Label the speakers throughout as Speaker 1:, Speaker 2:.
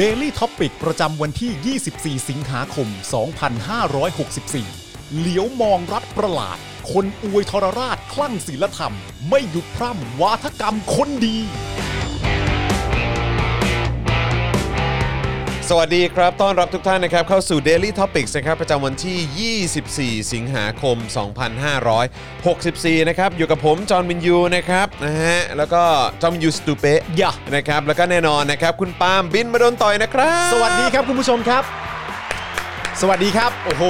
Speaker 1: Daily t o p i c ประจำวันที่ 24 สิงหาคม 2564 เหลียวมองรัฐประหลาด คนอวยทรราชคลั่งศีลธรรม ไม่หยุดพร่ำวาทกรรมคนดี
Speaker 2: สวัสดีครับ ต้อนรับทุกท่านนะครับ เข้าสู่ Daily Topics นะครับ ประจำวันที่ 24 สิงหาคม 2564 นะครับ อยู่กับผม จอห์นวินยู นะครับ นะฮะ แล้วก็ จอห์นวินยู สตูเปะ
Speaker 1: อย่า
Speaker 2: นะครับ แล้วก็แน่นอนนะครับ คุณปาล์มบินมาโดนต่อยนะครับ
Speaker 1: สวัสดีครับคุณผู้ชมครับ สวัสดีครับ โอ้โห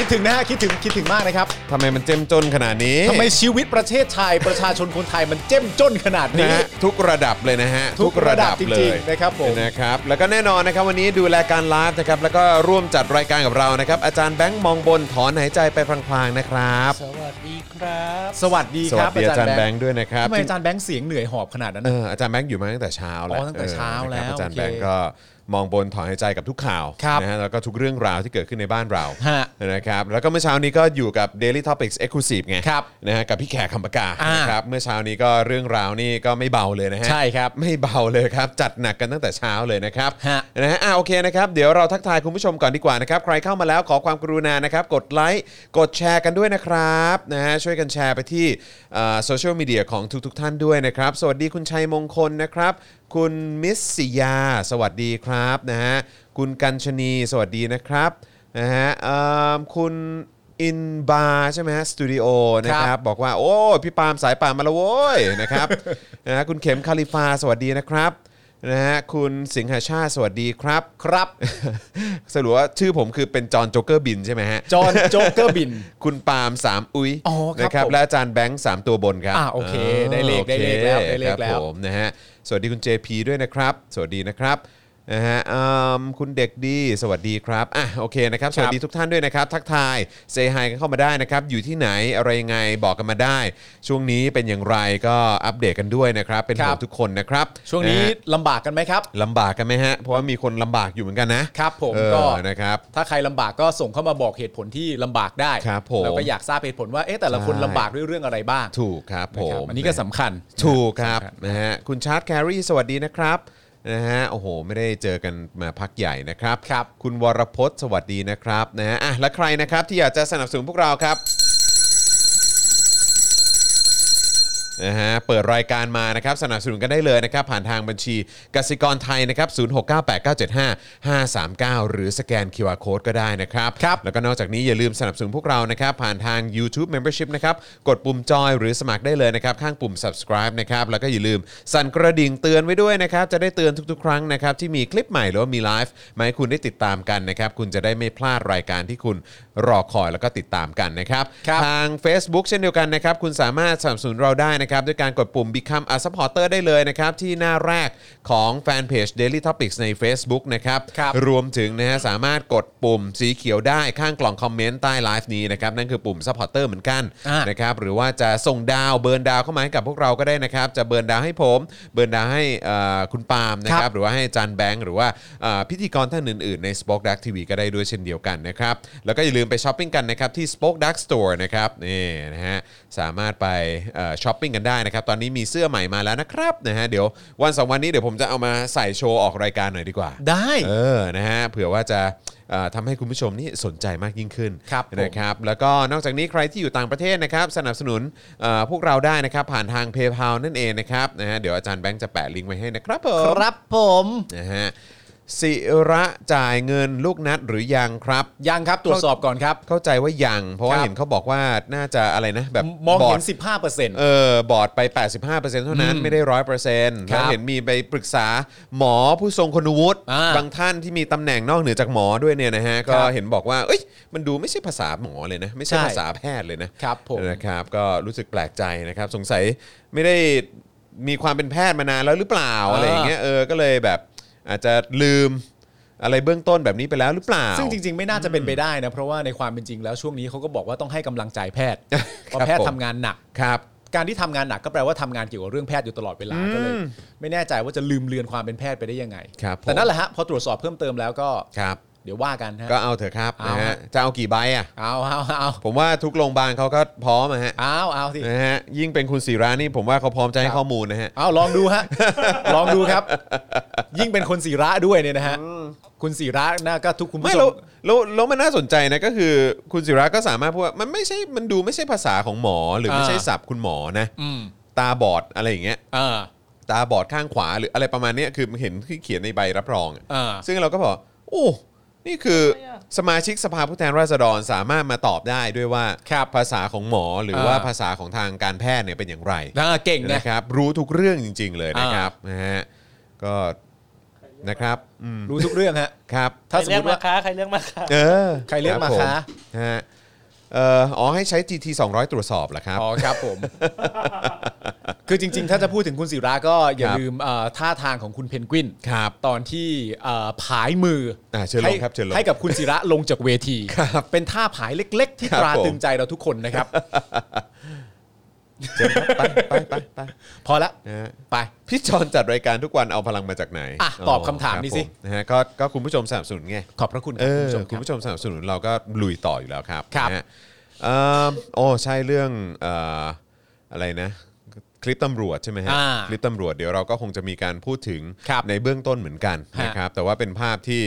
Speaker 1: คิดถึงนะฮะคิดถึงคิดถึงมากนะครับ
Speaker 2: ทำไมมันเจ้มจนขนาดนี้
Speaker 1: ทำไมชีวิตประเทศไทยประชาชนคนไทยมันเจ้มจ้นขนาด
Speaker 2: นะ
Speaker 1: นี้
Speaker 2: ฮะทุกระดับเลยนะฮะ
Speaker 1: ทุกระดับจริงๆ
Speaker 2: เลย
Speaker 1: นะครับผม
Speaker 2: นะครับ แล้วก็แน่นอนนะครับวันนี้ดูแลการไลฟ์นะครับ แล้วก็ร่วมจัดรายการกับเรานะครับ อาจารย์แบงค์มองบนถอนหายใจไปพลางๆนะครับ
Speaker 3: สวัสดีครับ
Speaker 1: สวัสดี
Speaker 2: ส
Speaker 1: ค
Speaker 2: วั
Speaker 1: รั
Speaker 2: ส
Speaker 1: บ
Speaker 2: ดีอาจารย์แบง
Speaker 1: ค์
Speaker 2: ค์ด้วยนะครับ
Speaker 1: ทำไมอาจารย์แบงค์เสียงเหนื่อยหอบขนาดนั้น
Speaker 2: เอ
Speaker 1: นะ
Speaker 2: ออาจารย์แบงค์อยู่มาตั้งแต่เช้าแล้ว
Speaker 1: อ๋อตั้งแต่เช้า
Speaker 2: ออนะครั
Speaker 1: แล้
Speaker 2: บ
Speaker 1: ว
Speaker 2: อาจารย์
Speaker 1: โอเค
Speaker 2: แบงค์ก็มองบนถอนหายใจกับทุกข่าว
Speaker 1: ครับ
Speaker 2: นะฮะแล้วก็ทุกเรื่องราวที่เกิดขึ้นในบ้านเรา
Speaker 1: ฮะ
Speaker 2: นะครับแล้วก็เมื่อเช้านี้ก็อยู่กับ Daily Topics Exclusive ไง
Speaker 1: ครับ
Speaker 2: นะฮะกับพี่แขกคำปากา
Speaker 1: อ่า
Speaker 2: นะครับเมื่อเช้านี้ก็เรื่องราวนี่ก็ไม่เบาเลยนะฮะ
Speaker 1: ใช่ครับ
Speaker 2: ไม่เบ าเลยครับ จัดหนักกันตั้งแต่เช้าเลยนะครับ
Speaker 1: ฮะ
Speaker 2: นะฮะอ่าโอเคนะครับเดี๋ยวเราทักทายคุณผู้ชมก่อนดีกว่านะครับใครเข้ามาแล้วขอความกรุณานะครับกดไลค์กดแชร์กันด้วยนะครับนะฮะช่วยกันแชร์ไปที่โซเชียลมีเดียของทุกๆทท่านด้วยนะครับ สวัสดีคุณชัยมงคลนะครับ คุณมิสสิยา สวัสดีครับนะฮะคุณกัญชนี สวัสดีนะครับนะฮะเอิ่มคุณอินบาร์ใช่ไหมฮะสตูดิโอนะค
Speaker 1: ครั
Speaker 2: รับ
Speaker 1: บ
Speaker 2: บอกว่า โอ้ยพี่ปาล์มสายป่านมาแล้วโว้ย นะครับ นะฮะคุณเข็มคาลิฟาสวัสดีนะครับนะฮะคุณสิงหาชาติสวัสดีครับ
Speaker 1: ครับ
Speaker 2: สรุปว่าชื่อผมคือเป็นจอห์นโจ๊กเกอร์บินใช่ไหมฮะ
Speaker 1: จอห์นโจ๊กเกอร์บิน
Speaker 2: คุณปาล์ม3 อุ้ย
Speaker 1: อ๋อครับ
Speaker 2: นะครั
Speaker 1: ผม
Speaker 2: และอาจารย์แบงค์ 3 ตัวบนครับ
Speaker 1: อ่าโอเค
Speaker 2: อ่า
Speaker 1: ได้เลข
Speaker 2: โอค
Speaker 1: ได้เลขแล้วได้เลข
Speaker 2: ครับ
Speaker 1: แล้ว
Speaker 2: ผมนะฮะสวัสดีคุณ JP ด้วยนะครับ สวัสดีนะครับนะฮะอืมคุณเด็กดีสวัสดีครับอ่ะโอเคนะครับ สวัสดีทุกท่านด้วยนะครับ ทักทายเซฮายกันเข้ามาได้นะครับ อยู่ที่ไหนอะไรยังไงบอกกันมาได้ ช่วงนี้เป็นอย่างไรก็อัปเดตกันด้วยนะครับ เป็นห่วงทุกคนนะครับ
Speaker 1: ช่วงนี้
Speaker 2: ะฮะ
Speaker 1: ลำบากกันไหมครับ
Speaker 2: ลำบากกันไหมฮะเพราะว่ามีคนลำบากอยู่เหมือนกันนะครับ
Speaker 1: ผม
Speaker 2: เออ
Speaker 1: ก็
Speaker 2: นะครับ
Speaker 1: ถ้าใครลำบากก็ส่งเข้ามาบอกเหตุผลที่ลำบากได้
Speaker 2: ครับผม
Speaker 1: เราก็อยากทราบเหตุผลว่าเอ๊ะแต่ละคน
Speaker 2: ใช่
Speaker 1: ลำบากด้วยเรื่องอะไรบ้าง
Speaker 2: ถูกครับผ
Speaker 1: นะครับ
Speaker 2: ม
Speaker 1: อันนี้ก็สำคัญ
Speaker 2: ถูกครับนะฮะคุณชาร์ตแครีสวัสดีนะครับนะฮะโอ้โห ไม่ได้เจอกันมาพักใหญ่นะครับ
Speaker 1: ครับ
Speaker 2: คุณวรพจน์สวัสดีนะครับนะฮะอ่ะและใครนะครับที่อยากจะสนับสนุนพวกเราครับนะฮะเปิดรายการมานะครับสนับสนุนกันได้เลยนะครับผ่านทางบัญชีกสิกรไทยนะครับ0698975539 หรือสแกน QR Code ก็ได้นะครับ
Speaker 1: ครับ
Speaker 2: แล้วก็นอกจากนี้อย่าลืมสนับสนุนพวกเรานะครับ ผ่านทาง YouTube Membership นะครับ กดปุ่มจอยหรือสมัครได้เลยนะครับ ข้างปุ่ม subscribe นะครับ แล้วก็อย่าลืมสั่นกระดิ่งเตือนไว้ด้วยนะครับ จะได้เตือนทุกๆ ครั้งนะครับ ที่มีคลิปใหม่หรือว่ามีไลฟ์มาให้คุณได้ติดตามกันนะครับ คุณจะได้ไม่พลาดรายการที่คุณรอคอยแล้วก็ติดตามกันนะครับ
Speaker 1: ครับ
Speaker 2: ทาง Facebook เช่นเดียวกันนะครับ คุณสามารถสนับสนุนเราได้นะครับ ด้วยการกดปุ่ม Become a supporter ได้เลยนะครับ ที่หน้าแรกของแฟนเพจ Daily Topics ใน Facebook นะครับ
Speaker 1: ครับ
Speaker 2: รวมถึงนะฮะสามารถกดปุ่มสีเขียวได้ข้างกล่องคอมเมนต์ใต้ไลฟ์นี้นะครับ นั่นคือปุ่ม supporter เหมือนกัน
Speaker 1: อ่าน
Speaker 2: นะครับหรือว่าจะส่งดาวเบิร์นดาวเข้ามาให้กับพวกเราก็ได้นะครับ จะเบิร์นดาวให้ผมเบิร์นดาวให้เอ่อคุณปาล์มนะครับ หรือว่าให้อาจานแบงค์หรือว่าเอ่อพิธีกรท่านอื่นๆใน Spoke Dark TV ก็ได้ด้วยเช่นเดียวกันนะครับ แล้วก็อย่าลืมไปช้อปปิ้งกันนะครับที่ Spoke Dark Store นะครับนี่นะฮะสามารถไปเอ่อช้อปปิ้งกันได้นะครับ ตอนนี้มีเสื้อใหม่มาแล้วนะครับนะฮะเดี๋ยววันสองวันนี้เดี๋ยวผมจะเอามาใส่โชว์ออกรายการหน่อยดีกว่า
Speaker 1: ได้
Speaker 2: เออ นะฮะ เผื่อว่าจะเอ่อทำให้คุณผู้ชมนี่สนใจมากยิ่งขึ้น
Speaker 1: ครับผม
Speaker 2: นะครับ แล้วก็นอกจากนี้ใครที่อยู่ต่างประเทศนะครับ สนับสนุนเอ่อพวกเราได้นะครับ ผ่านทางเพย์พานั่นเองนะครับ นะฮะ เดี๋ยวอาจารย์แบงค์จะแปะลิงก์ไว้ให้นะครับผม
Speaker 1: ับผม
Speaker 2: นะฮะ สิระจ่ายเงินลูกนัดหรือยังครับ
Speaker 1: ยังครับตรวจสอบก่อนครับ
Speaker 2: เข้าใจว่ายัง เพราะ
Speaker 1: ค
Speaker 2: ว่า
Speaker 1: รับ
Speaker 2: เห็นเขาบอกว่าน่าจะอะไรนะ แบบ
Speaker 1: มอง
Speaker 2: บอ
Speaker 1: เห็
Speaker 2: ด
Speaker 1: น 15%น
Speaker 2: เออบอร์ดไป 85%เท่านั้นไม่ได้ 100%
Speaker 1: ครั
Speaker 2: แล้ว
Speaker 1: บ
Speaker 2: เห็นมีไปปรึกษาหมอผู้ทรงคุณวุฒิ
Speaker 1: อ่า
Speaker 2: บางท่านที่มีตำแหน่งนอกเหนือจากหมอด้วยเนี่ยนะฮะ ก็
Speaker 1: ครับ
Speaker 2: เห็นบอกว่า เอ้ย มันดูไม่ใช่ภาษาหมอเลยนะ ไม่ใช่
Speaker 1: ใช่
Speaker 2: ภาษาแพทย์เลยนะครับ
Speaker 1: ผม
Speaker 2: นะครับ ก็รู้สึกแปลกใจนะครับ สงสัยไม่ได้มีความเป็นแพทย์มานานแล้วหรือเปล่า
Speaker 1: อ่า
Speaker 2: อะไรอย่างเงี้ยเออก็เลยแบบอาจจะลืมอะไรเบื้องต้นแบบนี้ไปแล้วหรือเปล่า
Speaker 1: ซึ่งจริง ๆ ไม่น่าจะเป็นไปได้นะ เพราะว่าในความเป็นจริงแล้วช่วงนี้เขาก็บอกว่าต้องให้กำลังใจแพทย์ เพราะแพท
Speaker 2: ผ
Speaker 1: ย์
Speaker 2: ม
Speaker 1: ทำงานหนัก
Speaker 2: ครับ
Speaker 1: การที่ทำงานหนักก็แปลว่าทำงานเกี่ยวกับเรื่องแพทย์อยู่ตลอดเวลาก็เลย ไม่แน่ใจว่าจะลืมเลือนความเป็นแพทย์ไปได้ยังไง
Speaker 2: ครับผม
Speaker 1: แต่นั่นแหละฮะพอตรวจสอบเพิ่มเติมแล้วก็
Speaker 2: ครับ
Speaker 1: เดี๋ยวว่ากันฮะ
Speaker 2: ก็เอาเถอะครับ
Speaker 1: เอา
Speaker 2: นะ
Speaker 1: น
Speaker 2: ฮะจะเอากี่ใบอ่ะ
Speaker 1: เอาเอาเอา
Speaker 2: ผมว่าทุกโรงพยาบาลเขาก็พร้อมอะฮะ
Speaker 1: เอาเอาสิ
Speaker 2: นะฮะยิ่งเป็นคุณศิรานี่ผมว่าเขาพร้อมจะให้ข้อมูลนะฮะ
Speaker 1: เอาลองดูฮะ ลองดูครับ ยิ่งเป็นคนศิระด้วยเนี่ยนะฮะคุณศิระน่าก็ทุกคุณผู้
Speaker 2: ไม่
Speaker 1: ช
Speaker 2: แล้ว
Speaker 1: ม
Speaker 2: แล้วแล้วมันน่าสนใจนะก็คือคุณศิระก็สามารถพูดว่ามันไม่ใช่มันดูไม่ใช่ภาษาของหมอหรือไม่
Speaker 1: อ่า
Speaker 2: ใช่ศัพท์คุณหมอนะ
Speaker 1: อืม
Speaker 2: ตาบอดอะไรอย่างเงี้ย
Speaker 1: เออ
Speaker 2: ตาบอดข้างขวาหรืออะไรประมาณเนี้ยคือเห็นที่เขียนในใบรับรองอะ
Speaker 1: เออ
Speaker 2: ซึ่งเราก็บอกโอ้นี่คือสมาชิกสภาผู้แทนราษฎรสามารถมาตอบได้ด้วยว่าภาษาของหมอหรือว่า
Speaker 1: อ่า
Speaker 2: ภาษาของทางการแพทย์เนี่ยเป็นอย่างไร
Speaker 1: น่าเก่งนะ
Speaker 2: นะครับรู้ทุกเรื่องจริง ๆ เลย
Speaker 1: อ่า
Speaker 2: นะครับนะฮะก็นะครับอืม
Speaker 1: รู้ทุกเรื่องฮะ
Speaker 2: ครับ
Speaker 1: ถ้าส
Speaker 3: ใคร
Speaker 1: มมติ
Speaker 3: เลือกมา
Speaker 1: ว่า
Speaker 3: ค้าใครเลือกมาค้า
Speaker 2: เออ
Speaker 1: ใครเรียกมา
Speaker 2: บผ
Speaker 1: คะ
Speaker 2: ฮะเอ่ออ๋อให้ใช้ GT 200 ตรวจสอบเหรอครับ
Speaker 1: อ๋อครับผม คือจริง ๆ ถ้าจะพูดถึงคุณศิระก็อย่า
Speaker 2: ครับ
Speaker 1: ลืมเอ่อท่าทางของคุณเพนกวิน
Speaker 2: ครับ
Speaker 1: ตอนที่เอ่อผายมือ
Speaker 2: อ่าเชิญลง
Speaker 1: ให้
Speaker 2: ครับเชิญลง
Speaker 1: ให้กับคุณศิระลงจากเวที
Speaker 2: ครับ
Speaker 1: เป็นท่าผายเล็ก ๆ ที่
Speaker 2: ครับ
Speaker 1: ตรา
Speaker 2: ผม
Speaker 1: ตรึงใจเราทุกคนนะครับ
Speaker 2: เชิญครับไปไปไปไป
Speaker 1: พอละ
Speaker 2: นะฮะ
Speaker 1: ไป
Speaker 2: พี่จอนจัดรายการทุกวันเอาพลังมาจากไหน
Speaker 1: อ่ะตอบคำถาม
Speaker 2: รับ
Speaker 1: นี่สิ
Speaker 2: ผนะฮะก็ก็คุณผู้ชมสนับสนุนไง
Speaker 1: ขอบพระคุณค
Speaker 2: เอ
Speaker 1: รับคุณ
Speaker 2: อ
Speaker 1: ผู้ชมค
Speaker 2: คุ
Speaker 1: รั
Speaker 2: ณ
Speaker 1: บ
Speaker 2: ผู้ชมสนับสนุนเราก็ลุยต่ออยู่แล้วครับ
Speaker 1: ครับ
Speaker 2: นะฮะเอ่อโอ้ใช่เรื่องเอ่ออะไรนะ คลิปตำรวจใช่ไหมฮะ
Speaker 1: อ่า
Speaker 2: คลิปตำรวจเดี๋ยวเราก็คงจะมีการพูดถึง
Speaker 1: ครับ
Speaker 2: ในเบื้องต้นเหมือนกัน
Speaker 1: ฮะ
Speaker 2: นะครับแต่ว่าเป็นภาพที่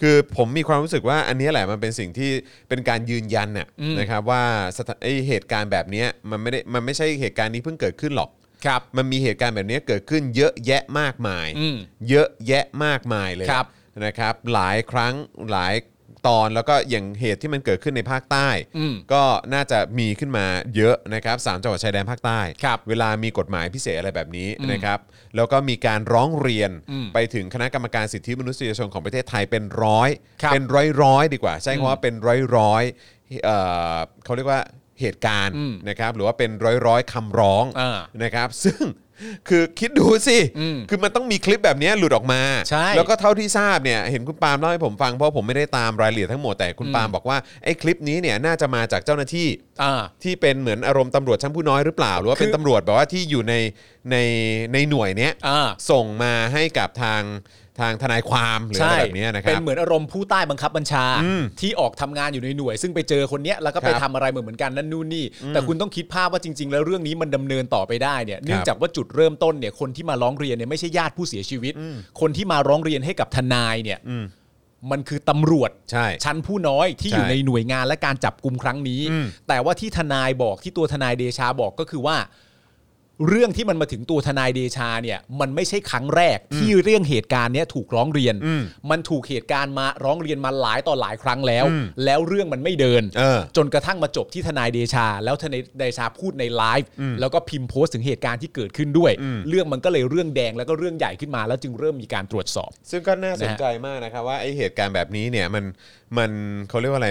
Speaker 2: คือผมมีความรู้สึกว่าอันนี้แหละมันเป็นสิ่งที่เป็นการยืนยันน่ะ
Speaker 1: อืม
Speaker 2: นะครับว่าสถานไอเหตุการณ์แบบเนี้ยมันไม่ได้มันไม่ใช่เหตุการณ์นี้เพิ่งเกิดขึ้นหรอก
Speaker 1: ครับ
Speaker 2: มันมีเหตุการณ์แบบนี้เกิดขึ้นเยอะแยะมากมาย
Speaker 1: อืม
Speaker 2: เยอะแยะมากมายเลย
Speaker 1: ครับ
Speaker 2: นะครับ หลายครั้งหลายตอนแล้วก็อย่างเหตุที่มันเกิดขึ้นในภาคใต้
Speaker 1: อืม
Speaker 2: ก็น่าจะมีขึ้นมาเยอะนะครับสามจังหวัดชายแดนภาคใต้
Speaker 1: ครับ
Speaker 2: เวลามีกฎหมายพิเศษอะไรแบบนี้
Speaker 1: อืม
Speaker 2: นะครับ แล้วก็มีการร้องเรียน
Speaker 1: อืม
Speaker 2: ไปถึงคณะกรรมการสิทธิมนุษยชนของประเทศไทยเป็นร้อย
Speaker 1: ครับ
Speaker 2: เป็นร้อยร้อยๆดีกว่า ใช่
Speaker 1: อื
Speaker 2: คำ
Speaker 1: ม
Speaker 2: ว่าเป็นร้อยร้อยๆเอ่อเขาเรียกว่าเหตุการณ์
Speaker 1: อืม
Speaker 2: นะครับหรือว่าเป็นร้อยร้อยๆคำร้อง
Speaker 1: อ่า
Speaker 2: นะครับ ซึ่งคือคิดดูสิ
Speaker 1: อืม
Speaker 2: คือมันต้องมีคลิปแบบเนี้ยหลุดออกมา
Speaker 1: ใช่
Speaker 2: แล้วก็เท่าที่ทราบเนี่ยเห็นคุณปาล์มเล่าให้ผมฟังเพราะผมไม่ได้ตามรายละเอียดทั้งหมดแต่คุณ
Speaker 1: อืม
Speaker 2: ปาล์มบอกว่าไอ้คลิปนี้เนี่ยน่าจะมาจากเจ้าหน้าที่
Speaker 1: อ่า
Speaker 2: ที่เป็นเหมือนอารมณ์ตำรวจชั้นผู้น้อยหรือเปล่า หรือว่า
Speaker 1: คือ
Speaker 2: เป็นตำรวจแบบว่าที่อยู่ในในในหน่วยเนี้ย
Speaker 1: อ่า
Speaker 2: ส่งมาให้กับทางทางทนายความหรืออะไรแบบเนี้ยนะค
Speaker 1: เป็น
Speaker 2: รับ
Speaker 1: เหมือนอารมณ์ผู้ใต้บังคับบัญชา
Speaker 2: อืม
Speaker 1: ที่ออกทำงานอยู่ในหน่วย ซึ่งไปเจอคนเนี้ยแล้วก็ไป
Speaker 2: ครับ
Speaker 1: ทำอะไรเหมือนเหมือนกันนั่นนู่นนี่ แต่คุณต้องคิดภาพว่าจริง ๆ แล้วเรื่องนี้มันดำเนินต่อไปได้เนี่ยเนื่องจากว่าจุดเริ่มต้นเนี่ยคนที่มาร้องเรียนเนี่ยไม่ใช่ญาติผู้เสียชีวิต
Speaker 2: อืม
Speaker 1: คนที่มาร้องเรียนให้กับทนายเนี่ย
Speaker 2: อืม
Speaker 1: มันคือตำรวจ
Speaker 2: ใช่
Speaker 1: ชั้นผู้น้อยที่
Speaker 2: ใช่
Speaker 1: อยู่ในหน่วยงานและการจับกลุ่มครั้งนี้
Speaker 2: อืม
Speaker 1: แต่ว่าที่ทนายบอกที่ตัวทนายเดชาบอกก็คือว่า เรื่องที่มันมาถึงตัวทนายเดชาเนี่ย มันไม่ใช่ครั้งแรกที่เรื่องเหตุการณ์เนี้ยถูกร้องเรียน
Speaker 2: อืม
Speaker 1: มันถูกเหตุการณ์มาร้องเรียนมาหลายต่อหลายครั้งแล้ว
Speaker 2: อืม
Speaker 1: แล้วเรื่องมันไม่เดิน
Speaker 2: เออ
Speaker 1: จนกระทั่งมาจบที่ทนายเดชา แล้วทนายเดชาพูดในไลฟ์
Speaker 2: อืม
Speaker 1: แล้วก็พิมพ์โพสต์ถึงเหตุการณ์ที่เกิดขึ้นด้วย
Speaker 2: อืม
Speaker 1: เรื่องมันก็เลยเรื่องแดงแล้วก็เรื่องใหญ่ขึ้นมาแล้วจึงเริ่มมีการตรวจสอบ
Speaker 2: ซึ่งก็น่าสนใจมากนะครับว่าไอเหตุการณ์แบบนี้เนี่ยมันมันเขาเรียกว่าอะไร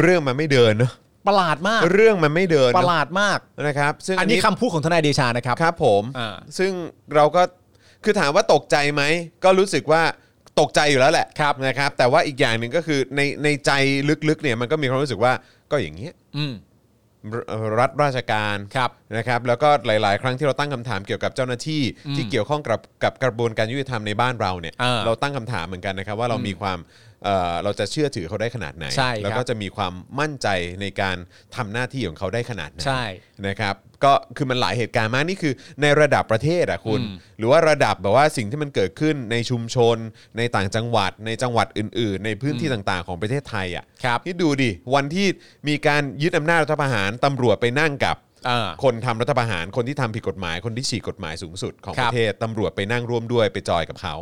Speaker 2: เรื่องมันไม่เดินเนาะ
Speaker 1: ประหลาดมาก
Speaker 2: เรื่องมันไม่เดิน
Speaker 1: ป
Speaker 2: เน
Speaker 1: ระ
Speaker 2: อะ
Speaker 1: หลาดมาก
Speaker 2: นะครับซึ่ง
Speaker 1: อันนี้คำพูดของทนายเดชานะครับ
Speaker 2: ครับผม
Speaker 1: อ่า
Speaker 2: ซึ่งเราก็คือถามว่าตกใจไหม ก็รู้สึกว่าตกใจอยู่แล้วแหละ
Speaker 1: ครับ
Speaker 2: นะครับ แต่ว่าอีกอย่างหนึ่งก็คือในในใจลึกๆเนี่ยมันก็มีความรู้สึกว่าก็อย่างเงี้ย
Speaker 1: อืม
Speaker 2: รรัฐราชการ
Speaker 1: ครับ
Speaker 2: นะครับ แล้วก็หลาย ๆ ครั้งที่เราตั้งคำถามเกี่ยวกับเจ้าหน้าที่
Speaker 1: อืม
Speaker 2: ที่เกี่ยวข้องกับกับกระบวนการยุติธรรมในบ้านเราเนี่ย
Speaker 1: อ่า
Speaker 2: เราตั้งคำถามเหมือนกันนะครับว่าเรามีความเอ่อเราจะเชื่อถือเขาได้ขนาดไหน
Speaker 1: ใช่ครับ
Speaker 2: แล้วก็จะมีความมั่นใจในการทำหน้าที่ของเขาได้ขนาดไหน
Speaker 1: ใช่
Speaker 2: นะครับก็คือมันหลายเหตุการณ์มากนี่คือในระดับประเทศอะคุณ
Speaker 1: อืม
Speaker 2: หรือว่าระดับแบบว่าสิ่งที่มันเกิดขึ้นในชุมชน ในต่างจังหวัด ในจังหวัดอื่น ๆ ในพื้นที่ต่างๆ ของประเทศไทยอะ
Speaker 1: ครับ
Speaker 2: นี่ดูดิวันที่มีการยึดอำนาจรัฐประหารตำรวจไปนั่งกับ
Speaker 1: อ่า
Speaker 2: คนทำรัฐประหารคนที่ทำผิดกฎหมายคนที่ฉีกกฎหมายสูงสุดของ
Speaker 1: ค
Speaker 2: ป
Speaker 1: รับ
Speaker 2: ระเทศตำรวจไปนั่งร่วมด้วยไปจอยกับเขา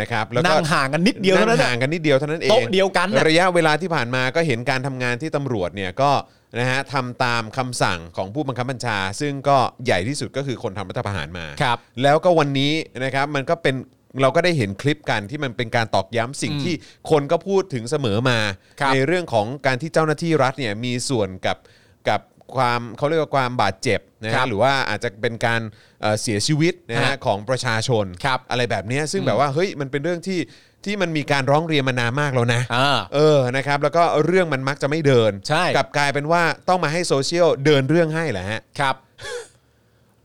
Speaker 2: นะครับแล้วก็
Speaker 1: นั่งห่างกันนิดเดียวเท่านั้น
Speaker 2: ง
Speaker 1: น่ะ
Speaker 2: ห่างกันนิดเดียวเท่านั้นเอง
Speaker 1: โต๊ะเดียวกันน่ะ
Speaker 2: ระยะเวลาที่ผ่านมาก็เห็นการทำงานที่ตำรวจเนี่ยก็นะฮะทำตามคำสั่งของผู้บังคับบัญชา ซึ่งก็ใหญ่ที่สุดก็คือคนทำรัฐประหารมา
Speaker 1: ครับ
Speaker 2: แล้วก็วันนี้นะครับมันก็เป็นเราก็ได้เห็นคลิปกันที่มันเป็นการตอกย้ำสิ่งที่คนก็พูดถึงเสมอมา
Speaker 1: ครับ
Speaker 2: ในเรื่องของการที่เจ้าหน้าที่รัฐเนี่ยมีส่วนกับกับความเขาเรียกว่าความบาดเจ็บนะ
Speaker 1: ครั
Speaker 2: ฮะ
Speaker 1: บ
Speaker 2: หรือว่าอาจจะเป็นการเอ่อเสียชีวิตนะฮะ
Speaker 1: ฮะ
Speaker 2: ของประชาชน
Speaker 1: ครับ
Speaker 2: อะไรแบบเนี้ยซึ่ง
Speaker 1: อืม
Speaker 2: แบบว่าเฮ้ยมันเป็นเรื่องที่ที่มันมีการร้องเรียนมานานมากแล้วนะ
Speaker 1: อ่า
Speaker 2: เออนะครับ แล้วก็เรื่องมันมักจะไม่เดิน
Speaker 1: ใช่
Speaker 2: กลับกลายเป็นว่าต้องมาให้โซเชียลเดินเรื่องให้แหละฮะ
Speaker 1: ครับ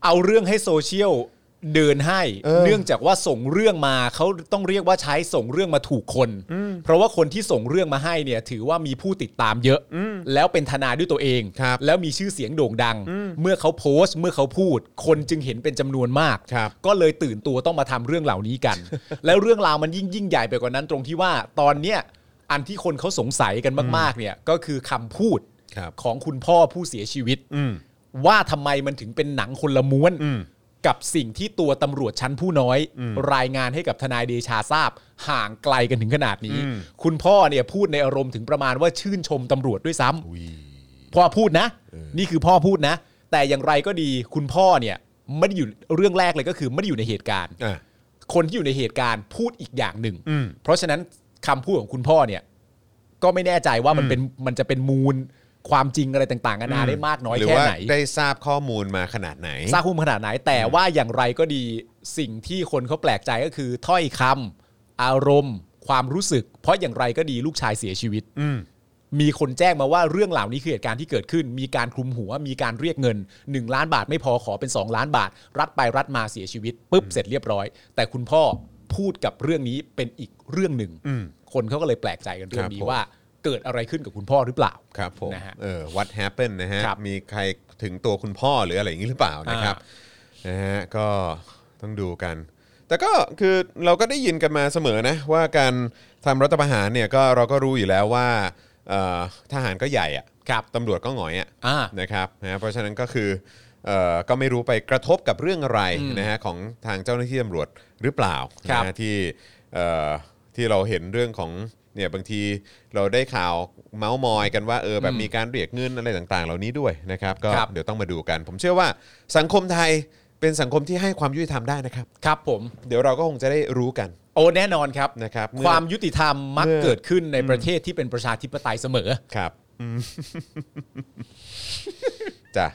Speaker 1: เอาเรื่องให้โซเชียล เดินให้
Speaker 2: เออ
Speaker 1: เนื่องจากว่าส่งเรื่องมาเขาต้องเรียกว่าใช้ส่งเรื่องมาถูกคน เพราะว่าคนที่ส่งเรื่องมาให้เนี่ยถือว่ามีผู้ติดตามเยอะ แล้วเป็นทนายด้วยตัวเอง
Speaker 2: ครับ
Speaker 1: แล้วมีชื่อเสียงโด่งดัง เมื่อเขาโพสต์เมื่อเขาพูด คนจึงเห็นเป็นจำนวนมาก
Speaker 2: ครับ
Speaker 1: ก็เลยตื่นตัวต้องมาทำเรื่องเหล่านี้กัน แล้วเรื่องราวมันยิ่งยิ่งใหญ่ไปกว่านั้นตรงที่ว่าตอนเนี้ยอันที่คนเขาสงสัยกันมาก ๆ เนี่ยก็คือคำพูด
Speaker 2: ครับ
Speaker 1: ของคุณพ่อผู้เสียชีวิต
Speaker 2: อืม
Speaker 1: ว่าทำไมมันถึงเป็นหนังคนละม้วน
Speaker 2: อืม
Speaker 1: กับสิ่งที่ตัวตำรวจชั้นผู้น้อย รายงานให้กับทนายเดชาทราบ ห่างไกลกันถึงขนาดนี้
Speaker 2: อืม
Speaker 1: คุณพ่อเนี่ยพูดในอารมณ์ถึงประมาณว่าชื่นชมตำรวจด้วยซ้ำ
Speaker 2: อุ้ย
Speaker 1: พ่อพูดนะ นี่คือพ่อพูดนะ แต่อย่างไรก็ดีคุณพ่อเนี่ยไม่ได้อยู่เรื่องแรกเลยก็คือไม่ได้อยู่ในเหตุการณ์
Speaker 2: อ่ะ
Speaker 1: คนที่อยู่ในเหตุการณ์พูดอีกอย่างหนึ่ง
Speaker 2: อืม
Speaker 1: เพราะฉะนั้นคำพูดของคุณพ่อเนี่ย ก็ไม่แน่ใจว่ามันเป็นมันจะเป็นมูลความจริงอะไรต่างๆนานาได้มากน้อย
Speaker 2: หรือ
Speaker 1: แค่
Speaker 2: ว่า
Speaker 1: ไหน
Speaker 2: ได้ทราบข้อมูลมาขนาดไหน
Speaker 1: ซาหุ้มขนาดไหนแต่ว่าอย่างไรก็ดีสิ่งที่คนเขาแปลกใจก็คือ ถ้อยคำอารมณ์ ความรู้สึก เพราะอย่างไรก็ดีลูกชายเสียชีวิต
Speaker 2: อืม
Speaker 1: มีคนแจ้งมาว่าเรื่องเหล่านี้คือเหตุการณ์ที่เกิดขึ้น มีการคลุมหัว มีการเรียกเงิน 1 ล้านบาทไม่พอขอเป็น 2 ล้านบาท รัดไปรัดมาเสียชีวิตปุ๊บเสร็จเรียบร้อย แต่คุณพ่อพูดกับเรื่องนี้เป็นอีกเรื่องหนึ่ง
Speaker 2: อืม
Speaker 1: คนเขาก็เลยแปลกใจกันเรื่องนี้
Speaker 2: ครับผม
Speaker 1: ว่าเกิดอะไรขึ้นกับคุณพ่อหรือเปล่า
Speaker 2: ครับผม
Speaker 1: นะฮะ
Speaker 2: เออ what happened นะฮะ
Speaker 1: ครับ
Speaker 2: มีใครถึงตัวคุณพ่อหรืออะไรอย่างนี้หรือเปล่านะครับนะฮะก็ต้องดูกัน แต่ก็คือเราก็ได้ยินกันมาเสมอนะว่าการทำรัฐประหารเนี่ยก็เราก็รู้อยู่แล้วว่าเอ่อทหารก็ใหญ่อะ
Speaker 1: ครับ
Speaker 2: ตำรวจก็หงอยอะ
Speaker 1: อ่า
Speaker 2: นะครับนะฮะเพราะฉะนั้นก็คือเอ่อก็ไม่รู้ไปกระทบกับเรื่องอะไรนะฮะของทางเจ้าหน้าที่ตำรวจหรือเปล่า
Speaker 1: ครับ
Speaker 2: นะฮะ ที่เอ่อที่เราเห็นเรื่องของเนี่ยบางทีเราได้ข่าวเมาส์มอยกันว่าเออแบบมีการเรียกเงินอะไรต่างๆ เหล่านี้ด้วยนะครับ ก็
Speaker 1: ครับ
Speaker 2: เดี๋ยวต้องมาดูกัน ผมเชื่อว่าสังคมไทยเป็นสังคมที่ให้ความยุติธรรมได้นะครับ
Speaker 1: ครับผม
Speaker 2: เดี๋ยวเราก็คงจะได้รู้กัน
Speaker 1: โอ้แน่นอนครับ
Speaker 2: นะครับเอ
Speaker 1: ความยุติธรรมมักเกิดขึ้นในประเทศที่เป็นประชาธิปไตยเสมอ
Speaker 2: ครับอืม จ้ะ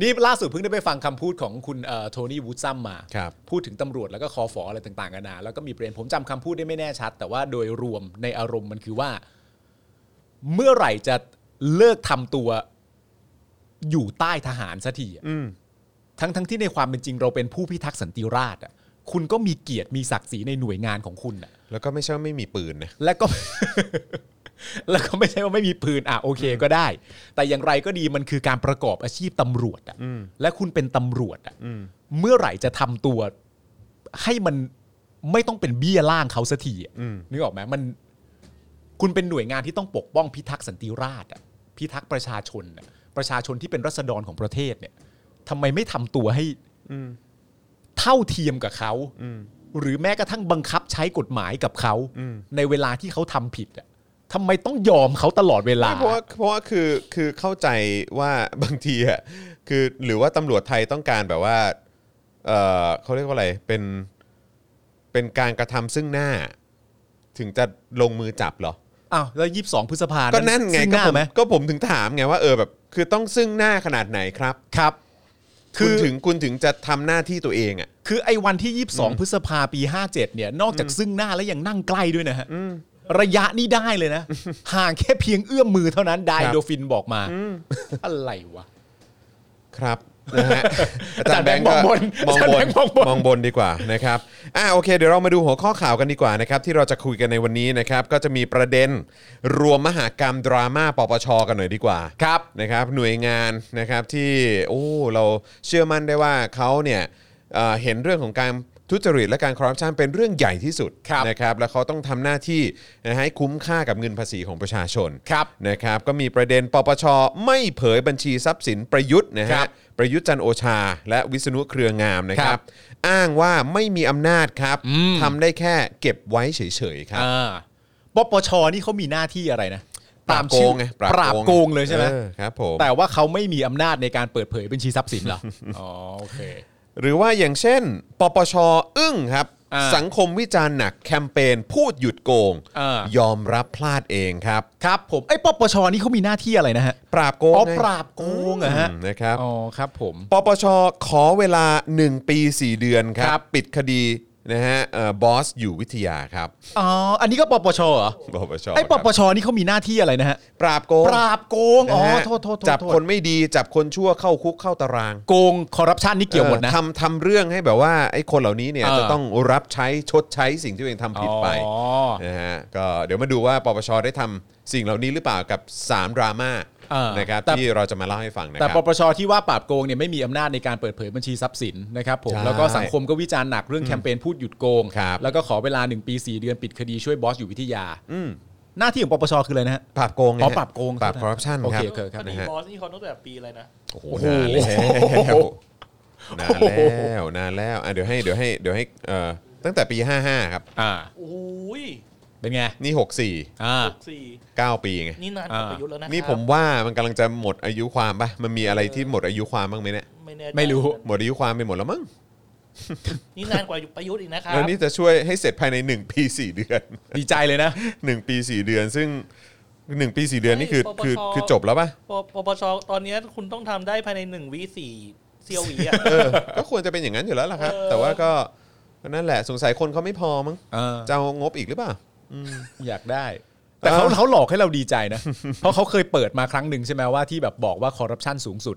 Speaker 1: นี่ล่าสุดเพิ่งได้ไปฟังคำพูดของคุณโทนี่วูดซัมมา
Speaker 2: ครับ
Speaker 1: พูดถึงตำรวจแล้วก็คอฟออะไรต่างๆกันานาแล้วก็มีประเด็นผมจำคำพูดได้ไม่แน่ชัด แต่ว่าโดยรวมในอารมณ์มันคือว่า เมื่อไหร่จะเลิกทำตัวอยู่ใต้ทหารสักทีอะ
Speaker 2: อืม
Speaker 1: ทั้งทั้งที่ในความเป็นจริงเราเป็นผู้พิทักษ์สันติราษฎร์อะคุณก็มีเกียรติมีศักดิ์ศรีในหน่วยงานของคุณอะ
Speaker 2: แล้วก็ไม่ใช่ว่าไม่มีปืนนะ
Speaker 1: และก็ แล้วก็ไม่ใช่ว่าไม่มีปืนอ่ะโอเคก็ได้ แต่อย่างไรก็ดีมันคือการประกอบอาชีพตำรวจอ่ะและคุณเป็นตำรวจอ่ะเมื่อไหร่จะทำตัว ให้มันไม่ต้องเป็นเบี้ยล่างเขาสักทีอะ
Speaker 2: อืม
Speaker 1: นึกออกไหมมัน คุณเป็นหน่วยงานที่ต้องปกป้องพิทักษ์สันติราษฎร์อะพิทักษ์ประชาชนอะประชาชนที่เป็นรัษฎรของประเทศเนี่ยทำไมไม่ทำตัวให้
Speaker 2: อืม
Speaker 1: เท่าเทียมกับเขา
Speaker 2: อืม
Speaker 1: หรือแม้กระทั่งบังคับใช้กฎหมายกับเขา
Speaker 2: อืม
Speaker 1: ในเวลาที่เขาทำผิดอะทำไมต้องยอมเขาตลอดเวลา
Speaker 2: ไม่เพราะว่าเพราะว่าคือคือเข้าใจว่าบางทีอ่ะคือหรือว่าตำรวจไทยต้องการแบบว่าเออเขาเรียกว่าอะไรเป็นเป็นการกระทำซึ่งหน้า ถึงจะลงมือจับเหรอ
Speaker 1: อ้าวแล้วยี่สิบสองพฤษภา
Speaker 2: ก็นั่นไง
Speaker 1: ซึ่ห
Speaker 2: ก็
Speaker 1: น้า
Speaker 2: ผม
Speaker 1: ไหม
Speaker 2: ก็ผมถึงถามไงว่าเออแบบ คือต้องซึ่งหน้าขนาดไหนครับ
Speaker 1: ครับคื
Speaker 2: คุณ
Speaker 1: อ
Speaker 2: ถึงคุณถึงจะทำหน้าที่ตัวเองอ่ะ
Speaker 1: คือไอ้วันที่ยี่สิบสองพฤษภาปีห้าเจ็ดเนี่ย นอกจากซึ่งหน้าแล้วยังนั่งใกล้ด้วยนะฮะระยะนี่ได้เลย นะ ห่างแค่เพียงเอื้อมมือเท่านั้นไดโดฟินบอกมาอะไรวะ
Speaker 2: ครับนะ ฮะ อา
Speaker 1: อา
Speaker 2: จา
Speaker 1: จาร รย์
Speaker 2: ย์แบ
Speaker 1: แบ
Speaker 2: ง
Speaker 1: งค์
Speaker 2: ค์ก็
Speaker 1: มองบน
Speaker 2: มอง
Speaker 1: อาจารย์
Speaker 2: บ
Speaker 1: แบ
Speaker 2: น
Speaker 1: งค์มองบน
Speaker 2: มองบนดีกว่านะครับอ่าโอเค เดี๋ยวเรามาดูหัวข้อข่าวกันดีกว่านะครับ ที่เราจะคุยกันในวันนี้นะครับ ก็จะมีประเด็นรวมมหากรรมดราม่าปปชกันหน่อยดีกว่า
Speaker 1: ครับ
Speaker 2: นะครับหน่วยงานนะครับที่โอ้เราเชื่อมั่นได้ว่าเขาเนี่ยเอ่อเห็นเรื่องของการทุจริตและการคอร์รัปชันเป็นเรื่องใหญ่ที่สุด
Speaker 1: ครับ
Speaker 2: นะครับแล้วเขาต้องทำหน้าที่นะฮะให้คุ้มค่ากับเงินภาษีของประชาชน
Speaker 1: ครับ
Speaker 2: นะครับก็มีประเด็นปปชไม่เผยบัญชีทรัพย์สินประยุทธ์
Speaker 1: ค
Speaker 2: นะฮะ
Speaker 1: รับ
Speaker 2: ประยุทธ์จันทร์โอชา และวิษณุเครืองามนะค
Speaker 1: ค
Speaker 2: รั
Speaker 1: รับ บ
Speaker 2: อ้างว่าไม่มีอำนาจครับ
Speaker 1: อืม
Speaker 2: ทำได้แค่เก็บไว้เฉยๆครับ
Speaker 1: อ่าปปชนี่เขามีหน้าที่อะไรนะ
Speaker 2: ปราบโก
Speaker 1: ชื่อง
Speaker 2: ไง
Speaker 1: ปราบโกงเลยใช่ไหม
Speaker 2: ออครับผม
Speaker 1: แต่ว่าเขาไม่มีอำนาจในการเปิดเผยบัญชีทรัพย์สิ นเหรอ อ๋อโอเค
Speaker 2: หรือว่าอย่างเช่น ปปชอึ้งครับ
Speaker 1: อ่า
Speaker 2: สังคมวิจารณ์หนักแคมเปญพูดหยุดโกง
Speaker 1: อ่าย ย
Speaker 2: อมรับพลาดเองครับ
Speaker 1: ครับผมไอ้ยปปชนี่เขามีหน้าที่อะไรนะฮะ
Speaker 2: ปราบโกง
Speaker 1: อ๋อ
Speaker 2: ไง
Speaker 1: ปราบโกงเหรอฮะ
Speaker 2: มนะครับ
Speaker 1: อ๋อครับผม
Speaker 2: ปปชขอเวลา 1 ปี 4 เดือนครั
Speaker 1: ครับ บ
Speaker 2: ปิดคดี นะฮะบอสอยู่วิทยาครับ
Speaker 1: อ๋ออันนี้ก็ปปชเหรอ
Speaker 2: ปปช
Speaker 1: ไอ้ปป
Speaker 2: ครับ
Speaker 1: ชนี่เขามีหน้าที่อะไรนะฮะ
Speaker 2: ปราบโกง
Speaker 1: ปราบโกงอ๋อ
Speaker 2: นะฮะ
Speaker 1: โทษโทษโทษ
Speaker 2: จับ
Speaker 1: โทษ
Speaker 2: คนไม่ดีจับคนชั่วเข้าคุกเข้าตาราง
Speaker 1: โกงคอร์รัปชันนี่เกี่ยวหมดนะ
Speaker 2: ออทำทำเรื่องให้แบบว่าไอ้คนเหล่านี้เนี่ย
Speaker 1: เออ
Speaker 2: จะต้องรับใช้ชดใช้สิ่งที่ตัวเองทำผิดไป
Speaker 1: อ๋อ
Speaker 2: นะฮะก็เดี๋ยวมาดูว่าปปชได้ทำสิ่งเหล่านี้หรือเปล่ากับ 3 ดราม่า
Speaker 1: เออ
Speaker 2: นะครับ
Speaker 1: แต่
Speaker 2: ที่เราจะมาเล่าให้ฟังนะค
Speaker 1: แต่
Speaker 2: รับ
Speaker 1: ปปชที่ว่าปราบโกงเนี่ยไม่มีอำนาจในการเปิดเผยบัญชีทรัพย์สินนะครับผม
Speaker 2: ใช่
Speaker 1: แล้วก็สังคมก็วิจารณ์หนักเรื่องแคมเปญพูดหยุดโกง
Speaker 2: ครับ
Speaker 1: แล้วก็ขอเวลา 1 ปี 4 เดือนปิดคดีช่วยบอสอยู่วิทยา
Speaker 2: อืม
Speaker 1: หน้าที่ของปปชคืออะไรนะฮะ
Speaker 2: ปราบโกงไง
Speaker 1: อ๋อ
Speaker 2: ฮะ
Speaker 1: ปราบโกง
Speaker 2: ปราบ
Speaker 1: ใช่ไหม
Speaker 2: คอร์รัปชัน
Speaker 1: โอ
Speaker 2: ครับ
Speaker 1: เโอเคโอเค
Speaker 3: คดี
Speaker 2: นะฮะ
Speaker 3: บอสนี่เขาตั้งแต่ปีอะไรนะ
Speaker 2: โอ้โหนานแล้วนานแล้วนานแล้วอ่ะเดี๋ยวให้เดี๋ยวให้เดี๋ยวให้เอ่อตั้งแต่ปี 55 ครับ
Speaker 1: อ่า
Speaker 3: โอ้ย
Speaker 1: เป็นไง
Speaker 2: นี่ 64
Speaker 1: อ่า
Speaker 3: สี่
Speaker 2: 9 ปีไง
Speaker 3: นี่นานกว่า
Speaker 1: อ่า
Speaker 3: ประยุทธ์แล้วนะ
Speaker 2: นี่
Speaker 3: ครับ
Speaker 2: ผมว่ามันกำลังจะหมดอายุความปะมันมีอะไรที่หมดอายุความบ้างไหมเนี่ย
Speaker 3: ไม่แน่ใจ
Speaker 1: ไม่รู้
Speaker 2: หมดอายุความไปหมดแล้วมั้ง
Speaker 3: นี่นานกว่าประยุทธ์อีกนะครั
Speaker 2: แล้ว
Speaker 3: บ
Speaker 2: นี่จะช่วยให้เสร็จภายใน 1 ปี 4 เดือน
Speaker 1: ดีใจเลยนะ
Speaker 2: 1 ปี 4 เดือน ซึ่ง 1 ปี 4 เดือนนี่คือคือคือจบแล้วปะ
Speaker 3: ปปปชตอนเนี้ยคุณต้องทำได้ภายในหนึ่งวิสี่เซียววีอะ
Speaker 2: เออก็ควรจะเป็นอย่างนั้นอยู่แล้วล่ะครับ
Speaker 3: เออ
Speaker 2: แต่ว่าก็นั่นแหละสงสัยคนเขาไม่พอมั้ง
Speaker 1: เออ
Speaker 2: จะเอางบอีกหรือเปล่า
Speaker 1: อยากได้ แต่เขา
Speaker 2: เออ
Speaker 1: เขาหลอกให้เราดีใจนะ เพราะเขาเคยเปิดมาครั้งหนึ่งใช่ไหมว่าที่แบบบอกว่าคอร์รัปชันสูงสุด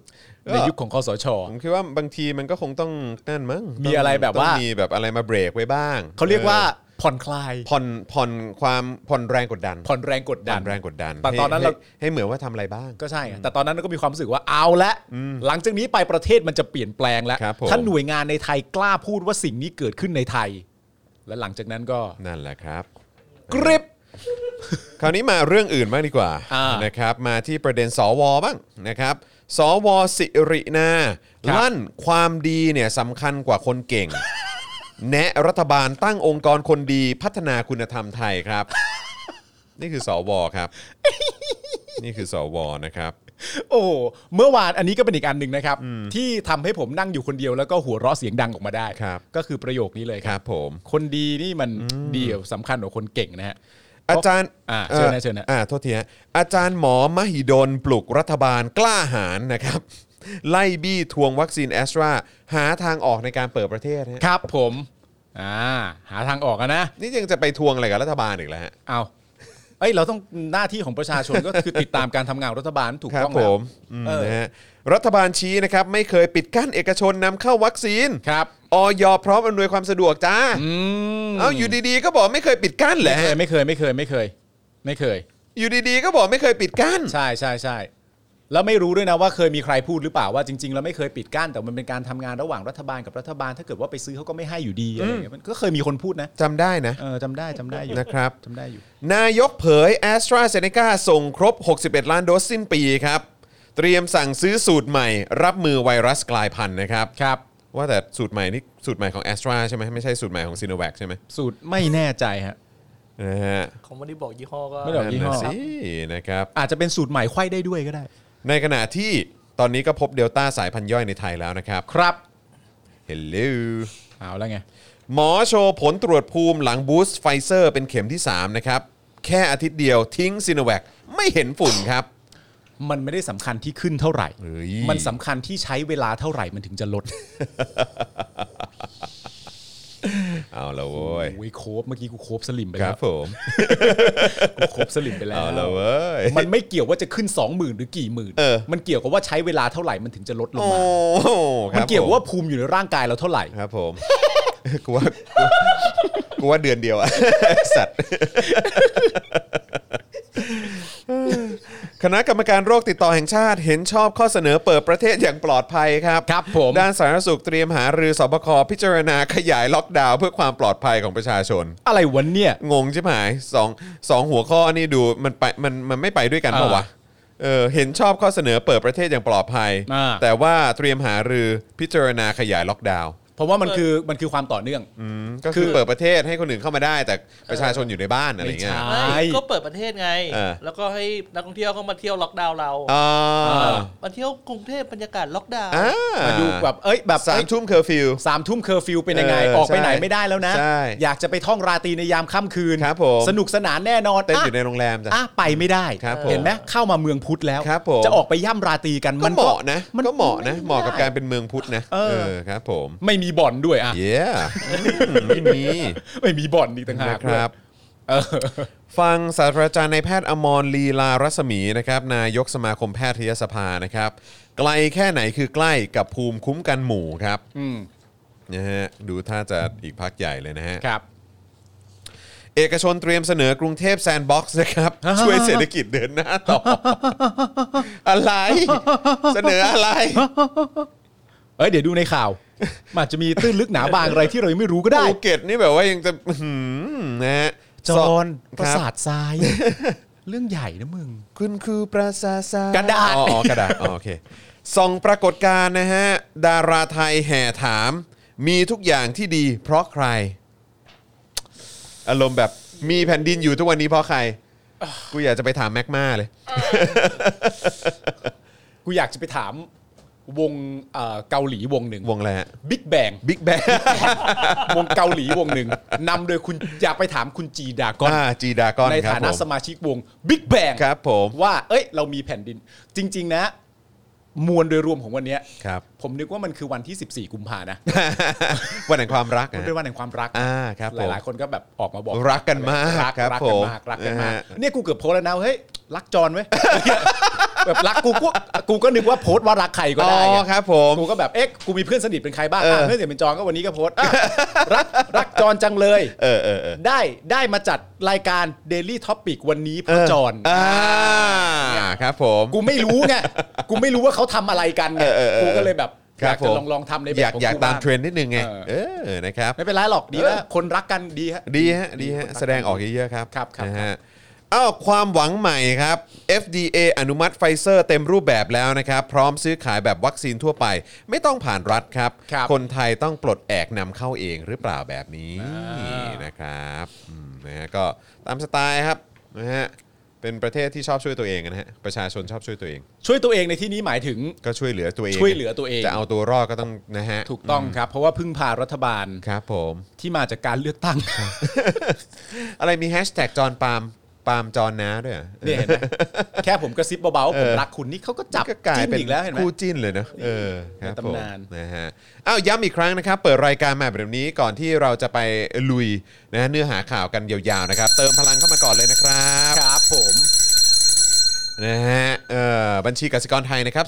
Speaker 1: ในยุคของคอสช
Speaker 2: ผมคิดว่าบางทีมันก็คงต้องนั่นมั้ง
Speaker 1: มีอะไรแบบว่า
Speaker 2: ต้องมีแบบอะไรมาเบรกไว้บ้าง
Speaker 1: เขาเรียกว่าผ่อนคลาย
Speaker 2: ออผ่อนผ่อนความผ่อนแรงกดดัน
Speaker 1: ผ่อนแรงกดดั
Speaker 2: ผ่อน นแรงกดดัน
Speaker 1: แต่ตอนนั้น
Speaker 2: ให้
Speaker 1: เรา
Speaker 2: ให้ให้เหมือนว่าทำอะไรบ้าง
Speaker 1: ก็ใช่ไงแต่ตอนนั้นก็มีความรู้สึกว่าเอาละ หลังจากนี้ไปประเทศมันจะเปลี่ยนแปลงแล้ว
Speaker 2: ครับผม
Speaker 1: ถ้าหน่วยงานในไทยกล้าพูดว่าสิ่งนี้เกิดขึ้นในไทย และหลังจากนั้นก็
Speaker 2: นั่นแหละครับ
Speaker 1: กริบ
Speaker 2: คราวนี้มาเรื่องอื่นบ้างดีกว่า
Speaker 1: อ่าน
Speaker 2: นะครับมาที่ประเด็นสวบ้างนะครับสวสิรินา
Speaker 1: ครับ
Speaker 2: ลั่นความดีเนี่ยสำคัญกว่าคนเก่ง แนะรัฐบาลตั้งองค์กรคนดีพัฒนาคุณธรรมไทยครับ นี่คือสวครับ นี่คือสวนะครับ
Speaker 1: โอ้โหเมื่อวานอันนี้ก็เป็นอีกอันหนึ่งนะครับ ที่ทำให้ผมนั่งอยู่คนเดียวแล้วก็หัวเราะเสียงดังออกมาได้
Speaker 2: ครับ
Speaker 1: ก็คือประโยคนี้เลย
Speaker 2: ค
Speaker 1: ค
Speaker 2: รั
Speaker 1: รับ
Speaker 2: บผม
Speaker 1: คนดีนี่มันดีกว่าสำคัญกว่าคนเก่งนะฮะ
Speaker 2: อาจารย์
Speaker 1: อ่าเชิญนะเชิญนะ
Speaker 2: อ่าโทษทีฮะอาจารย์หมอมหิดลปลุกรัฐบาลกล้าหาญนะครับ ไล่บี้ทวงวัคซีนแอสตราหาทางออกในการเปิดประเทศฮะ
Speaker 1: ครับผมอ่าหาทางออกอะนะ
Speaker 2: นี่ยังจะไปทวงอะไรกับรัฐบาลอีกแล้วฮะ
Speaker 1: เอาเอ้ยเราต้องหน้าที่ของประชาชนก็คือติดตามการทำงานของรัฐบาลถูก
Speaker 2: ครับ
Speaker 1: ต้อง
Speaker 2: ผ
Speaker 1: แล้ว
Speaker 2: มอืม
Speaker 1: เออ
Speaker 2: นะฮะรัฐบาลชี้นะครับ ไม่เคยปิดกั้นเอกชนนำเข้าวัคซีน
Speaker 1: ครับ
Speaker 2: ออยพร้อมอำนวยความสะดวกจ้า
Speaker 1: อืม
Speaker 2: เอาอยู่ดีๆ ก็บอกไม่เคยปิดกั้นแหละ
Speaker 1: ไม่เคยไม่เคยไม่เคยไม่เคย ไม่เคย
Speaker 2: อยู่ดีๆ ก็บอกไม่เคยปิดกั้น
Speaker 1: ใช่ใช่ใช่แล้วไม่รู้ด้วยนะว่าเคยมีใครพูดหรือเปล่าว่าจริงๆแล้วไม่เคยปิดกั้นแต่มันเป็นการทำงานระหว่างรัฐบาลกับรัฐบาล ถ้าเกิดว่าไปซื้อเขาก็ไม่ให้อยู่ดีอะไรอย่างเงี้ยมันก็เคยมีคนพูดนะ
Speaker 2: จำได้นะ
Speaker 1: เออจำได้จำได้อยู่
Speaker 2: นะครับ
Speaker 1: จำได้อยู่
Speaker 2: นายกเผย a s t r a z เซ e c a ส่งครบ 61 ล้านโดสสิ้นปีครับ เตรียมสั่งซื้อสูตรใหม่ รับมือไวรัสกลายพันธุ์นะครับ
Speaker 1: ครับ
Speaker 2: ว่าแต่สูตรใหม่นี่สูตรใหม่ของ a s t r a ใช่ไหมไม่ใช่สูตรใหม่ของซีโนแวคใช่ไหม
Speaker 1: สูตรไม่แน่ใจฮะ
Speaker 2: นะฮะ
Speaker 3: เขาไม่ได้บอกยี่ห้อก็
Speaker 1: ไม่ได้บอก
Speaker 2: นั่น
Speaker 1: ยี่ห้
Speaker 2: น่ะ
Speaker 1: อ
Speaker 2: สินะครับ
Speaker 1: อาจจะเป็นสูตรใหม่ไขว้ได้ด้วยก็ได้
Speaker 2: ในขณะที่ตอนนี้ก็พบเดลต้าสายพันธุ์ย่อยในไทยแล้วนะครับ
Speaker 1: ครับ
Speaker 2: Hello
Speaker 1: เอาแล้วไง
Speaker 2: หมอโชว์ผลตรวจภูมิหลังบูสต์ไฟเซอร์เป็นเข็มที่ 3 นะครับ แค่อาทิตย์เดียวทิ้งซีโนแวคไม่เห็นฝุ่นครับ
Speaker 1: มันไม่ได้สำคัญที่ขึ้นเท่าไหร่
Speaker 2: เฮ้ย
Speaker 1: มันสำคัญที่ใช้เวลาเท่าไหร่มันถึงจะลด
Speaker 2: เอาละเว้ย
Speaker 1: โอ้ยโคบเมื่อกี้กูโคบสลิมไป
Speaker 2: ค
Speaker 1: แล้
Speaker 2: รั
Speaker 1: ว
Speaker 2: บผม
Speaker 1: กูโคบสลิมไปแล้ว
Speaker 2: เอาละเว้ย
Speaker 1: มันไม่เกี่ยวว่าจะขึ้น 20,000 หรือกี่หมื่น
Speaker 2: เออ
Speaker 1: มันเกี่ยวกับว่าใช้เวลาเท่าไหร่มันถึงจะลดลง
Speaker 2: โอ้
Speaker 1: มา
Speaker 2: ครับ
Speaker 1: มันเกี่ยว
Speaker 2: ผ
Speaker 1: ว่าภูมิอยู่ในร่างกายเราเท่าไหร่
Speaker 2: ครับผม กูว่ากูว่าเดือนเดียวอะ สัตว์ คณะกรรมการโรคติดต่อแห่งชาติเห็นชอบข้อเสนอเปิดประเทศอย่างปลอดภัยครับ
Speaker 1: ครับผม
Speaker 2: ด้านสาธารณสุขเตรียมหารือสบคพิจารณาขยายล็อกดาวน์เพื่อความปลอดภัยของประชาชน
Speaker 1: อะไรวันเนี่ย
Speaker 2: งงใช่ไหมสองสองหัวข้อนี่ดูมันไปมันมันไม่ไปด้วยกันเปล่าวะเออเห็นชอบข้อเสนอเปิดประเทศอย่างปลอดภัย
Speaker 1: อ่า
Speaker 2: แต่ว่าเตรียมหารือพิจารณาขยายล็อกดาวน์
Speaker 1: เพราะว่ามันคือมันคือความต่อเนื่อง
Speaker 2: อืมก็คือ
Speaker 1: คือ
Speaker 2: เปิดประเทศให้คนอื่นเข้ามาได้ แต่ประชาชนอยู่ในบ้านอะไร
Speaker 1: ไม่
Speaker 2: เงี้ย
Speaker 1: ใช่
Speaker 3: ไม่ก็เปิดประเทศไง
Speaker 2: เออ
Speaker 3: แล้วก็ให้นักท่องเที่ยวเข้ามาเที่ยวล็อกดาวน์เรา
Speaker 2: อ่า
Speaker 3: มาเที่ยวกรุงเทพบรรยากาศล็อกดาวน์
Speaker 2: อ่า
Speaker 1: มาดูแบบเอ้ยแบบ
Speaker 2: สาม
Speaker 1: เอ้ย
Speaker 2: ทุ่มเคอร์ฟิว
Speaker 1: สามทุ่มเคอร์ฟิวเป็นยังไง
Speaker 2: เออ
Speaker 1: ออกไปไหน
Speaker 2: ใช่
Speaker 1: ไม่ได้แล้วนะ
Speaker 2: ใช่
Speaker 1: อยากจะไปท่องราตรีในยามค่ำคืน
Speaker 2: ครับผม
Speaker 1: สนุกสนานแน่นอน
Speaker 2: เต้น
Speaker 1: อ่ะ
Speaker 2: อยู่ในโรงแรมจ้ะ
Speaker 1: อ่ะไปไม่ได้
Speaker 2: ครับผม
Speaker 1: เห็นไหมเข้ามาเมืองพุทธแล้ว
Speaker 2: ครับผม
Speaker 1: จะออกไปย่ำราตรีกัน
Speaker 2: ก็
Speaker 1: มัน
Speaker 2: เห
Speaker 1: ก็
Speaker 2: มาะนะ
Speaker 1: มัน
Speaker 2: ก็เหมาะนะ
Speaker 1: ไม่ได้
Speaker 2: เหมาะกับการเป็นเมืองพุทธนะ
Speaker 1: เออ
Speaker 2: ครับผม
Speaker 1: ไม่มี มีบ่อนด้วยอ่ะ
Speaker 2: เย้ไม่มี
Speaker 1: ไม่มีบ่อนอีกต่างหา
Speaker 2: นะ
Speaker 1: ก
Speaker 2: ครั
Speaker 1: ด้ว
Speaker 2: บ
Speaker 1: ยเออ
Speaker 2: ฟังศาสตราจารย์นายแพทย์อมรลีลารัศมีนะครับนายกสมาคมแพทยสภานะครับ ไกลแค่ไหนคือใกล้กับภูมิคุ้มกันหมู่ครับ
Speaker 1: อืม
Speaker 2: นะฮะดูถ้าจะอีกพักใหญ่เลยนะฮะ
Speaker 1: ครับ
Speaker 2: เอกชนเตรียมเสนอกรุงเทพแซนด์บ็อกซ์ นะครับ ช่วยเศรษฐกิจเดินหน้าต่อ อะไร เสนออะไร
Speaker 1: เอ้ยเดี๋ยวดูในข่าว มันอาจจะมีตื้นลึกหนาบางอะไรที่เรายังไม่รู้ก็ได้
Speaker 2: ภูเก็ตนี่แบบว่ายังจะอื้อหือนะฮะ
Speaker 1: จอห์นป
Speaker 2: ค
Speaker 1: ระ
Speaker 2: รับ
Speaker 1: สาททราย เรื่องใหญ่นะมึง
Speaker 2: คุณคือประสาทสย
Speaker 1: กระดาษ
Speaker 2: อ๋ออ๋อกระดาษอ๋อโอเคส่องปรากฏการณ์นะฮะ ดาราไทยแห่ถาม มีทุกอย่างที่ดี เพราะใคร อารมณ์แบบมีแผ่นดินอยู่ทุกวันนี้เพราะใคร กูอยากจะไปถามแม็กมาเลย
Speaker 1: กูอยากจะไปถามวงเอ่อเกาหลีวงหนึ่ง
Speaker 2: วงอะไรฮะ
Speaker 1: บิ๊กแบง
Speaker 2: บิ๊กแบง
Speaker 1: วงเกาหลีวงหนึ่งนำโดยคุณอยากไปถามคุณจีดากอน
Speaker 2: อ่าจีดากอน
Speaker 1: ใน
Speaker 2: ครับ
Speaker 1: ฐานะ
Speaker 2: ผม
Speaker 1: สมาชิกวงบิ๊กแบง
Speaker 2: ครับผม
Speaker 1: ว่า เอ้ย เรามีแผ่นดิน จริง ๆ นะ มวลโดยรวมของวันเนี้ย
Speaker 2: ครับ
Speaker 1: ผมนึกว่ามันคือวันที่ 14 กุมภานะ
Speaker 2: วันแห่งความรัก
Speaker 1: มัน
Speaker 2: นะ
Speaker 1: เป็นวันแห่งความรัก
Speaker 2: อ่าครับ
Speaker 1: ห
Speaker 2: ผม
Speaker 1: ลาย ๆ คนก็แบบออกมาบอก
Speaker 2: รักกันมาก
Speaker 1: รั
Speaker 2: ครับ
Speaker 1: รักกันมาก
Speaker 2: ผม
Speaker 1: รักกันมาก
Speaker 2: นะฮะ
Speaker 1: เนี่ยกูเกือบโพสต์แล้วนะเฮ้ยรักจ อนไว้ยแบบรักกูกูกูก็นึกว่าโพสต์ว่ารักใครก็
Speaker 2: อ๋
Speaker 1: ได้
Speaker 2: อ
Speaker 1: ไง
Speaker 2: ครับผม
Speaker 1: กูก็แบบเอ๊ะกูมีเพื่อนสนิทเป็นใครบ้าง
Speaker 2: เอออ่
Speaker 1: ะเพื่อนสนิทเป็นจอนก็วันนี้ก็โพสต์อ่ะรักรักจอนจังเลย
Speaker 2: เออเออเออ
Speaker 1: ได้ได้มาจัดรายการ Daily Topic วันนี้เพ
Speaker 2: เอ
Speaker 1: ราะ
Speaker 2: อ
Speaker 1: จอน
Speaker 2: อ่าครับผม
Speaker 1: กูไม่รู้ไงกูไม่รู้ว่าเขาทำอะไรกันไง
Speaker 2: เออเออเออ
Speaker 1: กูก็เลยแบบ
Speaker 2: ค
Speaker 1: อ
Speaker 2: รั
Speaker 1: ยา
Speaker 2: บ
Speaker 1: กจะ
Speaker 2: ผม
Speaker 1: ลองลองทำในแบ
Speaker 2: อบ ยาก
Speaker 1: ของ
Speaker 2: อยาก
Speaker 1: กู
Speaker 2: ตาม
Speaker 1: บ้ง
Speaker 2: เทรนด์นิดนึงไง
Speaker 1: เออ
Speaker 2: เออนะครับ
Speaker 1: ไม่เป็นไรหรอกดีแล้วคนรักกันดีฮะ
Speaker 2: ดีฮะดีฮะแสดงออกเยอะๆครับ
Speaker 1: ครับครับ
Speaker 2: นะฮะอ้าวความหวังใหม่ครับ FDA อนุมัติไฟเซอร์เต็มรูปแบบแล้วนะครับ พร้อมซื้อขายแบบวัคซีนทั่วไป ไม่ต้องผ่านรัฐครับ
Speaker 1: ครับ
Speaker 2: คนไทยต้องปลดแอกนำเข้าเองหรือเปล่าแบบนี้
Speaker 1: อ่าน
Speaker 2: นะครับอืมนะฮะก็ตามสไตล์ครับนะฮะเป็นประเทศที่ชอบช่วยตัวเองนะฮะประชาชนชอบช่วยตัวเอง
Speaker 1: ช่วยตัวเองในที่นี้หมายถึง
Speaker 2: ก็ช่วยเหลือตัวเอง
Speaker 1: ช่วยเหลือตัวเอง
Speaker 2: จะเอาตัวรอดก็ต้องนะฮะ
Speaker 1: ถูกต้องครับ เพราะว่าพึ่งพารัฐบาล
Speaker 2: ครับผม
Speaker 1: ที่มาจากการเลือกตั้ ง
Speaker 2: อะไรมีแฮชแท็กจอนปาล์มปาล์มจอนนะด้วยเหรอ
Speaker 1: เนี่ยเห็นไหมแค่ผมกระซิบเบาๆว่าผมรักคุณนี่เขาก็จับ
Speaker 2: ก็กลาย
Speaker 1: จิ้ม
Speaker 2: เป็น
Speaker 1: อีกแล้วเห็นไหม
Speaker 2: คู่จิ้นเลยเนอะเออครับ
Speaker 1: เป็นตำนาน
Speaker 2: ผมนะฮะอ้าวย้ำอีกครั้งนะครับ เปิดรายการมาแบบนี้ก่อนที่เราจะไปลุยนะฮะเนื้อหาข่าวกันยาวๆนะครับ เติมพลังเข้ามาก่อนเลยนะครับ
Speaker 1: ครับผม
Speaker 2: นะฮะเอ่อบัญชีกสิกรไทยนะครับ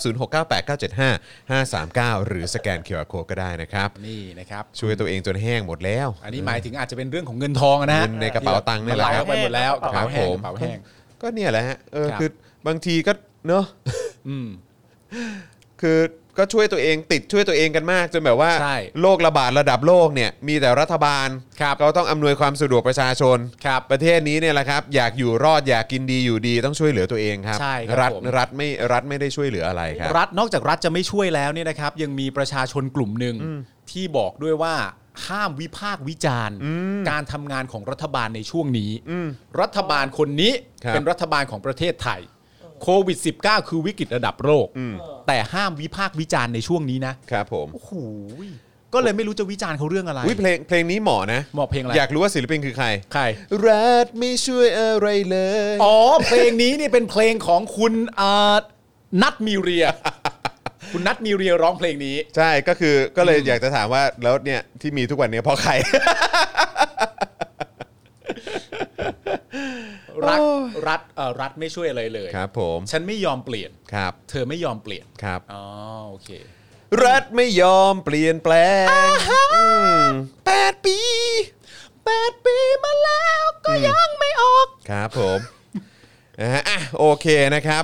Speaker 2: 0698975539 หรือสแกน QR Code ก็ได้นะครับ
Speaker 1: นี่นะครับ
Speaker 2: ช่วยตัวเองจนแห้งหมดแล้ว
Speaker 1: อันนี้หมายถึงอาจจะเป็นเรื่องของเงินทองนะฮะ
Speaker 2: เงินในกระเป๋าตังค์เนี่ยแห
Speaker 1: มั
Speaker 2: ละ
Speaker 1: ไหลออกไปหมดแล้วกระ
Speaker 2: ครั
Speaker 1: เป๋า
Speaker 2: บ
Speaker 1: แห้
Speaker 2: ผ
Speaker 1: ง
Speaker 2: ม
Speaker 1: กระเป๋าแห้ง
Speaker 2: ก็เนี่ยแหละฮะเออ
Speaker 1: ครับ
Speaker 2: คือบางทีก็เนอะ
Speaker 1: อืม
Speaker 2: คือก็ช่วยตัวเองติดช่วยตัวเองกันมากจนแบบว่า
Speaker 1: ใช่
Speaker 2: โรคระบาดระดับโลกเนี่ยมีแต่รัฐบาล
Speaker 1: ครับ
Speaker 2: เราต้องอำนวยความสะดวกประชาชน
Speaker 1: ครับ
Speaker 2: ประเทศนี้เนี่ยแหละครับ อยากอยู่รอดอยากกินดีอยู่ดีต้องช่วยเหลือตัวเองครับ
Speaker 1: ใช่ครับ
Speaker 2: ฐ
Speaker 1: ผม
Speaker 2: รัฐไม่รัฐไม่ได้ช่วยเหลืออะไรครับ
Speaker 1: รัฐนอกจากรัฐจะไม่ช่วยแล้วเนี่ยนะครับ ยังมีประชาชนกลุ่มหนึ่งที่บอกด้วยว่าห้ามวิพากษ์วิจารณ์ การทำงานของรัฐบาลในช่วงนี้ รัฐบาลคนนี้
Speaker 2: ครับ
Speaker 1: เป็นรัฐบาลของประเทศไทยโควิด -19 คือวิกฤตระดับโลกแต่ห้ามวิพากษ์วิจารณ์ในช่วงนี้นะครับ
Speaker 2: ผม
Speaker 1: โอ้โหก็เลยไม่รู้จะวิจารณ์เขาเรื่องอะไร
Speaker 2: อุ้ยเพลงเพลงนี้เหมาะนะ
Speaker 1: เหมาะเพลงอะไร
Speaker 2: อยากรู้ว่าศิลปินคือใคร
Speaker 1: ใคร
Speaker 2: รัฐไม่ช่วยอะไรเลย
Speaker 1: อ๋อ เพลงนี้นี่เป็นเพลงของคุณเอ่อนัทมีเรีย คุณนัทมีเรียร้องเพลงนี้
Speaker 2: ใช่ก็คือก็เลยอยากจะถามว่าแล้วเนี่ยที่มีทุกวันเนี้เพราะใคร
Speaker 1: รัฐรัฐเอ่อรัฐไม่ช่วยอะไรเลย
Speaker 2: ครับผม
Speaker 1: ฉันไม่ยอมเปลี่ยน
Speaker 2: ครับ
Speaker 1: เธอไม่ยอมเปลี่ยน
Speaker 2: ครับ
Speaker 1: อ๋อโอเค
Speaker 2: รัฐไม่ยอมเปลี่ยนแปลงอืมแปดปีแปดปีมาแล้ว
Speaker 1: ก็ยังไม่ออก
Speaker 2: ครับผมนะฮะอ่ะโอเคนะครับ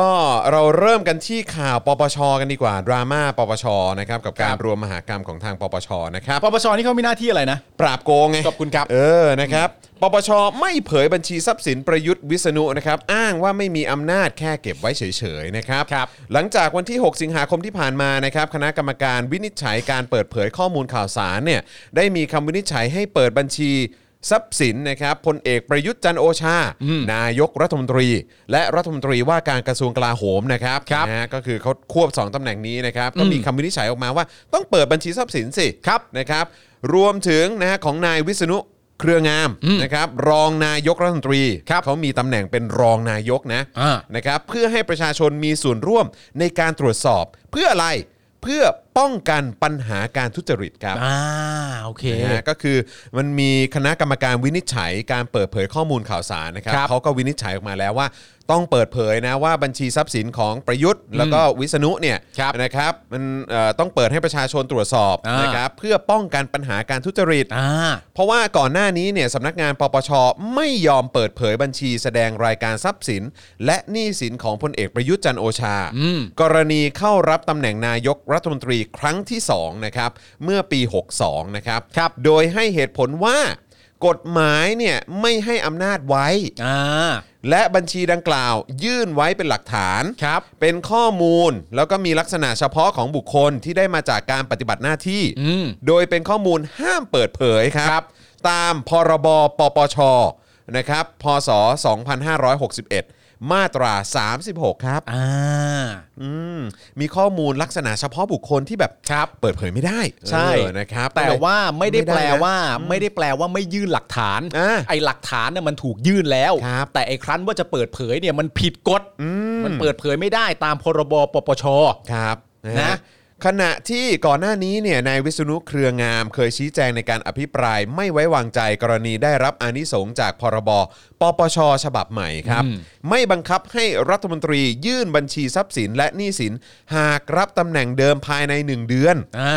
Speaker 2: ก็เราเริ่มกันที่ข่าวปปชกันดีกว่า ดราม่าปปชนะครับกับการ
Speaker 1: ครับ
Speaker 2: รวมมหากรรมของทางปปชนะครับ
Speaker 1: ปปชนี่เขามีหน้าที่อะไรนะ
Speaker 2: ปราบโกงไง
Speaker 1: ขอบคุณครับ
Speaker 2: เออนะครับปปชไม่เผยบัญชีทรัพย์สินประยุทธ์วิษณุนะครับ อ้างว่าไม่มีอำนาจแค่เก็บไว้เฉยๆนะครับ
Speaker 1: ครับ
Speaker 2: หลังจากวันที่ 6 สิงหาคมที่ผ่านมานะครับ คณะกรรมการวินิจฉัยการเปิดเผยข้อมูลข่าวสารเนี่ยได้มีคำวินิจฉัยให้เปิดบัญชีทรัพย์สินนะครับพลเอกประยุทธ์จันทร์โอชา นายกรัฐมนตรี และรัฐมนตรีว่าการกระทรวงกลาโหมนะครับ
Speaker 1: ครับ
Speaker 2: นะฮะก็คือเขาควบสองตำแหน่งนี้นะครับก็มีคำวินิจฉัยออกมาว่า ต้องเปิดบัญชีทรัพย์สินสิ
Speaker 1: ครับ
Speaker 2: นะครับรวมถึงนะฮะของนายวิษณุเครืองามนะครับรองนายกรัฐมนตรี
Speaker 1: ครับ
Speaker 2: เขามีตำแหน่งเป็นรองนายกนะ
Speaker 1: อ่า
Speaker 2: นะครับเพื่อให้ประชาชนมีส่วนร่วมในการตรวจสอบ เพื่ออะไร เพื่อป้องกันปัญหาการทุจริตครับ
Speaker 1: อ่าโอเค
Speaker 2: นะฮะก็คือมันมีคณะกรรมการวินิจฉัยการเปิดเผยข้อมูลข่าวสารนะครับ
Speaker 1: ครับ
Speaker 2: เขาก็วินิจฉัยออกมาแล้วว่า ต้องเปิดเผยนะว่าบัญชีทรัพย์สินของประยุทธ์ แล้วก็วิษณุเนี่ย
Speaker 1: ครับ
Speaker 2: นะครับมันเอ่อต้องเปิดให้ประชาชนตรวจสอบ
Speaker 1: อ่าน
Speaker 2: นะครับเพื่อป้องกันปัญหาการทุจริต
Speaker 1: อ่า
Speaker 2: เพราะว่าก่อนหน้านี้เนี่ยสำนักงานปปชไม่ยอมเปิดเผยบัญชีแสดงรายการทรัพย์สิน และหนี้สินของพลเอกประยุทธ์จันทร์โอชา กรณีเข้ารับตำแหน่งนายกรัฐมนตรีครั้งที่2นะครับเมื่อปี 62นะครับ
Speaker 1: ครับ
Speaker 2: โดยให้เหตุผลว่ากฎหมายเนี่ยไม่ให้อำนาจไว้
Speaker 1: อ่า
Speaker 2: และบัญชีดังกล่าว ยื่นไว้เป็นหลักฐาน
Speaker 1: ครับ
Speaker 2: เป็นข้อมูลแล้วก็มีลักษณะเฉพาะของบุคคลที่ได้มาจากการปฏิบัติหน้าที่
Speaker 1: อืม
Speaker 2: โดยเป็นข้อมูลห้ามเปิดเผยครับ ตามพรบปปชนะครับพศ 2561 มาตรา 36 ครับ
Speaker 1: อ่า
Speaker 2: อืมมีข้อมูลลักษณะเฉพาะบุคคลที่แบบ
Speaker 1: ครับ
Speaker 2: เปิดเผยไม่ได้
Speaker 1: ใช่
Speaker 2: เออนะครับ
Speaker 1: แต่ว่าไม่ได้
Speaker 2: ไม่ได้
Speaker 1: แปล
Speaker 2: นะ
Speaker 1: ว่าไม่ได้แปลว่าไม่ยื่นหลักฐาน
Speaker 2: อ่า
Speaker 1: ไอ้หลักฐานน่ะมันถูกยื่นแล้ว
Speaker 2: ครับ
Speaker 1: แต่ไอ้ครั้นว่าจะเปิดเผยเนี่ยมันผิดกฎมันเปิดเผยไม่ได้ตามพรบปปช
Speaker 2: ครับนะ
Speaker 1: นะ
Speaker 2: ฮะขณะที่ก่อนหน้านี้เนี่ยนายวิษณุเครืองาม เคยชี้แจงในการอภิปรายไม่ไว้วางใจกรณีได้รับอานิสงส์จากพรบปปชฉบับใหม่ครับ
Speaker 1: อืม
Speaker 2: ไม่บังคับให้รัฐมนตรียื่นบัญชีทรัพย์สินและหนี้สิน หากรับตำแหน่งเดิมภายใน 1 เดือน
Speaker 1: อ่า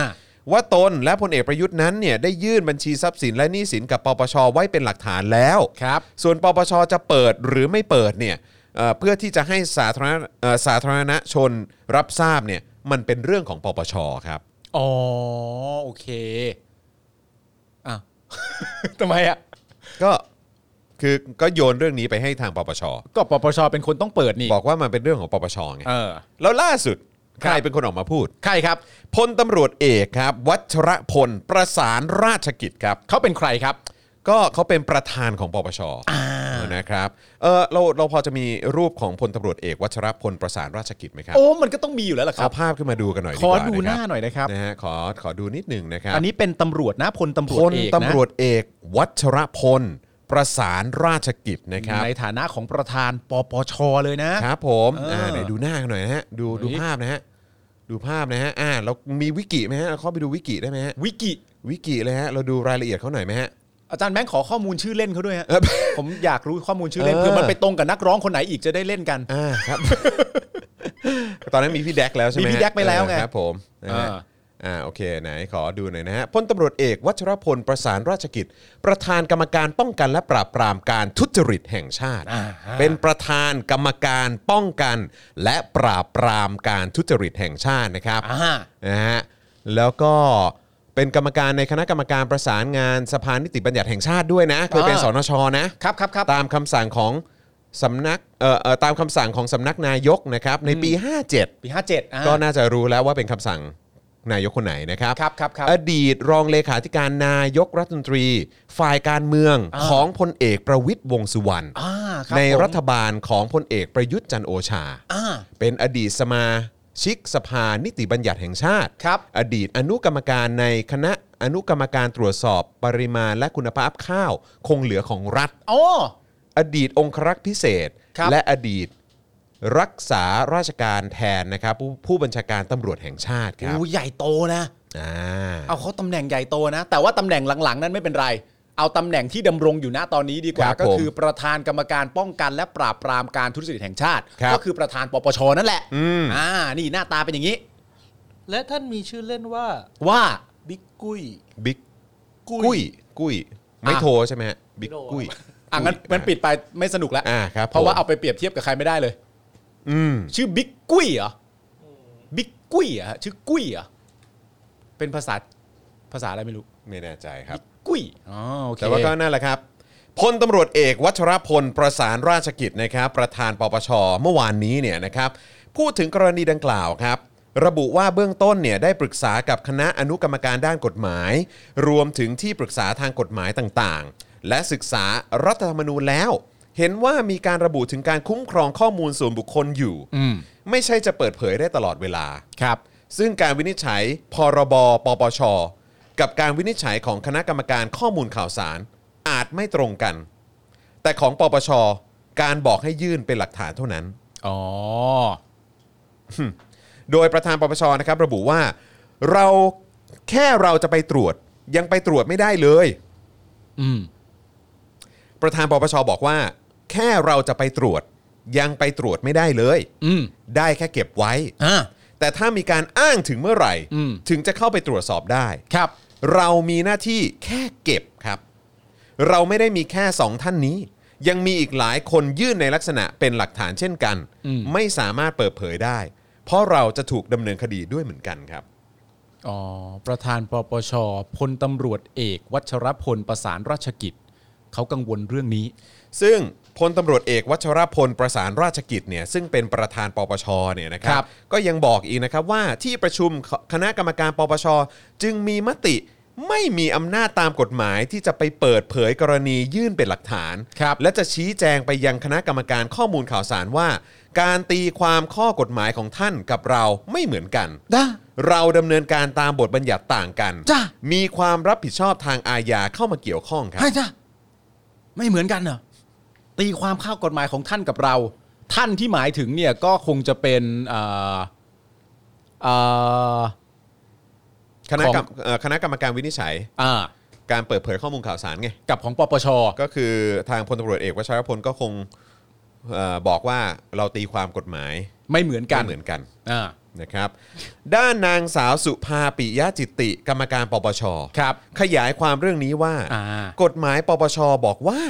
Speaker 2: ว่าตนและพลเอกประยุทธ์นั้นเนี่ยได้ยื่นบัญชีทรัพย์สินและหนี้สินกับปปชไว้เป็นหลักฐานแล้ว
Speaker 1: ครับ
Speaker 2: ส่วนปปชจะเปิดหรือไม่เปิดเนี่ยเอ่อเพื่อที่จะให้สาธารณเอ่อสาธารณชนรับทราบเนี่ยมันเป็นเรื่องของปปชครับ
Speaker 1: อ๋อโอเคอ้าว ทำไมอ่ะ
Speaker 2: ก็คือก็โยนเรื่องนี้ไปให้ทางปปช
Speaker 1: ก็ปปชเป็นคนต้องเปิดนี่
Speaker 2: บอกว่ามันเป็นเรื่องของปปชไง
Speaker 1: เออ
Speaker 2: แล้วล่าสุดใคร
Speaker 1: ครับ
Speaker 2: เป็นคนออกมาพูด
Speaker 1: ใครครับ
Speaker 2: พลตำรวจเอกครับ วัชรพลประสานราชกิจครับ
Speaker 1: เขาเป็นใครครับ
Speaker 2: ก็เขาเป็นประธานของปปชนะครับเออเราเราพอจะมีรูปของพลตำรวจเอก วัชรพลประสานราชกิจไหมครับ
Speaker 1: โอ้มันก็ต้องมีอยู่แล้วล่ะค
Speaker 2: เอา
Speaker 1: รับ
Speaker 2: ภาพขึ้นมาดูกันหน่อยดี
Speaker 1: ข
Speaker 2: ก
Speaker 1: อ
Speaker 2: ว่า
Speaker 1: ดูห
Speaker 2: ะครับ
Speaker 1: น้าหน่อยนะครับ
Speaker 2: นะฮะขอขอดูนิดหนึ่งนะครับ
Speaker 1: อันนี้เป็นตำรวจนะพลตำรว
Speaker 2: พ
Speaker 1: จ
Speaker 2: ล
Speaker 1: เอกนะ
Speaker 2: ตำรวจเอกวัชรพล ประสานราชกิจนะครับ
Speaker 1: ในฐานะของประธานปปชเลยนะ
Speaker 2: ครับผม
Speaker 1: เอออ่
Speaker 2: ่าไหนดูหน้ากันหน่อยนะฮะดูดู
Speaker 1: เฮ้ย
Speaker 2: ภาพนะฮะดูภาพนะฮะอ่าเรามีวิกิไหมฮะเราเข้าไปดูวิกิได้ไหมฮะ
Speaker 1: วิกิ
Speaker 2: วิกิเลยฮะเราดูรายละเอียดเขาหน่อยไหมฮะ
Speaker 1: อาจารย์แบงค์ขอข้อมูลชื่อเล่นเขาด้วยฮะ
Speaker 2: เออ
Speaker 1: ผมอยากรู้ข้อมูลชื่อเล่น
Speaker 2: เออ
Speaker 1: เพื่อมันไปตรงกับนักร้องคนไหนอีกจะได้เล่นกัน
Speaker 2: อ่าครับ ตอนนั้นมีพี่แดกแล้วใช่ไหม
Speaker 1: มี
Speaker 2: ฮะ
Speaker 1: พี่แดกไปแล้วไง
Speaker 2: เออครับผมนะฮะ
Speaker 1: อ่า
Speaker 2: อ่าโอเคไหนขอดูหน่อยนะฮะพลตำรวจเอก วัชรพลประสานราชกิจ ประธานกรรมการป้องกันและปราบปรามการทุจริตแห่งชาติ เป็นประธานกรรมการป้องกัน และปราบปรามการทุจริตแห่งชาตินะครับ
Speaker 1: อ่า
Speaker 2: นะฮะแล้วก็เป็นกรรมการในคณะกรรมการประสานงานสภานิติบัญญัติแห่งชาติด้วยนะเคยเป็น
Speaker 1: อ่า
Speaker 2: สนชนะ
Speaker 1: ครับครับครับ
Speaker 2: ตามคำสั่งของสำนักเอ่อเอ่อตามคำสั่งของสำนักนายกนะครับในปี 57
Speaker 1: ปีห้าเจ็ดอ่า
Speaker 2: ก็น่าจะรู้แล้วว่าเป็นคำสั่งนายกคนไหนนะครับ
Speaker 1: ครับครับครับ
Speaker 2: อดีตรองเลขาธิการนายกรัฐมนตรี ฝ่ายการเมือง
Speaker 1: อ่า
Speaker 2: ของพลเอกประวิตยวงษ์สุวรรณ
Speaker 1: อ่าคบ
Speaker 2: ใน
Speaker 1: ผม
Speaker 2: รัฐบาลของพลเอกประยุทธ์จันทร์โอชา
Speaker 1: อ่า
Speaker 2: เป็นอดีตสมาชิกสภานิติบัญญัติแห่งชาติ
Speaker 1: ครับ
Speaker 2: อดีตอนุกรรมการในคณะอนุกรรมการตรวจสอบปริมาณและคุณภาพข้าวคงเหลือของรัฐ
Speaker 1: อ๋อ
Speaker 2: อดีตองครักษ์พิเศษ
Speaker 1: ครับ
Speaker 2: และอดีตรักษาราชการแทนนะครับผู้ผู้บัญชาการตำรวจแห่งชาติครับ
Speaker 1: โอ้ใหญ่โตนะ
Speaker 2: อ่า
Speaker 1: เอาเขาตำแหน่งใหญ่โตนะ แต่ว่าตำแหน่งหลังๆ นั้นไม่เป็นไร เอาตำแหน่งที่ดำรงอยู่ณตอนนี้ดีกว่า ก็คือประธานกรรมการป้องกันและปราบปรามการทุจริตแห่งชาติ ก็คือประธานปปชนั่นแหละอ่านี่หน้าตาเป็นอย่างนี้
Speaker 3: และท่านมีชื่อเล่นว่า
Speaker 1: ว่า
Speaker 3: บิ๊กกุ้ย
Speaker 2: บิ๊ก
Speaker 3: กุ้
Speaker 2: กุ้ย
Speaker 3: ย
Speaker 2: กุ้ยไม่
Speaker 1: อ่ะ
Speaker 2: โทรใช่ไหมฮะบิ๊ก
Speaker 3: ไม่โทร
Speaker 2: กุ้ย
Speaker 1: อ่ะงั้นมันปิดไปไม่สนุกแล้ว
Speaker 2: อ่าครับ
Speaker 1: เพราะว่า
Speaker 2: ผม
Speaker 1: เอาไปเปรียบเทียบกับใครไม่ได้เลย
Speaker 2: อืม
Speaker 1: ชื่อบิ๊กกุ้ยเหรอบิ๊กกุ้ยเหรอชื่อกุ้ยเหรอเป็นภาษาภาษาอะไรไม่รู้
Speaker 2: ไม่แน่ใจครับ
Speaker 1: กุ้ยอ๋อโอเค
Speaker 2: แต่ว่าก็นั่นแหละครับพลตำรวจเอกวัชรพลประสานราชกิจนะครับประธานปปชเมื่อวานนี้เนี่ยนะครับพูดถึงกรณีดังกล่าวครับ ระบุว่าเบื้องต้นเนี่ยได้ปรึกษากับคณะอนุกรรมการด้านกฎหมาย รวมถึงที่ปรึกษาทางกฎหมายต่างๆ และศึกษารัฐธรรมนูญแล้ว เห็นว่ามีการระบุถึงการคุ้มครองข้อมูลส่วนบุคคลอยู่
Speaker 1: อืม
Speaker 2: ไม่ใช่จะเปิดเผยได้ตลอดเวลา
Speaker 1: ครับ
Speaker 2: ซึ่งการวินิจฉัย พรบ ปปช กับการวินิจฉัยของคณะกรรมการข้อมูลข่าวสาร อาจไม่ตรงกัน แต่ของปปช การบอกให้ยื่นเป็นหลักฐานเท่านั้น
Speaker 1: อ๋อ
Speaker 2: โดยประธานปปชนะครับระบุว่า เราแค่เราจะไปตรวจยังไปตรวจไม่ได้เลย
Speaker 1: อืม
Speaker 2: ประธานปปชบอกว่า แค่เราจะไปตรวจยังไปตรวจไม่ได้เลย
Speaker 1: อืม
Speaker 2: ได้แค่เก็บไว้
Speaker 1: อ่า
Speaker 2: แต่ถ้ามีการอ้างถึงเมื่อไหร่
Speaker 1: อืม
Speaker 2: ถึงจะเข้าไปตรวจสอบได้
Speaker 1: ครับ
Speaker 2: เรามีหน้าที่แค่เก็บครับ เราไม่ได้มีแค่ 2 ท่านนี้ ยังมีอีกหลายคนยื่นในลักษณะเป็นหลักฐานเช่นกัน
Speaker 1: อืม
Speaker 2: ไม่สามารถเปิดเผยได้ เพราะเราจะถูกดำเนินคดีด้วยเหมือนกันครับ
Speaker 1: อ๋อประธานปปชพลตำรวจเอก วัชรพลประสานราชกิจ เขากังวลเรื่องนี้
Speaker 2: ซึ่งพลตำรวจเอกวัชรพลประสานราชกิจเนี่ยซึ่งเป็นประธานปปชเนี่ยนะค
Speaker 1: ค
Speaker 2: รั
Speaker 1: รั
Speaker 2: บบ ก็ยังบอกอีกนะครับว่าที่ประชุมคณะกรรมการปปชจึงมีมติไม่มีอำนาจตามกฎหมายที่จะไปเปิดเผยกรณียื่นเป็นหลักฐาน
Speaker 1: ครับ
Speaker 2: และจะชี้แจงไปยังคณะกรรมการข้อมูลข่าวสารว่า การตีความข้อกฎหมายของท่านกับเราไม่เหมือนกัน
Speaker 1: ได้
Speaker 2: เราดำเนินการตามบทบัญญัติต่างกัน
Speaker 1: จ้ะ
Speaker 2: มีความรับผิดชอบทางอาญาเข้ามาเกี่ยวข้องครับ
Speaker 1: ให้จ้ะไม่เหมือนกันเหรอตีความข้ากฎหมายของท่านกับเรา ท่านที่หมายถึงเนี่ยก็คงจะเป็นเอ่อเอ่อ
Speaker 2: คณะกรรม
Speaker 1: ของ
Speaker 2: เอ่อคณะกรรมการวินิจฉัย
Speaker 1: อ่า
Speaker 2: การเปิดเผยข้อมูลข่าวสารไง
Speaker 1: กับของปปช
Speaker 2: ก็คือทางพลตำรวจเอกวชรพลก็คงเออบอกว่าเราตีความกฎหมาย
Speaker 1: ไม่เหมือนกัน
Speaker 2: ไม่เหมือนกัน
Speaker 1: อ่า
Speaker 2: นะครับ ด้านนางสาวสุภาปิยะจิตติ กรรมการปปช
Speaker 1: ครับ
Speaker 2: ขยายความเรื่องนี้ว่า
Speaker 1: อ่า
Speaker 2: กฎหมายปปชบอกว่า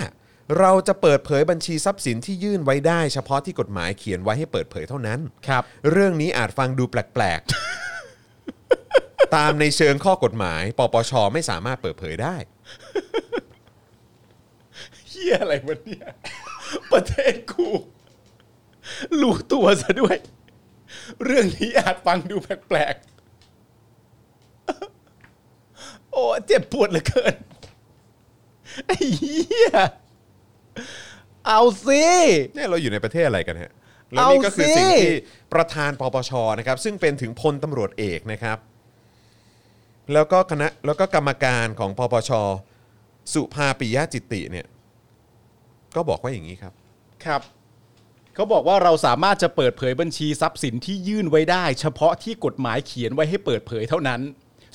Speaker 2: เราจะเปิดเผยบัญชีทรัพย์สินที่ยื่นไว้ได้ เฉพาะที่กฎหมายเขียนไว้ให้เปิดเผยเท่านั้น
Speaker 1: ครับ
Speaker 2: เรื่องนี้อาจฟังดูแปลก ๆ ตามในเชิงข้อกฎหมาย ปปชไม่สามารถเปิดเผยได้
Speaker 1: เฮียอะไรวะเนี่ย ประเทศกูรู้ตัวซะด้วย เรื่องนี้อาจฟังดูแปลกๆ โอ้ เจ็บปวดเหลือเกิน ไอ้เหี้ย เอาสิ
Speaker 2: เนี่ยเราอยู่ในประเทศอะไรกันฮะ แล้วนี่ก็คือ
Speaker 1: เอาสิ
Speaker 2: สิ่งที่ประธานปปชนะครับ ซึ่งเป็นถึงพลตำรวจเอกนะครับ แล้วก็คณะแล้วก็กรรมการของปปชสุภาปิยะจิตติเนี่ย ก็บอกว่าอย่างนี้ครับ
Speaker 1: ครับ เขาบอกว่าเราสามารถจะเปิดเผยบัญชีทรัพย์สินที่ยื่นไว้ได้ เฉพาะที่กฎหมายเขียนไว้ให้เปิดเผยเท่านั้น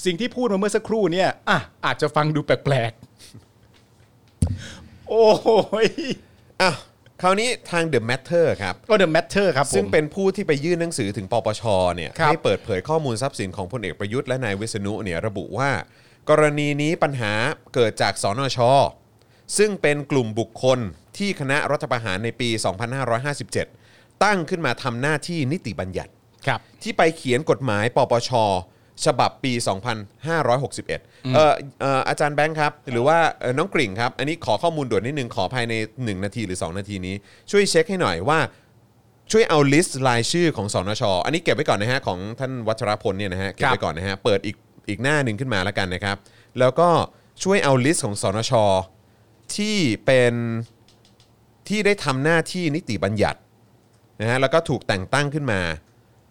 Speaker 1: สิ่งที่พูดมาเมื่อสักครู่เนี่ยอ่ะอาจจะฟังดูแปลกๆ โอ้ย
Speaker 2: อ้าวคราวนี้ทาง The Matter ครับ
Speaker 1: ก็ The Matter ครับผม
Speaker 2: ซึ่งเป็นผู้ที่ไปยื่นหนังสือถึงปปชเนี่ย
Speaker 1: ครับ
Speaker 2: ให้เปิดเผยข้อมูลทรัพย์สินของพลเอกประยุทธ์และนายวิษณุเนี่ยระบุว่า กรณีนี้ปัญหาเกิดจากสนช ซึ่งเป็นกลุ่มบุคคลที่คณะรัฐประหารในปี 2557 ตั้งขึ้นมาทำหน้าที่นิติบัญญัติ
Speaker 1: ครับ
Speaker 2: ที่ไปเขียนกฎหมายปปช ฉบับปี 2561เอ่อเอ่ออาจารย์แบงค์ครับ หรือว่าเอ่อน้องกริ่งครับ อันนี้ขอข้อมูลด่วนนิดนึง ขอภายใน 1 นาทีหรือ 2 นาทีนี้ ช่วยเช็คให้หน่อยว่า ช่วยเอาลิสต์รายชื่อของสนช อันนี้เก็บไว้ก่อนนะฮะ ของท่านวัชรพลเนี่ยนะฮะ เก็บไว้ก่อนนะฮะ เปิดอีกอีกหน้าหนึ่งขึ้นมาแล้วกันนะครับ แล้วก็ช่วยเอาลิสต์ของสนช ที่เป็นที่ได้ทำหน้าที่นิติบัญญัติ นะฮะแล้วก็ถูกแต่งตั้งขึ้นมา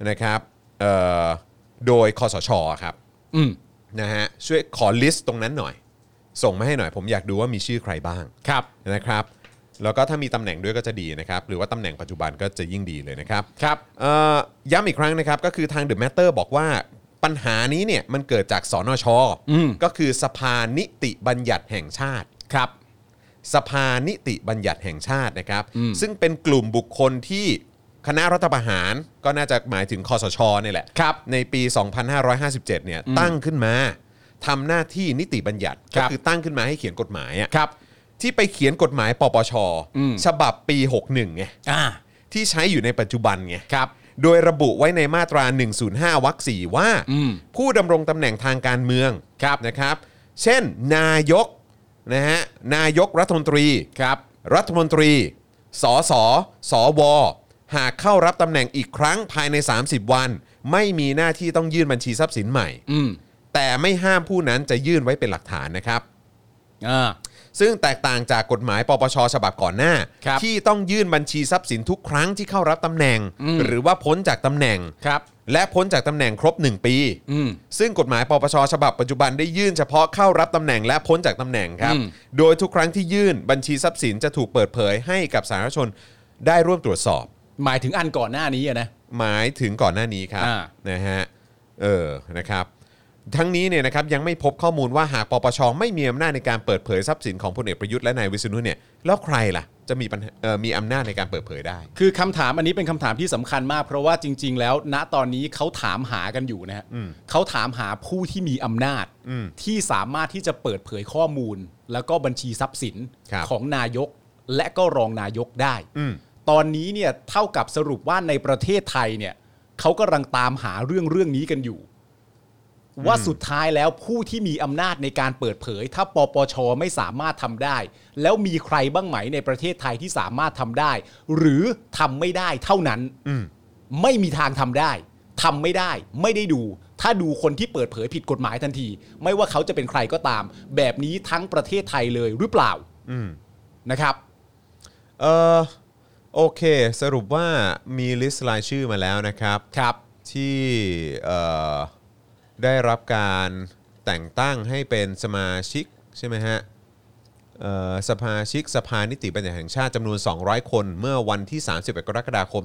Speaker 2: นะครับเอ่อโดยคอสชครับ
Speaker 1: อืม
Speaker 2: นะฮะช่วยขอลิสต์ตรงนั้นหน่อย ส่งมาให้หน่อย ผมอยากดูว่ามีชื่อใครบ้าง
Speaker 1: ครับ
Speaker 2: นะครับ แล้วก็ถ้ามีตำแหน่งด้วยก็จะดีนะครับ หรือว่าตำแหน่งปัจจุบันก็จะยิ่งดีเลยนะครับ
Speaker 1: ครับ
Speaker 2: เอ่อย้ำอีกครั้งนะครับ ก็คือทาง The Matter บอกว่าปัญหานี้เนี่ยมันเกิดจากสนช
Speaker 1: อืม
Speaker 2: ก็คือสภานิติบัญญัติแห่งชาติ
Speaker 1: ครับ
Speaker 2: สภานิติบัญญัติแห่งชาตินะครับ
Speaker 1: อืม
Speaker 2: ซึ่งเป็นกลุ่มบุคคลที่คณะรัฐประหารก็น่าจะหมายถึงคอสชเนี่ยแหละ
Speaker 1: ครับ
Speaker 2: ในปี 2557 เนี่ยตั้งขึ้นมาทำหน้าที่นิติบัญญัติ
Speaker 1: ค
Speaker 2: ก็
Speaker 1: รับ
Speaker 2: คือตั้งขึ้นมาให้เขียนกฎหมายอะ
Speaker 1: ครับ
Speaker 2: ที่ไปเขียนกฎหมายปปช
Speaker 1: อืม
Speaker 2: ฉบับปี 61ไง
Speaker 1: อ่า
Speaker 2: ที่ใช้อยู่ในปัจจุบันไง
Speaker 1: ครับ
Speaker 2: โดยระบุไว้ในมาตรา 105 วรรค4ว่า
Speaker 1: อืม
Speaker 2: ผู้ดำรงตำแหน่งทางการเมือง
Speaker 1: ครับ
Speaker 2: นะครับ เช่น นายกนะฮะนายกรัฐมนตรี
Speaker 1: ครับ
Speaker 2: รัฐมนตรี สส สว หากเข้ารับตำแหน่งอีกครั้งภายใน 30 วัน ไม่มีหน้าที่ต้องยื่นบัญชีทรัพย์สินใหม่
Speaker 1: อืม
Speaker 2: แต่ไม่ห้ามผู้นั้นจะยื่นไว้เป็นหลักฐานนะครับ
Speaker 1: อ่า
Speaker 2: ซึ่งแตกต่างจากกฎหมายปปชฉบับก่อนหน้า
Speaker 1: ครับ
Speaker 2: ที่ต้องยื่นบัญชีทรัพย์สินทุกครั้งที่เข้ารับตำแหน่ง
Speaker 1: อืม
Speaker 2: หรือว่าพ้นจากตำแหน่ง
Speaker 1: ครับ
Speaker 2: และพ้นจากตำแหน่งครบ 1 ปี
Speaker 1: อืม
Speaker 2: ซึ่งกฎหมายปปชฉบับปัจจุบันได้ยื่นเฉพาะเข้ารับตำแหน่งและพ้นจากตำแหน่งครับ
Speaker 1: อืม
Speaker 2: โดยทุกครั้งที่ยื่นบัญชีทรัพย์สินจะถูกเปิดเผยให้กับสาธารณชนได้ร่วมตรวจสอบ
Speaker 1: หมายถึงอันก่อนหน้านี้อะนะ
Speaker 2: หมายถึงก่อนหน้านี้ครับ
Speaker 1: อ่า
Speaker 2: นะฮะเออนะครับ ทั้งนี้เนี่ยนะครับยังไม่พบข้อมูลว่าหากปปชไม่มีอำนาจในการเปิดเผยทรัพย์สินของพลเอกประยุทธ์และนายวิษณุเนี่ยแล้วใครล่ะ จะมีปัญหาเอ่อมีอำนาจในการเปิดเผยได้
Speaker 1: คือคำถามอันนี้เป็นคำถามที่สำคัญมาก เพราะว่าจริง ๆ แล้ว ณตอนนี้เขาถามหากันอยู่นะฮะเขาถามหาผู้ที่มีอำนาจ
Speaker 2: อืม
Speaker 1: ที่สามารถที่จะเปิดเผยข้อมูล แล้วก็บัญชีทรัพย์สิน
Speaker 2: ครับ
Speaker 1: ของนายกและก็รองนายกได้
Speaker 2: อืม
Speaker 1: ตอนนี้เนี่ยเท่ากับสรุปว่าในประเทศไทยเนี่ยเขากำลังตามหาเรื่องเรื่องนี้กันอยู่ ว่าสุดท้ายแล้วผู้ที่มีอำนาจในการเปิดเผย ถ้าปปชไม่สามารถทำได้ แล้วมีใครบ้างไหมในประเทศไทยที่สามารถทำได้ หรือทำไม่ได้เท่านั้น
Speaker 2: อืม
Speaker 1: ไม่มีทางทำได้ทำไม่ได้ ไม่ได้ดู ถ้าดูคนที่เปิดเผยผิดกฎหมายทันที ไม่ว่าเขาจะเป็นใครก็ตาม แบบนี้ทั้งประเทศไทยเลยหรือเปล่า
Speaker 2: อืม
Speaker 1: นะครับ
Speaker 2: เออโอเค สรุปว่ามีลิสต์รายชื่อมาแล้วนะครับ
Speaker 1: ครับ
Speaker 2: ที่เอ่อได้รับการแต่งตั้งให้เป็นสมาชิกใช่ไหมฮะเอ่อสมาชิกสภานิติบัญญัติแห่งชาติจำนวน 200 คนเมื่อวันที่ 31 กรกฎาคม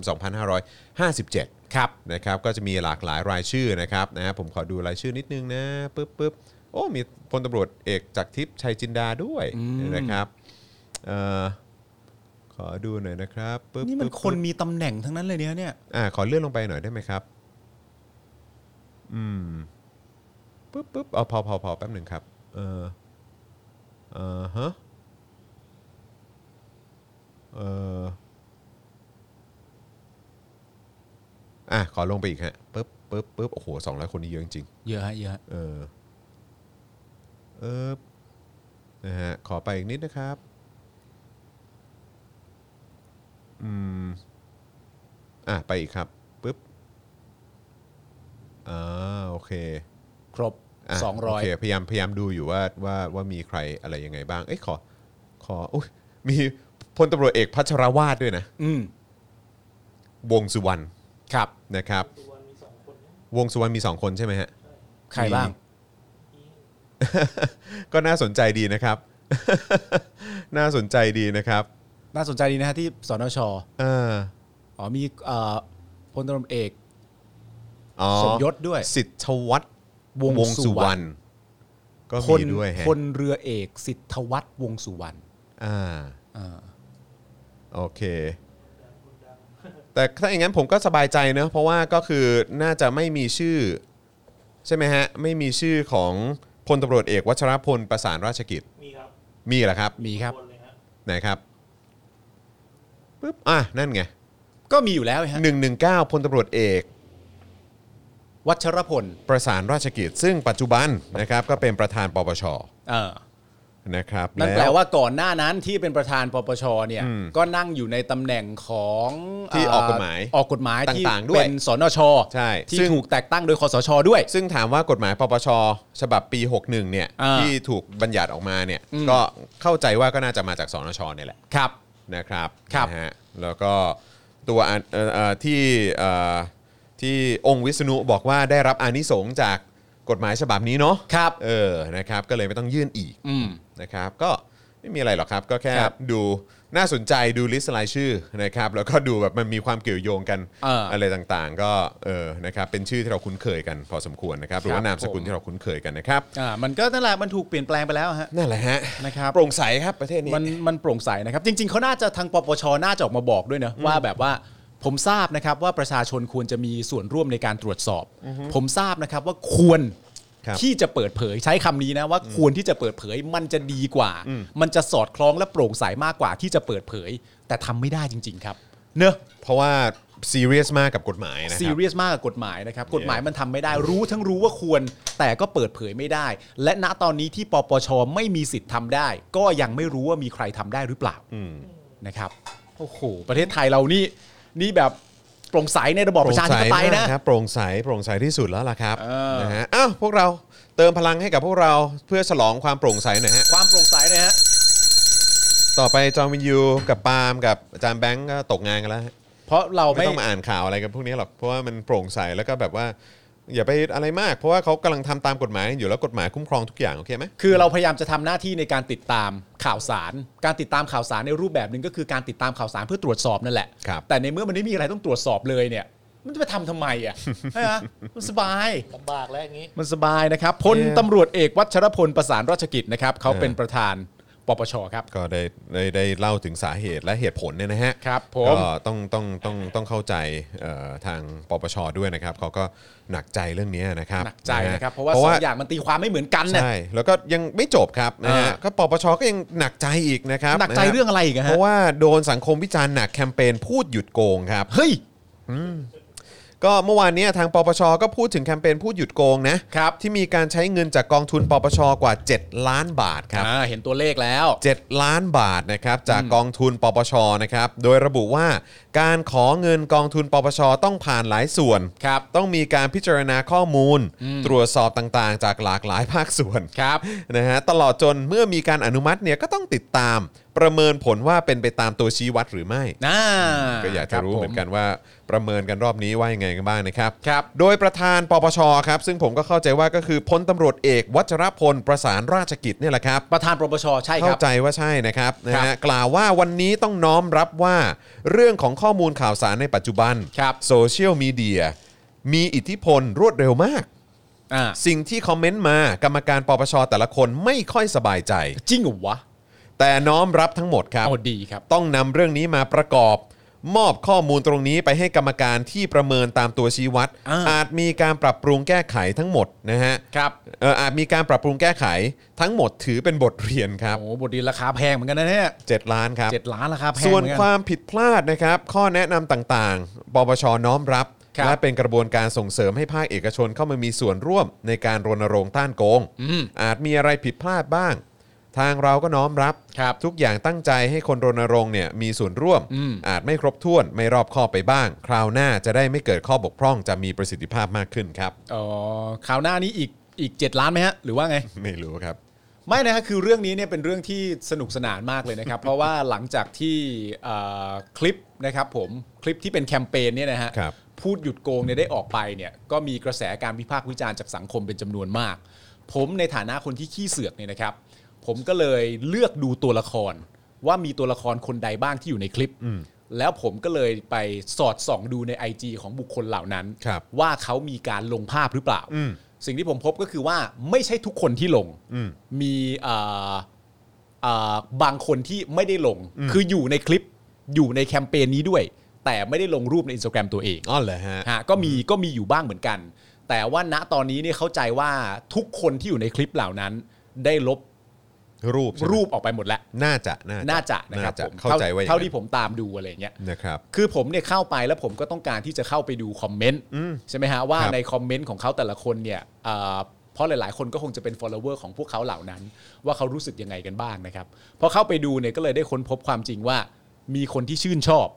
Speaker 2: 2557
Speaker 1: ครับ
Speaker 2: นะครับก็จะมีหลากหลายรายชื่อนะครับนะฮะผมขอดูรายชื่อนิดนึงนะปึ๊บปึ๊บโอ้มีพลตำรวจเอกจากทิพย์ชัยจินดาด้วย
Speaker 1: อืม
Speaker 2: นะครับเอ่อขอดูหน่อยนะครับปึ๊บ
Speaker 1: นี่มัน
Speaker 2: ปึ๊บ
Speaker 1: คน
Speaker 2: ปึ๊บ
Speaker 1: มีตำแหน่งทั้งนั้นเลยเนี่ยเนี่ย
Speaker 2: อ่าขอเลื่อนลงไปหน่อยได้ไหมครับ อืมปึ๊บปึ๊บเอาพอพอพอแป๊บหนึ่งครับ เออเออฮะ เอออ่ะขอลงไปอีกฮะปึ๊บปึ๊บปึ๊บโอ้โหสองร้อยคนนี่เยอะจริง
Speaker 1: เยอะฮะเยอะฮะ
Speaker 2: ๆเออเออนะฮะขอไปอีกนิดนะครับ อืม อ่ะ ไปอีกครับปุ๊บอ่าโอเค
Speaker 1: ครบ
Speaker 2: ะโ
Speaker 1: 200
Speaker 2: เคพยายามพยายามดูอยู่ว่าว่าว่ามีใครอะไรยังไงบ้าง เอ้ยขอขออุ๊ยมีพลตำรวจเอกพัชรวาดด้วยนะ
Speaker 1: อืม
Speaker 2: วงสุวรรณ
Speaker 1: ครับ
Speaker 2: นะครับ
Speaker 3: ตัวมีสองคนนะ
Speaker 2: วงสุวรรณมี 2 คนใช่ไหมฮะ
Speaker 1: ใครบ้าง
Speaker 2: ก็น่าสนใจดีนะครับ น่าสนใจดีนะครับ
Speaker 1: น่าสนใจดีนะฮะที่สนช
Speaker 2: เออ
Speaker 1: อ๋อมีเอ่อพลตำรวจเอก
Speaker 2: อ๋อ
Speaker 1: สมยศด้วย
Speaker 2: สิทธวัฒน์
Speaker 1: วง
Speaker 2: วงสุวรรณก็
Speaker 1: คน
Speaker 2: มีด้วยฮะ
Speaker 1: คนเรือเอกสิทธวัฒน์วงสุวรรณ
Speaker 2: อ่า
Speaker 1: อ่า
Speaker 2: โอเค แต่ถ้าอย่างนั้นผมก็สบายใจเนอะเพราะว่าก็คือน่าจะไม่มีชื่อ ใช่ไหมฮะ ไม่มีชื่อของพลตำรวจเอกวัชรพลประสานราชกิจ
Speaker 3: มีครับ
Speaker 2: มีเหรอครับ
Speaker 1: มีครับ
Speaker 3: นเลยฮะ
Speaker 2: ไหนครับปึ๊บอ่ะ นั่นไง
Speaker 1: ก็มีอยู่แล้วฮะ
Speaker 2: หนึ่งหนึ่งเก้าพลตำรวจเอก
Speaker 1: วัชรพล
Speaker 2: ประสานราชกิจ ซึ่งปัจจุบันนะครับ ก็เป็นประธานปปช
Speaker 1: เออ
Speaker 2: นะครับ
Speaker 1: นั่นแปล
Speaker 2: ล้ว
Speaker 1: ว่าก่อนหน้านั้นที่เป็นประธานปปชเนี่ย
Speaker 2: อืม
Speaker 1: ก็นั่งอยู่ในตำแหน่งของ
Speaker 2: ที่ออกกฎหมาย
Speaker 1: ออกกฎหมายที่
Speaker 2: ต่างๆด้วย
Speaker 1: เป็นสนช
Speaker 2: ใช่
Speaker 1: ที่
Speaker 2: ซึ่ง
Speaker 1: ถูกแต่งตั้งโดยคสชด้วย
Speaker 2: ซึ่งถามว่ากฎหมายปปชฉบับปี 61เนี่ย
Speaker 1: อ่า
Speaker 2: ที่ถูกบัญญัติออกมาเนี่ย
Speaker 1: อืม
Speaker 2: ก็เข้าใจว่าก็น่าจะมาจากสนชเนี่ยแหละ
Speaker 1: ครับ
Speaker 2: นะครับ
Speaker 1: ครับ
Speaker 2: นะฮะแล้วก็ตัวอ่านเอ่อเอ่อที่เอ่อที่องค์วิษณุบอกว่าได้รับอานิสงส์จากกฎหมายฉบับนี้เนาะ
Speaker 1: ครับ
Speaker 2: เออนะครับก็เลยไม่ต้องยื่นอีก
Speaker 1: อืม
Speaker 2: นะครับ ก็ไม่มีอะไรหรอกครับ ก็แค่
Speaker 1: ครับ
Speaker 2: ดูน่าสนใจดูลิสต์รายชื่อนะครับ แล้วก็ดูแบบมันมีความเกี่ยวโยงกัน
Speaker 1: เอออ
Speaker 2: ไรต่างๆ ก็เออนะครับเป็นชื่อที่เราคุ้นเคยกันพอสมควรนะครับ หรือ
Speaker 1: ค
Speaker 2: ว่า
Speaker 1: รับ
Speaker 2: นามสกุ
Speaker 1: ผ
Speaker 2: ล
Speaker 1: ม
Speaker 2: ที่เราคุ้นเคยกันนะครับ
Speaker 1: อ่ามันก็นั่นแหละมันถูกเปลี่ยนแปลงไปแล้วฮะ
Speaker 2: นั่นแหละฮะ
Speaker 1: นะครับ
Speaker 2: โปร่งใสครับประเทศนี้
Speaker 1: มันมันโปร่งใสนะครับ จริง ๆเขาน่าจะทางปปชน่าจะออกมาบอกด้วยนะว่าแบบว่าผมทราบนะครับว่าประชาชนควรจะมีส่วนร่วมในการตรวจสอบ ผมทราบนะครับว่าควร
Speaker 2: ครับ
Speaker 1: ที่จะเปิดเผยใช้คำนี้นะว่าควรที่จะเปิดเผยมันจะดีกว่า มันจะสอดคล้องและโปร่งใสมากกว่าที่จะเปิดเผย แต่ทำไม่ได้จริง ๆ ครับ เนอะ
Speaker 2: เพราะว่าซีเรียสมากกับกฎหมายนะค
Speaker 1: ซี
Speaker 2: รับ
Speaker 1: เรียสมากกับกฎหมายนะครับกฎหมายมันทำไม่ได้รู้ทั้งรู้ว่าควร แต่ก็เปิดเผยไม่ได้ และณตอนนี้ที่ปปชไม่มีสิทธิ์ทำได้ ก็ยังไม่รู้ว่ามีใครทำได้หรือเปล่า
Speaker 2: อืม
Speaker 1: นะครับโอ้โหประเทศไทยเรานี่นี่แบบโปร่งใสในระบอบประชาธิปไตยนะ
Speaker 2: โปร่งใสมากครับโปร่งใสโปร่งใสที่สุดแล้วล่ะครับ
Speaker 1: เออ
Speaker 2: นะฮะอ้าวพวกเราเติมพลังให้กับพวกเราเพื่อฉลองความโปร่งใสหน่อยฮะ
Speaker 1: ความโปร่งใสนะฮะ
Speaker 2: ต่อไปจอมวินยูกับปาล์มกับอาจารย์แบงก์ก็ตกงานกันแล้วฮะ
Speaker 1: เพราะเรา
Speaker 2: ไม่
Speaker 1: ไม่
Speaker 2: ต้องมาอ่านข่าวอะไรกันพวกนี้หรอกเพราะว่ามันโปร่งใสแล้วก็แบบว่า อย่าไปอะไรมาก เพราะว่าเขากำลังทำตามกฎหมายอยู่แล้วกฎหมายคุ้มครองทุกอย่างโอเคไหม
Speaker 1: คือเราพยายามจะทำหน้าที่ในการติดตามข่าวสาร การติดตามข่าวสารในรูปแบบหนึ่งก็คือการติดตามข่าวสารเพื่อตรวจสอบนั่นแหละ
Speaker 2: ครับ
Speaker 1: แต่ในเมื่อมันไม่มีอะไรต้องตรวจสอบเลยเนี่ย มันจะไปทำทำไมอ่ะ ใช่ไหมมันสบาย
Speaker 3: ลำบากแล้วอย่างนี้
Speaker 1: มันสบายนะครับพล
Speaker 2: เอ่อ
Speaker 1: ตำรวจเอกวัชรพลประสานราชกิจนะครับเขาเป็นประธานปปชครับ
Speaker 2: ก็ได้ได้ได้เล่าถึงสาเหตุและเหตุผลเนี่ยนะฮะ
Speaker 1: ครับผม
Speaker 2: ก็ต้องต้องต้องต้องเข้าใจเอ่อทางปปชด้วยนะครับเขาก็หนักใจเรื่องนี้นะครับ
Speaker 1: หนักใจนะครับ
Speaker 2: ฮ
Speaker 1: เพราะว่าสองอย่างมันตีความไม่เหมือนกันนะ
Speaker 2: ใช่แล้วก็ยังไม่จบครับนะฮะ
Speaker 1: อ่า
Speaker 2: ก็ปปชก็ยังหนักใจอีกนะครับ
Speaker 1: หนักใจ
Speaker 2: ะฮะ
Speaker 1: เรื่องอะไรอีกอะฮะ
Speaker 2: เพราะว่าโดนสังคมวิจารณ์หนักแคมเปญพูดหยุดโกงครับ
Speaker 1: เฮ้ย
Speaker 2: ก็เมื่อวานเนี้ยทางปปชก็พูดถึงแคมเปญพูดหยุดโกงนะครับ ที่มีการใช้เงินจากกองทุนปปชกว่า 7 ล้านบาทครับ
Speaker 1: อ่าเห็นตัวเลขแล้ว
Speaker 2: 7 ล้านบาทนะครับจากกองทุนปปชนะครับโดยระบุว่าการขอเงินกองทุนปปชต้องผ่านหลายส่วน
Speaker 1: ครับ
Speaker 2: ต้องมีการพิจารณาข้อมูล ตรวจสอบต่างๆ จากหลากหลายภาคส่วน
Speaker 1: ครับ
Speaker 2: นะฮะตลอดจนเมื่อมีการอนุมัติเนี่ยก็ต้องติดตาม ประเมินผลว่าเป็นไปตามตัวชี้วัดหรือไม่
Speaker 1: น่า
Speaker 2: ก็อยาก
Speaker 1: ค
Speaker 2: จะ
Speaker 1: บ
Speaker 2: รู้
Speaker 1: ผ
Speaker 2: เหมือนกันว่าประเมินกันรอบนี้ว่ายังไงกันบ้างนะครับ
Speaker 1: ครับ
Speaker 2: โดยประธานปปชครับ ซึ่งผมก็เข้าใจว่าก็คือพลตำรวจเอกวัชรพลประสานราชกิจเนี่ยแหละครับ
Speaker 1: ประธานปปชใช่ค
Speaker 2: เข้า
Speaker 1: รับ
Speaker 2: ใจว่าใช่นะครับนะ
Speaker 1: ครั
Speaker 2: ฮะ
Speaker 1: บ
Speaker 2: กล่าวว่าวันนี้ต้องน้อมรับว่า เรื่องของข้อมูลข่าวสารในปัจจุบัน
Speaker 1: ครับ
Speaker 2: โซเชียลมีเดียมีอิทธิพลรวดเร็วมาก
Speaker 1: อ่า
Speaker 2: สิ่งที่คอมเมนต์มากรรมการปปชแต่ละคนไม่ค่อยสบายใจ
Speaker 1: จริงเหรอวะ
Speaker 2: แต่น้อมรับทั้งหมดครับ
Speaker 1: เอาดีครับ
Speaker 2: ต้องนำเรื่องนี้มาประกอบ มอบข้อมูลตรงนี้ไปให้กรรมการที่ประเมินตามตัวชี้วัด
Speaker 1: อ่า
Speaker 2: จมีการปรับปรุงแก้ไขทั้งหมดนะฮะ
Speaker 1: ครับ
Speaker 2: เอ่ออาจมีการปรับปรุงแก้ไขทั้งหมดถือเป็นบทเรียนครับ
Speaker 1: โอ้โหบทดีราคาแพงเหมือนกันนะเนี่ย
Speaker 2: 7 ล้านครับ
Speaker 1: เจ็ดล้านราคาแพง
Speaker 2: ส่วน
Speaker 1: เหมือกั
Speaker 2: ความผิดพลาดนะครับ ข้อแนะนำต่างๆ ปปชน้อมรับ
Speaker 1: ครับ
Speaker 2: และเป็นกระบวนการส่งเสริมให้ภาคเอกชนเข้ามามีส่วนร่วมในการรณรงค์ต้านโกง
Speaker 1: อืม
Speaker 2: อาจมีอะไรผิดพลาดบ้าง ทางเราก็น้อมรับ
Speaker 1: ครับ
Speaker 2: ทุกอย่างตั้งใจให้คนรณรงค์เนี่ยมีส่วนร่วม
Speaker 1: อืม
Speaker 2: อาจไม่ครบถ้วน ไม่รอบคอบไปบ้าง คราวหน้าจะได้ไม่เกิดข้อบกพร่องจะมีประสิทธิภาพมากขึ้นครับ
Speaker 1: อ๋อคราวหน้านี้อีกอีกเจ็ดล้านไหมฮะ หรือว่าไง
Speaker 2: ไม่รู้ครับ
Speaker 1: ไม่นะฮะคือเรื่องนี้เนี่ยเป็นเรื่องที่สนุกสนานมากเลย นะครับ เพราะว่าหลังจากที่เอ่อคลิปนะครับผมคลิปที่เป็นแคมเปญเนี่ยนะฮะ
Speaker 2: ครับ
Speaker 1: พูดหยุดโกงเนี่ยได้ออกไปเนี่ยก็มีกระแสการวิพากษ์วิจารณ์จากสังคมเป็นจำนวนมาก ผมในฐานะคนที่ขี้เสือกเนี่ยนะครับ ผมก็เลยเลือกดูตัวละครว่ามีตัวละครคนใดบ้างที่อยู่ในคลิป แล้วผมก็เลยไปสอดส่องดูใน IG ของบุคคลเหล่านั้น
Speaker 2: ครับ
Speaker 1: ว่าเขามีการลงภาพหรือเปล่า
Speaker 2: อืม
Speaker 1: สิ่งที่ผมพบก็คือว่าไม่ใช่ทุกคนที่ลง
Speaker 2: อืม
Speaker 1: มีเอ่อเอ่อบางคนที่ไม่ได้ลง คืออยู่ในคลิปอยู่ในแคมเปญนี้ด้วย แต่ไม่ได้ลงรูปใน Instagram ตัวเอง
Speaker 2: อ๋อเหรอฮะ
Speaker 1: ฮะก็มีก็มีอยู่บ้างเหมือนกัน แต่ว่าณตอนนี้เนี่ยเข้าใจว่าทุกคนที่อยู่ในคลิปเหล่านั้น ได้ลบ
Speaker 2: รูปใช่ไหม
Speaker 1: รูปออกไปหมดแล้ว
Speaker 2: น่าจะน่าจะ
Speaker 1: น่าจะนะครับ
Speaker 2: าจ
Speaker 1: ผม
Speaker 2: เข้าใจว่าอย่งนั้น
Speaker 1: เท่าที่ผมตามดูอะไรอย่างเงี้ย
Speaker 2: นะครับ
Speaker 1: คือผมเนี่ยเข้าไปแล้วผมก็ต้องการที่จะเข้าไปดูคอมเมนต์
Speaker 2: อืม
Speaker 1: ใช่ไหมฮะว่า
Speaker 2: ครับ
Speaker 1: ในคอมเมนต์ของเขาแต่ละคนเนี่ยเอ่อเพราะหลาย ๆ คนก็คงจะเป็น follower ของพวกเขาเหล่านั้น ว่าเขารู้สึกยังไงกันบ้างนะครับพอเข้าไปดูเนี่ยก็เลยได้ค้นพบความจริงว่า มีคนที่ชื่นชอบ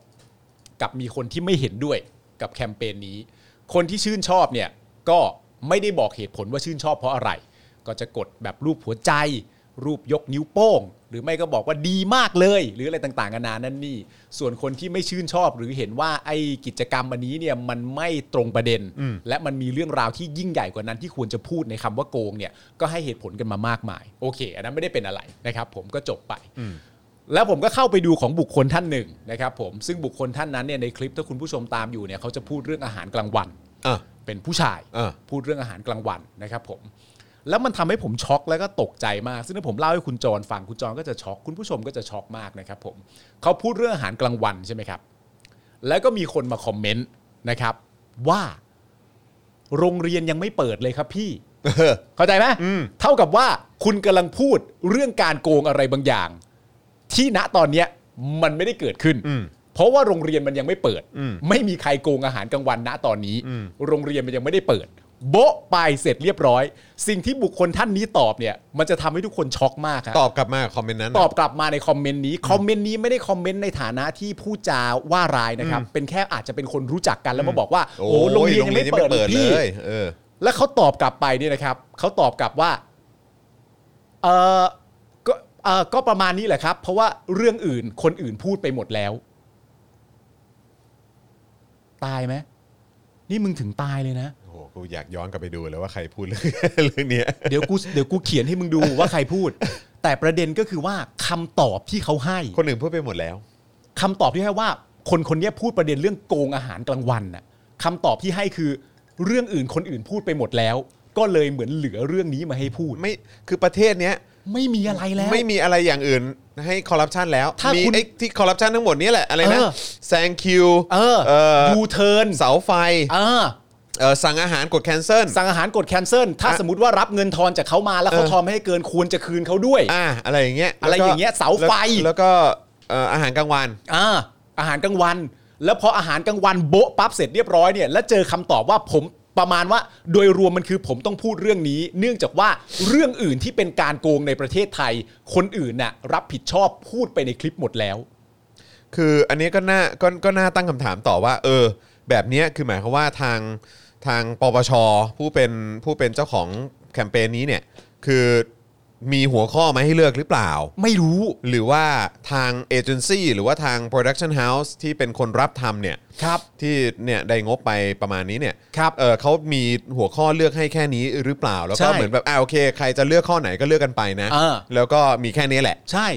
Speaker 1: กับมีคนที่ไม่เห็นด้วยกับแคมเปญนี้ คนที่ชื่นชอบเนี่ยก็ไม่ได้บอกเหตุผลว่าชื่นชอบเพราะอะไร ก็จะกดแบบรูปหัวใจ รูปยกนิ้วโป้ง หรือไม่ก็บอกว่าดีมากเลย หรืออะไรต่างๆนานานั่นนี่ ส่วนคนที่ไม่ชื่นชอบหรือเห็นว่าไอ้กิจกรรมอันนี้เนี่ยมันไม่ตรงประเด็น และมันมีเรื่องราวที่ยิ่งใหญ่กว่านั้นที่ควรจะพูดในคำว่าโกงเนี่ยก็ให้เหตุผลกันมามากมายโอเค อันนั้นไม่ได้เป็นอะไรนะครับผมก็จบไป แล้วผมก็เข้าไปดูของบุคคลท่านหนึ่งนะครับผมซึ่งบุคคลท่านนั้นเนี่ยในคลิปถ้าคุณผู้ชมตามอยู่เนี่ยเขาจะพูดเรื่องอาหารกลางวัน
Speaker 2: อ่ะ
Speaker 1: เป็นผู้ชาย
Speaker 2: เออ
Speaker 1: พูดเรื่องอาหารกลางวันนะครับผม แล้วมันทำให้ผมช็อกแล้วก็ตกใจมาก ซึ่งถ้าผมเล่าให้คุณจรฟังคุณจรก็จะช็อกคุณผู้ชมก็จะช็อกมากนะครับผมเขาพูดเรื่องอาหารกลางวันใช่ไหมครับ แล้วก็มีคนมาคอมเมนต์นะครับ ว่า โรงเรียนยังไม่เปิดเลยครับพี่ เข้าใจไหมเท่ากับว่าคุณกำลังพูดเรื่องการโกงอะไรบางอย่าง ที่ณตอนเนี้ยมันไม่ได้เกิดขึ้น
Speaker 2: อืม
Speaker 1: เพราะว่าโรงเรียนมันยังไม่เปิด
Speaker 2: อืม
Speaker 1: ไม่มีใครโกงอาหารกลางวันณตอนนี้
Speaker 2: อืม
Speaker 1: โรงเรียนมันยังไม่ได้เปิด โบ๊ะไปเสร็จเรียบร้อย สิ่งที่บุคคลท่านนี้ตอบเนี่ย มันจะทำให้ทุกคนช็อกมากครับ
Speaker 2: ตอบกลับมากับคอมเมนต์นั้
Speaker 1: ต
Speaker 2: นน่ะ
Speaker 1: อบกลับมาในคอมเมนต์นี้คอมเมนต์นี้ไม่ได้คอมเมนต์ในฐานะที่ผู้จาว่าร้ายนะครับ เป็นแค่อาจจะเป็นคนรู้จักกันแล้วมาบอกว่า โอ้โรงเรียนยังไม่เปิดเลยพี่
Speaker 2: ยเออ
Speaker 1: แล้วเขาตอบกลับไปเนี่ยนะครับเขาตอบกลับว่าเออก็เออก็ประมาณนี้แหละครับ เพราะว่าเรื่องอื่นคนอื่นพูดไปหมดแล้ว ตายไหมนี่มึงถึงตายเลยนะ
Speaker 2: โอ้โห กูอยากย้อนกลับไปดูเลยว่าใครพูดเรื่อง เรื่องเนี้ย
Speaker 1: เดี๋ยวกูเดี๋ยวกูเขียนให้มึงดูว่าใครพูด แต่ประเด็นก็คือว่าคำตอบที่เขาให้
Speaker 2: คนอื่นพูดไปหมดแล้ว
Speaker 1: คำตอบที่ให้ว่าคนคนเนี้ยพูดประเด็นเรื่องโกงอาหารกลางวันน่ะคำตอบที่ให้คือเรื่องอื่นคนอื่นพูดไปหมดแล้ว ก็เลยเหมือนเหลือเรื่องนี้มาให้พูด
Speaker 2: ไม่คือประเทศเนี้ย
Speaker 1: ไม่มีอะไรแล้ว
Speaker 2: ไม่มีอะไรอย่างอื่นให้คอร์รัปชันแล้ว
Speaker 1: ถ้า
Speaker 2: มี
Speaker 1: คุณ
Speaker 2: ไอ้ที่คอร์รัปชันทั้งหมดเนี้แหละอะไรนะ
Speaker 1: เออ
Speaker 2: แซงคิว
Speaker 1: เออ
Speaker 2: เออ
Speaker 1: ยูเทิร์น
Speaker 2: เสาไฟ
Speaker 1: เออ
Speaker 2: เออสั่งอาหารกดแคนเซิล
Speaker 1: สั่งอาหารกดแคนเซิลถ้า
Speaker 2: อ่ะ
Speaker 1: สมมติว่ารับเงินทอนจากเขามาแล้วเขา
Speaker 2: เออ
Speaker 1: ทอนไม่ให้เกินควรจะคืนเขาด้วย
Speaker 2: อ่าอะไรอย่างเงี้ย
Speaker 1: อะไรอย่างเงี้ยเสาไฟ
Speaker 2: แล้วแล้วก็เอ่ออาหารกลางวัน
Speaker 1: อ่าอาหารกลางวัน แล้วพออาหารกลางวันโบ๊ะปั๊บเสร็จเรียบร้อยเนี่ยแล้วเจอคำตอบว่าผมประมาณว่า โดยรวมมันคือผมต้องพูดเรื่องนี้ เนื่องจากว่าเรื่องอื่นที่เป็นการโกงในประเทศไทย คนอื่นน่ะรับผิดชอบพูดไปในคลิปหมดแล้ว
Speaker 2: คืออันนี้ก็น่าก็ก็น่าตั้งคำถามต่อว่า เออ แบบเนี้ยคือหมายความว่าทางทางปปชผู้เป็นผู้เป็นเจ้าของแคมเปญนี้เนี่ย คือมีหัวข้อมาให้เลือกหรือเปล่า
Speaker 1: ไม่รู้
Speaker 2: หรือว่าทางเอเจนซี่หรือว่าทางโปรดักชันเฮาส์ที่เป็นคนรับทำเนี่ย
Speaker 1: ครับ
Speaker 2: ที่เนี่ยได้งบไปประมาณนี้เนี่ย
Speaker 1: ครับ
Speaker 2: เออเขามีหัวข้อเลือกให้แค่นี้หรือเปล่า แล้ว
Speaker 1: ใช่
Speaker 2: ก็เหมือนแบบอ่าโอเค ใครจะเลือกข้อไหนก็เลือกกันไปนะ
Speaker 1: เออ
Speaker 2: แล้วก็มีแค่นี้แหละ
Speaker 1: ใช่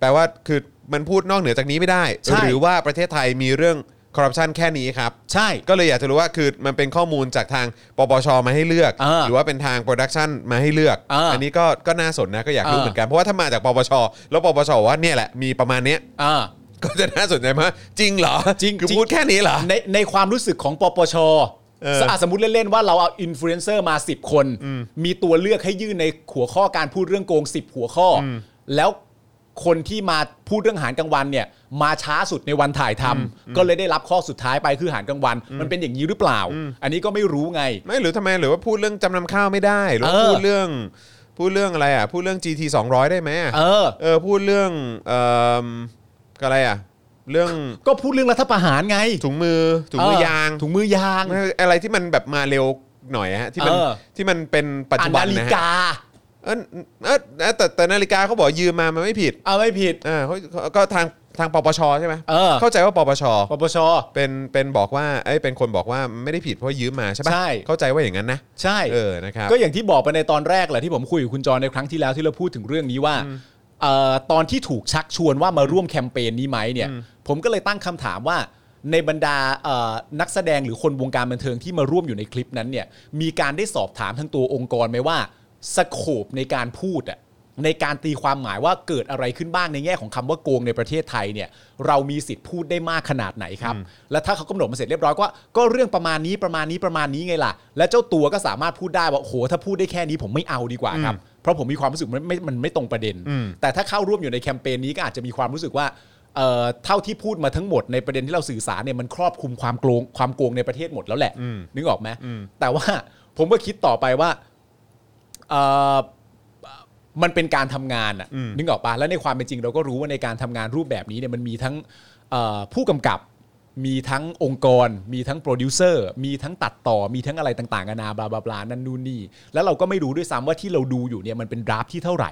Speaker 2: แปลว่าคือมันพูดนอกเหนือจากนี้ไม่ได้
Speaker 1: ใช่
Speaker 2: หรือว่าประเทศไทยมีเรื่องคอร์รัปชันแค่นี้ครับ
Speaker 1: ใช่
Speaker 2: ก็เลยอยากจะรู้ว่าคือมันเป็นข้อมูลจากทางปปชมาให้เลือก
Speaker 1: เออ
Speaker 2: หรือว่าเป็นทางโปรดักชันมาให้เลือก
Speaker 1: เอออั
Speaker 2: นนี้ก็ก็น่าสนนะก็อยากรู้
Speaker 1: เออ
Speaker 2: เหมือนกันเพราะว่าถ้ามาจากปปชแล้วปปชบอกว่าเนี่ยแหละมีประมาณเนี้ย
Speaker 1: อ่า
Speaker 2: ก็จะน่าสนใจมากจริงเหรอ
Speaker 1: จริง
Speaker 2: คือ
Speaker 1: จริง
Speaker 2: พูดแค่นี้เหรอ
Speaker 1: ในในความรู้สึกของปปช
Speaker 2: เออ
Speaker 1: สะอาดสมมติเล่น ๆ ว่าเราเอาอินฟลูเอนเซอร์มา 10 คน มีตัวเลือกให้ยื่นในหัวข้อการพูดเรื่องโกง 10 หัวข้ออแล้วคนที่มาพูดเรื่องอาหารกลางวันเนี่ยมาช้าสุดในวันถ่ายทำก็เลยได้รับข้อสุดท้ายไปคืออาหารกลางวัน มันเป็นอย่างนี้หรือเปล่า อันนี้ก็ไม่รู้ไง
Speaker 2: ไม่หรือทำไมหรือว่าพูดเรื่องจำนำข้าวไม่ได้หรือว่า
Speaker 1: เออ
Speaker 2: พูดเรื่องพูดเรื่องอะไรอ่ะพูดเรื่อง GT 200 ได้ไหมอะ
Speaker 1: เออ
Speaker 2: เออพูดเรื่องเอ่ออะไรอ่ะเรื่อง
Speaker 1: ก็พูดเรื่องรัฐประหารไง
Speaker 2: ถุงมือถุงมือยาง
Speaker 1: เถุงมือยาง
Speaker 2: อะไรที่มันแบบมาเร็วหน่อยฮะที่มัน
Speaker 1: เออ
Speaker 2: ที่มันเป็นปัจ
Speaker 1: อ่า
Speaker 2: จุ
Speaker 1: น
Speaker 2: บัน
Speaker 1: นาฬิ
Speaker 2: นะ
Speaker 1: กา
Speaker 2: ฮะเออเออเออแต่แต่นาฬิกาเขาบอกยืมมามันไม่ผิด
Speaker 1: เอาไม่ผิด
Speaker 2: อ่าเขาเขาก็ทางทางปปชใช่ไหม
Speaker 1: เออ
Speaker 2: เข้าใจว่าปปช
Speaker 1: ปปช
Speaker 2: เป็นเป็นบอกว่าเอ้ยเป็นคนบอกว่าไม่ได้ผิดเพราะยืมมาใช่ปะ
Speaker 1: ใช่
Speaker 2: เข้าใจว่าอย่างนั้นนะ
Speaker 1: ใช่
Speaker 2: เออนะครับ
Speaker 1: ก็อย่างที่บอกไปในตอนแรกแหละที่ผมคุยกับคุณจรในครั้งที่แล้วที่เราพูดถึงเรื่องนี้ว่าเออตอนที่ถูกชักชวนว่ามาร่วมแคมเปญนี้ไหมเนี่ย ผมก็เลยตั้งคำถามว่า ในบรรดาเอ่อนักแสดงหรือคนวงการบันเทิงที่มาร่วมอยู่ในคลิปนั้นเนี่ยมีการได้สอบถามทั้งตัวองค์กรไหมว่าสโคปในการพูดอะในการตีความหมายว่าเกิดอะไรขึ้นบ้างในแง่ของคำว่าโกงในประเทศไทยเนี่ยเรามีสิทธิ์พูดได้มากขนาดไหนครับ และถ้าเขากำหนดมาเสร็จเรียบร้อยก็ก็เรื่องประมาณนี้ประมาณนี้ประมาณนี้ไงล่ะ และเจ้าตัวก็สามารถพูดได้ว่าโอ้โหถ้าพูดได้แค่นี้ผมไม่เอาดีกว่าครับ เพราะผมมีความรู้สึกมันไม่มันไม่ตรงประเด็น
Speaker 2: อืม
Speaker 1: แต่ถ้าเข้าร่วมอยู่ในแคมเปญนี้ก็อาจจะมีความรู้สึกว่าเอ่อเท่าที่พูดมาทั้งหมดในประเด็นที่เราสื่อสารเนี่ยมันครอบคลุมความโกงความโกงในประเทศหมดแล้วแหละ นึกออกไหมแต่ว่าผมก็คิดต่อไปว่าเอ่อ มันเป็นการทำงานอะ
Speaker 2: อืม
Speaker 1: นึกออกปะแล้วในความเป็นจริงเราก็รู้ว่าในการทำงานรูปแบบนี้เนี่ยมันมีทั้งเอ่อผู้กำกับ มีทั้งองค์กร มีทั้งโปรดิวเซอร์ มีทั้งตัดต่อ มีทั้งอะไรต่างๆนานาบลาบลาบลานั่นนู่นนี่ แล้วเราก็ไม่รู้ด้วยซ้ำว่าที่เราดูอยู่เนี่ยมันเป็นดราฟที่เท่าไหร่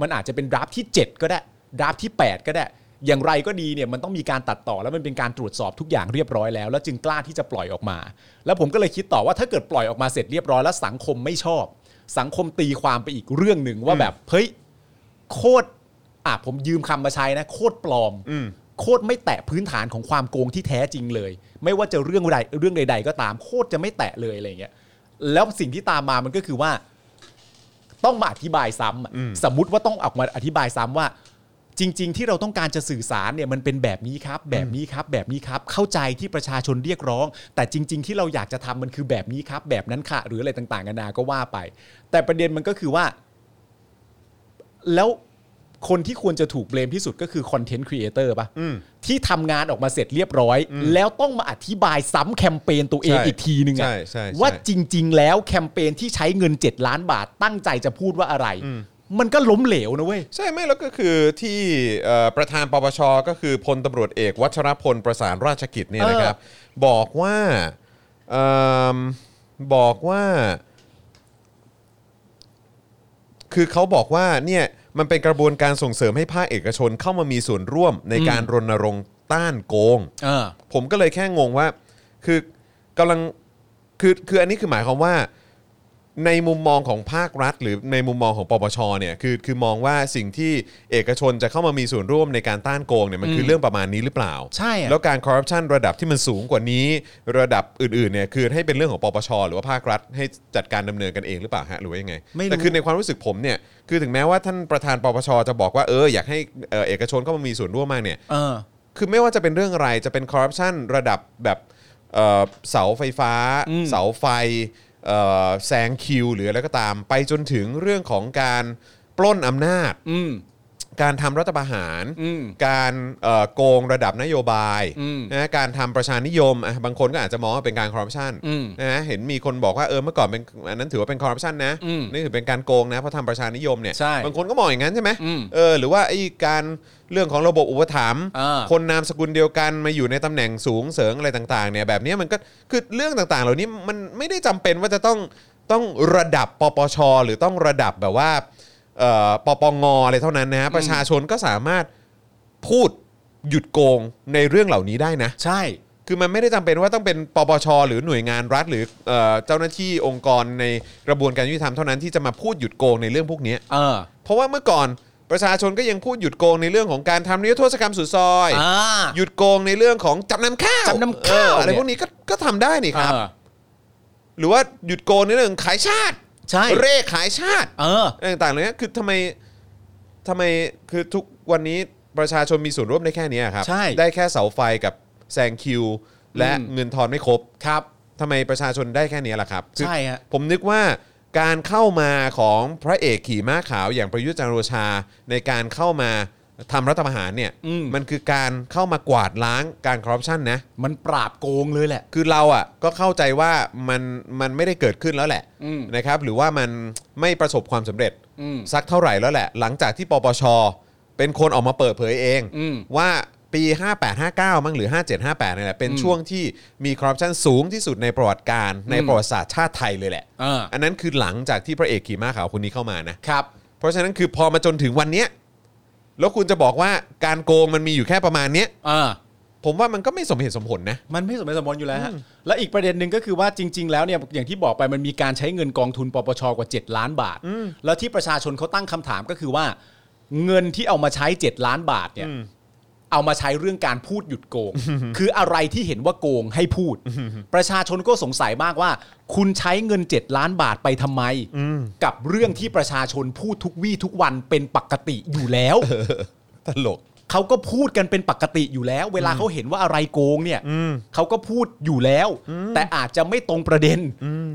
Speaker 1: มันอาจจะเป็นดราฟที่ 7 ก็ได้ดราฟที่ 8 ก็ได้ อย่างไรก็ดีเนี่ยมันต้องมีการตัดต่อแล้วมันเป็นการตรวจสอบทุกอย่างเรียบร้อยแล้ว แล้วจึงกล้าที่จะปล่อยออกมา แล้วผมก็เลยคิดต่อว่าถ้าเกิดปล่อยออกมาเสร็จเรียบร้อยแล้วสังคมไม่ชอบ สังคมตีความไปอีกเรื่องหนึ่งว่าแบบเฮ้ย โคตรอ่ะผมยืมคำมาใช้นะ โคตรปลอม
Speaker 2: อืม
Speaker 1: โคตรไม่แตะพื้นฐานของความโกงที่แท้จริงเลย ไม่ว่าจะเรื่องใดเรื่องใด ๆ ก็ตาม โคตรจะไม่แตะเลยอะไรอย่างเงี้ยแล้วสิ่งที่ตามมามันก็คือว่า ต้องมาอธิบายซ้ำอะสมมุติว่าต้องออกมาอธิบายซ้ำว่า จริง ๆ ที่เราต้องการจะสื่อสารเนี่ยมันเป็นแบบนี้ครับ แบบนี้ครับ แบบนี้ครับ เข้าใจที่ประชาชนเรียกร้อง แต่จริง ๆ ที่เราอยากจะทำมันคือแบบนี้ครับ แบบนั้นค่ะ หรืออะไรต่างๆนานาก็ว่าไป แต่ประเด็นมันก็คือว่า แล้วคนที่ควรจะถูกเบลมที่สุดก็คือคอนเทนต์ครีเอเตอร์ป่ะ
Speaker 2: อืม
Speaker 1: ที่ทำงานออกมาเสร็จเรียบร้อย แล้วต้องมาอธิบายซ้ำแคมเปญตัวเอง
Speaker 2: ใช่
Speaker 1: อีกทีนึงอะ
Speaker 2: ใช่ใช่ใช่
Speaker 1: ว่าจริง ๆ แล้วแคมเปญที่ใช้เงิน 7 ล้านบาทตั้งใจจะพูดว่าอะไร มันก็ล้มเหลวนะเว้ย
Speaker 2: ใช่ไหมแล้วก็คือที่เอ่อประธานปปชก็คือพลตำรวจเอกวัชรพลประสานราชกิจเนี่ย
Speaker 1: เออ
Speaker 2: นะครับ บอกว่าเอิ่มบอกว่า คือเขาบอกว่าเนี่ยมันเป็นกระบวนการส่งเสริมให้ภาคเอกชนเข้ามามีส่วนร่วมในการรณรงค์ต้านโกง
Speaker 1: เออ
Speaker 2: ผมก็เลยแค่งงว่า คือกำลัง คือคืออันนี้คือหมายความว่า ในมุมมองของภาครัฐ หรือในมุมมองของปปชเนี่ยคือคือมองว่าสิ่งที่เอกชนจะเข้ามามีส่วนร่วมในการต้านโกงเนี่ยมันคือเรื่องประมาณนี้หรือเปล่า
Speaker 1: ใช่อะ
Speaker 2: แล้วการคอร์รัปชันระดับที่มันสูงกว่านี้ระดับอื่นๆเนี่ยคือให้เป็นเรื่องของปปชหรือว่าภาครัฐ ให้จัดการดำเนินกันเองหรือเปล่าฮะหรือว่ายังไง
Speaker 1: ไม่รู้
Speaker 2: แต่คือในความรู้สึกผมเนี่ยคือถึงแม้ว่าท่านประธานปปชจะบอกว่าเอออยากให้เอ่อเอกชนเข้ามามีส่วนร่วมมากเนี่ย
Speaker 1: เออ
Speaker 2: คือไม่ว่าจะเป็นเรื่องอะไรจะเป็นคอร์รัปชันระดับแบบเอ่อเสาไฟฟ้า
Speaker 1: อืม
Speaker 2: เสาไฟเอ่อแซงคิว หรืออะไรก็ตาม ไปจนถึงเรื่องของการปล้นอำนาจ
Speaker 1: ืม
Speaker 2: การทำรัฐประหาร
Speaker 1: อืม
Speaker 2: การเอ่อโกงระดับนโยบาย
Speaker 1: อืม
Speaker 2: นะการทำประชานิยมอ่ะบางคนก็อาจจะมองว่าเป็นการคอร์รัปชัน
Speaker 1: อืม
Speaker 2: นะเห็นมีคนบอกว่าเออเมื่อก่อนเป็นอันนั้นถือว่าเป็นคอร์รัปชันนะ
Speaker 1: อืม
Speaker 2: นี่ถือเป็นการโกงนะเพราะทำประชานิยมเนี่ย
Speaker 1: ใช่
Speaker 2: บางคนก็มองอย่างนั้นใช่ไหม
Speaker 1: อืม
Speaker 2: เออหรือว่าไอ้การเรื่องของระบบอุปถัมภ์
Speaker 1: อ่า
Speaker 2: คนนามสกุลเดียวกันมาอยู่ในตำแหน่งสูงเสริงอะไรต่างๆเนี่ยแบบเนี้ยมันก็คือเรื่องต่างๆ เหล่านี้มันไม่ได้จำเป็นว่าจะต้องต้องระดับปปชหรือต้องระดับแบบว่าเอ่อปปงอะไรเท่านั้นนะฮะประชาชนก็สามารถ พูดหยุดโกงในเรื่องเหล่านี้ได้นะ
Speaker 1: ใช่
Speaker 2: คือมันไม่ได้จำเป็นว่าต้องเป็นปปชหรือหน่วยงานรัฐ หรือเอ่อเจ้าหน้าที่องค์กรในกระบวนการยุติธรรมเท่านั้นที่จะมาพูดหยุดโกงในเรื่องพวกเนี้ย
Speaker 1: เออ
Speaker 2: เพราะว่าเมื่อก่อนประชาชนก็ยังพูดหยุดโกงในเรื่องของการทำนิรโทษกรรมสุดซอย
Speaker 1: อ่า
Speaker 2: หยุดโกงในเรื่องของจำนำข้าว
Speaker 1: จำนำข้าว
Speaker 2: เอออะไร
Speaker 1: เนี่ย
Speaker 2: พวกนี้ก็ก็ทำได้นี่ครับ
Speaker 1: เออ
Speaker 2: หรือว่าหยุดโกงในเรื่องขายชาติ
Speaker 1: ใช่
Speaker 2: เร่ขายชาติ
Speaker 1: เออ
Speaker 2: อะไรต่างๆเหลยนี้คือทำไมทำไมคือทุกวันนี้ประชาชนมีส่วนร่วมได้แค่นี้ครับ
Speaker 1: ใช่
Speaker 2: ได้แค่เสาไฟกับแซงคิว และ
Speaker 1: อืม
Speaker 2: เงินทอนไม่ครบ
Speaker 1: ครับ
Speaker 2: ทำไมประชาชนได้แค่นี้ล่ะครับคือ
Speaker 1: ใช่ฮะ
Speaker 2: ผมนึกว่าการเข้ามาของพระเอกขี่ม้าขาวอย่างประยุทธ์จันทร์โอชา ในการเข้ามาทำรัฐประหารเนี่ย
Speaker 1: อืม
Speaker 2: มันคือการเข้ามากวาดล้างการคอร์รัปชันนะ
Speaker 1: มันปราบโกงเลยแหละ
Speaker 2: คือเราอ่ะก็เข้าใจว่ามันมันไม่ได้เกิดขึ้นแล้วแหละ
Speaker 1: อืม
Speaker 2: นะครับ หรือว่ามันไม่ประสบความสำเร็จ
Speaker 1: อืม
Speaker 2: สักเท่าไหร่แล้วแหละ หลังจากที่ปปช เป็นคนออกมาเปิดเผยเอง
Speaker 1: อืม
Speaker 2: ว่าปี 5859 มั้งหรือ 5758เนี่ยแหละเป็น
Speaker 1: อืม
Speaker 2: ช่วงที่มีคอร์รัปชันสูงที่สุดในประวัติการในประวัติศาสตร์ชาติไทยเลยแหละ
Speaker 1: เอออั
Speaker 2: นนั้นคือหลังจากที่พระเอกขี่ม้าขาวคนนี้เข้ามานะครับ เพราะฉะนั้นคือพอมาจนถึงวันเนี้ยแล้วคุณจะบอกว่าการโกงมันมีอยู่แค่ประมาณเนี้ย
Speaker 1: เออ
Speaker 2: ผมว่ามันก็ไม่สมเหตุสมผลนะ
Speaker 1: มันไม่สมเหตุสมผลอยู่แล้วฮะ และอีกประเด็นหนึ่งก็คือว่าจริง ๆ แล้วเนี่ยอย่างที่บอกไปมันมีการใช้เงินกองทุนปปชกว่า 7 ล้านบาท แล้วที่ประชาชนเขาตั้งคำถามก็คือว่า เงินที่เอามาใช้ 7 ล้านบาทเนี่ยเอามาใช้เรื่องการพูดหยุดโกง คืออะไรที่เห็นว่าโกงให้ พูด ประชาชนก็สงสัยมากว่า คุณใช้เงิน 7 ล้านบาทไปทำไม กับเรื่องที่ประชาชนพูดทุกวี่ทุกวันเป็นปกติอยู่แล้ว
Speaker 2: ตลก
Speaker 1: เขาก็พูดกันเป็นปกติอยู่แล้ว เวลาเขาเห็นว่าอะไรโกงเนี่ยเขาก็พูดอยู่แล้ว แต่อาจจะไม่ตรงประเด็น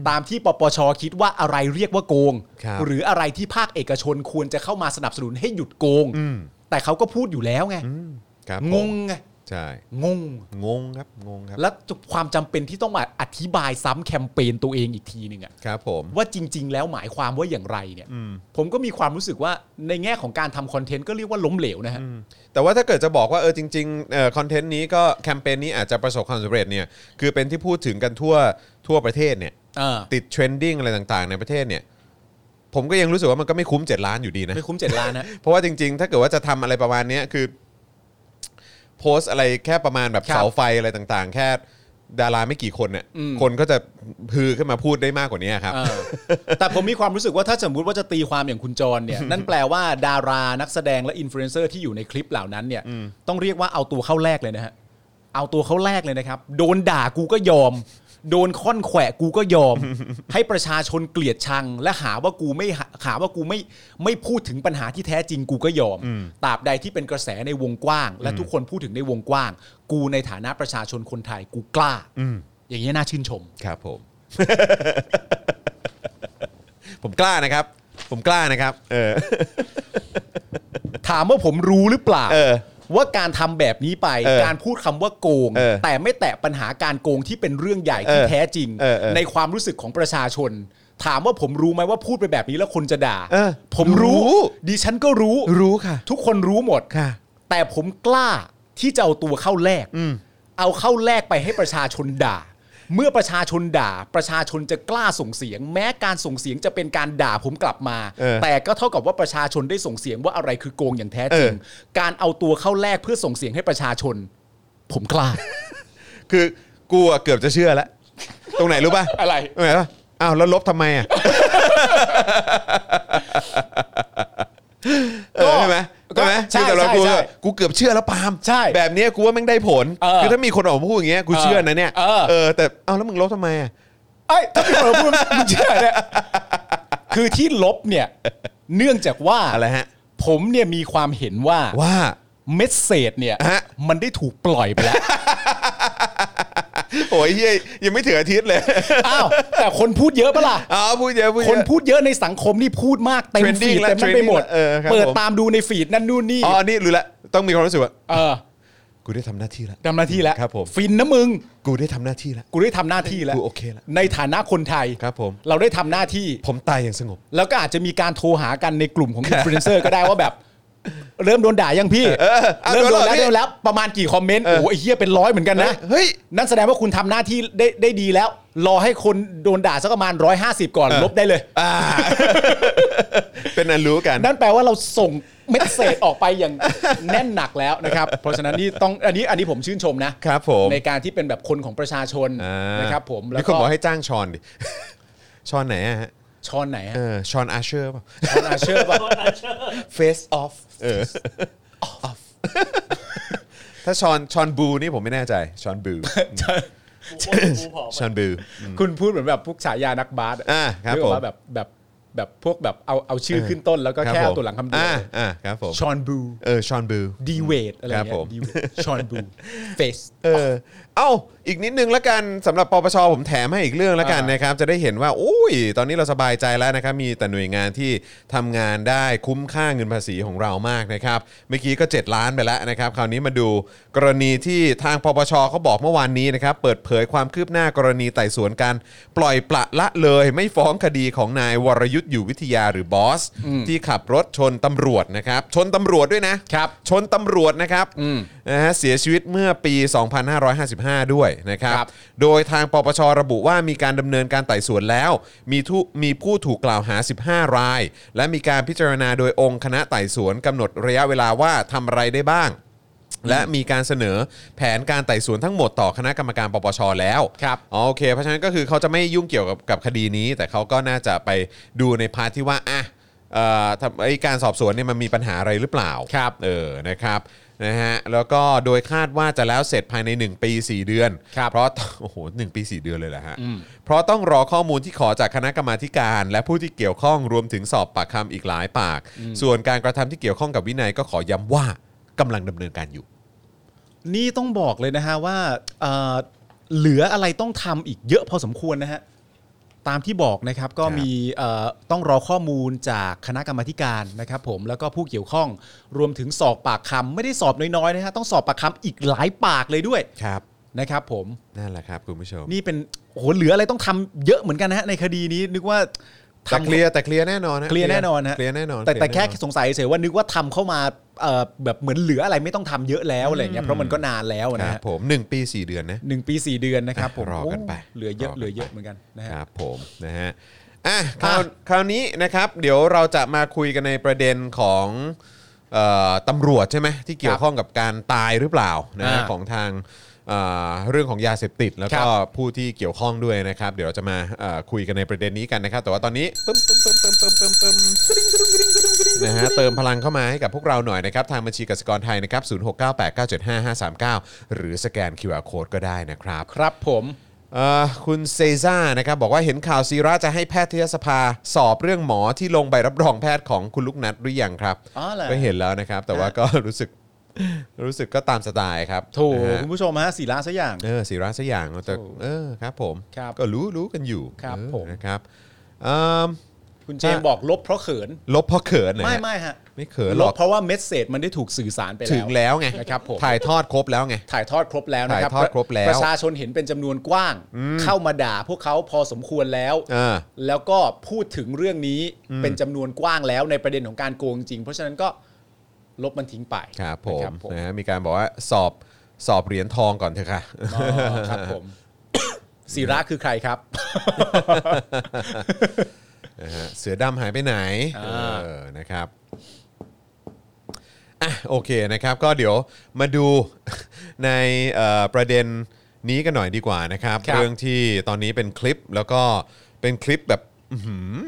Speaker 1: ตามที่ปปชคิดว่าอะไรเรียกว่าโกง
Speaker 2: ครับ
Speaker 1: หรืออะไรที่ภาคเอกชนควรจะเข้ามาสนับสนุนให้หยุดโกง แต่เขาก็พูดอยู่แล้วไง
Speaker 2: ครับ
Speaker 1: ง
Speaker 2: ผ
Speaker 1: ง
Speaker 2: ม
Speaker 1: ไง
Speaker 2: ใช่
Speaker 1: งง
Speaker 2: งงครับงงครับ
Speaker 1: และความจำเป็นที่ต้องมาอธิบายซ้ำแคมเปญตัวเองอีกทีหนึ่งอะ
Speaker 2: ครับผม
Speaker 1: ว่าจริง ๆ แล้วหมายความว่าอย่างไรเนี่ย ผมก็มีความรู้สึกว่าในแง่ของการทำคอนเทนต์ก็เรียกว่าล้มเหลวนะฮะ
Speaker 2: แต่ว่าถ้าเกิดจะบอกว่าเออจริงๆเอ่อคอนเทนต์นี้ก็แคมเปญนี้อาจจะประสบความสำเร็จเนี่ยคือเป็นที่พูดถึงกันทั่วทั่วประเทศเนี่ย
Speaker 1: เออ
Speaker 2: ติดเทรนดิ้งอะไรต่างๆ ในประเทศเนี่ยผมก็ยังรู้สึกว่ามันก็ไม่คุ้ม 7 ล้านอยู่ดีนะ
Speaker 1: ไม่คุ้มเจ็ดล้านนะ
Speaker 2: เพราะว่าจริงๆ ถ้าเกิดว่าจะทำอะไรประมาณเนี้ยคือ โพสต์อะไรแค่ประมาณแบบ
Speaker 1: ครับ
Speaker 2: เสาไฟอะไรต่างๆ แค่ดาราไม่กี่คนเนี่ย
Speaker 1: อืม
Speaker 2: คนก็จะฮือขึ้นมาพูดได้มากกว่านี้ครับ
Speaker 1: เออแต่ผมมีความรู้สึกว่าถ้าสมมติว่าจะตีความอย่างคุณจรเนี่ย นั่นแปลว่าดารานักแสดงและอินฟลูเอนเซอร์ที่อยู่ในคลิปเหล่านั้นเนี่ยต้องเรียกว่าเอาตัวเข้าแรกเลยนะฮะเอาตัวเข้าแรกเลยนะครับ โดนด่ากูก็ยอม โดนค่อนแขวะกูก็ยอม ให้ประชาชนเกลียดชัง และหาว่ากูไม่หาหาว่ากูไม่ไม่พูดถึงปัญหาที่แท้จริงกูก็ยอมตราบใดที่เป็นกระแสในวงกว้าง และทุกคนพูดถึงในวงกว้าง กูในฐานะประชาชนคนไทยกูกล้าอย่างนี้ยน่าชื่นชม
Speaker 2: ครับผม ผมกล้านะครับ ผมกล้านะครับ เออ
Speaker 1: ถามว่าผมรู้หรือเปล่า
Speaker 2: เออ
Speaker 1: ว่าการทำแบบนี้ไป
Speaker 2: เออ
Speaker 1: การพูดคำว่าโกง
Speaker 2: เออ
Speaker 1: แต่ไม่แตะปัญหาการโกงที่เป็นเรื่องใหญ่
Speaker 2: เออ
Speaker 1: ที่แท้จริง
Speaker 2: เออเออ
Speaker 1: ในความรู้สึกของประชาชน ถามว่าผมรู้ไหมว่าพูดไปแบบนี้แล้วคนจะด่า
Speaker 2: เออ
Speaker 1: ผมรู้
Speaker 2: รู้
Speaker 1: ดิฉันก็รู้
Speaker 2: รู้ค่ะ
Speaker 1: ทุกคนรู้หมด
Speaker 2: ค่ะ
Speaker 1: แต่ผมกล้าที่จะเอาตัวเข้าแลกเอาเข้าแลกไปให้ประชาชนด่า เมื่อประชาชนด่า ประชาชนจะกล้าส่งเสียง แม้การส่งเสียงจะเป็นการด่าผมกลับมา
Speaker 2: เออ
Speaker 1: แต่ก็เท่ากับว่าประชาชนได้ส่งเสียงว่าอะไรคือโกงอย่างแท้จริง
Speaker 2: เอ
Speaker 1: การเอาตัวเข้าแลกเพื่อส่งเสียงให้ประชาชน ผมกล้า
Speaker 2: คือกูอะเกือบจะเชื่อแล้ว ตรงไหนรู้ป่ะ
Speaker 1: อะไร
Speaker 2: ตรงไหนป่ะอ้าวแล้วลบทำไมอ่ะเออใช่ไหม
Speaker 1: ก็
Speaker 2: ใช่ไหม
Speaker 1: ใช่
Speaker 2: คือแต่เรา
Speaker 1: ใช่
Speaker 2: กู
Speaker 1: ใช่
Speaker 2: กูเกือบเชื่อแล้วปาล์ม
Speaker 1: ใช่
Speaker 2: แบบเนี้ยกูว่าแม่งได้ผล
Speaker 1: เออ
Speaker 2: คือถ้ามีคนออกมาพูดอย่างเงี้ยกู
Speaker 1: เออ
Speaker 2: เชื่อนะเนี่ย
Speaker 1: เออ
Speaker 2: เออแต่เอาแล้วมึงลบทำไมอ่ะ
Speaker 1: ไอ้ยถ้าเป็นคนพูดมึงเชื่อ เนี่ยคือที่ลบเนี่ย เนื่องจากว่า
Speaker 2: อะไรฮะ
Speaker 1: ผมเนี่ยมีความเห็นว่า
Speaker 2: ว่า
Speaker 1: เมสเซจเนี่ย
Speaker 2: ฮะ
Speaker 1: มันได้ถูกปล่อยไปแล้ว
Speaker 2: โอ้ยเหี้ยยังไม่ถึงอาทิตย์เลย
Speaker 1: อ้าว แต่คนพูดเยอะปะล่ะ
Speaker 2: เอ้าวพูดเยอะพูดเย
Speaker 1: ค
Speaker 2: อะ
Speaker 1: นพูดเยอะในสังคมนี่พูดมากเต็ม
Speaker 2: Trending
Speaker 1: ฟีด
Speaker 2: ละ
Speaker 1: เต็มนั่นไปหมด
Speaker 2: Trending ละเออครับ
Speaker 1: เปิด
Speaker 2: ผม
Speaker 1: ตามดูในฟีดนั่นนู่นนี่
Speaker 2: อ๋ออันนี่รู้ละต้องมีความรู้สึกว่า
Speaker 1: เออ
Speaker 2: กูได้ทำหน้าที่แล้ว
Speaker 1: ทำหน้าที่แล้ว
Speaker 2: ครับผม
Speaker 1: ฟินนะมึง
Speaker 2: กูได้ทำหน้าที่แล้ว
Speaker 1: กูได้ทำหน้าที่แล้ว
Speaker 2: กูโอเคละ
Speaker 1: ในฐานะคนไทย
Speaker 2: ครับผม
Speaker 1: เราได้ทำหน้าที่
Speaker 2: ผมตายอย่างสงบ
Speaker 1: แล้วก็อาจจะมีการโทรหากันในกลุ่มของ อินฟลูเอนเซอร์ก็ได้ว่าแบบ เริ่มโดนด่ายังพี่
Speaker 2: เออเออ
Speaker 1: เริ่มโดนแล้ว ว
Speaker 2: โดนแล้พี่
Speaker 1: เริ่มแล้วประมาณกี่คอมเมนต์
Speaker 2: เออ
Speaker 1: โอ้โหไอ้เหี้ยเป็นร้อยเหมือนกันนะ
Speaker 2: เฮ้ย
Speaker 1: นั่นแสดงว่าคุณทำหน้าที่ได้ได้ดีแล้ว รอให้คนโดนด่าสักประมาณ 150 ก่อน
Speaker 2: เออ
Speaker 1: ลบได้เลย
Speaker 2: อ่า เป็นอันรู้กัน
Speaker 1: นั่นแปลว่าเราส่งเมสเซจออกไปอย่าง แน่นหนักแล้วนะครับ เพราะฉะนั้นนี่ต้องอันนี้อันนี้ผมชื่นชมนะครับ
Speaker 2: ผม
Speaker 1: ในการที่เป็นแบบคนของประชาชน
Speaker 2: อ่า
Speaker 1: นะครับผม
Speaker 2: มี
Speaker 1: แล้ว
Speaker 2: คน
Speaker 1: ก็
Speaker 2: บอกให้จ้างชอนดิ ชอนไหนอะฮะ
Speaker 1: ชอนไหน
Speaker 2: เอ
Speaker 1: ฮะ
Speaker 2: อชอนอาเชอร์ป่ะ
Speaker 1: ชอนอาเชอร์ป่ะ
Speaker 2: Face off เออ Off ถ้าชอนชอนบูนี่ผมไม่แน่ใจ ชอนบู
Speaker 3: กูผอม
Speaker 2: ชอนบูอืม
Speaker 1: คุณพูดเหมือนแบบพวกฉายานักบาสะ
Speaker 2: อ่าครับ
Speaker 1: เรียก
Speaker 2: ผม
Speaker 1: ว่าแบบแบบแบบพวกแบบเอาเอาชื่อขึ้นต้นแล้วก็แค่
Speaker 2: รับ
Speaker 1: เอา
Speaker 2: ผม
Speaker 1: ตัวหลังคำเดีย
Speaker 2: อ่าว อ่าครับผม
Speaker 1: ชอนบู
Speaker 2: เออชอนบู
Speaker 1: ดีเวดอะไร
Speaker 2: ครับ
Speaker 1: เงี้
Speaker 2: ผ
Speaker 1: ย
Speaker 2: ม
Speaker 1: ดีเวดชอนบูเฟส
Speaker 2: เออ เอ้า อีกนิดนึงละกันสำหรับปปชผมแถมให้อีกเรื่องละกัน
Speaker 1: อ่าน
Speaker 2: นะครับ จะได้เห็นว่าอุ้ย ตอนนี้เราสบายใจแล้วนะครับ มีแต่หน่วยงานที่ทำงานได้คุ้มค่าเงินภาษีของเรามากนะครับ เมื่อกี้ก็ 7 ล้านไปแล้วนะครับ คราวนี้มาดูกรณีที่ทางปปชเขาบอกเมื่อวานนี้นะครับ เปิดเผยความคืบหน้ากรณีไต่สวนการปล่อยปละละเลย ไม่ฟ้องคดีของนายวรยุทธ์อยู่วิทยาหรือบอส ที่ขับรถชนตำรวจนะครับ ชนตำรวจด้วยนะ
Speaker 1: ครับ
Speaker 2: ชนตำรวจนะครับนะฮะเสียชีวิตเมื่อปี 2555 ด้วยนะครับ
Speaker 1: ครับ
Speaker 2: โดยทางปปชระบุว่ามีการดำเนินการไต่สวนแล้ว มีทุมีผู้ถูกกล่าวหา 15 ราย และมีการพิจารณาโดยองค์คณะไต่สวนกำหนดระยะเวลาว่าทำอะไรได้บ้าง และมีการเสนอแผนการไต่สวนทั้งหมดต่อคณะกรรมการปปชแล้ว
Speaker 1: ครับ
Speaker 2: อ๋อโอเค เพราะฉะนั้นก็คือเขาจะไม่ยุ่งเกี่ยวกับกับคดีนี้ แต่เขาก็น่าจะไปดูในพาร์ทที่ว่าอ่ะเอ่อทำไอการสอบสวนเนี่ยมันมีปัญหาอะไรหรือเปล่า
Speaker 1: ครับ
Speaker 2: เออ นะครับนะฮะ แล้วก็โดยคาดว่าจะแล้วเสร็จภายใน 1 ปี 4 เดือน
Speaker 1: ครับ
Speaker 2: เพราะ โอ้โหหปี 4 เดือนเลยแหละฮะ เพราะต้องรอข้อมูลที่ขอจากคณะกรรมาธิการ และผู้ที่เกี่ยวข้องรวมถึงสอบปากคำอีกหลายปาก ส่วนการกระทำที่เกี่ยวข้องกับวินัยก็ขอย้ำว่ากำลังดำเนินการอยู่
Speaker 1: นี่ต้องบอกเลยนะฮะว่าเอ่อเหลืออะไรต้องทำอีกเยอะพอสมควรนะฮะตามที่บอกนะครับก็
Speaker 2: ครับ
Speaker 1: มีเอ่อต้องรอข้อมูลจากคณะกรรมาธิการนะครับผมแล้วก็ผู้เกี่ยวข้องรวมถึงสอบปากคำไม่ได้สอบน้อยๆนะฮะต้องสอบปากคำอีกหลายปากเลยด้วย
Speaker 2: ครับ
Speaker 1: นะครับผม
Speaker 2: นั่นแหละครับคุณผู้ชม
Speaker 1: นี่เป็นโอ้โหเหลืออะไรต้องทำเยอะเหมือนกันนะฮะในคดีนี้นึกว่า
Speaker 2: แต่
Speaker 1: ทำ
Speaker 2: เคลียร์แต่เคลียร์แน่นอนฮะ
Speaker 1: เคลียร์แน่นอนฮะ
Speaker 2: เคลียร์แน่นอน
Speaker 1: แต่แต่แค่
Speaker 2: เลียร์น่นอน
Speaker 1: สงสัยเฉยๆว่านึกว่าทำเข้ามาเอ่อแบบเหมือนเหลืออะไรไม่ต้องทำเยอะแล้วอะไรอย่างเงี้ยเพราะมันก็นานแล้วนะ
Speaker 2: ค
Speaker 1: ฮะ
Speaker 2: รับผม 1 ปี 4 เดือนนะ
Speaker 1: หนึ่งปีสี่เดือนนะครับผม
Speaker 2: รอกันไป
Speaker 1: โเหลือเย
Speaker 2: ร
Speaker 1: อะ
Speaker 2: อกันไป
Speaker 1: เหลือเยอะเหมือนกันนะ
Speaker 2: ค
Speaker 1: ฮะ
Speaker 2: รับผมนะฮะอ่ะคราว
Speaker 1: อ่ะ
Speaker 2: คราวนี้นะครับ เดี๋ยวเราจะมาคุยกันในประเด็นของเอ่อตำรวจใช่ไหมที่เกี่ยวข้องกับการตายหรือเปล่านะฮะ
Speaker 1: อ่า
Speaker 2: ของทางเอ่อเรื่องของยาเสพติด แล้วก็ผู้ที่เกี่ยวข้องด้วยนะครับ เดี๋ยวเราจะมาเอ่อคุยกันในประเด็นนี้กันนะครับ แต่ว่าตอนนี้ปึ้มปึ้มปึ้มปึ้มปึ้มปึ้มปึ้มนะฮะเติมพลังเข้ามาให้กับพวกเราหน่อยนะครับ ทางบัญชีกสิกรไทยนะครับ0698975539 หรือสแกน QR Code ก็ได้นะครับ
Speaker 1: ครับผม
Speaker 2: เอ่อคุณเซซ่านะครับบอกว่าเห็นข่าวซีราจะให้แพทยสภาสอบเรื่องหมอที่ลงใบรับรองแพทย์ของคุณลูกนัดหรือยังครับ
Speaker 1: อ๋อเหรอ
Speaker 2: ก็เห็นแล้วนะครับ แต่ว่าก็ รู้สึกรู้สึกก็ตามสไตล์ครับ
Speaker 1: ถูก
Speaker 2: นะฮะ
Speaker 1: คุณผู้ชมฮะสีล้าซะอย่าง
Speaker 2: เออซีราสักอย่างแต่
Speaker 1: ถูก
Speaker 2: เออครับผม
Speaker 1: ครับ
Speaker 2: ก็รู้รู้กันอยู่
Speaker 1: ครับ
Speaker 2: เออ
Speaker 1: ผม
Speaker 2: นะครับเอิ่ม
Speaker 1: คุณเจมส์บอกลบเพราะเขิน
Speaker 2: ลบเพราะเขินนะ
Speaker 1: ไม่
Speaker 2: ฮะ
Speaker 1: ไม่ฮะ
Speaker 2: ไม่เขินห
Speaker 1: ล
Speaker 2: ร
Speaker 1: บอก เพราะว่าเมสเซจมันได้ถูกสื่อสารไปแล้ว
Speaker 2: ถึงแล้วไง
Speaker 1: นะครับผม
Speaker 2: ถ่ายทอดครบแล้วไง
Speaker 1: ถ่ายทอดครบแล้วนะครับ
Speaker 2: ถ่ายทอดครบแล้ว
Speaker 1: ประชาชนเห็นเป็นจำนวนกว้าง เข้ามาด่าพวกเขาพอสมควรแล้ว
Speaker 2: เออ
Speaker 1: แล้วก็พูดถึงเรื่องนี้เป็นจำนวนกว้างแล้วในประเด็นของการโกงจริง เพราะฉะนั้นก็ลบมันทิ้งไป
Speaker 2: ครับผ
Speaker 1: นะ
Speaker 2: มนะฮะมีการบอกว่าสอบสอบเหรียญทองก่อนเถอะค่ะ
Speaker 1: อ๋อครับผม สีระคือใครครับ
Speaker 2: นะฮะเสือดำหายไปไหน
Speaker 1: อ่า
Speaker 2: เออนะครับ อ่ะโอเคนะครับ ก็เดี๋ยวมาดู ในเอ่อประเด็น นี้กันหน่อยดีกว่านะครับ
Speaker 1: ครับ
Speaker 2: เรื่องที่ตอนนี้เป็นคลิปแล้วก็เป็นคลิปแบบอื้อหือ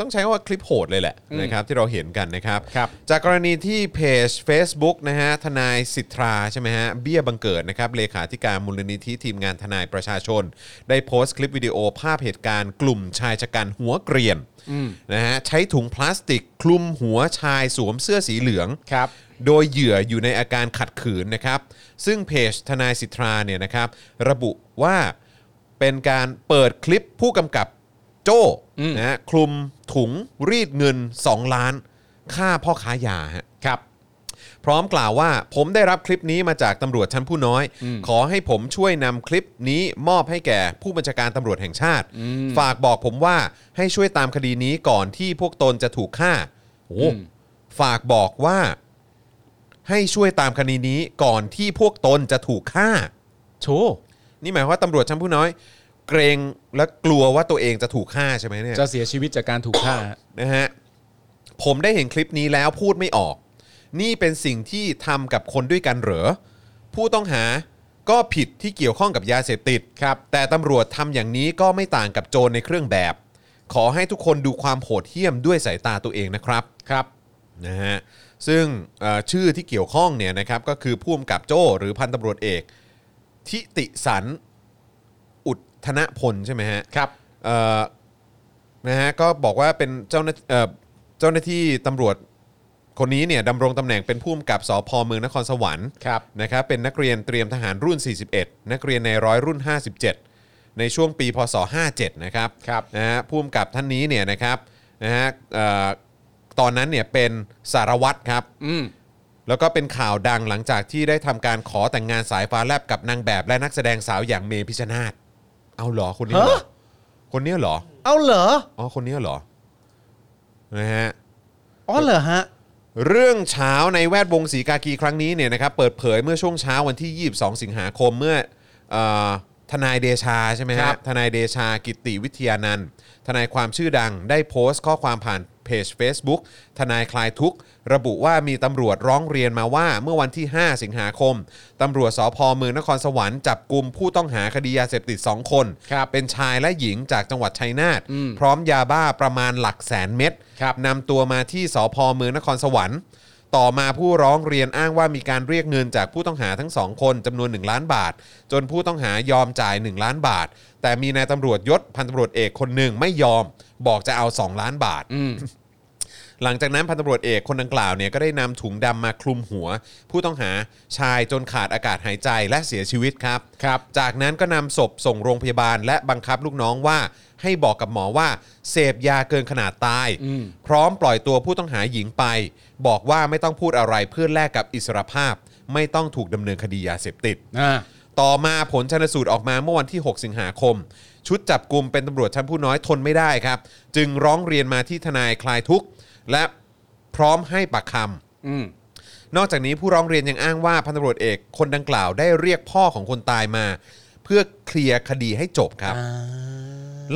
Speaker 2: ต้องใช้คำว่าคลิปโหดเลยแหละนะครับที่เราเห็นกันนะครับ
Speaker 1: ครับ
Speaker 2: จากกรณีที่เพจ Facebook นะฮะทนายสิทธาใช่ไหมฮะเบี้ยบังเกิดนะครับเลขาธิการมูลนิธิทีมงานทนายประชาชน ได้โพสต์คลิปวิดีโอภาพเหตุการณ์กลุ่มชายชะกันหัวเกรียนนะฮะใช้ถุงพลาสติกคลุมหัวชายสวมเสื้อสีเหลือง
Speaker 1: ครับ
Speaker 2: โดยเหยื่ออยู่ในอาการขัดขืนนะครับ ซึ่งเพจทนายสิทธาเนี่ยนะครับระบุว่าเป็นการเปิดคลิปผู้กำกับโจ้นะฮะคลุมถุงรีดเงิน 2 ล้าน ค่าพ่อค้ายาฮะ
Speaker 1: ครับ
Speaker 2: พร้อมกล่าวว่าผมได้รับคลิปนี้มาจากตำรวจชั้นผู้น้อย ขอให้ผมช่วยนำคลิปนี้มอบให้แก่ผู้บัญชาการตำรวจแห่งชาติ ฝากบอกผมว่าให้ช่วยตามคดีนี้ก่อนที่พวกตนจะถูกฆ่าโอ้ฝากบอกว่า ให้ช่วยตามคดีนี้ก่อนที่พวกตนจะถูกฆ่า
Speaker 1: โช
Speaker 2: นี่หมายความว่าตำรวจชั้นผู้น้อย เกรงและกลัวว่าตัวเองจะถูกฆ่าใช่ไหมเนี่ย
Speaker 1: จะเสียชีวิตจากการถูกฆ่า
Speaker 2: นะฮะผมได้เห็นคลิปนี้แล้วพูดไม่ออก นี่เป็นสิ่งที่ทำกับคนด้วยกันเหรอ ผู้ต้องหาก็ผิดที่เกี่ยวข้องกับยาเสพติด
Speaker 1: ครับ
Speaker 2: แต่ตำรวจทำอย่างนี้ก็ไม่ต่างกับโจรในเครื่องแบบ ขอให้ทุกคนดูความโหดเหี้ยมด้วยสายตาตัวเองนะครับ
Speaker 1: ครับ
Speaker 2: นะฮะซึ่งเอ่อชื่อที่เกี่ยวข้องเนี่ยนะครับก็คือผู้กำกับโจ้หรือพันตำรวจเอก ทิติสันอุทธนพลใช่ไหมฮะ
Speaker 1: ครับ
Speaker 2: เอ่อนะฮะก็บอกว่าเป็นเจ้าหน้าเอ่อเจ้าหน้าที่ตำรวจคนนี้เนี่ยดำรงตำแหน่งเป็นผู้กำกับสพเมืองนครสวรรค์
Speaker 1: ครับ
Speaker 2: นะครับเป็นนักเรียนเตรียมทหารรุ่น 41 นักเรียนในร้อยรุ่น 57 ในช่วงปีพศ 57 นะครับ
Speaker 1: ครับ
Speaker 2: นะฮะผู้กำกับท่านนี้เนี่ยนะครับนะฮะเอ่อตอนนั้นเนี่ยเป็นสารวัตรครับ
Speaker 1: อืม
Speaker 2: แล้วก็เป็นข่าวดังหลังจากที่ได้ทำการขอแต่งงานสายฟ้าแลบกับนางแบบและนักแสดงสาวอย่างเมพิชชนาธเอาเหรอคนนี้เหรอ
Speaker 1: ฮะ
Speaker 2: คนนี้เหรอ
Speaker 1: เอาเหรอ
Speaker 2: อ๋อคนนี้เหรอนะฮะ
Speaker 1: อ๋อเหรอฮะ
Speaker 2: เรื่องเช้าในแวดวงสีกากีครั้งนี้เนี่ยนะครับเปิดเผยเมื่อช่วงเช้าวันที่ 22 สิงหาคมเมื่อเออทนายเดชาใช่ไหมค
Speaker 1: ครั
Speaker 2: รับบ ทนายเดชากิติวิทยานันท์ทนายความชื่อดังได้โพสต์ข้อความผ่านเพจ Facebook ทนายคลายทุกข์ ระบุว่ามีตำรวจร้องเรียนมาว่าเมื่อวันที่ 5 สิงหาคมตำรวจสพเมืองนครสวรรค์จับกลุ่มผู้ต้องหาคดียาเสพติด 2 คน
Speaker 1: ครับ
Speaker 2: เป็นชายและหญิงจากจังหวัดชัยนาทพร้อมยาบ้าประมาณหลักแสนเม็ด
Speaker 1: ครับ
Speaker 2: นำตัวมาที่สอพอเมืองนครสวรรค์ ต่อมาผู้ร้องเรียนอ้างว่ามีการเรียกเงินจากผู้ต้องหาทั้งสองคนจำนวน 1 ล้านบาท จนผู้ต้องหายอมจ่าย 1 ล้านบาท แต่มีนายตำรวจยศพันตำรวจเอกคนหนึ่งไม่ยอม บอกจะเอา 2 ล้านบาท หลังจากนั้นพันตำรวจเอกคนดังกล่าวเนี่ยก็ได้นำถุงดำมาคลุมหัว ผู้ต้องหาชายจนขาดอากาศหายใจและเสียชีวิตครับ
Speaker 1: ครับ
Speaker 2: จากนั้นก็นำศพส่งโรงพยาบาล และบังคับลูกน้องว่าให้บอกกับหมอว่าเสพยาเกินขนาดตาย พร้อมปล่อยตัวผู้ต้องหาหญิงไป บอกว่าไม่ต้องพูดอะไรเพื่อแลกกับอิสรภาพ ไม่ต้องถูกดำเนินคดียาเสพติด
Speaker 1: อ่า
Speaker 2: ต่อมาผลชนสูตรออกมาเมื่อวันที่ 6 สิงหาคม ชุดจับกลุ่มเป็นตำรวจชั้นผู้น้อยทนไม่ได้ครับ จึงร้องเรียนมาที่ทนายคลายทุกข์และพร้อมให้ปากคำ
Speaker 1: อืม
Speaker 2: นอกจากนี้ผู้ร้องเรียนยังอ้างว่าพันตำรวจเอกคนดังกล่าวได้เรียกพ่อของคนตายมา เพื่อเคลียร์คดีให้จบครับ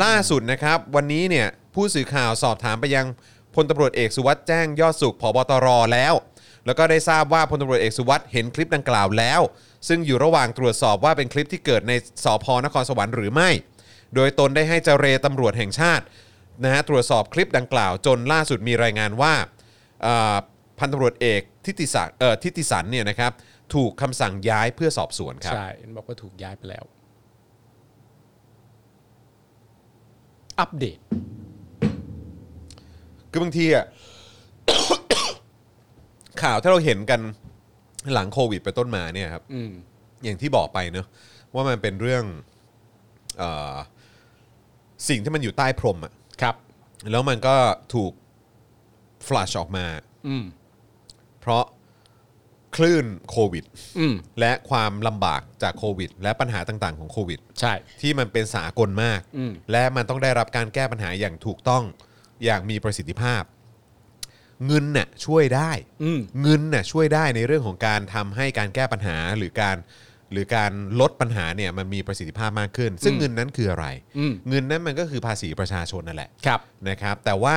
Speaker 2: ล่าสุดนะครับ วันนี้เนี่ยผู้สื่อข่าวสอบถามไปยังพลตำรวจเอกสุวัสด์แจ้งยอดสุขผบตรแล้ว แล้วก็ได้ทราบว่าพลตำรวจเอกสุวัสด์เห็นคลิปดังกล่าวแล้ว ซึ่งอยู่ระหว่างตรวจสอบว่าเป็นคลิปที่เกิดในสพนครสวรรค์หรือไม่ โดยตนได้ให้เจเรตำรวจแห่งชาตินะฮะตรวจสอบคลิปดังกล่าวจนล่าสุดมีรายงานว่าเอ่อพันตำรวจเอกทิติศักดิ์เอ่อทิติสันเนี่ยนะครับถูกคำสั่งย้ายเพื่อสอบสวนครับ
Speaker 1: ใช่เห็นบอกว่าถูกย้ายไปแล้ว อัปเดต
Speaker 2: คือบางทีอ่ะ ข่าวที่เราเห็นกันหลังโควิดไปนต้นมาเนี่ยครับ
Speaker 1: อืม
Speaker 2: อย่างที่บอกไปเนอะว่ามันเป็นเรื่องเออสิ่งที่มันอยู่ใต้พรมอะ
Speaker 1: ครับ
Speaker 2: แล้วมันก็ถูก flush ออกมา
Speaker 1: อืม
Speaker 2: เพราะคลื่นโควิด
Speaker 1: อืม
Speaker 2: และความลำบากจากโควิด และปัญหาต่าง ๆของโควิด
Speaker 1: ใช่
Speaker 2: ที่มันเป็นสากลมาก
Speaker 1: อืม
Speaker 2: และมันต้องได้รับการแก้ปัญหาอย่างถูกต้องอย่างมีประสิทธิภาพ เงินน่ะช่วยได้
Speaker 1: อืม
Speaker 2: เงินน่ะช่วยได้ในเรื่องของการทำให้การแก้ปัญหาหรือการ หรือการลดปัญหาเนี่ยมันมีประสิทธิภาพมากขึ้น ซึ่งเงินนั้นคืออะไร
Speaker 1: อืม
Speaker 2: เงินนั้นมันก็คือภาษีประชาชนนั่นแหละ
Speaker 1: ครับ
Speaker 2: นะครับ แต่ว่า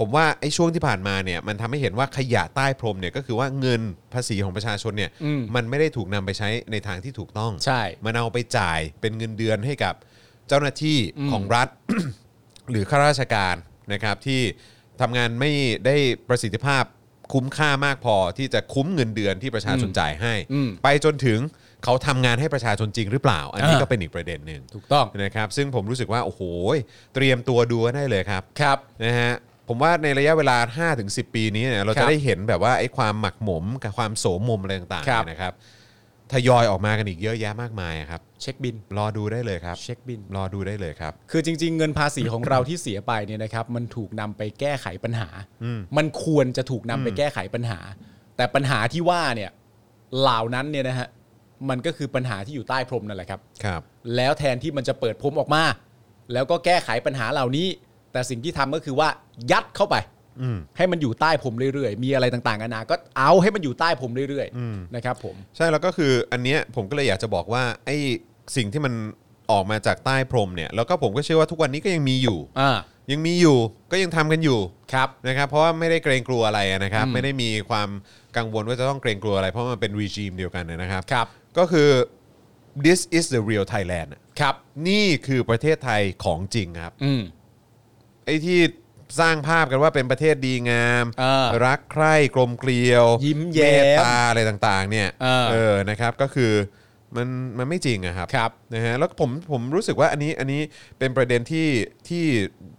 Speaker 2: ผมว่าไอ้ช่วงที่ผ่านมาเนี่ยมันทำให้เห็นว่าขยะใต้พรมเนี่ยก็คือว่าเงินภาษีของประชาชนเนี่ย
Speaker 1: อืม
Speaker 2: มันไม่ได้ถูกนำไปใช้ในทางที่ถูกต้อง
Speaker 1: ใช่
Speaker 2: มันเอาไปจ่ายเป็นเงินเดือนให้กับเจ้าหน้าที่
Speaker 1: อืม
Speaker 2: ของรัฐ หรือข้าราชการนะครับที่ทำงานไม่ได้ประสิทธิภาพคุ้มค่ามากพอที่จะคุ้มเงินเดือนที่ประชาชน
Speaker 1: อืม
Speaker 2: จ่ายให้
Speaker 1: อืม
Speaker 2: ไปจนถึงเขาทำงานให้ประชาชนจริงหรือเปล่า อันนี้
Speaker 1: อ่า
Speaker 2: ก็เป็นอีกประเด็นหนึ่ง
Speaker 1: ถูกต้อง
Speaker 2: นะครับซึ่งผมรู้สึกว่า โอ้โห เตรียมตัวดูกันได้เลยครับ
Speaker 1: ครับ
Speaker 2: นะฮะผมว่าในระยะเวลา 5-10 ปีนี้เนี่ยเรา
Speaker 1: ครั
Speaker 2: จะ
Speaker 1: บ
Speaker 2: ได้เห็นแบบว่าไอ้ความหมักหมมกับความโสมมมอะไรต่างๆ
Speaker 1: ครับ
Speaker 2: เนี่ยนะครับทยอยออกมากันอีกเยอะแยะมากมายอะครับ
Speaker 1: เช็คบิน
Speaker 2: รอดูได้เลยครับ
Speaker 1: เช็คบิน
Speaker 2: รอดูได้เลยครับ
Speaker 1: คือจริง ๆ เงินภาษีของเราที่เสียไปเนี่ยนะครับ มันถูกนำไปแก้ไขปัญหา
Speaker 2: อืม
Speaker 1: มันควรจะถูกนำไปแก้ไขปัญหา แต่ปัญหาที่ว่าเนี่ยเหล่านั้นเนี่ยนะฮะมันก็คือปัญหาที่อยู่ใต้พรมนั่นแหละครับ
Speaker 2: ครับ
Speaker 1: แล้วแทนที่มันจะเปิดพรมออกมา แล้วก็แก้ไขปัญหาเหล่านี้ แต่สิ่งที่ทำก็คือว่ายัดเข้าไป
Speaker 2: อืม
Speaker 1: ให้มันอยู่ใต้ผมเรื่อยๆ มีอะไรต่างๆนานาก็เอาให้มันอยู่ใต้ผมเรื่อย
Speaker 2: อืม
Speaker 1: ๆนะครับผม
Speaker 2: ใช่แล้วก็คืออันเนี้ยผมก็เลยอยากจะบอกว่าไอ้สิ่งที่มันออกมาจากใต้พรมเนี่ยแล้วก็ผมก็เชื่อว่าทุกวันนี้ก็ยังมีอยู่
Speaker 1: อ่า
Speaker 2: ยังมีอยู่ก็ยังทำกันอยู่
Speaker 1: ครับ
Speaker 2: นะครับเพราะว่าไม่ได้เกรงกลัวอะไรนะครับ
Speaker 1: อืม
Speaker 2: ไม่ได้มีความกังวลว่าจะต้องเกรงกลัวอะไร เพราะมันเป็นรีจิมเดียวกันนะครับ
Speaker 1: ครับ
Speaker 2: ก็คือ this is the real Thailand อะ
Speaker 1: ครับ
Speaker 2: นี่คือประเทศไทยของจริงครับ
Speaker 1: อืม
Speaker 2: ไอ้ที่สร้างภาพกันว่าเป็นประเทศดีงาม
Speaker 1: เออ
Speaker 2: รักใคร่กลมเกลียว
Speaker 1: ยิ้มแย้ม
Speaker 2: เตตาอะไรต่างๆเนี่ย
Speaker 1: เออ
Speaker 2: นะครับก็คือมันมันไม่จริงอะครับ
Speaker 1: ครับ
Speaker 2: นะฮะแล้วผมผมรู้สึกว่าอันนี้อันนี้เป็นประเด็นที่ที่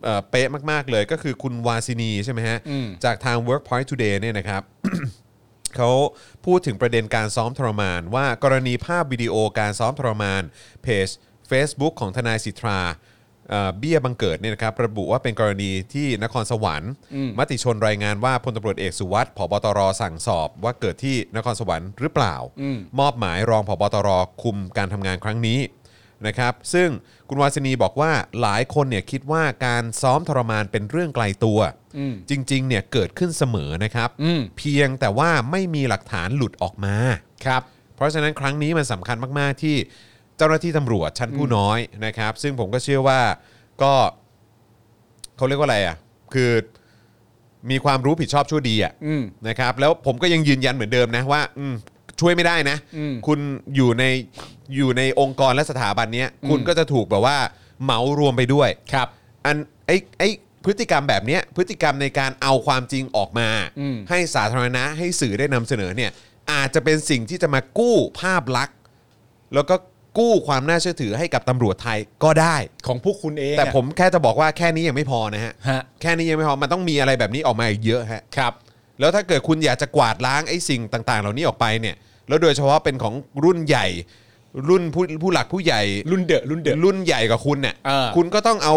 Speaker 2: เอ่อเป๊ะมาก ๆ เลยก็คือคุณวาซินีใช่ไหมฮะ
Speaker 1: อืม
Speaker 2: จากทาง Workpoint Today เนี่ยนะครับ เขาพูดถึงประเด็นการซ้อมทรมาน ว่ากรณีภาพวิดีโอการซ้อมทรมานเพจ Facebook ของทนายสิทธาเอ่อเบี้ยบังเกิดเนี่ยนะครับระบุว่าเป็นกรณีที่นครสวรรค์
Speaker 1: อืม
Speaker 2: มติชนรายงานว่าพลตำรวจเอกสุวัสด์ผบตรสั่งสอบว่าเกิดที่นครสวรรค์หรือเปล่า
Speaker 1: อืม
Speaker 2: มอบหมายรองผบตรคุมการทำงานครั้งนี้นะครับ ซึ่งคุณวาสนีบอกว่าหลายคนเนี่ยคิดว่าการซ้อมทรมานเป็นเรื่องไกลตัว
Speaker 1: อืม
Speaker 2: จริงๆเนี่ยเกิดขึ้นเสมอนะครับ
Speaker 1: อืม
Speaker 2: เพียงแต่ว่าไม่มีหลักฐานหลุดออกมา
Speaker 1: ครับ
Speaker 2: เพราะฉะนั้นครั้งนี้มันสำคัญมาก ๆ ที่เจ้าหน้าที่ตำรวจชั้นผู้น้อยนะครับ ซึ่งผมก็เชื่อว่าก็เขาเรียกว่าอะไรอ่ะ คือมีความรู้ผิดชอบชั่วดีอ่ะ
Speaker 1: อืม
Speaker 2: นะครับแล้วผมก็ยังยืนยันเหมือนเดิมนะว่าอืมช่วยไม่ได้นะ
Speaker 1: อืม
Speaker 2: คุณอยู่ในอยู่ในองค์กรและสถาบันเนี้ยคุณก็จะถูกแบบว่าเหมารวมไปด้วย
Speaker 1: ครับ
Speaker 2: อันไอ้ไอ้พฤติกรรมแบบเนี้ยพฤติกรรมในการเอาความจริงออกมา
Speaker 1: อืม
Speaker 2: ให้สาธารณะให้สื่อได้นำเสนอเนี่ยอาจจะเป็นสิ่งที่จะมากู้ภาพลักษณ์ แล้วก็กู้ความน่าเชื่อถือให้กับตำรวจไทยก็ได้
Speaker 1: ของพวกคุณเองอะ
Speaker 2: แต่ผมแค่จะบอกว่าแค่นี้ยังไม่พอนะฮะ
Speaker 1: ฮะ
Speaker 2: แค่นี้ยังไม่พอ มันต้องมีอะไรแบบนี้ออกมาอีกเยอะฮะ ครับ แล้วถ้าเกิดคุณอยากจะกวาดล้างไอ้สิ่งต่างๆ เหล่านี้ออกไปเนี่ย แล้วโดยเฉพาะเป็นของรุ่นใหญ่ รุ่นผู้ผู้หลักผู้ใหญ่
Speaker 1: รุ่นเดอะรุ่นเดอะ
Speaker 2: รุ่นใหญ่กว่าคุณเนี่ย
Speaker 1: เออ
Speaker 2: คุณก็ต้องเอา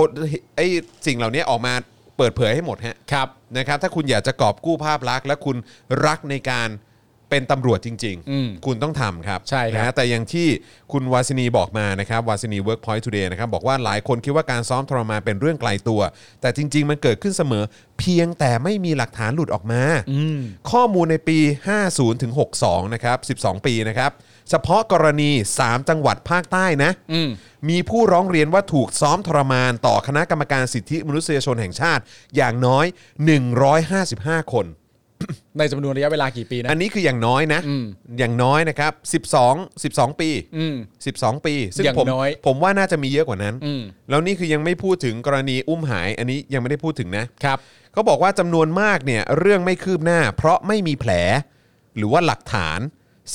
Speaker 2: ไอ้สิ่งเหล่านี้ออกมาเปิดเผยให้หมดฮะ
Speaker 1: ครับ
Speaker 2: นะครับ ถ้าคุณอยากจะกอบกู้ภาพลักษณ์และคุณรักในการเป็นตำรวจจริง
Speaker 1: อืม
Speaker 2: ๆ คุณต้องทำครับ
Speaker 1: ใช่ครับ
Speaker 2: นะฮะแต่อย่างที่คุณวาสินีบอกมานะครับวาสินี Workpoint Today นะครับบอกว่าหลายคนคิดว่าการซ้อมทรมานเป็นเรื่องไกลตัว แต่จริง ๆ มันเกิดขึ้นเสมอ เพียงแต่ไม่มีหลักฐานหลุดออกมา
Speaker 1: อืม
Speaker 2: ข้อมูลในปี 50ถึง62 นะครับ 12 ปีนะครับ เฉพาะกรณี 3 จังหวัดภาคใต้นะ
Speaker 1: อืม
Speaker 2: มีผู้ร้องเรียนว่าถูกซ้อมทรมานต่อคณะกรรมการสิทธิมนุษยชนแห่งชาติอย่างน้อย 155 คน
Speaker 1: ในจำนวนระยะเวลากี่ปีนะ
Speaker 2: อันนี้คืออย่างน้อยนะ
Speaker 1: อืม
Speaker 2: อย่างน้อยนะครับ 12 12 ปี
Speaker 1: อืม
Speaker 2: 12 ปี ซึ่ง
Speaker 1: อย่าง
Speaker 2: ผม
Speaker 1: น้อย
Speaker 2: ผมว่าน่าจะมีเยอะกว่านั้น
Speaker 1: อืม
Speaker 2: แล้วนี่คือยังไม่พูดถึงกรณีอุ้มหาย อันนี้ยังไม่ได้พูดถึงนะ
Speaker 1: ครับ
Speaker 2: เขาบอกว่าจำนวนมากเนี่ยเรื่องไม่คืบหน้า เพราะไม่มีแผล หรือว่าหลักฐาน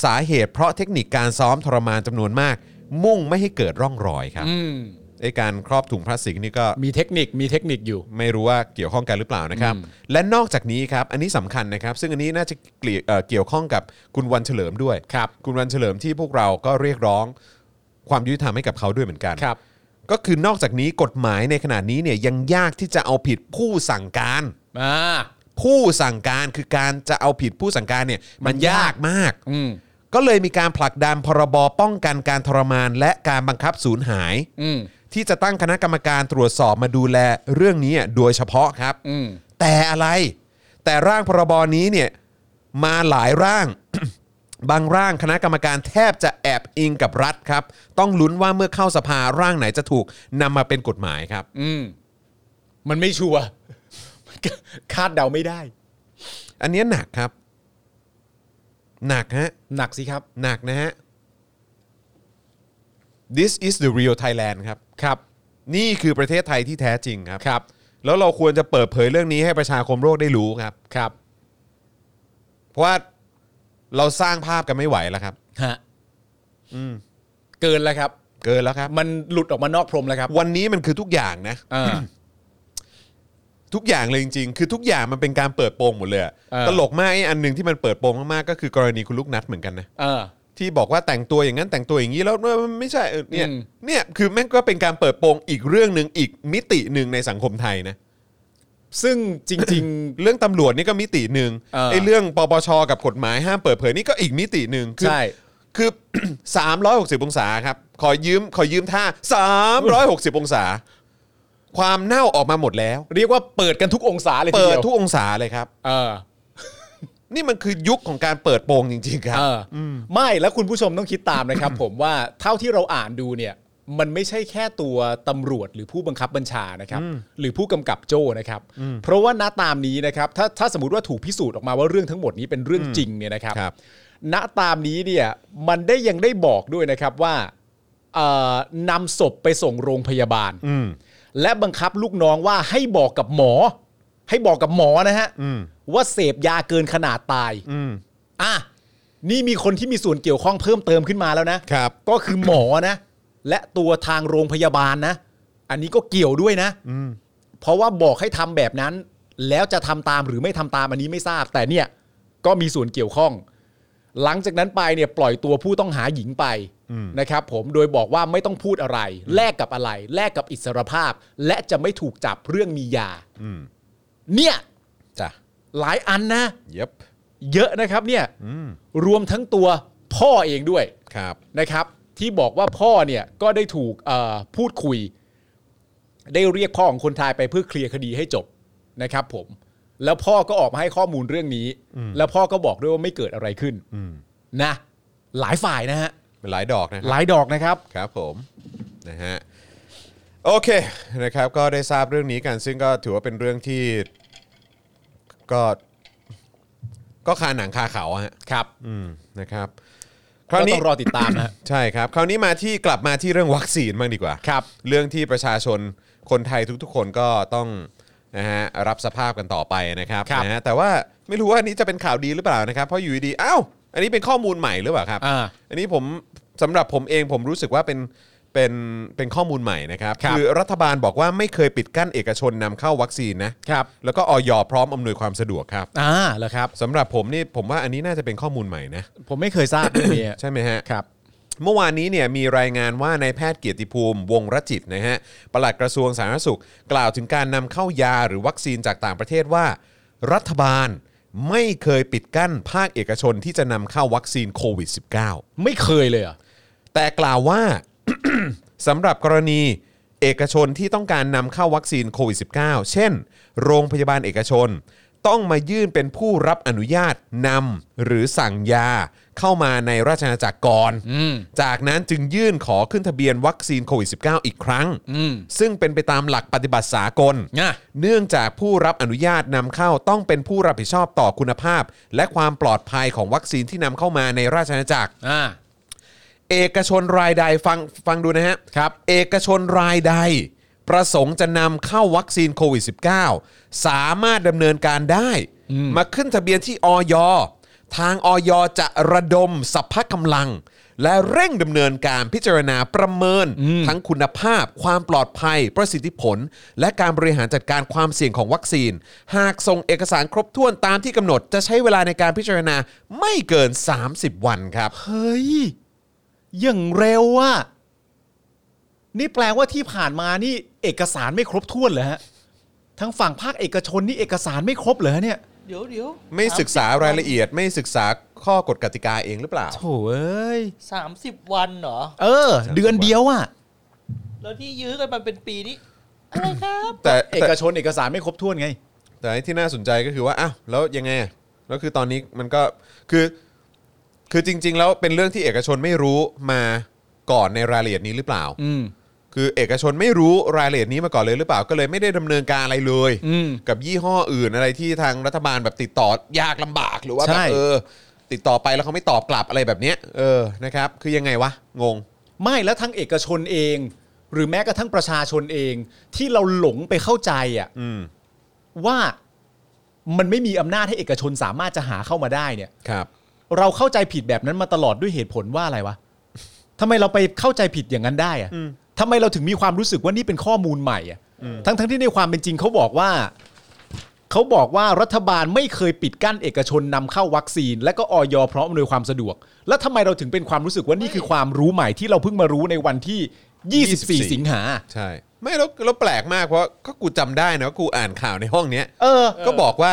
Speaker 2: สาเหตุเพราะเทคนิคการซ้อมทรมานจำนวนมาก มุ่งไม่ให้เกิดร่องรอยครับ
Speaker 1: อืม
Speaker 2: ไอการครอบถุงพลาสติกนี่ก็
Speaker 1: มีเทคนิค มีเทคนิคอยู่
Speaker 2: ไม่รู้ว่าเกี่ยวข้องกันหรือเปล่านะครับ
Speaker 1: อืม
Speaker 2: และนอกจากนี้ครับ อันนี้สำคัญนะครับ ซึ่งอันนี้น่าจะเกลี่ยเอ่อเกี่ยวข้องกับคุณวันเฉลิมด้วย
Speaker 1: ครับ
Speaker 2: คุณวันเฉลิมที่พวกเราก็เรียกร้องความยุติธรรมให้กับเขาด้วยเหมือนกัน
Speaker 1: ครับ
Speaker 2: ก็คือนอกจากนี้กฎหมายในขณะนี้เนี่ยยังยากที่จะเอาผิดผู้สั่งการ
Speaker 1: อ่า
Speaker 2: ผู้สั่งการคือการจะเอาผิดผู้สั่งการเนี่ยมันยากมาก
Speaker 1: อืม
Speaker 2: ก็เลยมีการผลักดันพรบป้องกันการทรมาน และการบังคับสูญหาย
Speaker 1: อืม
Speaker 2: ที่จะตั้งคณะกรรมการตรวจสอบมาดูแลเรื่องนี้โดยเฉพาะครับ
Speaker 1: อืม
Speaker 2: แต่อะไรแต่ร่างพรบนี้เนี่ยมาหลายร่าง บางร่างคณะกรรมการแทบจะแอบอิงกับรัฐครับ ต้องลุ้นว่าเมื่อเข้าสภาร่างไหนจะถูกนำมาเป็นกฎหมายครับ
Speaker 1: อืม มันไม่ชัวร์ คาดเดาไม่ได้
Speaker 2: อันเนี้ยหนักครับ หนักฮะ
Speaker 1: หนักสิครับ
Speaker 2: หนักนะฮะ this is the real Thailand ครับ
Speaker 1: ครับ
Speaker 2: นี่คือประเทศไทยที่แท้จริงครับ
Speaker 1: ครับ
Speaker 2: แล้วเราควรจะเปิดเผยเรื่องนี้ให้ประชาคมโลกได้รู้ครับ
Speaker 1: ครับ
Speaker 2: เพราะว่าเราสร้างภาพกันไม่ไหวแล้วครับ
Speaker 1: ฮะเกินแล้วครับ
Speaker 2: เกินแล้วครับ
Speaker 1: มันหลุดออกมานอกพรมแล้วครับ
Speaker 2: วันนี้มันคือทุกอย่างนะ
Speaker 1: เออ
Speaker 2: ทุกอย่างเลยจริงๆ คือทุกอย่างมันเป็นการเปิดโปงหมดเลยอะ
Speaker 1: เออ
Speaker 2: ตลกมากไอ้อันหนึ่งที่มันเปิดโปงมากๆ ก็คือกรณีคุณลูกนัดเหมือนกันนะ
Speaker 1: เออ
Speaker 2: ที่บอกว่าแต่งตัวอย่างนั้นแต่งตัวอย่างนี้แล้วมันไม่ใช่เออเนี่ย
Speaker 1: อืม
Speaker 2: เนี่ยคือแม่งก็เป็นการเปิดโปงอีกเรื่องหนึ่งอีกมิติหนึ่งในสังคมไทยนะ
Speaker 1: ซึ่งจริง
Speaker 2: เรื่องตำรวจนี่ก็มิติหนึ่ง
Speaker 1: เออ
Speaker 2: ไอ้เรื่องปปชกับกฎหมายห้ามเปิดเผยนี่ก็อีกมิติหนึ่ง
Speaker 1: ๆ
Speaker 2: คือ
Speaker 1: ใช่
Speaker 2: คือ 360 องศาครับ ขอยืมขอยืมท่า 360 องศา ความเน่าออกมาหมดแล้ว
Speaker 1: เรียกว่าเปิดกันทุกองศาเลยที
Speaker 2: เปิ
Speaker 1: เดี
Speaker 2: ด
Speaker 1: ยว
Speaker 2: ทุกองศาเลยครับ
Speaker 1: เออ
Speaker 2: นี่มันคือยุคของการเปิดโปงจริงๆครับ
Speaker 1: เอออไม่แล้วคุณผู้ชมต้องคิดตามนะครับ ผมว่าเท่าที่เราอ่านดูเนี่ย มันไม่ใช่แค่ตัวตำรวจหรือผู้บังคับบัญชานะครับ หรือผู้กำกับโจ้นะครับ เพราะว่าณตามนี้นะครับ ถ้าถ้าสมมติว่าถูกพิสูจน์ออกมาว่าเรื่องทั้งหมดนี้เป็นเรื่องจริงเนี่ยนะครับ
Speaker 2: ครับ
Speaker 1: ณตามนี้เนี่ยมันได้ยังได้บอกด้วยนะครับว่าเอ่อนำศพไปส่งโรงพยาบาล
Speaker 2: อืม
Speaker 1: และบังคับลูกน้องว่าให้บอกกับหมอ ให้บอกกับหมอนะฮะ
Speaker 2: อืม
Speaker 1: ว่าเสพยาเกินขนาดตาย
Speaker 2: อืม
Speaker 1: อ่ะนี่มีคนที่มีส่วนเกี่ยวข้องเพิ่มเติมขึ้นมาแล้วนะครับ ก็คือหมอนะ และตัวทางโรงพยาบาลนะ อันนี้ก็เกี่ยวด้วยนะ
Speaker 2: อืม
Speaker 1: เพราะว่าบอกให้ทำแบบนั้น แล้วจะทำตามหรือไม่ทำตามอันนี้ไม่ทราบ แต่เนี่ยก็มีส่วนเกี่ยวข้อง หลังจากนั้นไปเนี่ยปล่อยตัวผู้ต้องหาหญิงไป
Speaker 2: อืม
Speaker 1: นะครับ ผมโดยบอกว่าไม่ต้องพูดอะไร แลกกับอะไร แลกกับอิสรภาพ และจะไม่ถูกจับเรื่องมียา
Speaker 2: อืม
Speaker 1: เนี่ย
Speaker 2: จ้ะ
Speaker 1: หลายอันนะ
Speaker 2: เย็บ
Speaker 1: เยอะนะครับเนี่ย
Speaker 2: อืม
Speaker 1: รวมทั้งตัวพ่อเองด้วย
Speaker 2: ครับ
Speaker 1: นะครับ ที่บอกว่าพ่อเนี่ยก็ได้ถูกเอ่อพูดคุย ได้เรียกพ่อของคนไทยไปเพื่อเคลียร์คดีให้จบนะครับ ผม แล้วพ่อก็ออกมาให้ข้อมูลเรื่องนี้ แล้วพ่อก็บอกด้วยว่าไม่เกิดอะไรขึ้น
Speaker 2: อืม
Speaker 1: นะ หลายฝ่ายนะฮะ
Speaker 2: เป็นหลายดอกนะค
Speaker 1: ห
Speaker 2: รับ
Speaker 1: ลายดอกนะครับ
Speaker 2: ครับผม นะฮะ โอเค นะครับ ก็ได้ทราบเรื่องนี้กัน ซึ่งก็ถือว่าเป็นเรื่องที่ ก็ ก็คาหนังคาเขาอะฮะ
Speaker 1: ครับ
Speaker 2: อืม นะครับ ค
Speaker 1: ก็
Speaker 2: ราวนี้
Speaker 1: ต้องรอติดตามนะฮะ
Speaker 2: ใช่ครับ คราวนี้มาที่กลับมาที่เรื่องวัคซีนบ้างดีกว่า
Speaker 1: ครับ
Speaker 2: เรื่องที่ประชาชนคนไทยทุกๆ คนก็ต้องนะฮะรับสภาพกันต่อไปนะครับ
Speaker 1: ครับ
Speaker 2: นะฮะแต่ว่าไม่รู้ว่าอันนี้จะเป็นข่าวดีหรือเปล่านะครับเพราะอยู่ดีๆอ้าวอันนี้เป็นข้อมูลใหม่หรือเปล่าครับ
Speaker 1: อ่า
Speaker 2: อันนี้ผมสำหรับผมเองผมรู้สึกว่าเป็นเป็นเป็นข้อมูลใหม่นะครับ
Speaker 1: ครับ
Speaker 2: อรัฐบาลบอกว่าไม่เคยปิดกั้นเอกชนนำเข้าวัคซีนนะครับ แล้วก็ออยพร้อมอำนวยความสะดวกครับ
Speaker 1: อ่าเหรอครับ
Speaker 2: สำหรับผมนี่ผมว่าอันนี้น่าจะเป็นข้อมูลใหม่นะ
Speaker 1: ผมไม่เคยทราบเรื่องนี้
Speaker 2: ใช่ไหมฮะ
Speaker 1: ครับ
Speaker 2: เมื่อวานนี้เนี่ยมีรายงานว่านายแพทย์เกียรติภูมิวงรจิตนะฮะปลัดกระทรวงสาธารณสุข กล่าวถึงการนำเข้ายาหรือวัคซีนจากต่างประเทศว่า รัฐบาลไม่เคยปิดกั้นภาคเอกชนที่จะนำเข้าวัคซีนโควิด -19
Speaker 1: ไม่เคยเลยเหรอ่ะ
Speaker 2: แต่กล่าว ว่า สำหรับกรณีเอกชนที่ต้องการนำเข้าวัคซีนโควิด -19 เช่น โรงพยาบาลเอกชน ต้องมายื่นเป็นผู้รับอนุญาตนำหรือสั่งยาเข้ามาในราชอาณาจักรก่อน
Speaker 1: อืม
Speaker 2: จากนั้นจึงยื่นขอขึ้นทะเบียนวัคซีนโควิด -19 อีกครั้ง
Speaker 1: อืม
Speaker 2: ซึ่งเป็นไปตามหลักปฏิบัติสากล
Speaker 1: นะ
Speaker 2: เนื่องจากผู้รับอนุญาตนำเข้าต้องเป็นผู้รับผิดชอบต่อคุณภาพ และความปลอดภัยของวัคซีนที่นำเข้ามาในราชอาณาจักร
Speaker 1: อ่า
Speaker 2: เอกชนรายใดฟังฟังดูนะฮะ
Speaker 1: ครับ
Speaker 2: เอกชนรายใด ประสงค์จะนำเข้าวัคซีนโควิด -19 สามารถดำเนินการได้ มาขึ้นทะเบียนที่อย ทางอยจะระดมสัพพะกำลัง และเร่งดำเนินการพิจารณาประเมิน ทั้งคุณภาพ ความปลอดภัย ประสิทธิผล และการบริหารจัดการความเสี่ยงของวัคซีน หากส่งเอกสารครบถ้วนตามที่กำหนดจะใช้เวลาในการพิจารณาไม่เกิน 30 วันครับ
Speaker 1: เฮ้ย อย่างเร็วว่ะ นี่แปลว่าที่ผ่านมานี่เอกสารไม่ครบถ้วนเหรอฮะ ทั้งฝั่งภาคเอกชนนี่เอกสารไม่ครบเหรอฮะเนี่ย
Speaker 3: เดี๋ยวเดี๋ยว
Speaker 2: ไม่ศึกษารายละเอียดไม่ศึกษาข้อกฎกติกาเองหรือเปล่า
Speaker 1: โถเอ้ย
Speaker 3: สามสิบวันเหรอ
Speaker 1: เออ เดือนเดียวอ่ะ
Speaker 3: แล้วที่ยื้อกันมาเป็นปีนี้อะไรครับ
Speaker 2: แต่
Speaker 1: เอ
Speaker 2: แต่
Speaker 1: กชนเอกสารไม่ครบถ้วนไง
Speaker 2: แต่ที่น่าสนใจก็คือว่าอ้าวแล้วยังไงอะแล้วคือตอนนี้มันก็คือ คือจริง ๆ แล้วเป็นเรื่องที่เอกชนไม่รู้มาก่อนในรายละเอียดนี้หรือเปล่า
Speaker 1: อืม
Speaker 2: คือเอกชนไม่รู้รายละเอียดนี้มาก่อนเลยหรือเปล่าก็เลยไม่ได้ดำเนินการอะไรเลย
Speaker 1: อืม
Speaker 2: กับยี่ห้ออื่นอะไรที่ทางรัฐบาลแบบติดต่อยากลำบากหรือว่าแบ
Speaker 1: ใช่
Speaker 2: บเออ ติดต่อไปแล้วเขาไม่ตอบกลับอะไรแบบเนี้ยเออนะครับคือยังไงวะงง
Speaker 1: ไม่แล้วทั้งเอกชนเอง หรือแม้กระทั่งประชาชนเอง ที่เราหลงไปเข้าใจอ่ะ
Speaker 2: อืม
Speaker 1: ว่ามันไม่มีอำนาจให้เอกชนสามารถจะหาเข้ามาได้เนี่ย
Speaker 2: ครับ
Speaker 1: เราเข้าใจผิดแบบนั้นมาตลอดด้วยเหตุผลว่าอะไรวะทำไมเราไปเข้าใจผิดอย่างนั้นได้อะ
Speaker 2: อืม
Speaker 1: ทำไมเราถึงมีความรู้สึกว่านี่เป็นข้อมูลใหม่อะทั้งทั้งๆที่ในความเป็นจริงเขาบอกว่า เขาบอกว่ารัฐบาลไม่เคยปิดกั้นเอกชนนำเข้าวัคซีน และก็ออยพร้อมอำนวยความสะดวก แล้วทำไมเราถึงเป็นความรู้สึกว่านี่คือความรู้ใหม่ที่เราเพิ่งมารู้ในวันที่ 24 สิงหา
Speaker 2: ใช่ ไม่แล้วแล้วแปลกมากเพราะก็กูจำได้นะว่ากูอ่านข่าวในห้องเนี้ย
Speaker 1: เออ
Speaker 2: ก็บอกว่า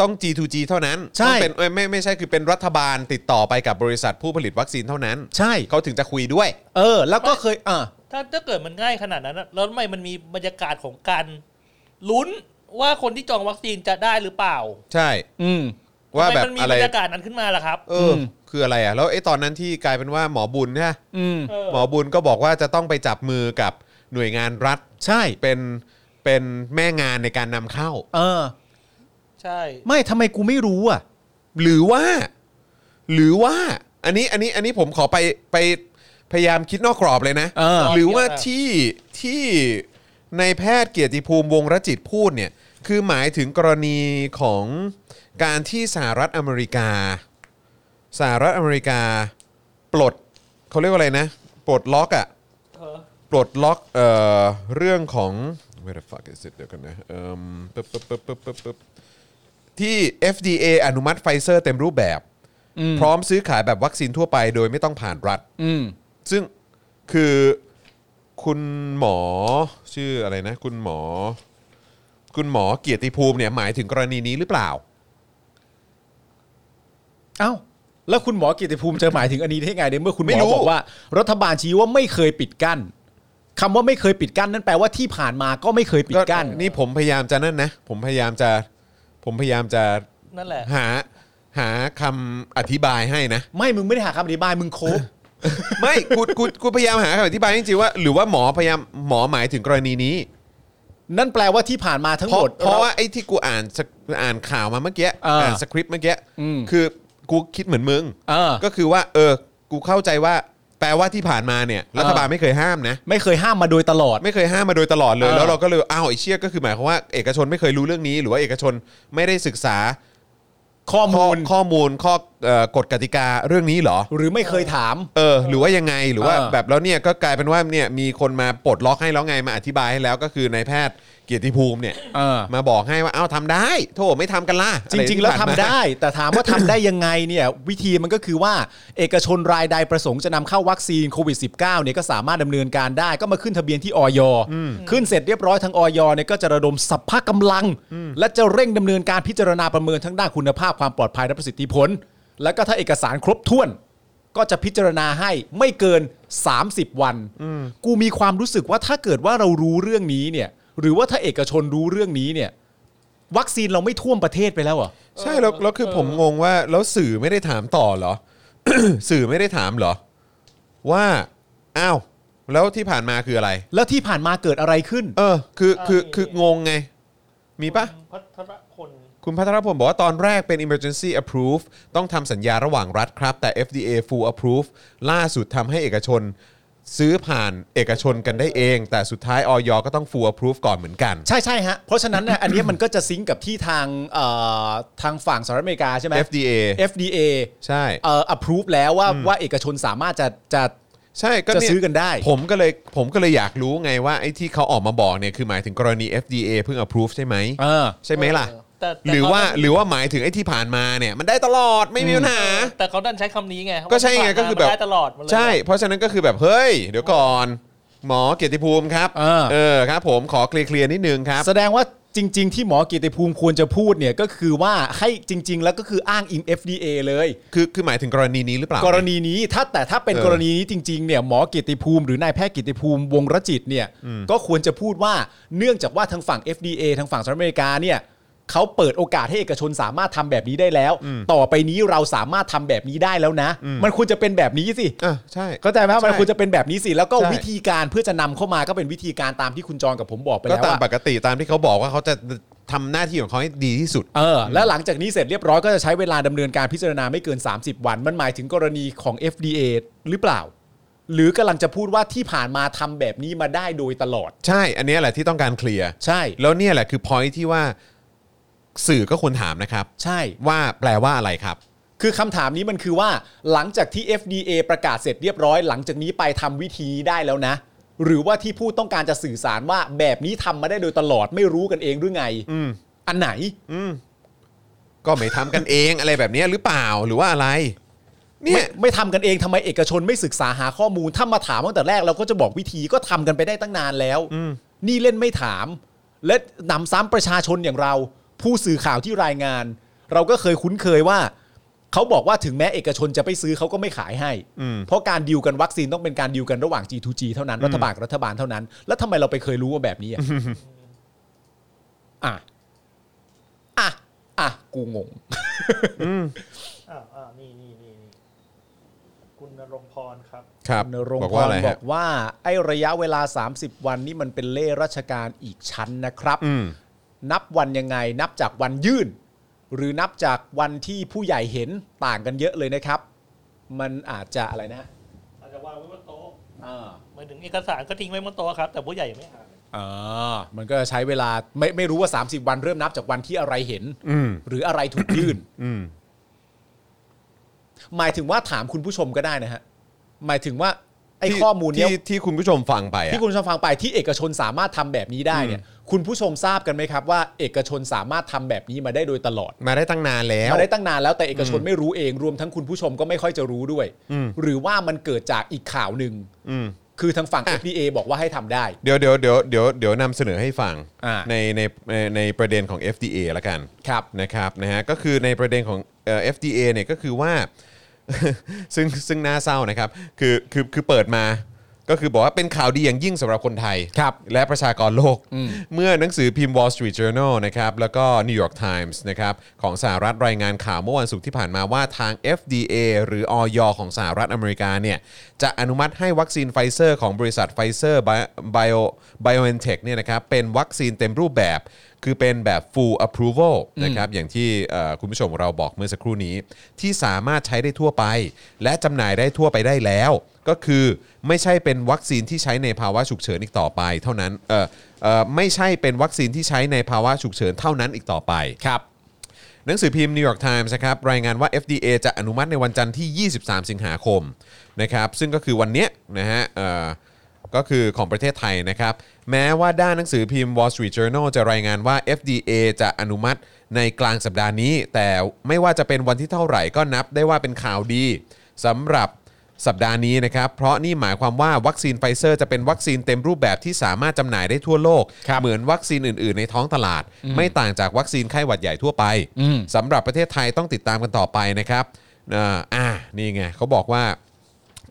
Speaker 2: ต้อง G2G เท่านั้น
Speaker 1: ใช่
Speaker 2: ต้องเป็นเอ้ยไม่ไม่ใช่คือเป็นรัฐบาลติดต่อไปกับบริษัทผู้ผลิตวัคซีนเท่านั้น
Speaker 1: ใช่
Speaker 2: เขาถึงจะคุยด้วย
Speaker 1: เออ แล้วก็เคยอ่า
Speaker 3: ถ้าถ้าเกิดมันง่ายขนาดนั้นอะแล้วทำไมมันมีบรรยากาศของการลุ้นว่าคนที่จองวัคซีนจะได้หรือเปล่า
Speaker 2: ใช่
Speaker 1: อืม
Speaker 2: ว่า
Speaker 3: ทำไม
Speaker 2: แบบ
Speaker 3: มันมี
Speaker 2: อะไร
Speaker 3: บรรยากาศนั้นขึ้นมาล่ะครับ
Speaker 2: เอออ
Speaker 1: ม
Speaker 2: คืออะไรอ่ะแล้วไอ้ตอนนั้นที่กลายเป็นว่าหมอบุญนะ
Speaker 1: อืม
Speaker 3: เออ
Speaker 2: หมอบุญก็บอกว่าจะต้องไปจับมือกับหน่วยงานรัฐ
Speaker 1: ใช่
Speaker 2: เป็นเป็นแม่งานในการนำเข้า
Speaker 1: เออ
Speaker 3: ใช่
Speaker 1: ไม่ทำไมกูไม่รู้อ่ะ
Speaker 2: หรือว่า หรือว่า อันนี้อันนี้อันนี้ผมขอไปไปพยายามคิดนอกกรอบเลยนะ
Speaker 1: เออ
Speaker 2: หรือว่าที่ที่ในแพทย์เกียรติภูมิวงรจิตพูดเนี่ย คือหมายถึงกรณีของการที่สหรัฐอเมริกา สหรัฐอเมริกา ปลดเขาเรียกว่าอะไรนะ ปลดล็อกอะ
Speaker 3: เออ
Speaker 2: ปลดล็อกเอ่อเรื่องของ where the fuck is it เดี๋ยวกันนะเอิ่มปึ๊บปึ๊บปึ๊บปึ๊บปึ๊บปึ๊บที่ FDA อนุมัติไฟเซอร์เต็มรูปแบบ
Speaker 1: อืม
Speaker 2: พร้อมซื้อขายแบบวัคซีนทั่วไปโดยไม่ต้องผ่านรัฐ
Speaker 1: อืม
Speaker 2: ซึ่งคือคุณหมอชื่ออะไรนะ คุณหมอ คุณหมอเกียรติภูมิเนี่ยหมายถึงกรณีนี้หรือเปล่า
Speaker 1: เอ้าแล้วคุณหมอกิติภูมิจะหมายถึงอันนี้ได้ไงในเมื่อคุณห
Speaker 2: ไม่
Speaker 1: มอ
Speaker 2: รู้
Speaker 1: บอกว่า รัฐบาลชี้ว่าไม่เคยปิดกั้นคำว่าไม่เคยปิดกั้นนั่นแปลว่าที่ผ่านมาก็ไม่เคยปิดกั้น
Speaker 2: นี่ผมพยายามจะนั่นนะ ผมพยายามจะผมพยายามจะ
Speaker 3: นั่นแหละ
Speaker 2: หาหาคำอธิบายให้นะ
Speaker 1: ไม่มึงไม่ได้หาคำอธิบายมึงโคบ
Speaker 2: ไม่กูกูกูพยายามหาคำอธิบายจริงๆว่า หรือว่าหมอพยายามหมอหมายถึงกรณีนี้
Speaker 1: นั่นแปลว่าที่ผ่านมาทั้ง
Speaker 2: เพ
Speaker 1: ห
Speaker 2: ราะ
Speaker 1: มด
Speaker 2: เพราะว่าไอ้ที่กูอ่านสคอ่านข่าวมาเมื่อกี้
Speaker 1: เอออ่
Speaker 2: อ่านสคริปต์เมื่อกี้
Speaker 1: อืม
Speaker 2: คือกูคิดเหมือนมึง
Speaker 1: เออ
Speaker 2: ก็คือว่าเออ กูเข้าใจว่าแปลว่าที่ผ่านมาเนี่ย
Speaker 1: เออ
Speaker 2: รัฐบาลไม่เคยห้ามนะ
Speaker 1: ไม่เคยห้ามมาโดยตลอด
Speaker 2: ไม่เคยห้ามมาโดยตลอดเลย
Speaker 1: เออ
Speaker 2: แล้วเราก็เลยอ้าวไอ้เชี่ยก็คือหมายความว่าเอกชนไม่เคยรู้เรื่องนี้ หรือว่าเอกชนไม่ได้ศึกษา
Speaker 1: ข้อ
Speaker 2: ข้อ
Speaker 1: มูล
Speaker 2: ข้อมูลข้อเอ่อกฎกติกาเรื่องนี้เหรอ
Speaker 1: หรือไม่เคยถาม
Speaker 2: เออหรือว่ายังไงหรือว่า
Speaker 1: เออ
Speaker 2: แบบแล้วเนี่ยก็กลายเป็นว่าเนี่ยมีคนมาปลดล็อกให้แล้วไงมาอธิบายให้แล้วก็คือนายแพทย์เกียรติภูมิเนี่ย
Speaker 1: เออ
Speaker 2: มาบอกให้ว่าอ้าวทำได้โถไม่ทำกันล่ะอะ
Speaker 1: จ
Speaker 2: ไที่
Speaker 1: ริง ๆ แล้ว
Speaker 2: ผ่าน
Speaker 1: ทำ
Speaker 2: มา
Speaker 1: ได้ แต่ถามว่าทำได้ยังไง เนี่ยวิธีมันก็คือว่าเอกชนรายใดประสงค์จะนำเข้าวัคซีนโควิด -19 เนี่ยก็สามารถดำเนินการได้ก็มาขึ้นทะเบียนที่ออยขึ้นเสร็จเรียบร้อยทางออยเนี่ยก็จะระดมสัพพะกำลัง และจะเร่งดำเนินการพิจารณาประเมินทั้งด้านคุณภาพความปลอดภัยและประสิทธิผล แล้วก็ถ้าเอกสารครบถ้วน ก็จะพิจารณาให้ไม่เกิน 30 วัน กูมีความรู้สึกว่าถ้าเกิดว่าเรารู้เรื่องนี้เนี่ย หรือว่าถ้าเอกชนรู้เรื่องนี้เนี่ย วัคซีนเราไม่ท่วมประเทศไปแล้วเหรอ
Speaker 2: ใช่แล้วแล้วคือ
Speaker 3: เออ
Speaker 2: ผมงงว่าแล้วสื่อไม่ได้ถามต่อเหรอ สื่อไม่ได้ถามเหรอ ว่าอ้าวแล้วที่ผ่านมาคืออะไร
Speaker 1: แล้วที่ผ่านมาเกิดอะไรขึ้น
Speaker 2: เออ คือคือคืองงไง มีปะ
Speaker 3: คุณพัทรพล
Speaker 2: คุณพัทรพลบอกว่าตอนแรกเป็น emergency approve ต้องทำสัญญาระหว่างรัฐครับ แต่ FDA full approve ล่าสุดทำให้เอกชน ซื้อผ่านเอกชนกันได้เอง แต่สุดท้ายออยก็ต้อง full approve ก่อนเหมือนกัน
Speaker 1: ใช่ใช่ฮะ เพราะฉะนั้นนะ อันเนี้ยมันก็จะซิงก์กับที่ทางเอ่อทางฝั่งสหรัฐอเมริกาใช่ไหม
Speaker 2: FDA
Speaker 1: FDA
Speaker 2: ใช่
Speaker 1: เอ่อ approve แล้วว่าว่าเอกชนสามารถจะจะ
Speaker 2: ใช่ก็
Speaker 1: จะ
Speaker 2: เนี่ย
Speaker 1: ซื้อกันได้
Speaker 2: ผมก็เลยผมก็เลยอยากรู้ไงว่าไอ้ที่เขาออกมาบอกเนี่ยคือหมายถึงกรณี FDA เพิ่ง approve ใช่ไหม
Speaker 1: เออ
Speaker 2: ใช่ไหมล่ะ
Speaker 3: เออแต่แต่
Speaker 2: หรือว่าหรือว่าหมายถึงไอ้ที่ผ่านมาเนี่ย มันได้ตลอดไม่มีปัญหา
Speaker 3: แต่เขาดันใช้คำนี้ไง
Speaker 2: ก็ใช่ไงก็คือแบบ
Speaker 3: มันได้ตลอดมันเลย
Speaker 2: ใช่ เพราะฉะนั้นก็คือแบบเฮ้ย เดี๋ยวก่อน หมอเกียรติภูมิครับ
Speaker 1: เออ
Speaker 2: อครับ ผมขอเคลียร์ๆนิดนึงครับ
Speaker 1: แสดงว่าจริง ๆ ที่หมอกิติภูมิควรจะพูดเนี่ยก็คือว่าให้จริง ๆ แล้วก็คืออ้างอิง FDA เลย
Speaker 2: คือคือหมายถึงกรณีนี้หรือเปล่า
Speaker 1: กรณีนี้ถ้าแต่ถ้าเป็น
Speaker 2: เออ
Speaker 1: กรณีนี้จริงๆเนี่ยหมอกิติภูมิหรือนายแพทย์กิติภูมิวงรจิตเนี่ยก็ควรจะพูดว่าเนื่องจากว่าทางฝั่ง FDA ทางฝั่งสหรัฐอเมริกาเนี่ย เขาเปิดโอกาสให้เอกชนสามารถทำแบบนี้ได้แล้ว ต่อไปนี้เราสามารถทำแบบนี้ได้แล้วนะ มันควรจะเป็นแบบนี้สิ
Speaker 2: อ่ะใช่
Speaker 1: เข้าใจไหม
Speaker 2: ใช่
Speaker 1: มันควรจะเป็นแบบนี้สิ แล้วก็
Speaker 2: ใช่
Speaker 1: วิธีการเพื่อจะนำเข้ามาก็เป็นวิธีการตามที่คุณจรกับผมบอกไป
Speaker 2: ก็
Speaker 1: แล้ว
Speaker 2: ตาม
Speaker 1: ว่า
Speaker 2: ปกติตามที่เขาบอกว่าเขาจะทำหน้าที่ของเขาให้ดีที่สุด
Speaker 1: เออแล้วหลังจากนี้เสร็จเรียบร้อยก็จะใช้เวลาดำเนินการพิจารณาไม่เกิน 30 วัน มันหมายถึงกรณีของ FDA หรือเปล่า หรือกำลังจะพูดว่าที่ผ่านมาทำแบบนี้มาได้โดยตลอด
Speaker 2: ใช่ อันเนี้ยแหละที่ต้องการเคลียร์
Speaker 1: ใช่
Speaker 2: แล้วเนี่ยแหละคือ point ที่ว่าสื่อก็ควรถามนะครับ
Speaker 1: ใช่
Speaker 2: ว่าแปลว่าอะไรครับ
Speaker 1: คือคำถามนี้มันคือว่าหลังจากที่ FDA ประกาศเสร็จเรียบร้อย หลังจากนี้ไปทำวิธีได้แล้วนะ หรือว่าที่พูดต้องการจะสื่อสารว่าแบบนี้ทำมาได้โดยตลอดไม่รู้กันเองหรือไงอันไหน
Speaker 2: ก็ไม่ทำกันเอง อะไรแบบเนี้ยหรือเปล่าหรือว่าอะไร เนี่
Speaker 1: ไม่
Speaker 2: ย
Speaker 1: ไม่ทำกันเองทำไมเอกชนไม่ศึกษาหาข้อมูล ถ้ามาถามตั้งแต่แรกเราก็จะบอกวิธีก็ทำกันไปได้ตั้งนานแล้วนี่เล่นไม่ถาม และหนำซ้ำประชาชนอย่างเรา ผู้สื่อข่าวที่รายงาน เราก็เคยคุ้นเคยว่า เขาบอกว่าถึงแม้เอกชนจะไปซื้อเขาก็ไม่ขายให้ เพราะการดีลกันวัคซีนต้องเป็นการดีลกันระหว่าง G2G เท่านั้นรัฐบาลกับรัฐบาลเท่านั้น แล้วทำไมเราไปเคยรู้ว่าแบบนี้อะอ่ะอ่ะอ่ะกูงง
Speaker 3: อ่าอ่านี่นี่นี่นี่คุณนรงพรครับ
Speaker 2: ครับ
Speaker 1: ณรงค์
Speaker 2: บอก
Speaker 1: พ
Speaker 2: ว่าร อะไร
Speaker 1: บ
Speaker 2: ฮะ
Speaker 1: อกว่าไอ้ระยะเวลา 30 วันนี่มันเป็นเล่ห์ราชการอีกชั้นนะครับ
Speaker 2: อืม
Speaker 1: นับวันยังไงนับจากวันยื่น หรือนับจากวันที่ผู้ใหญ่เห็นต่างกันเยอะเลยนะครับ มันอาจจะอะไรนะฮะ
Speaker 3: อาจจะวางไว้บนโต๊ะ
Speaker 1: อ่า
Speaker 3: หมายถึงเอกสารก็ทิ้งไว้บนโต๊ะครับ แต่ผู้ใหญ่ยังไม่อ่านเลย
Speaker 1: อ่ามันก็ใช้เวลาไม่ไม่รู้ว่า 30 วันเริ่มนับจากวันที่อะไรเห็น
Speaker 2: อืม
Speaker 1: หรืออะไรถูกยื่น
Speaker 2: อืม
Speaker 1: หมายถึงว่าถามคุณผู้ชมก็ได้นะฮะหมายถึงว่าไอ้
Speaker 2: ที่
Speaker 1: ข้อมูลเนี้ย
Speaker 2: ที่ที่คุณผู้ชมฟังไปอะ
Speaker 1: ที่คุณผู้ชมฟังไปที่เอกชนสามารถทำแบบนี้ได้เนี่ย คุณผู้ชมทราบกันไหมครับว่า เอกชนสามารถทำแบบนี้มาได้โดยตลอด
Speaker 2: มาได้ตั้งนานแล้ว
Speaker 1: มาได้ตั้งนานแล้วแต่เอกชนไม่รู้เองรวมทั้งคุณผู้ชมก็ไม่ค่อยจะรู้ด้วย
Speaker 2: อืม
Speaker 1: หรือว่ามันเกิดจากอีกข่าวหนึ่ง
Speaker 2: อืม
Speaker 1: คือทางฝั่ง
Speaker 2: อ่ะ
Speaker 1: FDA บอกว่าให้ทำได้
Speaker 2: เดี๋ยวเดี๋ยวเดี๋ยวเดี๋ยวเดี๋ยวนำเสนอให้ฟัง
Speaker 1: อ่า
Speaker 2: ในในในในประเด็นของ FDA ละกัน
Speaker 1: ครับ
Speaker 2: นะครับนะฮะก็คือในประเด็นของเอ่อ FDA เนี่ยก็คือว่า ซึ่งซึ่งน่าเศร้านะครับคือคือคือเปิดมาก็คือบอกว่าเป็นข่าวดีอย่างยิ่งสำหรับคนไทย
Speaker 1: ครับ
Speaker 2: และประชากรโลก เมื่อหนังสือพิมพ์ Wall Street Journal นะครับแล้วก็ New York Times นะครับของสหรัฐรายงานข่าวเมื่อวันศุกร์ที่ผ่านมาว่าทาง FDA หรืออยของสหรัฐอเมริกาเนี่ยจะอนุมัติให้วัคซีนไฟเซอร์ของบริษัทไฟเซอร์ Bio BioNTech เนี่ยนะครับเป็นวัคซีนเต็มรูปแบบ คือเป็นแบบ full approval นะครับอย่างที่เอ่อคุณผู้ชมของเราบอกเมื่อสักครู่นี้ ที่สามารถใช้ได้ทั่วไป และจำหน่ายได้ทั่วไปได้แล้ว ก็คือไม่ใช่เป็นวัคซีนที่ใช้ในภาวะฉุกเฉินอีกต่อไป เท่านั้นเออเออไม่ใช่เป็นวัคซีนที่ใช้ในภาวะฉุกเฉินเท่านั้นอีกต่อไป
Speaker 1: ครับ
Speaker 2: หนังสือพิมพ์ New York Times นะครับรายงานว่า FDA จะอนุมัติในวันจันทร์ที่ 23 สิงหาคมนะครับซึ่งก็คือวันเนี้ยนะฮะเอ่อก็คือของประเทศไทยนะครับแม้ว่าด้านหนังสือพิมพ์ Wall Street Journal จะรายงานว่า FDA จะอนุมัติในกลางสัปดาห์นี้ แต่ไม่ว่าจะเป็นวันที่เท่าไหร่ก็นับได้ว่าเป็นข่าวดีสำหรับ สัปดาห์นี้นะครับ เพราะนี่หมายความว่าวัคซีนไฟเซอร์จะเป็นวัคซีนเต็มรูปแบบที่สามารถจำหน่ายได้ทั่วโลก
Speaker 1: ครับ
Speaker 2: เหมือนวัคซีนอื่น ๆ ในท้องตลาด ไม่ต่างจากวัคซีนไข้หวัดใหญ่ทั่วไป
Speaker 1: อืม
Speaker 2: สำหรับประเทศไทยต้องติดตามกันต่อไปนะครับเอ่ออ่านี่ไงเขาบอกว่า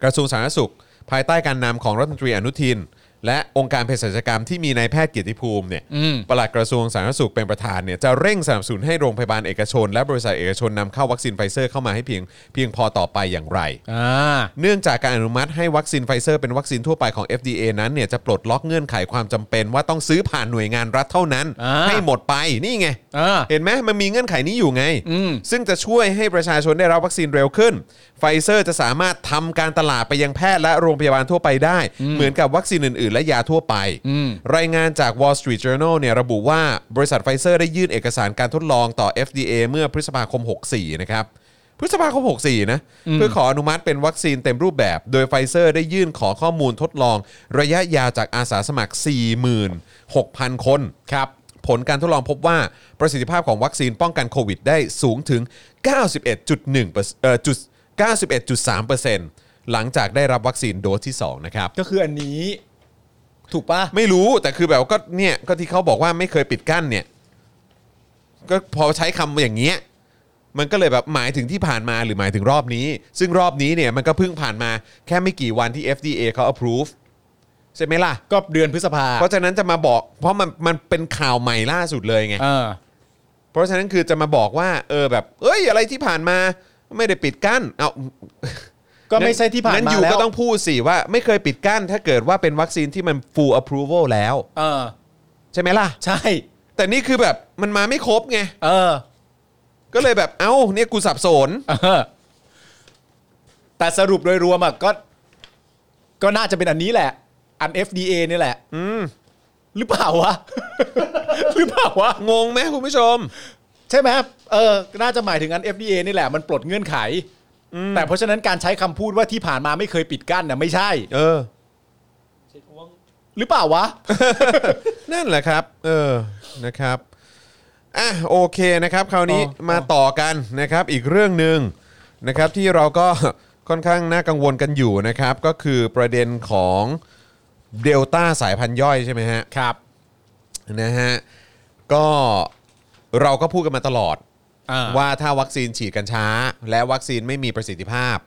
Speaker 2: กระทรวงสาธารณสุข ภายใต้การนำของรัฐมนตรีอนุทิน และองค์การเภสัชกรรมที่มีนายแพทย์เกียรติภูมิเนี่ย
Speaker 1: อืม
Speaker 2: ปลัดกระทรวงสาธารณสุขเป็นประธานเนี่ยจะเร่งสนับสนุนให้โรงพยาบาลเอกชน และบริษัทเอกชนนำเข้าวัคซีนไฟเซอร์เข้ามาให้เพียงเพียงพอต่อไปอย่างไร
Speaker 1: อ่า
Speaker 2: เนื่องจากการอนุมัติให้วัคซีนไฟเซอร์เป็นวัคซีนทั่วไปของ FDA นั้นเนี่ยจะปลดล็อกเงื่อนไขความจำเป็น ว่าต้องซื้อผ่านหน่วยงานรัฐเท่านั้น
Speaker 1: อ่า
Speaker 2: ให้หมดไปนี่ไง
Speaker 1: อ่า
Speaker 2: เห็นไหมมันมีเงื่อนไขนี้อยู่ไง
Speaker 1: อืม
Speaker 2: ซึ่งจะช่วยให้ประชาชนได้รับวัคซีนเร็วขึ้น ไฟเซอร์จะสามารถทำการตลาดไปยังแพทย์และโรงพยาบาลทั่วไปได้ เหมือนกับวัคซีนอื่น ๆ และยาทั่วไป รายงานจาก Wall Street Journal เนี่ยระบุว่าบริษัทไฟเซอร์ได้ยื่นเอกสารการทดลองต่อ FDA เมื่อพฤษภาคม 64 นะครับ พฤษภาคม 64 นะ เพื่อขออนุมัติเป็นวัคซีนเต็มรูปแบบ โดยไฟเซอร์ได้ยื่นขอข้อมูลทดลอง ระยะยาวจากอาสาสมัคร 46,000 คน
Speaker 1: ครับ
Speaker 2: ผลการทดลองพบว่าประสิทธิภาพของวัคซีนป้องกันโควิดได้สูงถึง 91.1เอ่อจุด91.3%หลังจากได้รับวัคซีนโดสที่ 2 นะครับ
Speaker 1: ก็คืออันนี้ ถูกปะ
Speaker 2: ไม่รู้แต่คือแบบก็เนี่ยก็ที่เขาบอกว่าไม่เคยปิดกั้นเนี่ย ก็พอใช้คำอย่างเงี้ยมันก็เลยแบบหมายถึงที่ผ่านมาหรือหมายถึงรอบนี้ ซึ่งรอบนี้เนี่ยมันก็เพิ่งผ่านมาแค่ไม่กี่วันที่ FDA เขา approve ใช่ไหมล่ะ
Speaker 1: ก็เดือนพฤษภา
Speaker 2: เพราะฉะนั้นจะมาบอก เพราะมันมันเป็นข่าวใหม่ล่าสุดเลยไง
Speaker 1: เออ
Speaker 2: เพราะฉะนั้นคือจะมาบอกว่า เออแบบ เอ้ยอะไรที่ผ่านมาไม่ได้ปิดกั้นเอา
Speaker 1: ก็ไม่ใช่ที่ผ่าน
Speaker 2: งั้
Speaker 1: มาน
Speaker 2: อยู่
Speaker 1: แล้
Speaker 2: ก็
Speaker 1: ว
Speaker 2: ต้องพูดสิว่าไม่เคยปิดกั้น ถ้าเกิดว่าเป็นวัคซีนที่มัน full approval แล้ว
Speaker 1: เออ
Speaker 2: ใช่ไหมล่ะ
Speaker 1: ใช่
Speaker 2: แต่นี่คือแบบมันมาไม่ครบไง
Speaker 1: เออ
Speaker 2: ก็เลยแบบเอ้าเนี่ยกูสับสน
Speaker 1: เออ แต่สรุปโดยรวมอะก็ ก็น่าจะเป็นอันนี้แหละ อัน FDA นี่แหละ
Speaker 2: อืม
Speaker 1: หรือเปล่าวะ หรือเปล่าวะ
Speaker 2: งงไหมคุณผู้ชม
Speaker 1: ใช่ไหมเออ น่าจะหมายถึงอัน FDA นี่แหละ มันปลดเงื่อนไข แต่เพราะฉะนั้นการใช้คำพูดว่าที่ผ่านมาไม่เคยปิดกั้นน่ะไม่ใช่
Speaker 2: เออ
Speaker 3: เช็คว่า
Speaker 1: หรือเปล่าวะ
Speaker 2: นั่นแหละครับ เออนะครับอ่ะโอเคนะครับคราวนี้
Speaker 1: อ๋อ
Speaker 2: มาต่อกันนะครับ อีกเรื่องหนึ่งนะครับที่เราก็ ค่อนข้างน่ากังวลกันอยู่นะครับ ก็คือประเด็นของเดลต้าสายพันธุ์ย่อยใช่ไหมฮะ
Speaker 1: ครับ
Speaker 2: นะฮะก็เราก็พูดกันมาตลอด
Speaker 1: อ่า
Speaker 2: ว่าถ้าวัคซีนฉีดกันช้า และวัคซีนไม่มีประสิทธิภาพ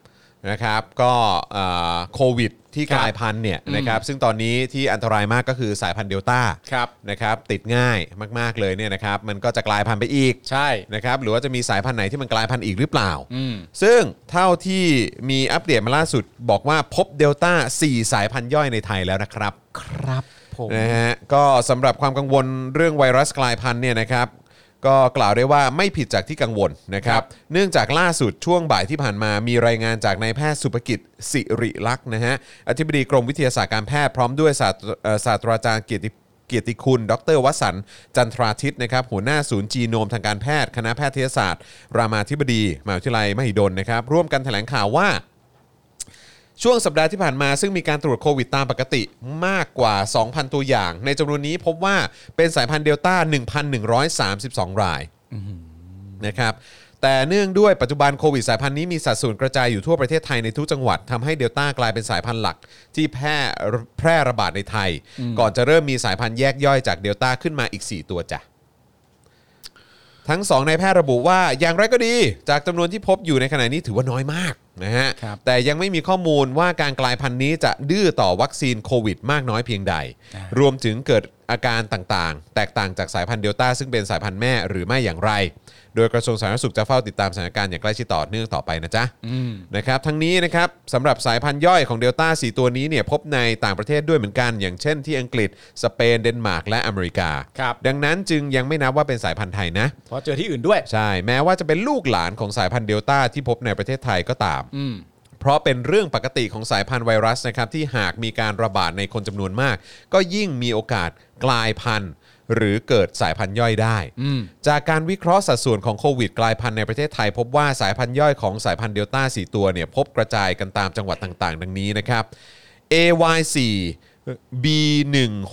Speaker 2: นะครับ ก็เอ่อโควิดที่
Speaker 1: ครั
Speaker 2: ก
Speaker 1: บ
Speaker 2: ลายพันธุ์เนี่ยนะครับซึ่งตอนนี้ที่อันตรายมากก็คือสายพันธุ์เดลต้า
Speaker 1: ครับ
Speaker 2: นะครับติดง่ายมาก ๆ เลยเนี่ยนะครับมันก็จะกลายพันธุ์ไปอีก
Speaker 1: ใช่
Speaker 2: นะครับหรือว่าจะมีสายพันธุ์ไหนที่มันกลายพันธุ์อีกหรือเปล่า
Speaker 1: อืม
Speaker 2: ซึ่งเท่าที่มีอัปเดตมาล่าสุดบอกว่าพบเดลต้า4สายพันธุ์ย่อยในไทยแล้วนะครับ
Speaker 1: ครับผม
Speaker 2: นะฮะก็สำหรับความกังวลเรื่องไวรัสกลายพันธุ์เนี่ยนะครับก็กล่าวได้ว่าไม่ผิดจากที่กังวลนะครับเนื่องจากล่าสุดช่วงบ่ายที่ผ่านมามีรายงานจากนายแพทย์สุภกิจสิริลักษณ์นะฮะอธิบดีกรมวิทยาศาสตร์การแพทย์พร้อมด้วยศาสตรเอ่อศาสตราจารย์เกียรติเกียรติคุณ ดรวสันต์จันทราทิตนะครับหัวหน้าศูนย์จีโนมทางการแพทย์ คณะแพทยศาสตร์ รามาธิบดีมหาวิทยาลัยมหิดลนะครับร่วมกันแถลงข่าวว่า ช่วงสัปดาห์ที่ผ่านมาซึ่งมีการตรวจโควิดตามปกติมากกว่า 2,000 ตัวอย่าง ในจำนวนนี้พบว่าเป็นสายพันธุ์เดลต้า 1,132 รายนะครับแต่เนื่องด้วยปัจจุบันโควิดสายพันธุ์นี้มีสัดส่วนกระจายอยู่ทั่วประเทศไทยในทุกจังหวัดทำให้เดลต้ากลายเป็นสายพันธุ์หลัก ที่แพร่แพร่ระบาดในไทย ก่อนจะเริ่มมีสายพันธุ์แยกย่อยจากเดลต้าขึ้นมาอีก 4 ตัวจ้ะ ทั้งสองนายแพทย์ระบุว่าอย่างไรก็ดี จากจำนวนที่พบอยู่ในขณะนี้ถือว่าน้อยมากนะฮะ
Speaker 1: ครับ
Speaker 2: แต่ยังไม่มีข้อมูลว่าการกลายพันธุ์นี้จะดื้อต่อวัคซีนโควิดมากน้อยเพียงใด รวมถึงเกิดอาการต่างๆ แตกต่างจากสายพันธุ์เดลต้าซึ่งเป็นสายพันธุ์แม่หรือไม่อย่างไร โดยกระทรวงสาธารณสุขจะเฝ้าติดตามสถานการณ์อย่างใกล้ชิดต่อเนื่องต่อไปนะจ๊ะ
Speaker 1: อืม
Speaker 2: นะครับทั้งนี้นะครับสำหรับสายพันธุ์ย่อยของเดลต้า4ตัวนี้เนี่ยพบในต่างประเทศด้วยเหมือนกัน อย่างเช่นที่อังกฤษ สเปน เดนมาร์กและอเมริกา
Speaker 1: ครับ
Speaker 2: ดังนั้นจึงยังไม่นับว่าเป็นสายพันธุ์ไทยนะ
Speaker 1: เพราะเจอที่อื่นด้วย
Speaker 2: ใช่ แม้ว่าจะเป็นลูกหลานของสายพันธุ์เดลต้าที่พบในประเทศไทยก็ตาม
Speaker 1: อืม
Speaker 2: เพราะเป็นเรื่องปกติของสายพันธุ์ไวรัสนะครับที่หากมีการระบาดในคนจำนวนมาก ก็ยิ่งมีโอกาสกลายพันธุ์ หรือเกิดสายพันธุ์ย่อยได้
Speaker 1: อืม
Speaker 2: จากการวิเคราะห์สัดส่วนของโควิดกลายพันธุ์ในประเทศไทย พบว่าสายพันธุ์ย่อยของสายพันธุ์เดลต้า 4 ตัวเนี่ยพบกระจายกันตามจังหวัดต่างๆ ดังนี้นะครับ AY4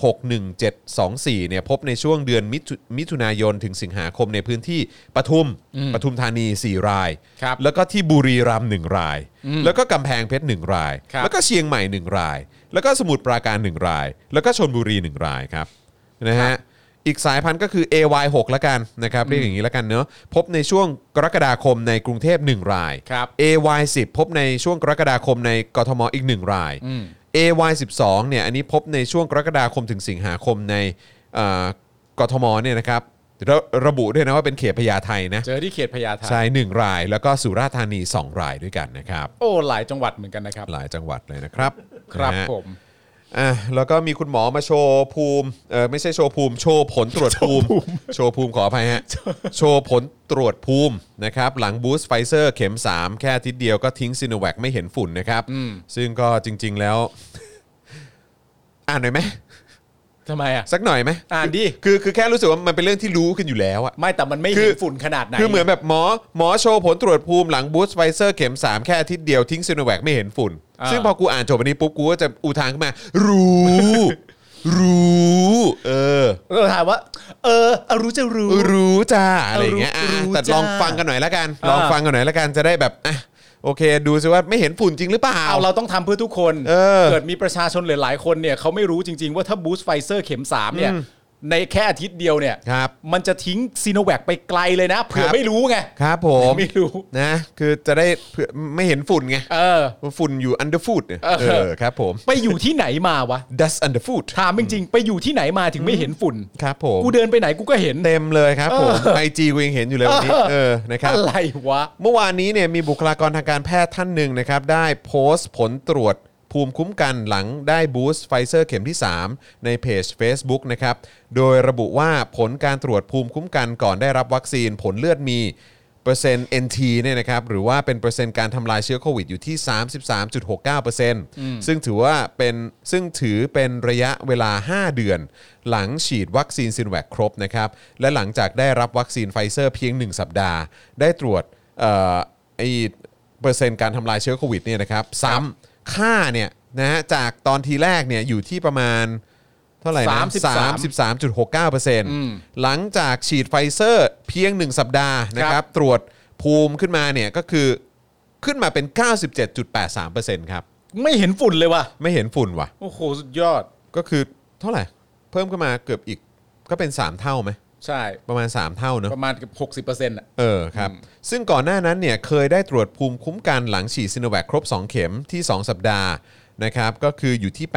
Speaker 2: B161724 เนี่ยพบในช่วงเดือนมิถุมิถุนายนถึงสิงหาคมในพื้นที่ปทุมปทุมธานี 4 ราย
Speaker 1: ครับ
Speaker 2: แล้วก็ที่บุรีรัมย์1ราย แล้วก็กำแพงเพชร 1 ราย
Speaker 1: ครับ
Speaker 2: แล้วก็เชียงใหม่ 1 ราย แล้วก็สมุทรปราการ 1 ราย แล้วก็ชนบุรี 1 รายครับ นะฮะ อีกสายพันธุ์ก็คือ AY6 ละกันนะครับเรียกอย่างนี้ละกันเนอะพบในช่วงกรกฎาคมในกรุงเทพ 1 ราย
Speaker 1: ครับ
Speaker 2: AY10 พบในช่วงกรกฎาคมในกทมอีก 1 ราย
Speaker 1: อืม
Speaker 2: AY12 เนี่ยอันนี้พบในช่วงกรกฎาคมถึงสิงหาคมในเอ่อกทมเนี่ยนะครับระระบุด้วยนะว่าเป็นเขตพญาไทนะ
Speaker 1: เจอที่เขตพญาไท
Speaker 2: ใช่หนึ่งราย แล้วก็สุราษฎร์ธานี 2 รายด้วยกันนะครับ
Speaker 1: โอ้หลายจังหวัดเหมือนกันนะครับ
Speaker 2: หลายจังหวัดเลยนะครับ
Speaker 1: ครับ
Speaker 2: นะฮะ
Speaker 1: ผม
Speaker 2: อ่ะแล้วก็มีคุณหมอมาโชว์ภูมิเออไม่ใช่โชว์ภูมิ โชว์ผลตรวจภูมิ โชว์ภูมิขออภัยฮะ โชว์ผลตรวจภูมินะครับหลังบูสต์ไฟเซอร์เข็ม 3 แค่อาทิตย์เดียวก็ทิ้งซีโนแวคไม่เห็นฝุ่นนะครับ ซึ่งก็จริง ๆแล้ว อ่านหน่อยไหม
Speaker 1: ทำไมอ่ะ
Speaker 2: สักหน่อยไหม
Speaker 1: อ่านดิ
Speaker 2: คือคือแค่รู้สึกว่ามันเป็นเรื่องที่รู้กันอยู่แล้วอะ
Speaker 1: ไม่แต่มันไม่
Speaker 2: คื
Speaker 1: เห็
Speaker 2: อ
Speaker 1: นฝุ่นขนาดไหน
Speaker 2: คือเหมือนแบบหมอหมอโชว์ผลตรวจภูมิหลังบูสต์ไฟเซอร์เข็ม 3 แค่อาทิตย์เดียวทิ้งซีโนแวคไม่เห็นฝุ่น
Speaker 1: อ่า
Speaker 2: ซึ่งพอกูอ่านจบวันนี้ปุ๊บกูก็จะอุทานขึ้นมา รู้ รู้เออ
Speaker 1: เราถามว่า เออเอารู้จะรู้
Speaker 2: รู้จ้าอะไรอย่างเงี้ยอ่ะ
Speaker 1: รู้
Speaker 2: แต่
Speaker 1: จ้า
Speaker 2: ลองฟังกันหน่อยละกัน
Speaker 1: อ่า
Speaker 2: ลองฟังกันหน่อยละกันจะได้แบบอ่ะโอเค ดูซิว่าไม่เห็นฝุ่นจริงหรือเปล่า
Speaker 1: เอาเราต้องทำเพื่อทุกคน
Speaker 2: เออ
Speaker 1: เกิดมีประชาชนหลายๆคนเนี่ยเขาไม่รู้จริง ๆ ว่าถ้าบูสต์ไฟเซอร์เข็ม 3 เนี่ย ในแค่อาทิตย์เดียวเนี่ย
Speaker 2: ครับ
Speaker 1: มันจะทิ้งซีโนแวคไปไกลเลยนะเผื่อ
Speaker 2: ครับ
Speaker 1: ไม่รู้ไง
Speaker 2: ครับผม
Speaker 1: ไม่รู้
Speaker 2: นะคือจะได้เผื่อไม่เห็นฝุ่นไง
Speaker 1: เออ
Speaker 2: ฝุ่นอยู่ underfoot เนี่ย
Speaker 1: เออ
Speaker 2: เออครับผม
Speaker 1: ไปอยู่ที่ไหนมาวะ
Speaker 2: dust underfoot
Speaker 1: ถามจริงๆไปอยู่ที่ไหนมาถึงไม่เห็นฝุ่น
Speaker 2: ครับผม
Speaker 1: กูเดินไปไหนกูก็เห็น
Speaker 2: เต็มเลยครับผม
Speaker 1: เออ
Speaker 2: ไอจีกูยังเห็นอยู่เลยวันนี้เออนะครับ
Speaker 1: อะไรวะ
Speaker 2: เมื่อวานนี้เนี่ยมีบุคลากรทางการแพทย์ท่านหนึ่งนะครับ ได้โพสต์ผลตรวจภูมิคุ้มกันหลังได้บูสต์ไฟเซอร์เข็มที่ 3 ในเพจ Facebook นะครับ โดยระบุว่าผลการตรวจภูมิคุ้มกันก่อนได้รับวัคซีนผลเลือดมี เปอร์เซ็นต์ NT เนี่ยนะครับหรือว่าเป็นเปอร์เซ็นต์การทำลายเชื้อโควิดอยู่ที่ 33.69%ซึ่งถือว่าเป็นซึ่งถือเป็นระยะเวลา 5 เดือน หลังฉีดวัคซีนซินแวคครบนะครับและหลังจากได้รับวัคซีนไฟเซอร์เพียง 1 สัปดาห์ ได้ตรวจ เอ่อไอเปอร์เซ็นต์การทำลายเชื้อโควิดเนี่ยนะครับซ้ำค่าเนี่ยนะฮะจากตอนทีแรกเนี่ยอยู่ที่ประมาณเท่าไหร่นะ
Speaker 1: 33
Speaker 2: 33.69%หลังจากฉีดไฟเซอร์เพียง 1 สัปดาห์นะครับตรวจภูมิขึ้นมาเนี่ยก็คือขึ้นมาเป็น 97.83%ครับ
Speaker 1: ไม่เห็นฝุ่นเลยวะ
Speaker 2: ไม่เห็นฝุ่นว่ะ
Speaker 1: โอ้โหสุดยอด
Speaker 2: ก็คือเท่าไหร่ เพิ่มขึ้นมาเกือบอีกก็เป็น 3 เท่าไหม
Speaker 1: ใช่
Speaker 2: ประมาณ 3 เท่าเนอะ
Speaker 1: ประมาณเกือบหกสิบเปอร์เซ็นต์อ่ะ
Speaker 2: เออครับ ซึ่งก่อนหน้านั้นเนี่ยเคยได้ตรวจภูมิคุ้มกันหลังฉีดซิโนแวคครบ 2 เข็มที่ 2 สัปดาห์นะครับก็คืออยู่ที่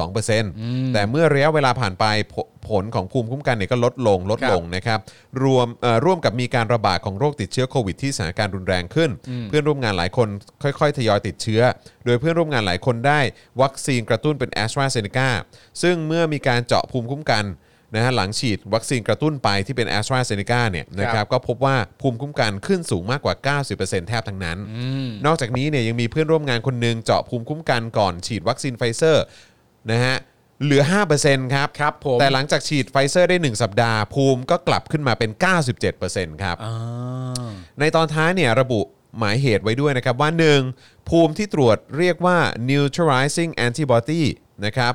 Speaker 2: 89.62%แต่เมื่อระยะเวลาผ่านไปผผลของภูมิคุ้มกันเนี่ยก็ลดลงลดลงนะครับรวมเอ่อร่วมกับมีการระบาดของโรคติดเชื้อโควิดที่สถานการณ์รุนแรงขึ้น เพื่อนร่วมงานหลายคนค่อยๆ ทยอยติดเชื้อ โดยเพื่อนร่วมงานหลายคนได้วัคซีนกระตุ้นเป็นแอสตราเซเนกาซึ่งเมื่อมีการเจาะภูมิคุ้มกัน นะฮะหลังฉีดวัคซีนกระตุ้นไปที่เป็น a s t r a z เซ e c a เนี่ยนะค
Speaker 1: ครั
Speaker 2: รับบ ก็พบว่าภูมิคุ้มกันขึ้นสูงมากกว่า 90%แทบทั้งนั้น นอกจากนี้เนี่ยยังมีเพื่อนร่วมงานคนหนึ่งเจาะภูมิคุ้มกันก่อนฉีดวัคซีนไฟเซอร์นะฮะเหลือ 5%ครับ
Speaker 1: ครับผม
Speaker 2: แต่หลังจากฉีดไฟเซอร์ได้ 1 สัปดาห์ ภูมิก็กลับขึ้นมาเป็น 97%ครับ
Speaker 1: อ่า
Speaker 2: ในตอนท้ายเนี่ยระบุหมายเหตุไว้ด้วยนะครับว่า 1. ภูมิที่ตรวจเรียกว่า neutralizing antibody นะครับ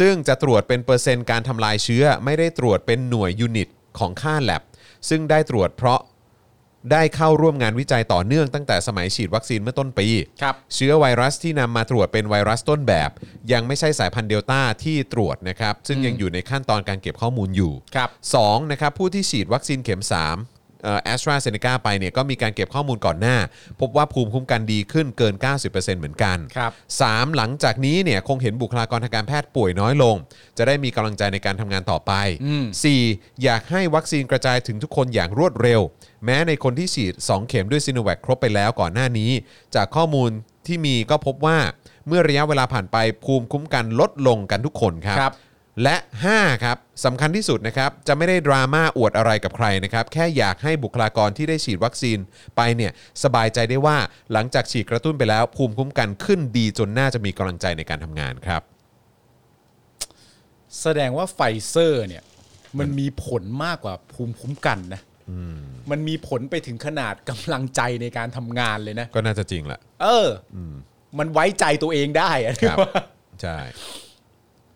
Speaker 2: ซึ่งจะตรวจเป็นเปอร์เซ็นต์การทำลายเชื้อ ไม่ได้ตรวจเป็นหน่วยยูนิตของค่าแลบซึ่งได้ตรวจเพราะได้เข้าร่วมงานวิจัยต่อเนื่องตั้งแต่สมัยฉีดวัคซีนเมื่อต้นปี
Speaker 1: ครับ
Speaker 2: เชื้อไวรัสที่นำมาตรวจเป็นไวรัสต้นแบบ ยังไม่ใช่สายพันธุ์เดลต้าที่ตรวจนะครับซึ่งยังอยู่ในขั้นตอนการเก็บข้อมูลอยู่
Speaker 1: ครับ
Speaker 2: 2นะครับผู้ที่ฉีดวัคซีนเข็ม3แอสตราเซเนกาไปเนี่ยก็มีการเก็บข้อมูลก่อนหน้า พบว่าภูมิคุ้มกันดีขึ้นเกิน 90%เหมือนกัน
Speaker 1: ครับ
Speaker 2: 3 หลังจากนี้เนี่ยคงเห็นบุคลากรทางการแพทย์ป่วยน้อยลง จะได้มีกำลังใจในการทำงานต่อไป 4. อยากให้วัคซีนกระจายถึงทุกคนอย่างรวดเร็ว แม้ในคนที่ฉีด 2 เข็มด้วยซิโนแวคครบไปแล้วก่อนหน้านี้ จากข้อมูลที่มีก็พบว่าเมื่อระยะเวลาผ่านไปภูมิคุ้มกันลดลงกันทุกคนครับ
Speaker 1: ครับ
Speaker 2: และ 5 ครับสำคัญที่สุดนะครับ จะไม่ได้ดราม่าอวดอะไรกับใครนะครับ แค่อยากให้บุคลากรที่ได้ฉีดวัคซีนไปเนี่ย สบายใจได้ว่าหลังจากฉีดกระตุ้นไปแล้ว ภูมิคุ้มกันขึ้นดีจนน่าจะมีกำลังใจในการทำงานครับ
Speaker 1: แสดงว่าไฟเซอร์เนี่ย มันมีผลมากกว่าภูมิคุ้มกันนะมันมีผลไปถึงขนาดกำลังใจในการทำงานเลยนะ
Speaker 2: ก็น่าจะจริงแหละ
Speaker 1: เอออมันไว้ใจตัวเองได้อะ
Speaker 2: ครับ ใช่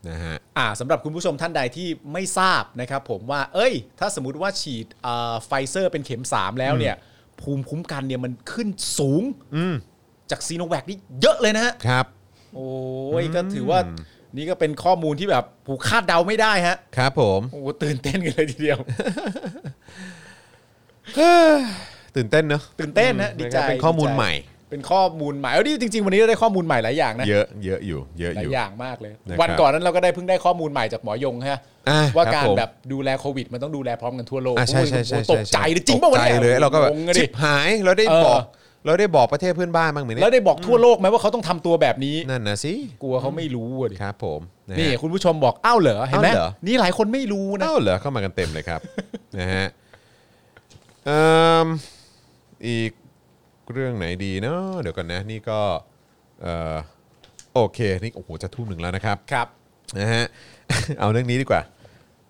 Speaker 2: นะฮะ
Speaker 1: อ่าสำหรับคุณผู้ชมท่านใดที่ไม่ทราบนะครับผมว่า เอ้ย ถ้าสมมติว่าฉีดไฟเซอร์เป็นเข็ม 3 แล้วเนี่ย ภูมิคุ้มกันเนี่ยมันขึ้นสูงจากซีโนแวคนี่เยอะเลยนะฮะ
Speaker 2: ครับ
Speaker 1: โอ้ยก็ถือว่านี่ก็เป็นข้อมูลที่แบบผูคาดเดาไม่ได้ฮะ
Speaker 2: ครับผม
Speaker 1: โอ้โหตื่นเต้นกันเลยทีเดียว
Speaker 2: ตื่นเต้นเนอะ
Speaker 1: ตื่นเต้นนะดีใจ
Speaker 2: เป็นข้อมูล
Speaker 1: ดีจ
Speaker 2: ใหม่
Speaker 1: เป็นข้อมูลใหม่เอาดิจริง ๆ วันนี้เราได้ข้อมูลใหม่หลายอย่างนะ
Speaker 2: เยอะ เยอะอยู่ เยอะ
Speaker 1: ห
Speaker 2: อ
Speaker 1: ลาย
Speaker 2: ยู่
Speaker 1: อย่างมากเลย
Speaker 2: นะครับ
Speaker 1: วันก่อนนั้นเราก็ได้เพิ่งได้ข้อมูลใหม่จากหมอยงฮะ
Speaker 2: อ่า
Speaker 1: ว่า
Speaker 2: ค
Speaker 1: กา
Speaker 2: รับ
Speaker 1: ร
Speaker 2: ผม
Speaker 1: แบบดูแลโควิด มันต้องดูแลพร้อมกันทั่วโลก
Speaker 2: อ่ะใช่ใช่ใช่
Speaker 1: โอ้โห
Speaker 2: ช่
Speaker 1: ตกใจเลยจริงป่ะ
Speaker 2: ต
Speaker 1: วะ
Speaker 2: กใจ
Speaker 1: นี่
Speaker 2: เลยเราก็แบบ
Speaker 1: งงอะดิ
Speaker 2: ชิบหายเราได้
Speaker 1: เออ
Speaker 2: บอกเราได้บอกประเทศเพื่อนบ้านบ้างไหมเนี่ย
Speaker 1: แล้วได้บอกทั่วโลกไหมว่าเขาต้องทำตัวแบบนี้
Speaker 2: นั่นนะสิ
Speaker 1: กลัวเขาไม่รู้อะดิ
Speaker 2: ครับผมะฮะ
Speaker 1: นี่คุณผู้ชมบอกอ้าวเหรอเห็นไหม
Speaker 2: อ้าวเหรอ
Speaker 1: นี่หลายคนไม่รู้นะ
Speaker 2: เอ้าเหรอเข้ามากันเต็มเลย ครับ นะฮะเอิ่มอีกเรื่องไหนดีเนาะเดี๋ยวก่อนนะนี่ก็เอ่อโอเคนี่โอ้โหจะทุ่มหนึ่งแล้วนะครับ
Speaker 1: ครับ
Speaker 2: นะฮ ะ เอาเรื่องนี้ดีกว่า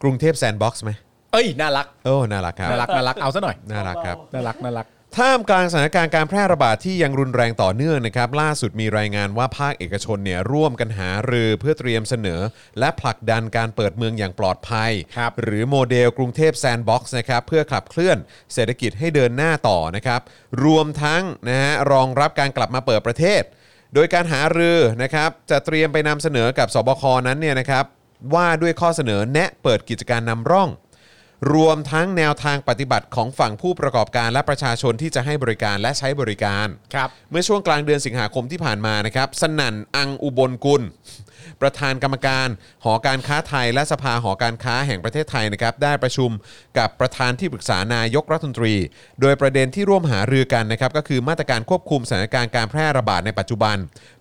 Speaker 2: กรุงเทพแซนด์บ็อกซ์ไหม
Speaker 1: เอ้ยน่ารัก
Speaker 2: โอ้น่ารักครับ
Speaker 1: น่ารักน่ารักเอาซะหน่อย
Speaker 2: น่ารักครับ
Speaker 1: น่ารักน่ารัก
Speaker 2: ท่ามกลางสถานการณ์การแพร่ระบาดที่ยังรุนแรงต่อเนื่องนะครับ ล่าสุดมีรายงานว่าภาคเอกชนเนี่ยร่วมกันหารือเพื่อเตรียมเสนอ และผลักดันการเปิดเมืองอย่างปลอดภัย
Speaker 1: ครับ
Speaker 2: หรือโมเดลกรุงเทพแซนด์บ็อกซ์นะครับเพื่อขับเคลื่อนเศรษฐกิจให้เดินหน้าต่อนะครับ รวมทั้งนะฮะรองรับการกลับมาเปิดประเทศ โดยการหารือนะครับจะเตรียมไปนำเสนอกับสบคนั้นเนี่ยนะครับ ว่าด้วยข้อเสนอแนะเปิดกิจการนำร่อง รวมทั้งแนวทางปฏิบัติของฝั่งผู้ประกอบการและประชาชนที่จะให้บริการและใช้บริการ
Speaker 1: ครับ
Speaker 2: เมื่อช่วงกลางเดือนสิงหาคมที่ผ่านมานะครับ สนั่นอังอุบลกุล ประธานกรรมการ หอการค้าไทยและสภาหอการค้าแห่งประเทศไทยนะครับ ได้ประชุมกับประธานที่ปรึกษานายกรัฐมนตรี โดยประเด็นที่ร่วมหารือกันนะครับ ก็คือมาตรการควบคุมสถานการณ์การแพร่ระบาดในปัจจุบัน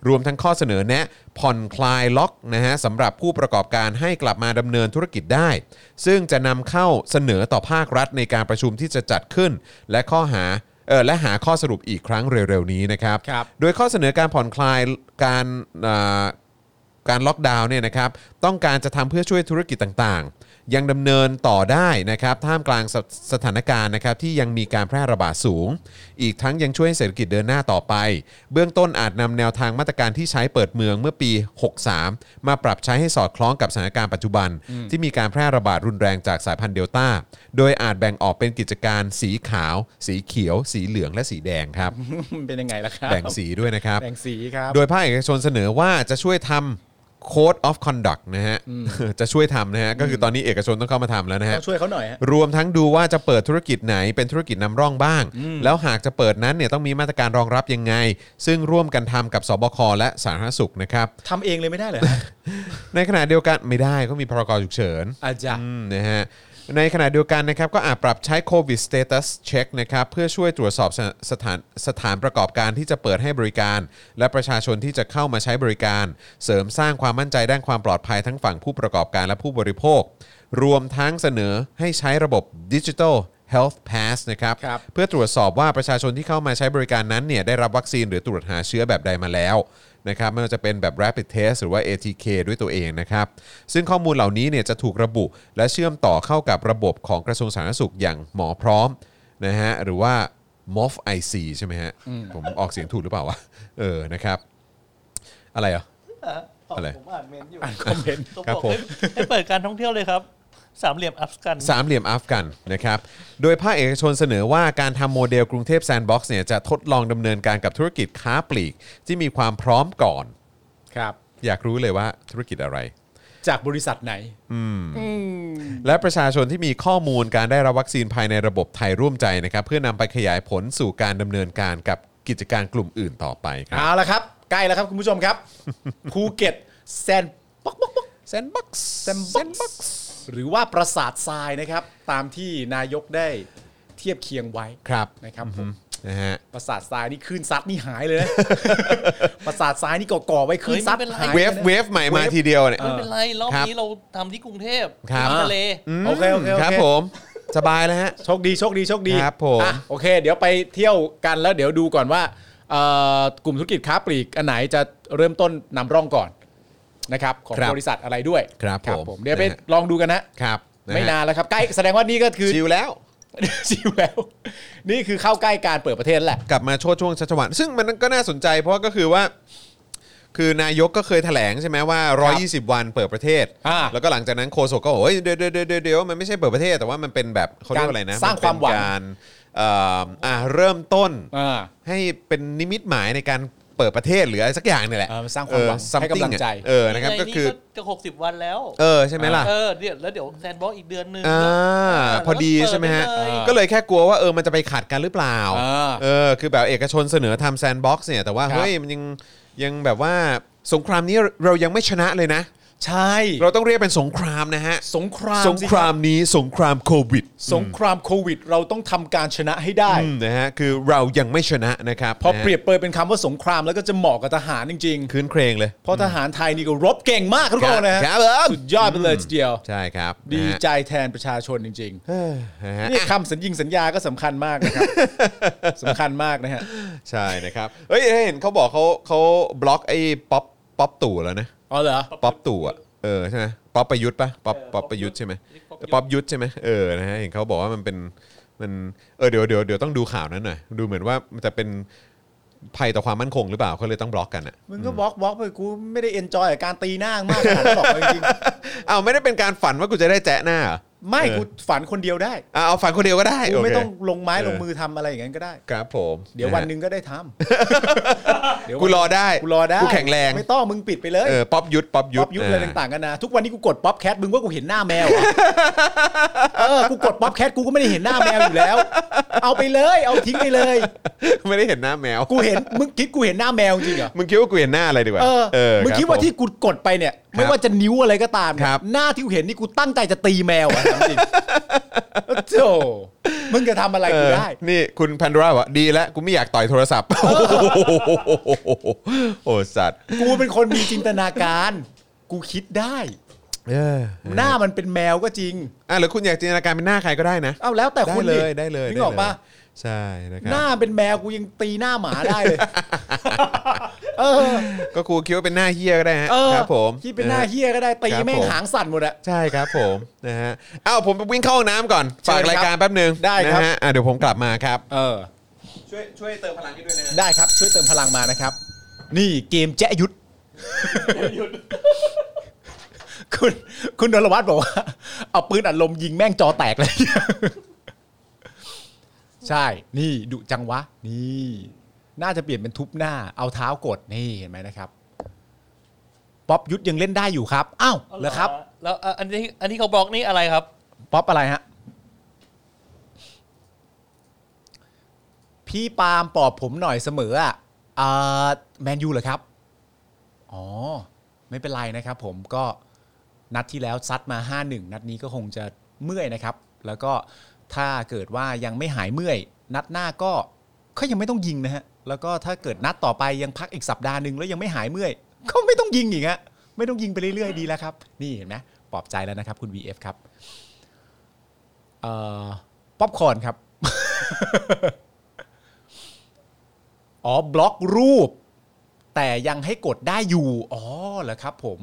Speaker 2: รวมทั้งข้อเสนอแนะผ่อนคลายล็อกนะฮะสำหรับผู้ประกอบการให้กลับมาดำเนินธุรกิจได้ ซึ่งจะนำเข้าเสนอต่อภาครัฐในการประชุมที่จะจัดขึ้น และข้อหาเออและหาข้อสรุปอีกครั้งเร็วๆนี้นะครับ
Speaker 1: ครับ
Speaker 2: โดยข้อเสนอการผ่อนคลายการเอ่อการล็อกดาวน์เนี่ยนะครับต้องการจะทำเพื่อช่วยธุรกิจต่างๆ ยังดำเนินต่อได้นะครับท่ามกลางสสถานการณ์นะครับที่ยังมีการแพร่ระบาดสูง อีกทั้งยังช่วยให้เศรษฐกิจเดินหน้าต่อไป เบื้องต้นอาจนำแนวทางมาตรการที่ใช้เปิดเมืองเมื่อปี 63 มาปรับใช้ให้สอดคล้องกับสถานการณ์ปัจจุบัน ที่มีการแพร่ระบาดรุนแรงจากสายพันธุ์เดลต้าโดยอาจแบ่งออกเป็นกิจการสีขาว สีเขียว สีเหลืองและสีแดงครับ
Speaker 1: เป็นยังไงล่ะครับ
Speaker 2: แบ่งสีด้วยนะครับ
Speaker 1: แบ่งสีครับ
Speaker 2: โดยภาคเอกชนเสนอว่าจะช่วยทำ Code of Conduct นะฮะ จะช่วยทำนะฮะ ก็คือตอนนี้เอกชนต้องเข้ามาทำแล้วนะฮะ
Speaker 1: ต้องช่วยเขาหน่อยฮะ
Speaker 2: รวมทั้งดูว่าจะเปิดธุรกิจไหนเป็นธุรกิจนำร่องบ้าง แล้วหากจะเปิดนั้นเนี่ยต้องมีมาตรการรองรับยังไง ซึ่งร่วมกันทำกับสบคและสาธารณสุขนะครับ
Speaker 1: ทำเองเลยไม่ได้เหรอฮะ
Speaker 2: ในขณะเดียวกันไม่ได้ก็มีพรกฉุกเฉิน
Speaker 1: อาจารย์
Speaker 2: อืมนะฮะในขณะเดียวกันนะครับก็อาจปรับใช้ COVID Status Check นะครับเพื่อช่วยตรวจสอบสสถานสถานประกอบการที่จะเปิดให้บริการ และประชาชนที่จะเข้ามาใช้บริการ เสริมสร้างความมั่นใจด้านความปลอดภัยทั้งฝั่งผู้ประกอบการและผู้บริโภค รวมทั้งเสนอให้ใช้ระบบดิจิ t a l Health Pass นะครับ
Speaker 1: ครับ
Speaker 2: เพื่อตรวจสอบว่าประชาชนที่เข้ามาใช้บริการนั้นเนี่ยได้รับวัคซีนหรือตรวจหาเชื้อแบบใดมาแล้วนะครับไม่ว่าจะเป็นแบบ rapid test หรือว่า ATK ด้วยตัวเองนะครับ ซึ่งข้อมูลเหล่านี้เนี่ยจะถูกระบุและเชื่อมต่อเข้ากับระบบของกระทรวงสาธารณสุขอย่างหมอพร้อมนะฮะหรือว่า MOF IC ใช่ไหมฮะ ผมออกเสียงถูกหรือเปล่าวะเออนะครับ อะไรอ่ะ อะไร
Speaker 3: ผมอ่านเมนต์อยู่
Speaker 1: อ่านคอมเมนต์
Speaker 3: ผม
Speaker 2: ครับ
Speaker 3: บอก
Speaker 2: ผม
Speaker 3: ให้ให้เปิดการท่องเที่ยวเลย ครับ สามเหลี่ยมอัฟกัน
Speaker 2: สามเหลี่ยมอัฟกันนะครับ โดยภาคเอกชนเสนอว่าการทำโมเดลกรุงเทพแซนด์บ็อกซ์เนี่ยจะทดลองดำเนินการกับธุรกิจค้าปลีก ที่มีความพร้อมก่อน
Speaker 1: ครับ
Speaker 2: อยากรู้เลยว่าธุรกิจอะไร
Speaker 1: จากบริษัทไหน
Speaker 2: และประชาชนที่มีข้อมูลการได้รับวัคซีนภายในระบบไทยร่วมใจนะครับ เพื่อนำไปขยายผลสู่การดำเนินการกับกิจการกลุ่มอื่นต่อไปครับ
Speaker 1: เอาละครับ ใกล้แล้วครับคุณผู้ชมครับ ภูเก็ตแซนป๊อกป๊อกป๊อก
Speaker 2: แซนด์บ็อกซ์
Speaker 1: แซนบ็อกหรือว่าปราสาททรายนะครับ ตามที่นายกได้เทียบเคียงไว้
Speaker 2: ครับ
Speaker 1: นะครับผม
Speaker 2: นะฮะ
Speaker 1: ปราสาททรายนี่คลื่นซัดนี่หายเลยนะ ปราสาททรายนี่ก่อๆไว้คลื่นซัด
Speaker 3: เฮ้ยไม่เป็นไร
Speaker 1: หาย
Speaker 2: เว
Speaker 1: ลย
Speaker 2: ฟ
Speaker 1: นะ
Speaker 2: เวฟใหม่มาทีเดียวเนี่ย
Speaker 3: ไม่เป็นไร รอบ
Speaker 2: ครับ
Speaker 3: นี้เราทำที่กรุงเทพ
Speaker 2: ครับ
Speaker 3: ที่ทะเล
Speaker 2: ม
Speaker 1: โอเคโอเคโอเค
Speaker 2: ครับผมสบายแล้วฮะ
Speaker 1: โชคดีโชคดีโชคดี
Speaker 2: ครับผม
Speaker 1: อ่ะโอเค เดี๋ยวไปเที่ยวกันแล้วเดี๋ยวดูก่อนว่าเอ่อกลุ่มธุรกิจค้าปลีกอันไหนจะเริ่มต้นนำร่องก่อนนะครับของ
Speaker 2: ครับ
Speaker 1: บริษัทอะไรด้วย
Speaker 2: ครับผม
Speaker 1: เดี๋ยวไป
Speaker 2: นะฮะ
Speaker 1: ลองดูกันนะครับ
Speaker 2: ะฮะ
Speaker 1: ไม่นานแล้วครับใกล้แสดงว่านี่ก็คือ
Speaker 2: ชิลแล้ว
Speaker 1: ชิวแล้ว นี่คือเข้าใกล้การเปิดประเทศแหละ
Speaker 2: กลับมาโชดช่วงชัชวานซึ่งมันก็น่าสนใจเพราะก็คือว่า คือนายกก็เคยแถลงใช่ไหมว่า 120 วันเปิดประเทศ
Speaker 1: อ่า
Speaker 2: แล้วก็หลังจากนั้นโคศกก็บอกว่าเฮ้ยเดี๋ยวเดี๋ยวเดี๋ยวเดี๋ยวมันไม่ใช่เปิดประเทศ แต่ว่ามันเป็นแบบเขาเรียกว่าอะไรนะ
Speaker 1: การสร้างความหวัง
Speaker 2: นเป็นการเอ่ออ่าเริ่มต้น
Speaker 1: อ่า
Speaker 2: ให้เป็นนิมิตหมายในการเปิดประเทศหรืออะไรสักอย่างนี่แหละ
Speaker 1: เออสร้างความหวัง
Speaker 2: เออ something
Speaker 1: ให้กำลังใจ
Speaker 2: อ่ะเออนะครับ
Speaker 3: นี่ไง
Speaker 2: ก็คือ
Speaker 3: นี่จะหกสิบวันแล้ว
Speaker 2: เออใช่ไหมล่ะ
Speaker 3: เออเดี๋ยวแล้วเดี๋ยวแซนด์บ็อกซ์อีกเดือนหนึง
Speaker 2: อ่า
Speaker 3: แล้ว
Speaker 2: พอดีใช่ไหมฮะ
Speaker 3: เปิดได้เลย
Speaker 2: ก็เลยแค่กลัวว่าเออมันจะไปขัดกันหรือเปล่า
Speaker 1: อ่า
Speaker 2: เออคือแบบเอกชนเสนอทำแซนด์บ็อกซ์เนี่ยแต่ว่า
Speaker 1: ครับ
Speaker 2: เฮ้ยมันยังยังแบบว่าสงครามนี้เรายังไม่ชนะเลยนะ
Speaker 1: ใช่
Speaker 2: เราต้องเรียกเป็นสงครามนะฮะ
Speaker 1: สงคราม
Speaker 2: สงครามนี้สงครามโควิด
Speaker 1: สงครามโควิด เราต้องทำการชนะให้ได้
Speaker 2: อืมนะฮะคือเรายังไม่ชนะนะครับ
Speaker 1: พอ
Speaker 2: นะฮะ
Speaker 1: เปรียบเปรยเป็นคำว่าสงครามแล้วก็จะเหมาะกับทหารจริง
Speaker 2: คืนเครงเลย
Speaker 1: ๆ เพราะทหารไทยนี่ก็รบเก่งมากทุกคนนะฮะ
Speaker 2: ครับผม
Speaker 1: สุดยอดไปเลยทีเดียว
Speaker 2: ใช่ครับนะฮะ
Speaker 1: ดีใจแทนประชาชนจริง
Speaker 2: เออนะฮะ
Speaker 1: ๆนี่คำสัญญิงสัญญาก็สำคัญมาก นะครับ สำคัญมากนะฮะ
Speaker 2: ใช่นะครับเฮ้ยเห็นเขาบอกเขาเขาบล็อกไอ้ป๊อปป๊อปตู่แล้วนะ
Speaker 1: อ๋อเหรอ
Speaker 2: ป๊อปตู่อ่ะ เออใช่ไหมป๊อปประยุทธ์ปะป๊อปป๊อปประยุทธ์ใช่ไหมป๊อปยุทธ์ใช่ไหมเออ นะฮะ เห็นเขาบอกว่ามันเป็น มัน เออ เดี๋ยวเดี๋ยวเดี๋ยวต้องดูข่าวนั้นหน่อย ดูเหมือนว่ามันจะเป็นภัยต่อความมั่นคงหรือเปล่าเขาเลยต้องบล็อกกันอ่ะ
Speaker 1: มึงก็บล็อกบล็อกไปกูไม่ได้เอนจอยกับการตีหน้ามากขนาดนั้นหรอกเอาจริง
Speaker 2: เอาวไม่ได้เป็นการฝันว่ากูจะได้แจ๊ะหน้าเหรอ
Speaker 1: ๆ ไม่
Speaker 2: เออ
Speaker 1: กูฝันคนเดียวได้
Speaker 2: อ่ะเอาฝันคนเดียวก็ได้
Speaker 1: กูไม่
Speaker 2: โเค
Speaker 1: ต้องลงไม้ลงมือทำอะไรอย่างนั้นก็ได้
Speaker 2: ครับผม
Speaker 1: เดี๋ยววันหนึ่งก็ได้ทำ เดี๋ยว
Speaker 2: กูรอได้
Speaker 1: กูรอได้
Speaker 2: กูแข็งแรง
Speaker 1: ไม่ต้องมึงปิดไปเลย
Speaker 2: เออป๊อปยุทธป๊อปยุ
Speaker 1: ป๊
Speaker 2: ท
Speaker 1: อปยุทธอะไรต่างๆกันนะทุกวันนี้กูกดป๊อปแคทมึงว่ากูเห็นหน้าแมว เหรอ เออกูกดป๊อปแคทกูก็ไม่ได้เห็นหน้าแมวอยู่แล้ว เอาไปเลย เอาทิ้งไปเลย
Speaker 2: ๆไม่ได้เห็นหน้าแมว
Speaker 1: กูเห็นมึงคิดกูเห็นหน้าแมวจริงเหรอ
Speaker 2: มึงคิดว่ากูเห็นหน้าอะไรดีกว่า
Speaker 1: เออ
Speaker 2: เออ
Speaker 1: มึง
Speaker 2: รับ
Speaker 1: คิดว่า
Speaker 2: ผม
Speaker 1: ที่กูกดไปเนี่ย ไม่ว่าจะนิ้วอะไรก็ตามเนี่ย
Speaker 2: ครับ
Speaker 1: หน้าที่กูเห็นนี่กูตั้งใจจะตีแมวอะถามจริงโจมึงจะทำอะไร
Speaker 2: เอ
Speaker 1: กู
Speaker 2: อ
Speaker 1: ได้
Speaker 2: นี่คุณพันดราบอกว่าดีแล้วกูไม่อยากต่อยโทรศัพท์ โอ้โห โอ้สัตว์
Speaker 1: กูเป็นคนมีจินตนาการ กูคิดได้
Speaker 2: เออ
Speaker 1: หน้ามันเป็นแมวก็จริง
Speaker 2: อ่ะหรือคุณอยากจินตนาการเป็นหน้าใครก็ได้นะ
Speaker 1: เอาแล้วแต่คุณ
Speaker 2: ได้เลย
Speaker 1: ดิ
Speaker 2: ได้เลย
Speaker 1: นึกออกปะ
Speaker 2: ได้เลยใช่นะค
Speaker 1: ห
Speaker 2: รั
Speaker 1: น้า
Speaker 2: บ
Speaker 1: เป็นแมวกูยังตีหน้าหมาได้เลย เออ
Speaker 2: ก็ครูคิดว่าเป็นหน้าเฮียก็ได้ฮะ
Speaker 1: เออ
Speaker 2: ครับผม
Speaker 1: ที่เป็นหน้า
Speaker 2: ออ
Speaker 1: เฮี้ยก็ได้ตี
Speaker 2: ครับ
Speaker 1: แม่ง
Speaker 2: ผม
Speaker 1: หางสั่นหมดอะ
Speaker 2: ใช่ครับผม นะฮะอ้าวผมไปวิ่งเข้าห้องน้ำก่อนฝากรายการแป๊บหนึ่ง
Speaker 1: ได้ครับ
Speaker 2: นะฮะอ่ะเดี๋ยวผมกลับมาครับ
Speaker 1: เออ
Speaker 2: ช่วยช่วยเติมพลังให้ด้วยนะ
Speaker 1: ได้ครับช่วยเติมพลังมานะครับ นี่เกมแจ๊ยุทธคุณคุณนรวัตรบอกว่า เอาปืนอัดลมยิงแม่งจอแตกเลย ใช่ นี่ดุจังวะ นี่ น่าจะเปลี่ยนเป็นทุบหน้า เอาเท้ากดนี่เห็นไหมนะครับ ป๊อปยุทธยังเล่นได้อยู่ครับ อ้าวเหรอครับ
Speaker 3: แล้วอ่ะอันนี้อันนี้เขาบล็อกนี่อะไรครับ
Speaker 1: ป๊อปอะไรฮะ พี่ปาล์มปอบผมหน่อยเสมออ่ะอ่าแมนยูเหรอครับ อ๋อ ไม่เป็นไรนะครับผมก็นัดที่แล้วซัดมา 5-1 นัดนี้ก็คงจะเมื่อยนะครับ แล้วก็ถ้าเกิดว่ายังไม่หายเมื่อย นัดหน้าก็ก็ยังไม่ต้องยิงนะฮะ แล้วก็ถ้าเกิดนัดต่อไปยังพักอีกสัปดาห์หนึ่งแล้วยังไม่หายเมื่อย ก็ไม่ต้องยิงอีกฮะไม่ต้องยิงไปเรื่อยๆดีแล้วครับ นี่เห็นไหมปลอบใจแล้วนะครับคุณ VF ครับ เอ่อป๊อปคอร์นครับ อ๋อบล็อกรูป แต่ยังให้กดได้อยู่ อ๋อเหรอครับผม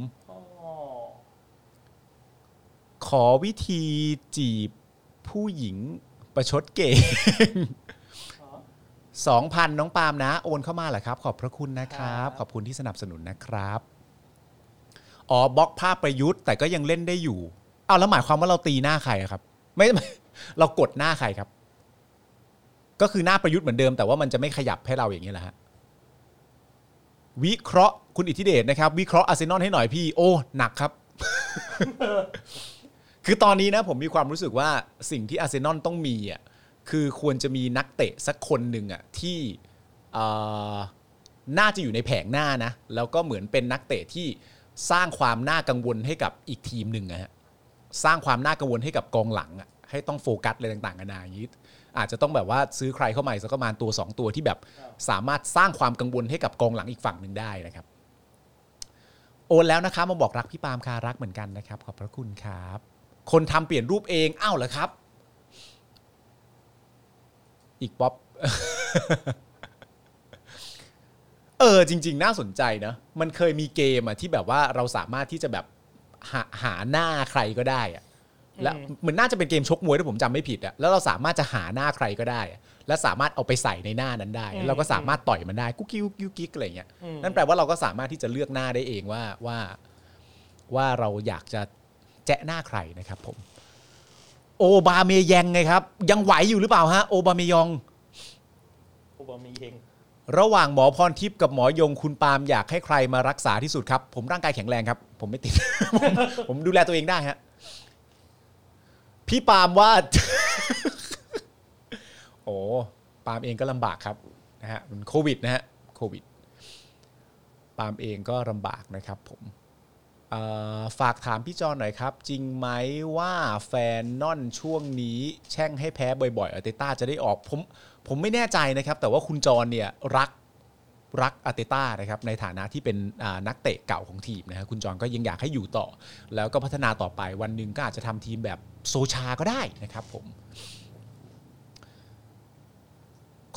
Speaker 1: ขอวิธีจีบผู้หญิงประชดเก่งสองพันน้องปาล์มนะ โอนเข้ามาเหรอครับ ขอบพระคุณนะครับ
Speaker 3: ครับ
Speaker 1: ขอบคุณที่สนับสนุนนะครับ อ๋อบล็อกภาพประยุทธ์ แต่ก็ยังเล่นได้อยู่ เอาแล้วหมายความว่าเราตีหน้าใครอะครับ ไม่ ไม่ เรากดหน้าใครครับ ก็คือหน้าประยุทธ์เหมือนเดิมแต่ว่ามันจะไม่ขยับให้เราอย่างนี้แหละฮะ วิเคราะห์คุณอิทธิเดชนะครับ วิเคราะห์อาร์เซนอลให้หน่อยพี่ โอ้ หนักครับ คือตอนนี้นะผมมีความรู้สึกว่าสิ่งที่อาร์เซนอลต้องมีอ่ะคือควรจะมีนักเตะสักคนหนึ่งอ่ะที่เอ่อน่าจะอยู่ในแผงหน้านะ แล้วก็เหมือนเป็นนักเตะที่สร้างความน่ากังวลให้กับอีกทีมหนึ่งอะฮะ สร้างความน่ากังวลให้กับกองหลังอะให้ต้องโฟกัสอะไรต่างๆกันานาอย่างนี้ อาจจะต้องแบบว่าซื้อใครเข้ามาอีกสักประมาณตัว 2 ตัวที่แบบสามารถสร้างความกังวลให้กับกองหลังอีกฝั่งหนึ่งได้นะครับ โอนแล้วนะครับมาบอกรักพี่ปาล์มค่ะรักเหมือนกันนะครับ ขอบพระคุณครับ คนทำเปลี่ยนรูปเองอ้าวเหรอครับ อีกป๊อป เออจริง ๆ น่าสนใจนะมันเคยมีเกมอะที่แบบว่าเราสามารถที่จะแบบหาหาหน้าใครก็ได้อะแล้ว
Speaker 3: อืม
Speaker 1: เหมือนน่าจะเป็นเกมชกมวยถ้าผมจำไม่ผิดอะแล้วเราสามารถจะหาหน้าใครก็ได้อะและสามารถเอาไปใส่ในหน้านั้นได้ เราก็สามารถต่อยมันได้กุ๊กกิ๊กกิ๊กกิ๊กอะไรอย่างเงี้ยนั่นแปลว่าเราก็สามารถที่จะเลือกหน้าได้เองว่าว่า ว่าเราอยากจะแจะหน้าใครนะครับผม โอบาเมยังไงครับ ยังไหวอยู่หรือเปล่าฮะโอบาเมยอง
Speaker 3: โอบามีเอง
Speaker 1: ระหว่างหมอพรทิพย์กับหมอยงคุณปาล์มอยากให้ใครมารักษาที่สุดครับ ผมร่างกายแข็งแรงครับ ผมไม่ติด ผมผมดูแลตัวเองได้ฮะพี่ปาล์มว่า โอ้ปาล์มเองก็ลำบากครับนะฮะมันโควิดนะฮะโควิด ปาล์มเองก็ลำบากนะครับผมเอ่อฝากถามพี่จอนหน่อยครับ จริงไหมว่าแฟนนอนช่วงนี้ แช่งให้แพ้บ่อยๆอาร์เตต้าจะได้ออกผมผมไม่แน่ใจนะครับ แต่ว่าคุณจอนเนี่ยรักรักอาร์เตต้านะครับในฐานะที่เป็นอ่านักเตะเก่าของทีมนะฮะคุณจอนก็ยังอยากให้อยู่ต่อ แล้วก็พัฒนาต่อไปวันหนึ่งก็อาจจะทำทีมแบบโซชาก็ได้นะครับผม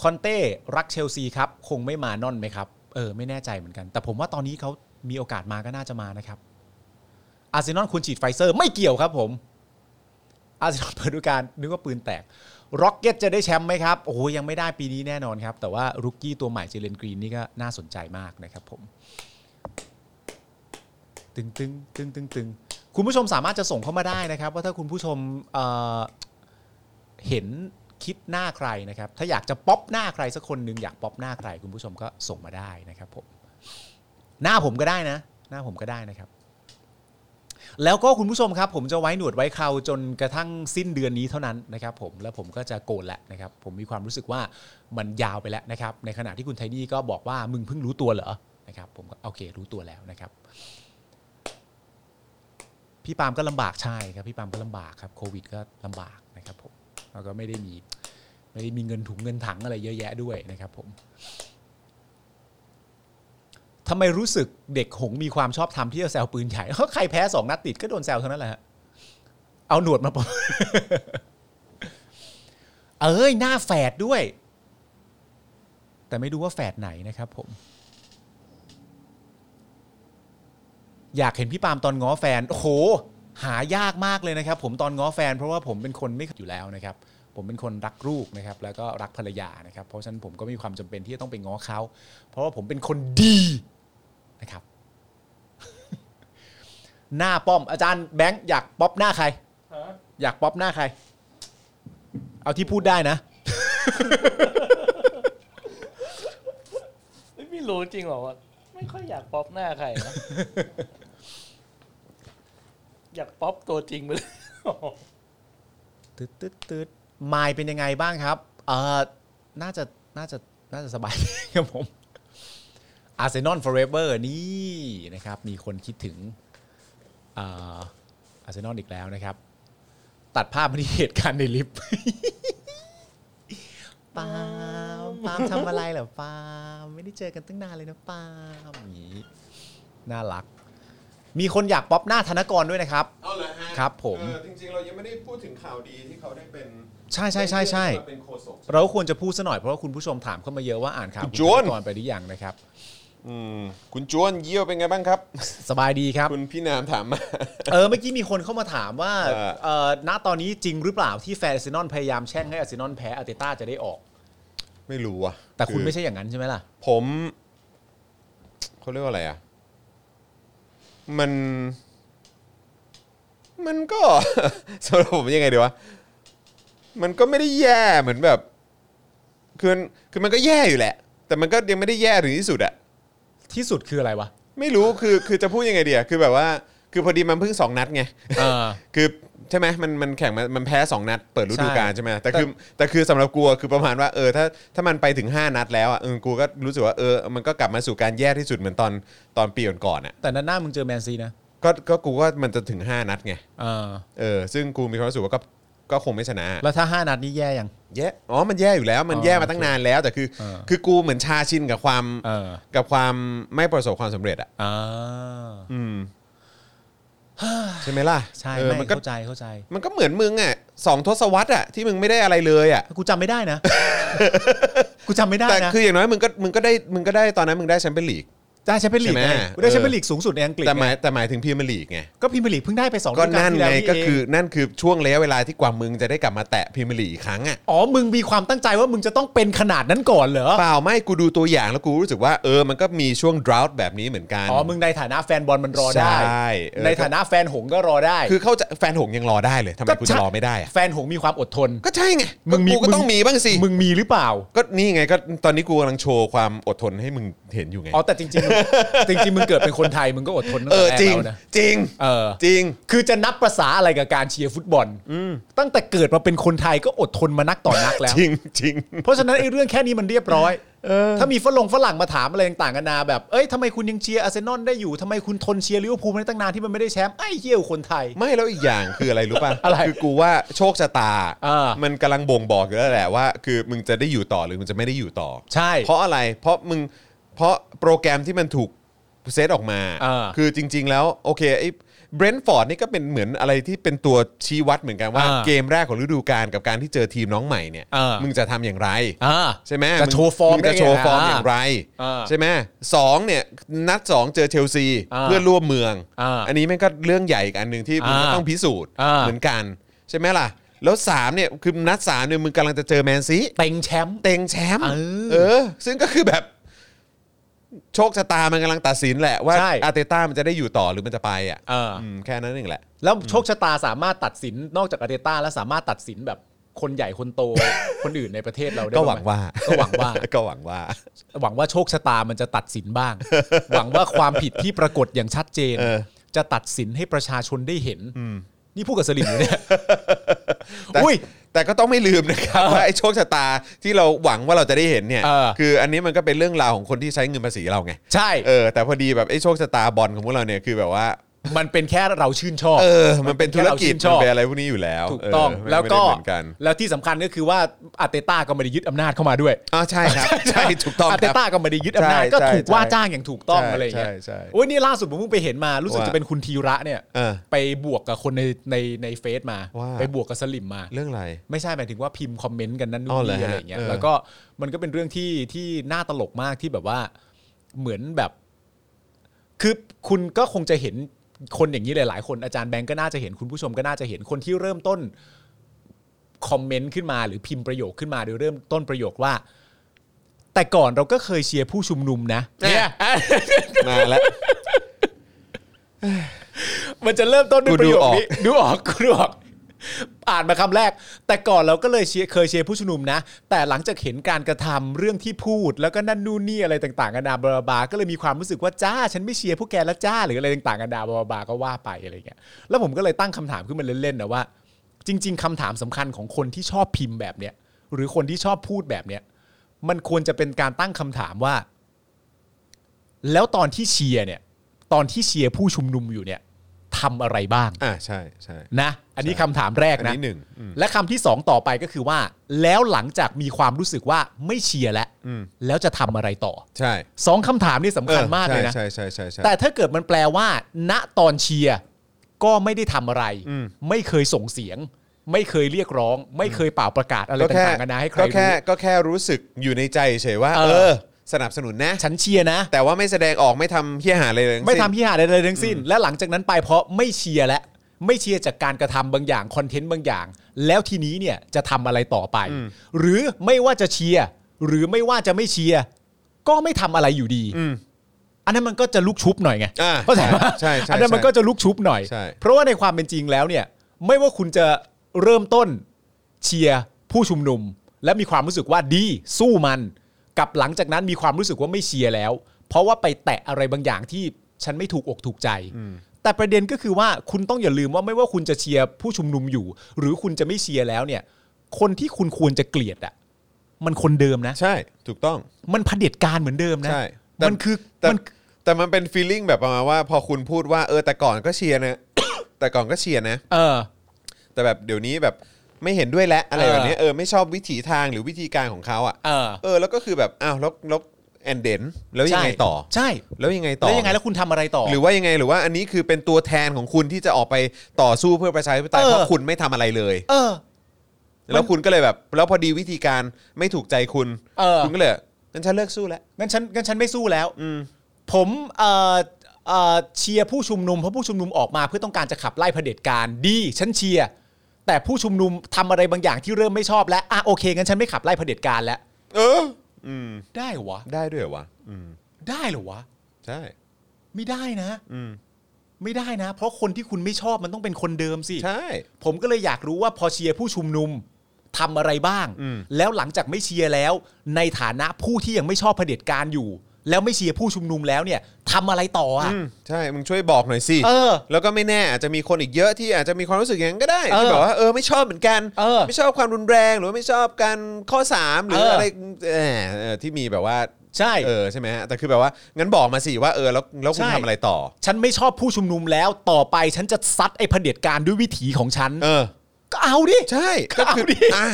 Speaker 1: คอนเต้รักเชลซีครับ คงไม่มานอนไหมครับ เออ ไม่แน่ใจเหมือนกัน แต่ผมว่าตอนนี้เขามีโอกาสมาก็น่าจะมานะครับ อาร์เซนอลควรฉีดไฟเซอร์ไม่เกี่ยวครับผม อาร์เซนอลเปิดฤดูกาลนึกว่าปืนแตกร็อกเก็ตจะได้แชมป์ไหมครับ โอ้โหยังไม่ได้ปีนี้แน่นอนครับ แต่ว่ารุกกี้ตัวใหม่เจเลนกรีนนี่ก็น่าสนใจมากนะครับผม ตึงตึงตึงตึงตึง คุณผู้ชมสามารถจะส่งเข้ามาได้นะครับ ว่าถ้าคุณผู้ชมเอ่อเห็นคิดหน้าใครนะครับ ถ้าอยากจะป๊อปหน้าใครสักคนหนึ่งอยากป๊อปหน้าใคร คุณผู้ชมก็ส่งมาได้นะครับผมหน้าผมก็ได้นะ หน้าผมก็ได้นะครับ แล้วก็คุณผู้ชมครับ ผมจะไว้หนวดไว้เคราจนกระทั่งสิ้นเดือนนี้เท่านั้นนะครับ ผมแล้วผมก็จะโกนแล้วนะครับ ผมมีความรู้สึกว่ามันยาวไปแล้วนะครับ ในขณะที่คุณไทนี่ก็บอกว่ามึงเพิ่งรู้ตัวเหรอนะครับผมก็โอเครู้ตัวแล้วนะครับ พี่ปาล์มก็ลำบากใช่ครับ พี่ปาล์มก็ลำบากครับโควิดก็ลำบากนะครับผมแล้วก็ไม่ได้มีไม่ได้มีเงินถุงเงินถังอะไรเยอะแยะด้วยนะครับ ผมทำไมรู้สึกเด็กหงมีความชอบทำที่จะแซวปืนใหญ่ เฮ้ยใครแพ้สองนัดติดก็โดนแซวเท่านั้นแหละฮะเอาหนวดมาปะ เอ้ยหน้าแฝดด้วย แต่ไม่รู้ว่าแฝดไหนนะครับ ผม อยากเห็นพี่ปาล์มตอนง้อแฟนโอ้โห หายากมากเลยนะครับ ผมตอนง้อแฟน เพราะว่าผมเป็นคนไม่อยู่แล้วนะครับ ผมเป็นคนรักลูกนะครับ แล้วก็รักภรรยานะครับ เพราะฉะนั้นผมก็มีความจำเป็นที่จะต้องไปง้อเขา เพราะว่าผมเป็นคนดีนะครับ หน้าป้อมอาจารย์แบงค์อยากป๊อปหน้าใคร อยากป๊อปหน้าใคร เอาที่พูดได้นะ
Speaker 3: ไม่รู้จริงหรอวะไม่ค่อยอยากป๊อปหน้าใคร นะ อยากป๊อปตัวจริงไปเลย
Speaker 1: ตึ๊ดตึ๊ดตึ๊ดมายเป็นยังไงบ้างครับเออน่าจะน่าจะน่าจะสบาย ครับผมอาร์เซนอลฟอร์เอเวอร์นี่นะครับ มีคนคิดถึงเอ่ออาร์เซนอลอีกแล้วนะครับ ตัดภาพมาที่เหตุการณ์ในลิฟต์ ปาล์มปาล์มทำอะไรเหรอปาล์มไม่ได้เจอกันตั้งนานเลยนะปาล์มอย่างนี้น่ารัก มีคนอยากป๊อปหน้าธนกรด้วยนะครับ
Speaker 2: เอาเหรอฮะ
Speaker 1: ครับผม
Speaker 2: เออจริงๆเรายังไม่ได้พูดถึงข่าวดีที่เขาได้เป็น
Speaker 1: ใช่ใช่ใช่ใช่
Speaker 2: เป็นโฆษก
Speaker 1: เราควรจะพูดซะหน่อยเพราะว่าคุณผู้ชมถามเข้ามาเยอะว่าอ่านข่าว
Speaker 2: คุณจวน
Speaker 1: ก่อนไปหรือยังนะครับ
Speaker 2: อืมคุณจวนเยี่ยวเป็นไงบ้างครับ
Speaker 1: สบายดีครับ
Speaker 2: คุณพี่นามถามมา
Speaker 1: เออเมื่อกี้มีคนเข้ามาถามว่า
Speaker 2: เออ
Speaker 1: เออณตอนนี้จริงหรือเปล่าที่แฟนอาร์เซนอลพยายามแช่งให้อาร์เซนอลแพ้อาร์เตต้าจะได้ออก
Speaker 2: ไม่รู้ว่ะ
Speaker 1: แต่คุณไม่ใช่อย่างนั้นใช่ไหมล่ะ
Speaker 2: ผมเขาเรียกว่าอะไรอ่ะ มัน มันก็ สำหรับผมยังไงดีวะ มันก็ไม่ได้แย่เหมือนแบบคือมันคือมันก็แย่อยู่แหละ แต่มันก็ยังไม่ได้แย่ถึงที่สุดอะ
Speaker 1: ที่สุดคืออะไรวะ
Speaker 2: ไม่รู้คือคือจะพูดยังไงเดียคือแบบว่า คือพอดีมันเพิ่งสองนัดไง
Speaker 1: เออ
Speaker 2: คือใช่ไหมมันมันแข่งมันมันแพ้สองนัดเปิดฤดูกาล
Speaker 1: ใช่
Speaker 2: ใช่ไหมแต่คือแต่คือสำหรับกูอะคือประมาณว่าเออถ้าถ้ามันไปถึง 5 นัดแล้วอ่ะเออกูก็รู้สึกว่าเออมันก็กลับมาสู่การแย่ที่สุดเหมือนตอนตอนปีก่อนๆอ่ะ
Speaker 1: แต่นั้นหน้ามึงเจอแมนซีนะ
Speaker 2: ก็ก็กูว่ามันจะถึง 5 นัดไง
Speaker 1: เออ
Speaker 2: เออซึ่งกูมีความรู้สึกว่าก็ก็คงไม่ชนะ
Speaker 1: แล้วถ้าห้านัดนี้แย่ยัง
Speaker 2: แย่อ๋อมันแย่อยู่แล้วมัน
Speaker 1: อ๋อ
Speaker 2: แย่มาตั้งนานแล้ว แต่คือ
Speaker 1: เออ
Speaker 2: คือกูเหมือนชาชินกับความ
Speaker 1: เออ
Speaker 2: กับความไม่ประสบความสำเร็จอ่ะ
Speaker 1: อ่า
Speaker 2: อื มใช่ไหมล่ะ
Speaker 1: ใช่
Speaker 2: เออ
Speaker 1: ไม่
Speaker 2: มันก็
Speaker 1: เข้าใจเข้าใจ
Speaker 2: มันก็เหมือนมึงอ่ะสองทศวรรษอ่ะที่มึงไม่ได้อะไรเลยอ่ะ
Speaker 1: กูจำไม่ได้นะ กูจำไม่ได้
Speaker 2: แต่
Speaker 1: นะ
Speaker 2: คืออย่างน้อยมึงก็มึงก็ได้มึงก็ได้ตอนนั้นมึงได้แชมเปี้ยนลีก
Speaker 1: ได้แชมเปี้ยนลีก
Speaker 2: ใช่ไหม
Speaker 1: ไงกูได้
Speaker 2: เออ
Speaker 1: แชมเปี้ยนลีกสูงสุดในอังกฤษ
Speaker 2: แต่ห
Speaker 1: ไง
Speaker 2: มายแต่หมายถึงพรีเมียร์ลีกไง
Speaker 1: ก็พรีเมียร์ลีกเพิ่งได้ไปสอง
Speaker 2: ก็
Speaker 1: ฤดูาล
Speaker 2: นั่น
Speaker 1: ที่แล้ว
Speaker 2: ไงก็
Speaker 1: เ
Speaker 2: คือนั่นคือช่วงระยะเวลาที่กว่ามึงจะได้กลับมาแตะพรีเมียร์ลีกอีกครั้งอ่ะ
Speaker 1: อ๋อ มึงมีความตั้งใจว่ามึงจะต้องเป็นขนาดนั้นก่อนเหรอ
Speaker 2: เปล่าไม่กูดูตัวอย่างแล้วกูรู้สึกว่าเออมันก็มีช่วงดราวต์แบบนี้เหมือนกัน
Speaker 1: อ๋อ มึงในฐานะแฟนบอลมันรอได้
Speaker 2: ใช่เออ
Speaker 1: ในฐานะแฟนหงส์ก็รอได้
Speaker 2: คือเข้าใจแฟนหงยังรอได้เลยทำไม
Speaker 1: ก็
Speaker 2: กู
Speaker 1: ใช่
Speaker 2: จะรอไม่ได้อะ
Speaker 1: แฟนหงส์มีความอดทน
Speaker 2: ก็ใช่ไง
Speaker 1: มึงมี
Speaker 2: กูก็
Speaker 1: มึง
Speaker 2: ต้องมีบ้างสิ
Speaker 1: มึงมีหรือเปล่า
Speaker 2: ก็นี่ไงก็ตอนนี้กูกำลังโชว์ความอดทนให้มึงเห็นอยู่ไง
Speaker 1: อ๋อ แต่จริงๆ มึง จริง ๆ มึงเกิดเป็นคนไทย มึงก็อดทนตั้ง
Speaker 2: เอ
Speaker 1: แต่
Speaker 2: อ
Speaker 1: แรก
Speaker 2: จริง
Speaker 1: แล้วนะ
Speaker 2: จริง
Speaker 1: เออ
Speaker 2: จริง
Speaker 1: คือจะนับประษาอะไรกับการเชียร์ฟุตบอล ตั้งแต่เกิดมาเป็นคนไทยก็อดทนมานักต่อนักแล้ว
Speaker 2: จริงจริง
Speaker 1: เพราะฉะนั้นไอ้เรื่องแค่นี้มันเรียบร้อย ถ้ามีฝรั่งฝรั่งมาถามอะไรต่างกันานาแบบ เอ้ยทำไมคุณยังเชียร์อาร์เซนอลได้อยู่ทำไมคุณทนเชียร์ลิเวอร์พูลมาได้ตั้งนานที่มันไม่ได้แชมป์ไอ้เหี้ยคนไทย
Speaker 2: ไม่แล้วอีกอย่างคืออะไรรู้ป่ะ
Speaker 1: อะไร
Speaker 2: คือกูว่าโชคชะตา
Speaker 1: เออ
Speaker 2: มันกำลังบ่งบอกอยู่แล้วแหละว่า คือมึงจะได้อยู่ต่อหรือมึงจะไม่ได้อยู่ต่อ
Speaker 1: ใช่
Speaker 2: เพราะอะไร เพราะมึง เพราะโปรแกรมที่มันถูกเซตออกมา
Speaker 1: เออ
Speaker 2: คือจริง ๆ แล้วโอเคไอ้เบรนท์ฟอร์ดนี่ก็เป็นเหมือนอะไรที่เป็นตัวชี้วัดเหมือนกันว่า
Speaker 1: เออ
Speaker 2: เกมแรกของฤดูกาลกับการที่เจอทีมน้องใหม่เนี่ย
Speaker 1: เออ
Speaker 2: มึงจะทำอย่างไร
Speaker 1: อ่า
Speaker 2: ใช่ไหม
Speaker 1: จะ
Speaker 2: ง
Speaker 1: โชว์ฟอร์ม
Speaker 2: งจะโชว์ฟอร์ม
Speaker 1: ได้ไง
Speaker 2: อย่างไร
Speaker 1: อ่า
Speaker 2: ใช่ไหมสองเนี่ยนัดสองเจอเชลซี
Speaker 1: อ่า
Speaker 2: เพื่อนร่วมเมือง
Speaker 1: อ่าน
Speaker 2: นี้แม่งก็เรื่องใหญ่อีกอันหนึ่งที่มึงก็
Speaker 1: อ่า
Speaker 2: ต้องพิสูจน์
Speaker 1: อ่า
Speaker 2: เหมือนกัน ใช่ไหมล่ะ แล้วสามเนี่ยคือนัดสามเนี่ยมึงกำลังจะเจอแมนซี
Speaker 1: เต็งแชมป์
Speaker 2: เต็งแชมป์
Speaker 1: เออ
Speaker 2: เออ ซึ่งก็คือแบบ โชคชะตามันกำลังตัดสินแหละว่า
Speaker 1: ใช่
Speaker 2: อาร์เตต้ามันจะได้อยู่ต่อหรือมันจะไปอ่ะ
Speaker 1: เอออ
Speaker 2: มแค่นั้นเองแหละ
Speaker 1: แล้วโชคชะตาสามารถตัดสินนอกจากอาร์เตต้าแล้วสามารถตัดสินแบบคนใหญ่คน โต คนอื่นในประเทศเราได้
Speaker 2: ก็หวัง
Speaker 1: บ้ไม
Speaker 2: ว่า
Speaker 1: ก็หวังว่า
Speaker 2: ก็หวังว่า
Speaker 1: หวังว่าโชคชะตามันจะตัดสิน บ้าง หวังว่าความผิดที่ปรากฏอย่างชัดเจน
Speaker 2: เออ
Speaker 1: จะตัดสินให้ประชาชนได้เห็นนี่พูดกับสลิมอยู่เนี่ย
Speaker 2: แต่
Speaker 1: อุ้ย
Speaker 2: แต่ก็ต้องไม่ลืมนะครับว่าไอ้โชคชะตาที่เราหวังว่าเราจะได้เห็นเนี่ย
Speaker 1: เออ
Speaker 2: คืออันนี้มันก็เป็นเรื่องราวของคนที่ใช้เงินภาษีเราไง
Speaker 1: ใช่
Speaker 2: เออแต่พอดีแบบไอ้โชคชะตาบอลของพวกเราเนี่ยคือแบบว่า
Speaker 1: มันเป็นแค่เราชื่นชอบ
Speaker 2: เออ มันเป็นธุรกิจ
Speaker 1: มันเป็นแค่เราชื่นช
Speaker 2: มั
Speaker 1: อบ
Speaker 2: นเป็นอะไรพวกนี้อยู่แล้ว
Speaker 1: ถูกต้อง
Speaker 2: เไม่
Speaker 1: แล้วก็
Speaker 2: ไม่ได้เหมือนกัน
Speaker 1: แล้วที่สำคัญก็คือว่าอาร์เตต้าก็ไม่ได้ยึดอำนาจเข้ามาด้วย
Speaker 2: อ๋อใช่ครับใช่ถูกต้อง
Speaker 1: อาร์เต
Speaker 2: ครับ
Speaker 1: ต้าก็ไม่ได้ยึดอำนาจ
Speaker 2: ใช่
Speaker 1: ก็ถูก
Speaker 2: ใช่
Speaker 1: ว่าจ้างอย่างถูกต้อง
Speaker 2: ใช่
Speaker 1: อะไรอย่างเงี้ย
Speaker 2: ใช่ใช่
Speaker 1: โอ้ยนี่ล่าสุดผมเพิ่งไปเห็นมารู้สึก
Speaker 2: ว่า
Speaker 1: จะเป็นคุณธีระเนี่ย
Speaker 2: เออ
Speaker 1: ไปบวกกับคนในในในเฟซมา
Speaker 2: ว่า
Speaker 1: ไปบวกกับสลิมมา
Speaker 2: เรื่องอะไร
Speaker 1: ไม่ใช่หมายถึงว่าพิมพ์คอมเมนต์กันนั่นนู่
Speaker 2: อ๋
Speaker 1: น
Speaker 2: อเหรอ
Speaker 1: นี่
Speaker 2: ฮะ
Speaker 1: อะไรอย่างเงี้ย
Speaker 2: เออ
Speaker 1: แล้วก็มันก็เป็นเรื่องที่ที่น่าตลกมากที่แบบว่าเหมือนแบบ คือคุณก็คงจะเห็นคนอย่างนี้หลาย ๆ คนอาจารย์แบงก์ก็น่าจะเห็นคุณผู้ชมก็น่าจะเห็นคนที่เริ่มต้นคอมเมนต์ขึ้นมาหรือพิมพ์ประโยคขึ้นมาโดยเริ่มต้นประโยคว่า แต่ก่อนเราก็เคยเชียร์ผู้ชุมนุมนะเนี่ย
Speaker 2: มาแล้ว
Speaker 1: มันจะเริ่มต้นด้วย
Speaker 2: กู
Speaker 1: ป
Speaker 2: ดู
Speaker 1: ระโยค
Speaker 2: ออก
Speaker 1: นี้ดูออกกูดูออก อ่านมาคำแรก แต่ก่อนเราก็เลยเชียร์เคยเชียร์ผู้ชุมนุมนะ แต่หลังจากเห็นการกระทำเรื่องที่พูด แล้วก็นั่นนู่นนี่อะไรต่างๆกันานาบลาบลาก็เลยมีความรู้สึกว่าจ้า ฉันไม่เชียร์พวกแกแล้วจ้า หรืออะไรต่างๆกันานาบลาบลาก็ว่าไปอะไรเงี้ยแล้วผมก็เลยตั้งคำถามขึ้นมาเล่นๆนะว่า จริง ๆคำถามสำคัญของคนที่ชอบพิมพ์แบบเนี้ยหรือคนที่ชอบพูดแบบเนี้ยมันควรจะเป็นการตั้งคำถามว่า แล้วตอนที่เชียร์เนี่ย ตอนที่เชียร์ผู้ชุมนุมอยู่เนี่ยทำอะไรบ้าง
Speaker 2: อ่าใช่ใช่
Speaker 1: นะ อันนี้คำถามแรก
Speaker 2: อัน
Speaker 1: นะ
Speaker 2: นี้หนึ่งอืม
Speaker 1: และคำที่สองต่อไปก็คือว่า แล้วหลังจากมีความรู้สึกว่าไม่เชียร์แล้ว
Speaker 2: อืม
Speaker 1: แล้วจะทำอะไรต่อ
Speaker 2: ใช่
Speaker 1: สองคำถามนี่สำคัญมากเลยนะ
Speaker 2: ใช่ใช่ใช่ใช่
Speaker 1: แต่ถ้าเกิดมันแปลว่า ณตอนเชียร์ก็ไม่ได้ทำอะไร
Speaker 2: อืม
Speaker 1: ไม่เคยส่งเสียง ไม่เคยเรียกร้อง ไม่เคยเป่าประกาศอะไร
Speaker 2: ก็แค่
Speaker 1: ต่างๆกันานะให้ใคร
Speaker 2: ก็แค่
Speaker 1: รู้
Speaker 2: ก็แค่รู้สึกอยู่ในใจเฉยว่า
Speaker 1: เอ
Speaker 2: เอ
Speaker 1: อ
Speaker 2: อ สนับสนุนนะ
Speaker 1: ฉันเชียร์นะ
Speaker 2: แต่ว่าไม่แสดงออกไม่ทำเฮี้ยหาเลยเลยทั้ง
Speaker 1: ไม่
Speaker 2: สิ้น
Speaker 1: ทำที่หาใดๆทั้งสิ้น และหลังจากนั้นไปเพราะไม่เชียร์และไม่เชียร์จากการกระทำบางอย่างคอนเทนต์บางอย่าง แล้วทีนี้เนี่ยจะทำอะไรต่อไป หรือไม่ว่าจะเชียร์หรือไม่ว่าจะไม่เชียร์ก็ไม่ทำอะไรอยู่ดี
Speaker 2: อืม
Speaker 1: อันนั้นมันก็จะลุกชุบหน่อยไง
Speaker 2: อ่า
Speaker 1: เข้าใจปะ
Speaker 2: ใช่ใช่ใช่
Speaker 1: อันนั้นมันก็จะลุกชุบหน่อย
Speaker 2: ใช่
Speaker 1: เพราะว่าในความเป็นจริงแล้วเนี่ย ไม่ว่าคุณจะเริ่มต้นเชียร์ผู้ชุมนุม และมีความรู้สึกว่าดีสู้มัน กับหลังจากนั้นมีความรู้สึกว่าไม่เชียร์แล้ว เพราะว่าไปแตะอะไรบางอย่างที่ฉันไม่ถูกอกถูกใจ แต่ประเด็นก็คือว่าคุณต้องอย่าลืมว่าไม่ว่าคุณจะเชียร์ผู้ชุมนุมอยู่ หรือคุณจะไม่เชียร์แล้วเนี่ย คนที่คุณควรจะเกลียดอะมันคนเดิมนะ
Speaker 2: ใช่ถูกต้อง
Speaker 1: มันเผด็จการเหมือนเดิมนะ
Speaker 2: ใช่แต่
Speaker 1: มันคือ
Speaker 2: แต่
Speaker 1: มัน
Speaker 2: แต่มันเป็นฟีลลิ่งแบบประมาณว่าพอคุณพูดว่าเออแต่ก่อนก็เชียร์นะ แต่ก่อนก็เชียร์นะ
Speaker 1: เออ
Speaker 2: แต่แบบเดี๋ยวนี้แบบไม่เห็นด้วยแล้วอะไร
Speaker 1: เออ
Speaker 2: แบบนี้เออไม่ชอบวิถีทางหรือวิธีการของเขาอ่ะ
Speaker 1: เออ
Speaker 2: เออแล้วก็คือแบบอ้าวแล้วแล้วแอนเดนแล้วยังไงต่อ
Speaker 1: ใช่
Speaker 2: แล้วยังไงต่อ
Speaker 1: แล้วยังไงแล้วคุณทำอะไรต่อ
Speaker 2: หรือว่ายังไงหรือว่าอันนี้คือเป็นตัวแทนของคุณที่จะออกไปต่อสู้เพื่อประชาธิปไตย
Speaker 1: เออ
Speaker 2: เพราะคุณไม่ทำอะไรเลย
Speaker 1: เออ
Speaker 2: แล้วคุณก็เลยแบบ แล้วพอดีวิธีการไม่ถูกใจคุณ
Speaker 1: เออ
Speaker 2: คุณก็เลยงั้นฉันเลิกสู้แล้ว
Speaker 1: งั้นฉันงั้นฉันไม่สู้แล้วผมเอ่อเอ่อเชียร์ผู้ชุมนุมเพราะผู้ชุมนุมออกมาเพื่อต้องการจะขับไล่เผด็จการดีฉันเชียร์แต่ผู้ชุมนุมทำอะไรบางอย่างที่เริ่มไม่ชอบแล้วอ่ะโอเคงั้นฉันไม่ขับไล่เผด็จการแล้ว
Speaker 2: เออ อืม
Speaker 1: ได้เหรอวะ
Speaker 2: ได้ด้วยเหรอวะอืม
Speaker 1: ได้เหรอวะ
Speaker 2: ใช่
Speaker 1: ไม่ได้นะ
Speaker 2: อืม
Speaker 1: ไม่ได้นะ เพราะคนที่คุณไม่ชอบมันต้องเป็นคนเดิมสิ
Speaker 2: ใช่
Speaker 1: ผมก็เลยอยากรู้ว่าพอเชียร์ผู้ชุมนุมทำอะไรบ้าง
Speaker 2: อืม
Speaker 1: แล้วหลังจากไม่เชียร์แล้ว ในฐานะผู้ที่ยังไม่ชอบเผด็จการอยู่ แล้วไม่เชียร์ผู้ชุมนุมแล้วเนี่ยทำอะไรต่ออ่ะ
Speaker 2: อืมใช่มึงช่วยบอกหน่อยสิ
Speaker 1: เออ
Speaker 2: แล้วก็ไม่แน่อาจจะมีคนอีกเยอะที่อาจจะมีความรู้สึกอย่างนั้นก็ได้
Speaker 1: เออ
Speaker 2: ที่แบบว่าเออไม่ชอบเหมือนกัน
Speaker 1: เออ
Speaker 2: ไม่ชอบความรุนแรงหรือว่าไม่ชอบการข้อสามหรือ
Speaker 1: เอออ
Speaker 2: อะไรเออเออที่มีแบบว่า
Speaker 1: ใช่
Speaker 2: เออใช่ไหมฮะแต่คือแบบว่างั้นบอกมาสิว่าเออแล้วแล้วคุณ
Speaker 1: ใช่
Speaker 2: ทำอะไรต่อ
Speaker 1: ฉันไม่ชอบผู้ชุมนุมแล้วต่อไปฉันจะซัดไอ้เผด็จการด้วยวิถีของฉัน
Speaker 2: เออ
Speaker 1: ก็เอาดิ
Speaker 2: ใช่
Speaker 1: ก็เอาดิ
Speaker 2: อ่ะ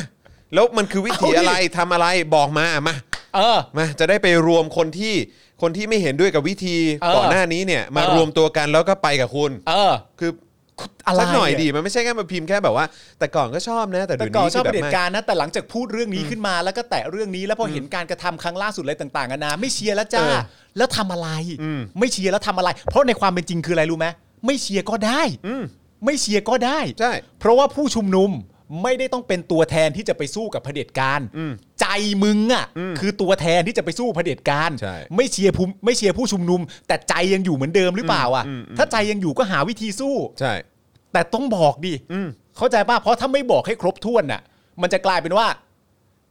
Speaker 2: แล้วมันคือวิธี
Speaker 1: เอาดิ
Speaker 2: อะไรทำอะไรบอกมามา
Speaker 1: เออ
Speaker 2: มาจะได้ไปรวมคนที่คนที่ไม่เห็นด้วยกับวิธี
Speaker 1: เออ
Speaker 2: ก่อนหน้านี้เนี่ยมา
Speaker 1: เออ
Speaker 2: รวมตัวกันแล้วก็ไปกับคุณ
Speaker 1: เออ
Speaker 2: คือ
Speaker 1: อะไร
Speaker 2: สักหน่อยดี
Speaker 1: เ
Speaker 2: มันไม่ใช่แค่มาพิมพ์แค่แบบว่า แต่ก่อนก็ชอบนะ แต่
Speaker 1: แต่
Speaker 2: เดี๋ยว
Speaker 1: ก่อน
Speaker 2: นี้
Speaker 1: ชอบ
Speaker 2: แบ
Speaker 1: เผ
Speaker 2: บ
Speaker 1: ด็จ
Speaker 2: ไม่
Speaker 1: การนะแต่หลังจากพูดเรื่องนี้ขึ้นมาแล้วก็แตะเรื่องนี้แล้วพอเห็นการกระทำครั้งล่าสุดอะไรต่างๆนานาไม่เชียร์แล้วจ้าแล้วทำอะไร ไม่เชียร์แล้วทำอะไร เพราะในความเป็นจริงคืออะไรรู้ไหมไม่เชียร์ก็ได้
Speaker 2: อืม
Speaker 1: ไม่เชียร์ก็ได้
Speaker 2: ใช่
Speaker 1: เพราะว่าผู้ชุมนุม ไม่ได้ต้องเป็นตัวแทนที่จะไปสู้กับเผด็จการใจมึงอ่ะคือตัวแทนที่จะไปสู้เผด็จการ
Speaker 2: ใช่
Speaker 1: ไม่เชียร์ผู้ไม่เชียร์ผู้ชุมนุม แต่ใจยังอยู่เหมือนเดิมหรือเปล่าอ่ะถ้าใจยังอยู่ก็หาวิธีสู้
Speaker 2: ใช่
Speaker 1: แต่ต้องบอกดิ
Speaker 2: อืม
Speaker 1: เข้าใจป่ะเพราะถ้าไม่บอกให้ครบถ้วนน่ะ มันจะกลายเป็นว่า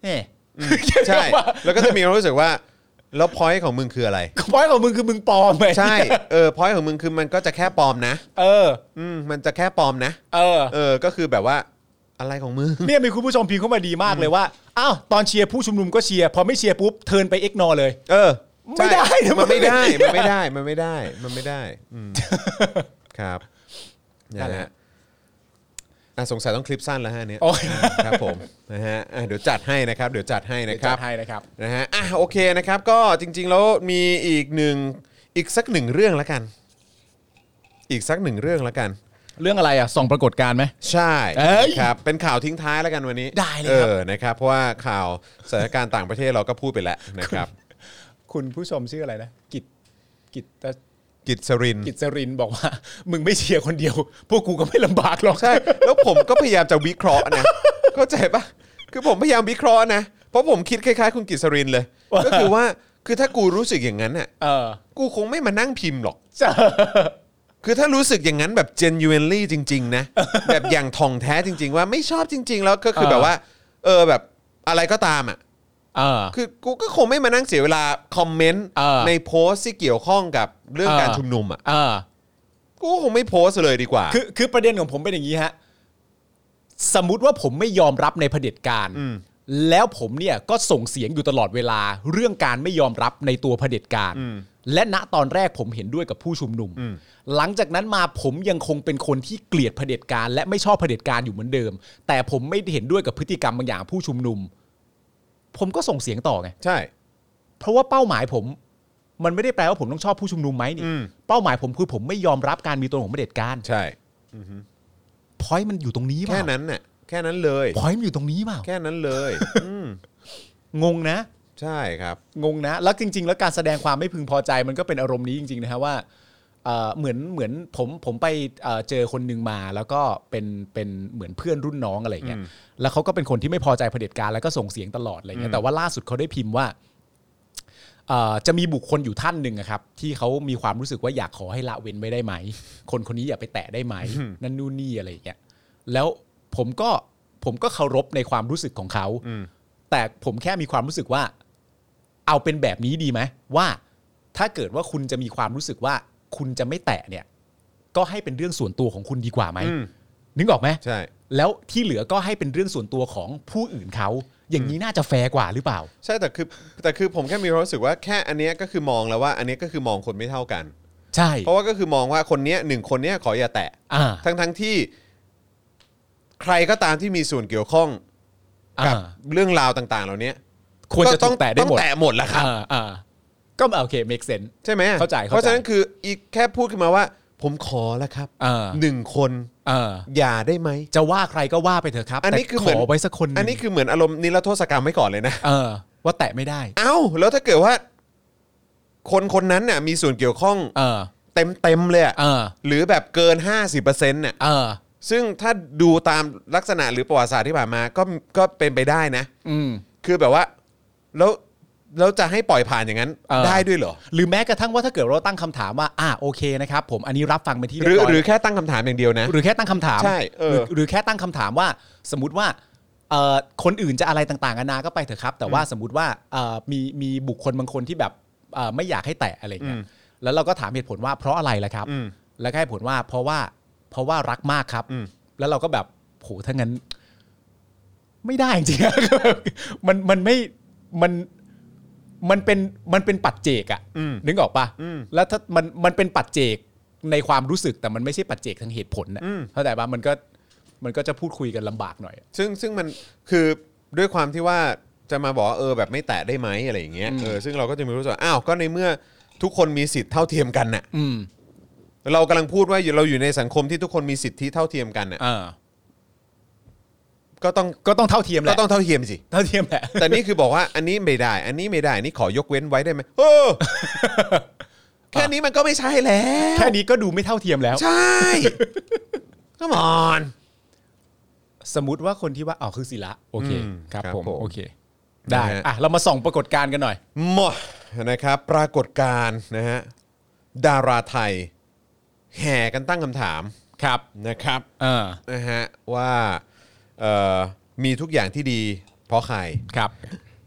Speaker 1: เน่
Speaker 2: ใช่ แล้วก็จะมีความรู้สึกว่า แล้วพอยต์ของมึงคืออะไร
Speaker 1: พอยของมึงคือมึงปลอมไป
Speaker 2: ใช่ เออพอยต์ของมึงคือมันก็จะแค่ปลอมนะ
Speaker 1: เออ
Speaker 2: อืมมันจะแค่ปลอมนะ
Speaker 1: เออ
Speaker 2: เออ ก็คือแบบว่าอะไรของมึง
Speaker 1: เนี่ยมีคุณผู้ชมพิมพ์เข้ามาดีมากเลยว่า อ้าวตอนเชียร์ผู้ชุมนุมก็เชียร์ พอไม่เชียร์ปุ๊บเทิร์นไปเอ็กนอเลย
Speaker 2: เออ
Speaker 1: ไม่ได้
Speaker 2: ใช่
Speaker 1: นะ
Speaker 2: มันไม่ได้
Speaker 1: มั
Speaker 2: มัน น
Speaker 1: ไม่
Speaker 2: ไม่
Speaker 1: ได้
Speaker 2: ได้ มันไม่ได้ มันไม่ได้ อืม ครับ
Speaker 1: นั่น
Speaker 2: นะ
Speaker 1: แห
Speaker 2: ฮะ
Speaker 1: ละ
Speaker 2: อ่ะสงสัยต้องคลิปสั้นแล้วฮะเนี่ย
Speaker 1: โอ้ย
Speaker 2: ครับผม นะฮะอ่ะเดี๋ยวจัดให้นะครับ เดี๋ยวจัดให้นะค
Speaker 1: จั
Speaker 2: รั
Speaker 1: ด
Speaker 2: บ
Speaker 1: ให้นะครับ
Speaker 2: นะฮะ อ่ะ โอเคนะครับ ก็จริง ๆ แล้วมีอีกหนึ่ง อีกสักหนึ่งเรื่องแล้วกัน อีกสักหนึ่งเรื่องแล้วกัน
Speaker 1: เรื่องอะไรอ่ะส่องปรากฏการณ์ไหม
Speaker 2: ใช่
Speaker 1: เอ้ย
Speaker 2: ครับเป็นข่าวทิ้งท้ายแล้วกันวันนี้
Speaker 1: ได้เลย
Speaker 2: เอ
Speaker 1: ครับ
Speaker 2: อนะครับ เพราะว่าข่าวสถานการณ์ต่างประเทศเราก็พูดไปแล้วนะครับ
Speaker 1: คุณผู้ชมชื่ออะไรนะกิจกิจ
Speaker 2: กิจสริน
Speaker 1: กิจสรินบอกว่า มึงไม่เชียร์คนเดียว พวกกูก็ไม่ลำบากหรอก
Speaker 2: ใช่ แล้วผมก็พยายามจะวิเคราะห์ นะเข้าใจปะคือผมพยายามวิเคราะห์นะ เพราะผมคิดคล้ายๆ คุณกิจสรินเลย
Speaker 1: ว่า
Speaker 2: ก็คือว่าคือถ้ากูรู้สึกอย่างนั้นน่ะ
Speaker 1: เออ
Speaker 2: กูคงไม่มานั่งพิมพ์หรอก
Speaker 1: ใช่
Speaker 2: คือถ้ารู้สึกอย่างนั้นแบบ genuinely จริง ๆ นะ แบบอย่างทองแท้จริง ๆ ว่าไม่ชอบจริง ๆ แล้วก็คือแบบว่า เออแบบอะไรก็ตามอ่ะ
Speaker 1: เออ
Speaker 2: คือกูก็คงไม่มานั่งเสียเวลาคอมเมนต์
Speaker 1: เออ
Speaker 2: ในโพสต์ที่เกี่ยวข้องกับเรื่อง
Speaker 1: เออ
Speaker 2: การชุมนุมอ่ะ
Speaker 1: เออ
Speaker 2: กูก็คงไม่โพสต์เลยดีกว่า
Speaker 1: คือคือประเด็นของผมเป็นอย่างนี้ฮะ สมมติว่าผมไม่ยอมรับในเผด็จการ
Speaker 2: อืม
Speaker 1: แล้วผมเนี่ยก็ส่งเสียงอยู่ตลอดเวลา เรื่องการไม่ยอมรับในตัวเผด็จการ
Speaker 2: อืม
Speaker 1: และณตอนแรกผมเห็นด้วยกับผู้ชุมนุม
Speaker 2: อืม
Speaker 1: หลังจากนั้นมาผมยังคงเป็นคนที่เกลียดเผด็จการ และไม่ชอบเผด็จการอยู่เหมือนเดิม แต่ผมไม่เห็นด้วยกับพฤติกรรมบางอย่างผู้ชุมนุม ผมก็ส่งเสียงต่อไง
Speaker 2: ใช่
Speaker 1: เพราะว่าเป้าหมายผม มันไม่ได้แปลว่าผมต้องชอบผู้ชุมนุมไหมนี่
Speaker 2: อืม
Speaker 1: เป้าหมายผมคือผมไม่ยอมรับการมีตัวของเผด็จการ
Speaker 2: ใช่
Speaker 1: พอยมันอยู่ตรงนี้เป
Speaker 2: แค่
Speaker 1: ล่า
Speaker 2: นั้นน่ะแค่นั้นเลย
Speaker 1: พอยมันอยู่ตรงนี้เปล่า
Speaker 2: แค่นั้นเลย อืม
Speaker 1: งงนะ
Speaker 2: ใช่ครับ
Speaker 1: งงนะ แล้วจริง ๆ แล้วการแสดงความไม่พึงพอใจมันก็เป็นอารมณ์นี้จริง ๆ นะฮะว่าเอ่อเหมือนเหมือนผมผมไปเอ่อเจอคนหนึ่งมา แล้วก็เป็นเป็นเหมือนเพื่อนรุ่นน้องอะไรเงี้ยแล้วเขาก็เป็นคนที่ไม่พอใจเผด็จการแล้วก็ส่งเสียงตลอดอะไรเงี้ยแต่ว่าล่าสุดเขาได้พิมพ์ว่าเอ่อจะมีบุคคลอยู่ท่านหนึ่งอะครับที่เขามีความรู้สึกว่าอยากขอให้ละเว้นไม่ได้ไหม คนคนนี้อย่าไปแตะได้ไหมนั่นนู่นนี่อะไรเงี้ยแล้วผมก็ผมก็เคารพในความรู้สึกของเขา
Speaker 2: อืม
Speaker 1: แต่ผมแค่มีความรู้สึกว่า เอาเป็นแบบนี้ดีไหมว่าถ้าเกิดว่าคุณจะมีความรู้สึกว่า คุณจะไม่แตะเนี่ย ก็ให้เป็นเรื่องส่วนตัวของคุณดีกว่าไหม
Speaker 2: อืม
Speaker 1: นึกออกไหม
Speaker 2: ใช่
Speaker 1: แล้วที่เหลือก็ให้เป็นเรื่องส่วนตัวของผู้อื่นเขา อย่างนี้น่าจะแฟร์กว่าหรือเปล่า
Speaker 2: ใช่แต่คือแต่คือผมแค่มีความรู้สึกว่าแค่อันเนี้ยก็คือมองแล้วว่า อันเนี้ยก็คือมองคนไม่เท่ากัน
Speaker 1: ใช่
Speaker 2: เพราะว่าก็คือมองว่าคนเนี้ยหนึ่งคนเนี้ยขออย่าแตะ
Speaker 1: อ่า
Speaker 2: ทั้งทั้งที่ ใครก็ตามที่มีส่วนเกี่ยวข้องกับ
Speaker 1: อ่า
Speaker 2: เรื่องราวต่าง ๆ เหล่านี้
Speaker 1: ควรจะต้องแตะได้หมด
Speaker 2: ต้องแตะหมดแหละครับ
Speaker 1: อ่าอ่าก็โอเค make sense
Speaker 2: ใช่ไหม
Speaker 1: เข้าใจ
Speaker 2: เพราะ
Speaker 1: เข้าใจ
Speaker 2: ฉะนั้นคืออีกแค่พูดขึ้นมาว่า ผมขอแล้วครับ
Speaker 1: เออ
Speaker 2: หนึ่งคน
Speaker 1: อ่า
Speaker 2: อย่าได้ไหม
Speaker 1: จะว่าใครก็ว่าไปเถอะครับ
Speaker 2: อันนี้
Speaker 1: แต่
Speaker 2: คือ
Speaker 1: ข
Speaker 2: เหมือน
Speaker 1: อไว้สักคนหง
Speaker 2: อันนี้คือเหมือนอารมณ์นิรโทษกรรมไว้ก่อนเลยนะ
Speaker 1: เออ ว่าแตะไม่ได้
Speaker 2: เอ้า แล้วถ้าเกิดว่า คนคนนั้นน่ะมีส่วนเกี่ยวข้อง
Speaker 1: เออ
Speaker 2: เต็มเต็มๆเลยอะ
Speaker 1: เออ
Speaker 2: หรือแบบเกิน 50%เนี่ย
Speaker 1: เออ
Speaker 2: ซึ่งถ้าดูตามลักษณะหรือประวัติศาสตร์ที่ผ่านมาก็ก็เป็นไปได้นะ
Speaker 1: อืม
Speaker 2: คือแบบว่า แล้วแล้วจะให้ปล่อยผ่านอย่างนั้น
Speaker 1: เออ
Speaker 2: ได้ด้วยเหรอ
Speaker 1: หรือแม้กระทั่งว่าถ้าเกิดเราตั้งคำถามว่าอ่าโอเคนะครับผมอันนี้รับฟังเป็นที่
Speaker 2: ห
Speaker 1: เรี
Speaker 2: รื
Speaker 1: ย
Speaker 2: อ
Speaker 1: ร้
Speaker 2: บ
Speaker 1: อย
Speaker 2: หรือแค่ตั้งคำถามอย่างเดียวนะ
Speaker 1: หรือแค่ตั้งคำถาม
Speaker 2: ใช่เอ
Speaker 1: ห
Speaker 2: อ
Speaker 1: รือหรือแค่ตั้งคำถามว่า สมมติว่าเอ่อคนอื่นจะอะไรต่างๆนานาก็ไปเถอะครับ แต่ว่าสมมติว่าเอ่อมีมีบุคคลบางคนที่แบบเอ่อไม่อยากให้แตะอะไรเงี้ยแล้วเราก็ถามเหตุผลว่าเพราะอะไรล่ะครับ
Speaker 2: อืม
Speaker 1: แล้วก็ให้ผลว่าเพราะว่าเพราะว่ารักมากครับ
Speaker 2: อืม
Speaker 1: แล้วเราก็แบบโหถ้างั้น ไม่ได้จริงๆ มันมันไม่มันมันเป็นมันเป็นปัจเจกอะ
Speaker 2: อืม
Speaker 1: นึกออกปะ
Speaker 2: อืม
Speaker 1: แล้วถ้ามันมันเป็นปัจเจกในความรู้สึกแต่มันไม่ใช่ปัจเจกทางเหตุผลนะ
Speaker 2: อืม
Speaker 1: เข้าใจปะมันก็มันก็จะพูดคุยกันลำบากหน่อย
Speaker 2: ซึ่งซึ่งมันคือด้วยความที่ว่าจะมาบอกว่าเออแบบไม่แตะได้ไหมอะไรอย่างเงี้ย
Speaker 1: อืม
Speaker 2: เออซึ่งเราก็จะมีรู้สึกว่าอ้าวก็ในเมื่อทุกคนมีสิทธิ์เท่าเทียมกันน่ะ
Speaker 1: อืม
Speaker 2: เรากำลังพูดว่าอยู่เราอยู่ในสังคมที่ทุกคนมีสิทธิเท่าเทียมกันน่ะ
Speaker 1: อ่า
Speaker 2: ก็ต้อง
Speaker 1: ก็ต้องเท่าเทียมแห
Speaker 2: ก็
Speaker 1: ละ
Speaker 2: ต้องเท่าเทียมสิ
Speaker 1: เท่าเทียมแหละ
Speaker 2: แต่นี่คือบอกว่าอันนี้ไม่ได้ อันนี้ไม่ได้อันนี้ขอยกเว้นไว้ได้ไหมเออ แค่นี้มันก็ไม่ใช่แล้ว
Speaker 1: แค่นี้ก็ดูไม่เท่าเทียมแล้ว
Speaker 2: ใช่ ก็มอน
Speaker 1: สมมติว่าคนที่ว่าอ๋อคือศิละโอเค
Speaker 2: อืม
Speaker 1: ครับ
Speaker 2: ครับ
Speaker 1: ผม
Speaker 2: ผม
Speaker 1: โอเค ได้
Speaker 2: นะฮะ
Speaker 1: อ่ะเรามาส่องปรากฏการณ์กันหน่อย
Speaker 2: หมดนะครับ ปรากฏการณ์นะฮะดาราไทย แห่กันตั้งคำถาม
Speaker 1: ครับ
Speaker 2: นะครับ
Speaker 1: เออ
Speaker 2: นะฮะว่าเอ่อมีทุกอย่างที่ดีเพราะใคร
Speaker 1: ครับ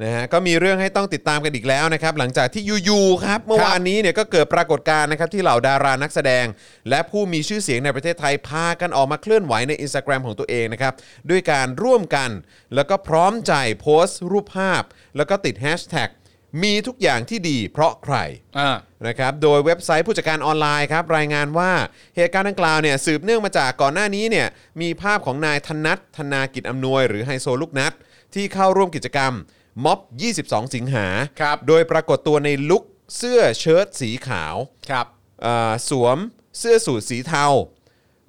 Speaker 2: นะฮะก็มีเรื่องให้ต้องติดตามกันอีกแล้วนะครับ หลังจากที่ยูๆครับเมื่อวานนี้เนี่ยก็เกิดปรากฏการณ์นะครับที่เหล่าดารานักแสดง และผู้มีชื่อเสียงในประเทศไทยพากันออกมาเคลื่อนไหวใน Instagram ของตัวเองนะครับ ด้วยการร่วมกัน แล้วก็พร้อมใจโพสต์รูปภาพ แล้วก็ติดแฮชแท็กมีทุกอย่างที่ดีเพราะใคร
Speaker 1: อ่า
Speaker 2: นะครับโดยเว็บไซต์ผู้จัดการออนไลน์ครับรายงานว่าเหตุการณ์ดังกล่าวเนี่ยสืบเนื่องมาจากก่อนหน้านี้เนี่ยมีภาพของนายธนัทธนากิจอำนวย หรือไฮโซลูกนัดที่เข้าร่วมกิจกรรมม็อบ 22 สิงหา
Speaker 1: ครับ
Speaker 2: โดยปรากฏตัวในลุคเสื้อเชิ้ตสีขาว
Speaker 1: ครับ
Speaker 2: เอ่อสวมเสื้อสูทสีเทา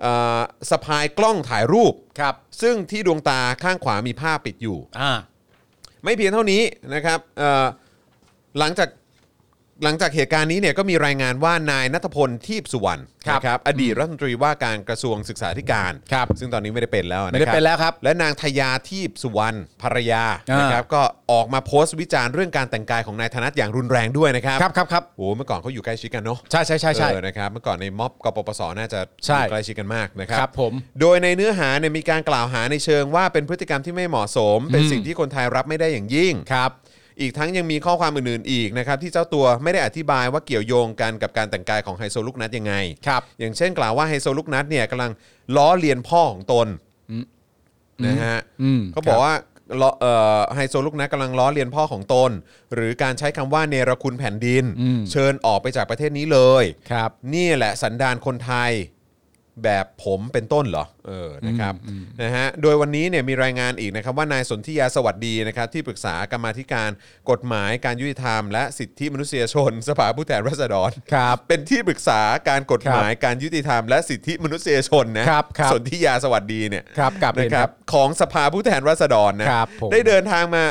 Speaker 2: เอ่อสะพายกล้องถ่ายรูป
Speaker 1: ครับ
Speaker 2: ซึ่งที่ดวงตาข้างขวามีผ้าปิดอยู่
Speaker 1: อ่า
Speaker 2: ไม่เพียงเท่านี้นะครับเอ่อหลังจากหลังจากเหตุการณ์นี้เนี่ยก็มีรายงานว่านายนัทพลทีพสุวรรณ
Speaker 1: ครับ
Speaker 2: นะครับอดีตรัฐมนตรีว่าการกระทรวงศึกษาธิการ
Speaker 1: ครับ
Speaker 2: ซึ่งตอนนี้ไม่ได้เป็นแล้วะ
Speaker 1: ไม่ได้เป็นแล้วครับ
Speaker 2: และนางทยาทีพสุวรรณภรรยา
Speaker 1: อ่าน
Speaker 2: นะครับก็ออกมาโพสต์วิจารณ์เรื่องการแต่งกายของนายธนัทอย่างรุนแรงด้วยนะครับ
Speaker 1: ครับครับครับ
Speaker 2: โอ้เมื่อก่อนเขาอยู่ใกล้ชิดกันเนาะ
Speaker 1: ใช่ใช่ใช่ใช่
Speaker 2: เออนะครับ เมื่อก่อนในม็อบกปปส น่าจะ
Speaker 1: ใช่
Speaker 2: อยู่ใกล้ชิดกันมากนะครั
Speaker 1: ครับผม
Speaker 2: โดยในเนื้อหาเนี่ยมีการกล่าวหาในเชิงว่าเป็นพฤติกรรมที่ไม่เหมาะสม เป็น
Speaker 1: อืม
Speaker 2: สิ่งที่คนไทยรับไม่ได้อย่างยิ่ง
Speaker 1: ครับ
Speaker 2: อีกทั้งยังมีข้อความอื่นๆอีกนะครับที่เจ้าตัวไม่ได้อธิบายว่าเกี่ยวโยงกันกับการแต่งกายของไฮโซลูกนัดยังไง
Speaker 1: ครับ
Speaker 2: อย่างเช่นกล่าวว่าไฮโซลูกนัดเนี่ยกำลังล้อเลียนพ่อของตนนะฮะ
Speaker 1: อืม
Speaker 2: เขาบอกว่าล้อเอ่อไฮโซลูกนัดกำลังล้อเลียนพ่อของตน หรือการใช้คำว่าเนรคุณแผ่นดิน
Speaker 1: อืม
Speaker 2: เชิญออกไปจากประเทศนี้เลย
Speaker 1: ครับ
Speaker 2: นี่แหละสันดานคนไทยแบบผมเป็นต้นเหรอเออนะครับนะฮะโดยวันนี้เนี่ยมีรายงานอีกนะครับว่านายสนธิยาสวัสดีนะครับที่ปรึกษากรรมาธิการกฎหมายการยุติธรรม และสิทธิมนุษยชน สภาผู้แทนราษฎร
Speaker 1: ครับ
Speaker 2: เป็นที่ปรึกษาการกฎหมายการยุติธรรม และสิทธิมนุษยชนนะครับ
Speaker 1: ครับ
Speaker 2: สนธิยาสวัสดีเนี่ย
Speaker 1: ครับกลับเรีย
Speaker 2: นะ
Speaker 1: น
Speaker 2: ค
Speaker 1: ครั
Speaker 2: รับบ ของสภาผู้แทนราษฎรนะครับ
Speaker 1: ผม
Speaker 2: ได้เดินทางมา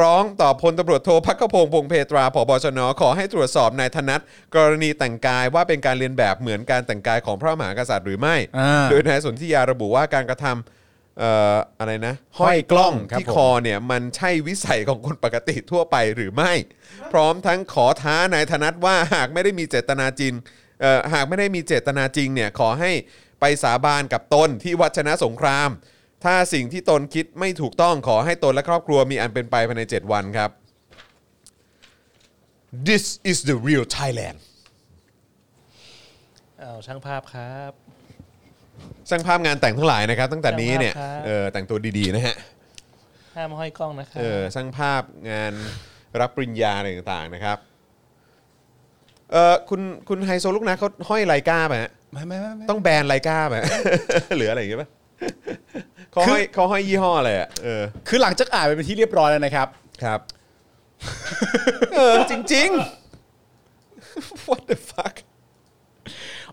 Speaker 2: ร้องต่อพลตำรวจโทพักขพงศ์พงเพตราผบชนขอให้ตรวจสอบนายธนัทกรณีแต่งกายว่าเป็นการเรียนแบบเหมือนการแต่งกายของพระมหากษัตริย์หรือไม่
Speaker 1: อ่า
Speaker 2: โดยนายสนธิยาระบุว่าการกระทำเอ่ออะไรนะ
Speaker 1: ห้อยกล้องครับ
Speaker 2: ที่คอเนี่ยมันใช่วิสัยของคนปกติทั่วไปหรือไม่ พร้อมทั้งขอท้านายธนัทว่าหากไม่ได้มีเจตนาจริงเอ่อหากไม่ได้มีเจตนาจริงเนี่ยขอให้ไปสาบานกับตนที่วัดชนะสงคราม ถ้าสิ่งที่ตนคิดไม่ถูกต้องขอให้ตนและครอบครัวมีอันเป็นไปภายใน 7 วันครับ This is the real Thailand
Speaker 3: อ้าวช่างภาพครับ
Speaker 2: ช่างภาพงานแต่งทั้งหลายนะครับ ตั้งแต่นี้เนี่ย
Speaker 3: ช่างภาพครับ
Speaker 2: เออแต่งตัวดีๆนะฮะ
Speaker 3: ห้ามห้อยกล้องนะครับ
Speaker 2: เออช่างภาพงาน รับปริญญาอะไรต่างๆนะครับเออคุณคุณไฮโซลูกนะเขาห้อยไลกาไปฮะ
Speaker 1: ไม่ไม่ไม่ไม่
Speaker 2: ต้องแบนไลกาไปฮะ หรืออะไรอย่างเงี้ยปะ เขาห้อยเขาห้อยยี่ห้ออะไรอ่ะเออ
Speaker 1: คือหลังจากอ่านไปเป็นที่เรียบร้อยแล้วนะครับ
Speaker 2: ครับ เออจริงๆ what the fuck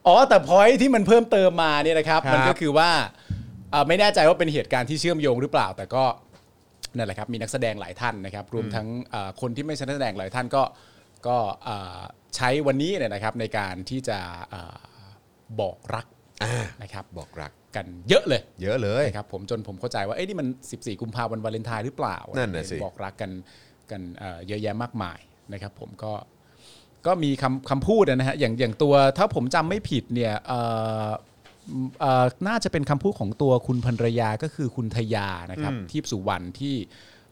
Speaker 1: อ๋อ แต่พอยที่มันเพิ่มเติมมาเนี่ยนะครับ
Speaker 2: ครับ
Speaker 1: มันก็คือว่าเอ่อไม่แน่ใจว่าเป็นเหตุการณ์ที่เชื่อมโยงหรือเปล่า แต่ก็นั่นแหละครับมีนักแสดงหลายท่านนะครับ รวมทั้งเอ่อคนที่ไม่ใช่นักแสดงหลายท่านก็ก็เอ่อใช้วันนี้เนี่ยนะครับในการที่จะเอ่อบอกรักนะครับ
Speaker 2: บอกรัก
Speaker 1: กันเยอะเลย
Speaker 2: เยอะเลย
Speaker 1: นะครับผมจนผมเข้าใจว่าเอ้ยนี่มัน 14 กุมภาพันธ์วันวาเลนไทน์หรือเปล่า
Speaker 2: นั่นน่ะสิ
Speaker 1: บอกรักกันกันเอ่อเยอะแยะมากมายนะครับ ผมก็ ก็มีคำคำพูดนะฮะอย่างอย่างตัวถ้าผมจำไม่ผิดเนี่ยเอ่อเอ่อน่าจะเป็นคำพูดของตัวคุณภรรยาก็คือคุณทยานะครับทิพย์สุวรรณที่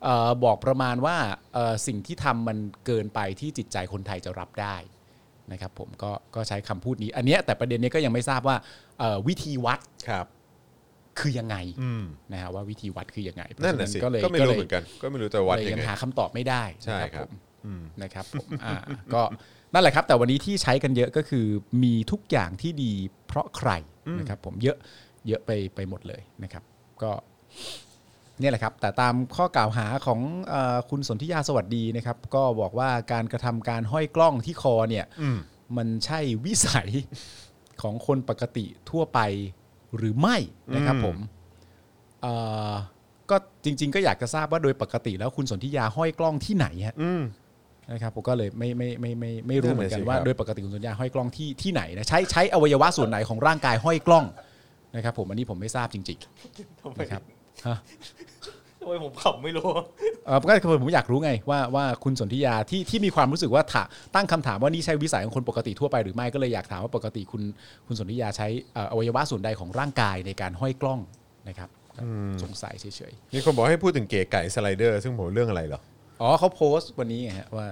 Speaker 1: เอ่อบอกประมาณว่าเอ่อสิ่งที่ทำมันเกินไปที่จิตใจคนไทยจะรับได้นะครับผมก็ก็ใช้คำพูดนี้ อันเนี้ยแต่ประเด็นเนี้ยก็ยังไม่ทราบว่าเอ่อวิธีวัด
Speaker 2: ครับ
Speaker 1: คือยังไง
Speaker 2: อืม
Speaker 1: นะฮะว่าวิธีวัดคือยังไงเพรา
Speaker 2: นั่น
Speaker 1: ฉ
Speaker 2: น่ะสิ
Speaker 1: ก็เลย
Speaker 2: ก็ไม่
Speaker 1: ก็
Speaker 2: รู้
Speaker 1: เลย
Speaker 2: เหมือนกัน ก็ไม่รู้จะวัด
Speaker 1: เลย
Speaker 2: ยัง
Speaker 1: ยัง
Speaker 2: ไง
Speaker 1: หาคำตอบไม่ได้
Speaker 2: ใช่
Speaker 1: นะครับ ผม นะครับผมอ่า ก็นั่นแหละครับ แต่วันนี้ที่ใช้กันเยอะก็คือมีทุกอย่างที่ดีเพราะใครนะครับ ผมเยอะเยอะไปไปหมดเลยนะครับ ก็เนี่ยแหละครับ แต่ตามข้อกล่าวหาของเออคุณสนธิยาสวัสดีนะครับ ก็บอกว่าการกระทำการห้อยกล้องที่คอเนี่ย
Speaker 2: อืม
Speaker 1: มันใช่วิสัย ของคนปกติทั่วไปหรือไม่นะครับผมเอ่อก็จริง ๆ ก็อยากจะทราบว่าโดยปกติแล้วคุณสนธิยาห้อยกล้องที่ไหนฮะ
Speaker 2: อืม
Speaker 1: นะครับผมก็เลยไม่ไม่ไม่ไม่ไม่รู้เหมือนกัน
Speaker 2: นั่นน่ะสิ
Speaker 1: ว่า
Speaker 2: ครับ
Speaker 1: โดยปกติคุณสัญญาห้อยกล้องที่ที่ไหนนะใช้ใช้อวัยวะส่วนไหนของร่างกายห้อยกล้องนะครับผมอันนี้ผมไม่ทราบจริงๆนะครับ ฮะ
Speaker 3: ทำไมผมขำไม่รู้
Speaker 1: เออก็คือผมอยากรู้ไงว่าว่าคุณสนธิยาที่ที่มีความรู้สึกว่าถาตั้งคำถามว่านี่ใช่วิสัยของคนปกติทั่วไปหรือไม่ก็เลยอยากถามว่าปกติคุณคุณสนธิยาใช้เอ่ออวัยวะส่วนใดของร่างกายในการห้อยกล้องนะครับสงสัยเฉย
Speaker 2: มีคนบอกให้พูดถึงเก๋ไก่สไลเดอร์ ซึ่งผมเรื่องอะไรเหรอ
Speaker 1: ๆอ๋อเขาโพสต์วันนี้ไงฮะว่า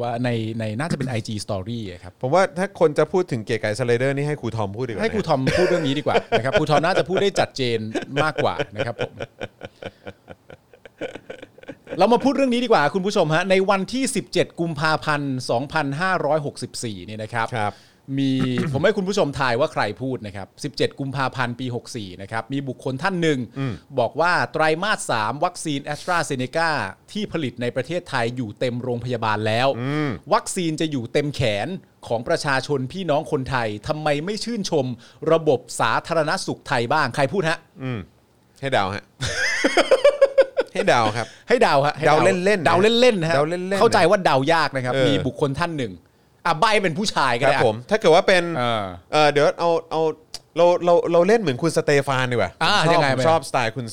Speaker 1: ว่าในในน่าจะเป็น IG Story อะครับ
Speaker 2: ผมว่าถ้าคนจะพูดถึงเก๋ไก่สไลเดอร์นี่ให้ครูทอมพูดดีกว่า
Speaker 1: ให้ครู
Speaker 2: นะ
Speaker 1: ทอมพูดเรื่องนี้ดีกว่า นะครับครูทอมน่าจะพูดได้จัดเจนมากกว่านะครับผมเรามาพูดเรื่องนี้ดีกว่า คุณผู้ชมฮะในวันที่ 17 กุมภาพันธ์2564เนี่ยนะครับ
Speaker 2: ครับ
Speaker 1: มี ผมให้คุณผู้ชมทายว่าใครพูดนะครับ 17 กุมภาพันธ์ปี 64 นะครับ มีบุคคลท่านหนึ่ง บอกว่าไตรามาส 3 วัคซีนแอสตราเซเนกาที่ผลิตในประเทศไทยอยู่เต็มโรงพยาบาลแล้ว วัคซีนจะอยู่เต็มแขนของประชาชนพี่น้องคนไทยทำไมไม่ชื่นชม ระบบสาธารณสุขไทยบ้างใครพูดฮะ
Speaker 2: ให้เดาว ฮะ ให้เดาวครับ
Speaker 1: ให้เดาฮะให้
Speaker 2: เดาเล่นๆนะ
Speaker 1: เดาเล่นๆนะฮะ
Speaker 2: เดาเล่นๆนะ
Speaker 1: เข้าใจว่าเดายากนะครับ
Speaker 2: เออ
Speaker 1: มีบุคคลท่านหนึ่งอ่ะใบเป็นผู้ชายก็
Speaker 2: ครับ
Speaker 1: ได้อ่ะ
Speaker 2: ผม ถ้าเกิดว่าเป็น
Speaker 1: เออ
Speaker 2: เอ่อเดี๋ยวเอาเอาเราเราเราเล่นเหมือนคุณสเตฟานดีกว่า
Speaker 1: อ่า
Speaker 2: ผมช
Speaker 1: ยั
Speaker 2: อบ
Speaker 1: งไง
Speaker 2: ผม
Speaker 1: ไป
Speaker 2: ชอบสไตล์คุณ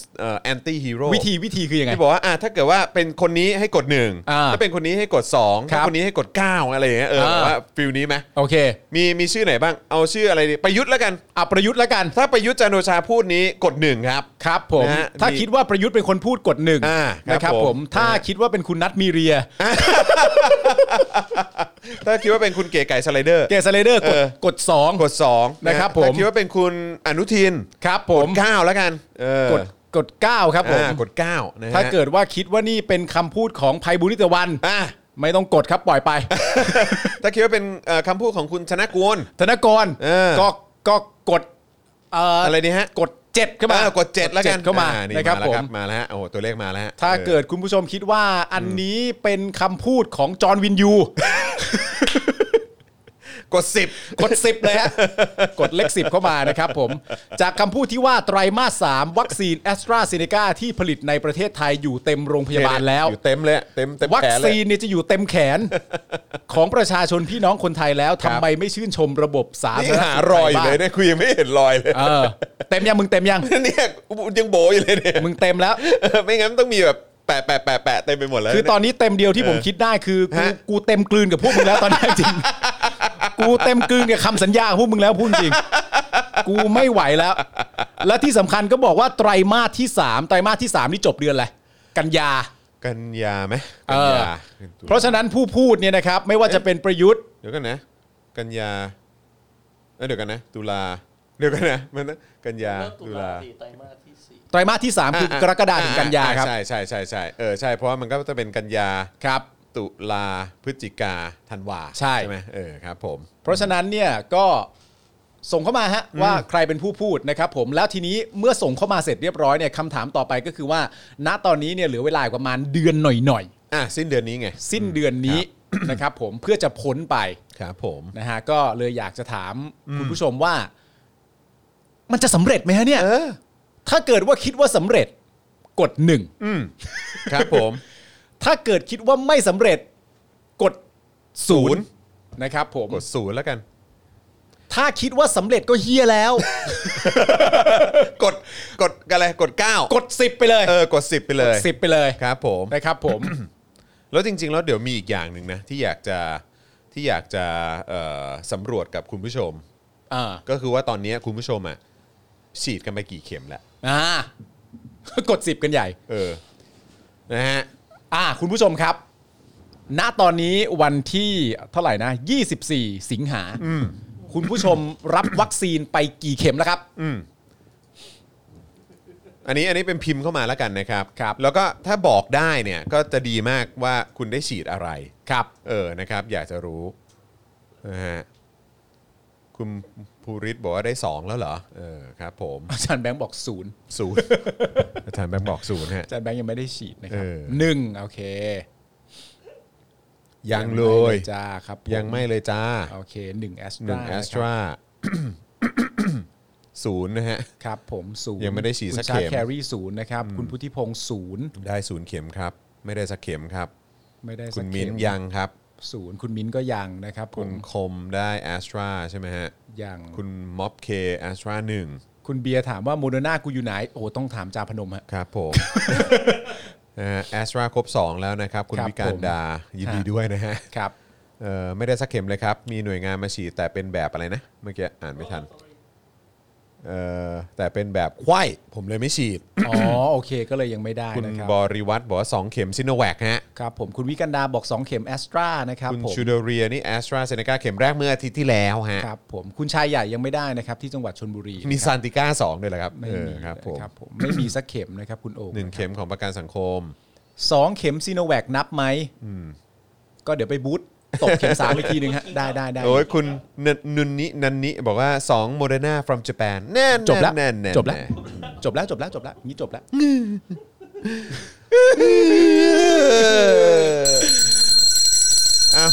Speaker 2: แอนตี้ฮีโร่
Speaker 1: วิธีวิธีคือยังไง
Speaker 2: ที่บอกว่าอ่ะถ้าเกิดว่าเป็นคนนี้ให้กดหนึ่ง
Speaker 1: อ่า
Speaker 2: ถ้าเป็นคนนี้ให้กดสอง
Speaker 1: ครั
Speaker 2: ถ้า
Speaker 1: บ
Speaker 2: คนนี้ให้กดเก้าอะไรอย่างเงี้ยเออ
Speaker 1: อ่า
Speaker 2: ว่าฟิลนี้ไหม
Speaker 1: โอเค
Speaker 2: มีมีชื่อไหนบ้าง เอาชื่ออะไรดีประยุทธ์แล้วกัน
Speaker 1: อ่ะประยุทธ์แล้วกัน
Speaker 2: ถ้าประยุทธ์จันทร์โอชาพูดนี้กดหนึ่งครับ
Speaker 1: ครับผม
Speaker 2: นะฮะ
Speaker 1: ถ้า
Speaker 2: ดี
Speaker 1: คิดว่าประยุทธ์เป็นคนพูดกดหนึ่ง
Speaker 2: อ่าครับ
Speaker 1: นะครับ
Speaker 2: ผ
Speaker 1: ผม มถ้า
Speaker 2: นะฮะ
Speaker 1: คิดว่าเป็นคุณนัทมีเรีย
Speaker 2: ถ้าคิดว่าเป็นคุณเก๋ไก่สไลเดอร์
Speaker 1: เกสเลเดอร์กด
Speaker 2: เออ
Speaker 1: กดสอง
Speaker 2: กดสอง
Speaker 1: นะครับผม
Speaker 2: ถ้าคิดว่าเป็นคุณอนุทิน
Speaker 1: ครับผ
Speaker 2: ก
Speaker 1: ม
Speaker 2: ดเก้าแล้วกันเออก
Speaker 1: ดกดเก้าครับผม
Speaker 2: อ่ากดเก้านะฮะ
Speaker 1: ถ้าเกิดว่าคิดว่านี่เป็นคำพูดของภัยบุญนิตวัน
Speaker 2: อ่ะ
Speaker 1: ไม่ต้องกดครับปล่อยไป
Speaker 2: ถ้าคิดว่าเป็นเอ่อคำพูดของคุณชนะกูล
Speaker 1: ธนกร
Speaker 2: เออ
Speaker 1: ก็ก็กดเอ่ออ
Speaker 2: อะไรนี่ฮะ
Speaker 1: กดเจ็ดเข้ามา
Speaker 2: เออก
Speaker 1: ก
Speaker 2: ดเจ็ดแล้วกัน
Speaker 1: เข้ามา
Speaker 2: อ่นี่
Speaker 1: นะครับ
Speaker 2: แล้ว
Speaker 1: ผม
Speaker 2: มาแล้วฮะโอ้โหตัวเลขมาแล้วฮะ
Speaker 1: ถ้า
Speaker 2: ออ
Speaker 1: เกิดคุณผู้ชมคิดว่าอันนี้เป็นคำพูดของจอห์นวินยู
Speaker 2: กดสิบ
Speaker 1: กด 10 เลยฮะ กดเลข10 เข้ามานะครับผม จากคำพูดที่ว่าไตรมาส 3 วัคซีนแอสตราเซเนกาที่ผลิตในประเทศไทยอยู่เต็มโรงพยาบาลแล้ว
Speaker 2: อยู่เต็มเลยเต็มเต็ม
Speaker 1: วัค
Speaker 2: แขนเลย
Speaker 1: ซีนเนี่ยจะอยู่เต็มแขน ของประชาชนพี่น้องคนไทยแล้ว
Speaker 2: ครับ
Speaker 1: ทำไมไม่ชื่นชมระบบสาธา
Speaker 2: นี่
Speaker 1: รณ
Speaker 2: หา
Speaker 1: สุข
Speaker 2: รอยอยู่
Speaker 1: ไท
Speaker 2: เล
Speaker 1: บ้า
Speaker 2: ย
Speaker 1: ง
Speaker 2: เนี่ยคุยยังไม่เห็นรอยเลย
Speaker 1: เออเต็มยังมึงเต็มยัง
Speaker 2: เนี่ยยังโบอยู่เลยเนี่ย
Speaker 1: มึงเต็มแล้ว
Speaker 2: เออไม่งั้นต้องมีแบบแปะแปะแปะแปะเต็มไปหมดแล้ว
Speaker 1: คือตอนนี้เต็มเดียวที่ผมคิดได้คือกู
Speaker 2: ฮะ
Speaker 1: กูเต็มกลืนกับพวกมึงแล้วตอนนี้จ ริง กูเต็มกลืนกับคำสัญญาของพวกมึงแล้วพูด จริง กูไม่ไหวแล้ว และที่สำคัญก็บอกว่าไตรมาสที่ 3 ไตรมาสที่ 3 นี่จบเดือนอะไรกันยา
Speaker 2: กันยาไหม
Speaker 1: เอ
Speaker 2: กัน
Speaker 1: อ
Speaker 2: ยา
Speaker 1: เพราะฉะนั้นผู้พูดเนี่ยนะครับ ไม่ว่าจะเป็นประยุทธ์
Speaker 2: เดี๋ยวกันนะ กันยาเอ้ยเดี๋ยวกันนะ ตุลาเดี๋ยวกันนะมันนะกันยา
Speaker 3: เริ่มตุ
Speaker 2: ตุ
Speaker 3: ลา
Speaker 2: ลา
Speaker 3: สี่ไตรมาสที่สี่
Speaker 1: ไตรมาสที่ 3 คือกรกฎาคมถึงกันยาครับ
Speaker 2: ใช่ใช่ใช่ใช่เออใช่เพราะว่ามันก็จะเป็นกันยา
Speaker 1: ครับ
Speaker 2: ตุลาพฤศจิกาธันวา
Speaker 1: ใช่
Speaker 2: ไหมเออครับผม
Speaker 1: เพราะฉะนั้นเนี่ยก็ส่งเข้ามาฮะว่าใครเป็นผู้พูดนะครับผมแล้วทีนี้เมื่อส่งเข้ามาเสร็จเรียบร้อยเนี่ยคำถามต่อไปก็คือว่า ณตอนนี้เนี่ยเหลือเวลาอีกประมาณเดือนหน่อย
Speaker 2: อ่ะ สิ้นเดือนนี้ไง
Speaker 1: ๆ สิ้นเดือนนี้ นะครับผมเพื่อจะพ้นไป
Speaker 2: ครับผม
Speaker 1: นะฮะก็เลยอยากจะถามคุณผู้ชมว่า มันจะสำเร็จไหมฮะเนี่ย
Speaker 2: เออ
Speaker 1: ถ้าเกิดว่าคิดว่าสำเร็จกดหนึ่ง
Speaker 2: อืมครับผม
Speaker 1: ถ้าเกิดคิดว่าไม่สำเร็จกดศูนย์นะครับผม
Speaker 2: กดศูนย์แล้วกัน
Speaker 1: ถ้าคิดว่าสำเร็จก็เฮีย แล้ว
Speaker 2: กดกดอะไรกดเก้าก
Speaker 1: ดสิบไปเลย
Speaker 2: เออกดสิบไปเลย
Speaker 1: สิบไปเลย
Speaker 2: ครับผม
Speaker 1: นะครับผม
Speaker 2: แล้วจริง ๆ แล้วเดี๋ยวมีอีกอย่างหนึ่งนะ ที่อยากจะที่อยากจะเอ่อสำรวจกับคุณผู้ชม
Speaker 1: อ่า
Speaker 2: ก็คือว่าตอนนี้คุณผู้ชมอ่ะฉีดกันไปกี่เข็มแล้ว
Speaker 1: อ่า กดสิบกันใหญ่
Speaker 2: เออนะฮะ
Speaker 1: อ่า คุณผู้ชมครับ ณตอนนี้วันที่เท่าไหร่นะ 24 สิงหาคุณผู้ชมรับวัคซีนไปกี่เข็มแล้วครับ
Speaker 2: อันนี้อันนี้เป็นพิมพ์เข้ามาแล้วกันนะครับ
Speaker 1: ครับ
Speaker 2: แล้วก็ถ้าบอกได้เนี่ยก็จะดีมากว่าคุณได้ฉีดอะไร
Speaker 1: ครับ
Speaker 2: เออนะครับ อยากจะรู้นะฮะคุณภูริศบอกว่าได้ 2 แล้วเหรอเออครับ ผม
Speaker 1: อาจารย์แบงค์บอกศูนย์
Speaker 2: ศูนย์ อาจารย์แบงค์บอกศูนย์ฮะ
Speaker 1: อาจารย์แบงค์ยังไม่ได้ฉีดนะครับ
Speaker 2: เออ
Speaker 1: หนึ่งโอเค
Speaker 2: ยังเลย
Speaker 1: งไม่จ้าครับผ
Speaker 2: ยังไม่เลยจ้า
Speaker 1: โอเคหนึ่งแอส
Speaker 2: หนึ่งแอสตรา ศูนย์นะฮะ
Speaker 1: ครับผมศูนย์
Speaker 2: ยังไม่ได้ฉีดสักเข็ม
Speaker 1: คุณชาแครีศูนย์นะครับ คุณพุทธิพงศ์ศูนย์
Speaker 2: ได้ศูนย์เข็มครับ ไม่ได้สักเข็มครับ
Speaker 1: ไม่ได้
Speaker 2: คุ
Speaker 1: สัก
Speaker 2: ณ
Speaker 1: เข็
Speaker 2: มิ้นท์ยังครับ
Speaker 1: ศูนย์คุณมิ้นก็ยังนะครับผ
Speaker 2: คุณ
Speaker 1: ม
Speaker 2: คมได้แอสตราใช่ไหมฮะ
Speaker 1: ยัง
Speaker 2: คุณม็อบเคแอสตราหนึ่ง
Speaker 1: คุณเบียร์ถามว่าโมเดอร์นากูอยู่ไหน โอ้โหต้องถามจาพนมฮะ
Speaker 2: ครับ ผมแอสตราครบ 2 แล้วนะครับ คุณ
Speaker 1: ครับ
Speaker 2: วิการ
Speaker 1: ผม
Speaker 2: ดา ยินดีด้วยนะฮะ
Speaker 1: ครับ
Speaker 2: เอ่อไม่ได้สักเข็มเลยครับ มีหน่วยงานมาฉีดแต่เป็นแบบอะไรนะ เมื่อกี้อ่านไม่ทันเอ่อแต่เป็นแบบไข้ผมเลยไม่ฉีด
Speaker 1: อ๋ อ โอเคก็เลยยังไม่ได้
Speaker 2: คุณ
Speaker 1: นะครับ
Speaker 2: บริวัตรบอกว่า 2 เข็มซิโนแวคฮะ
Speaker 1: ครับผมคุณวิกันดาบอก 2 เข็มแอสตรานะครับ
Speaker 2: คุณ
Speaker 1: ผม
Speaker 2: ชูโดเรียนี่แอสตราเซเนกาเข็มแรกเมื่ออาทิตย์ที่แล้วฮะ
Speaker 1: ครับผมคุณชายใหญ่ยังไม่ได้นะครับที่จังหวัดชนบุรี
Speaker 2: มีซานติก้าสองด้วยเหรอครับ
Speaker 1: ไม่
Speaker 2: เออ
Speaker 1: มี
Speaker 2: ครับผม
Speaker 1: นะครับผมไม่มีสักเข็มนะครับคุณโอ๊ค
Speaker 2: หนึ่งเข็มของประกันสังคม
Speaker 1: สองเข็มซีโนแวคนับไหมก็เดี๋ยวไปบูทตบเข็มสามอีกทีหนึ่งฮะได้ได้ได้
Speaker 2: โอ้ยคุณนนุนนินันนิบอกว่า 2 โมเดอร์นา from Japan แน่ๆ
Speaker 1: จบแล้ว
Speaker 2: แน่
Speaker 1: จ
Speaker 2: ๆ
Speaker 1: บแล้วจบแล้วจบแล้วจบแล้วงี้จบแล้ว
Speaker 2: เอ้า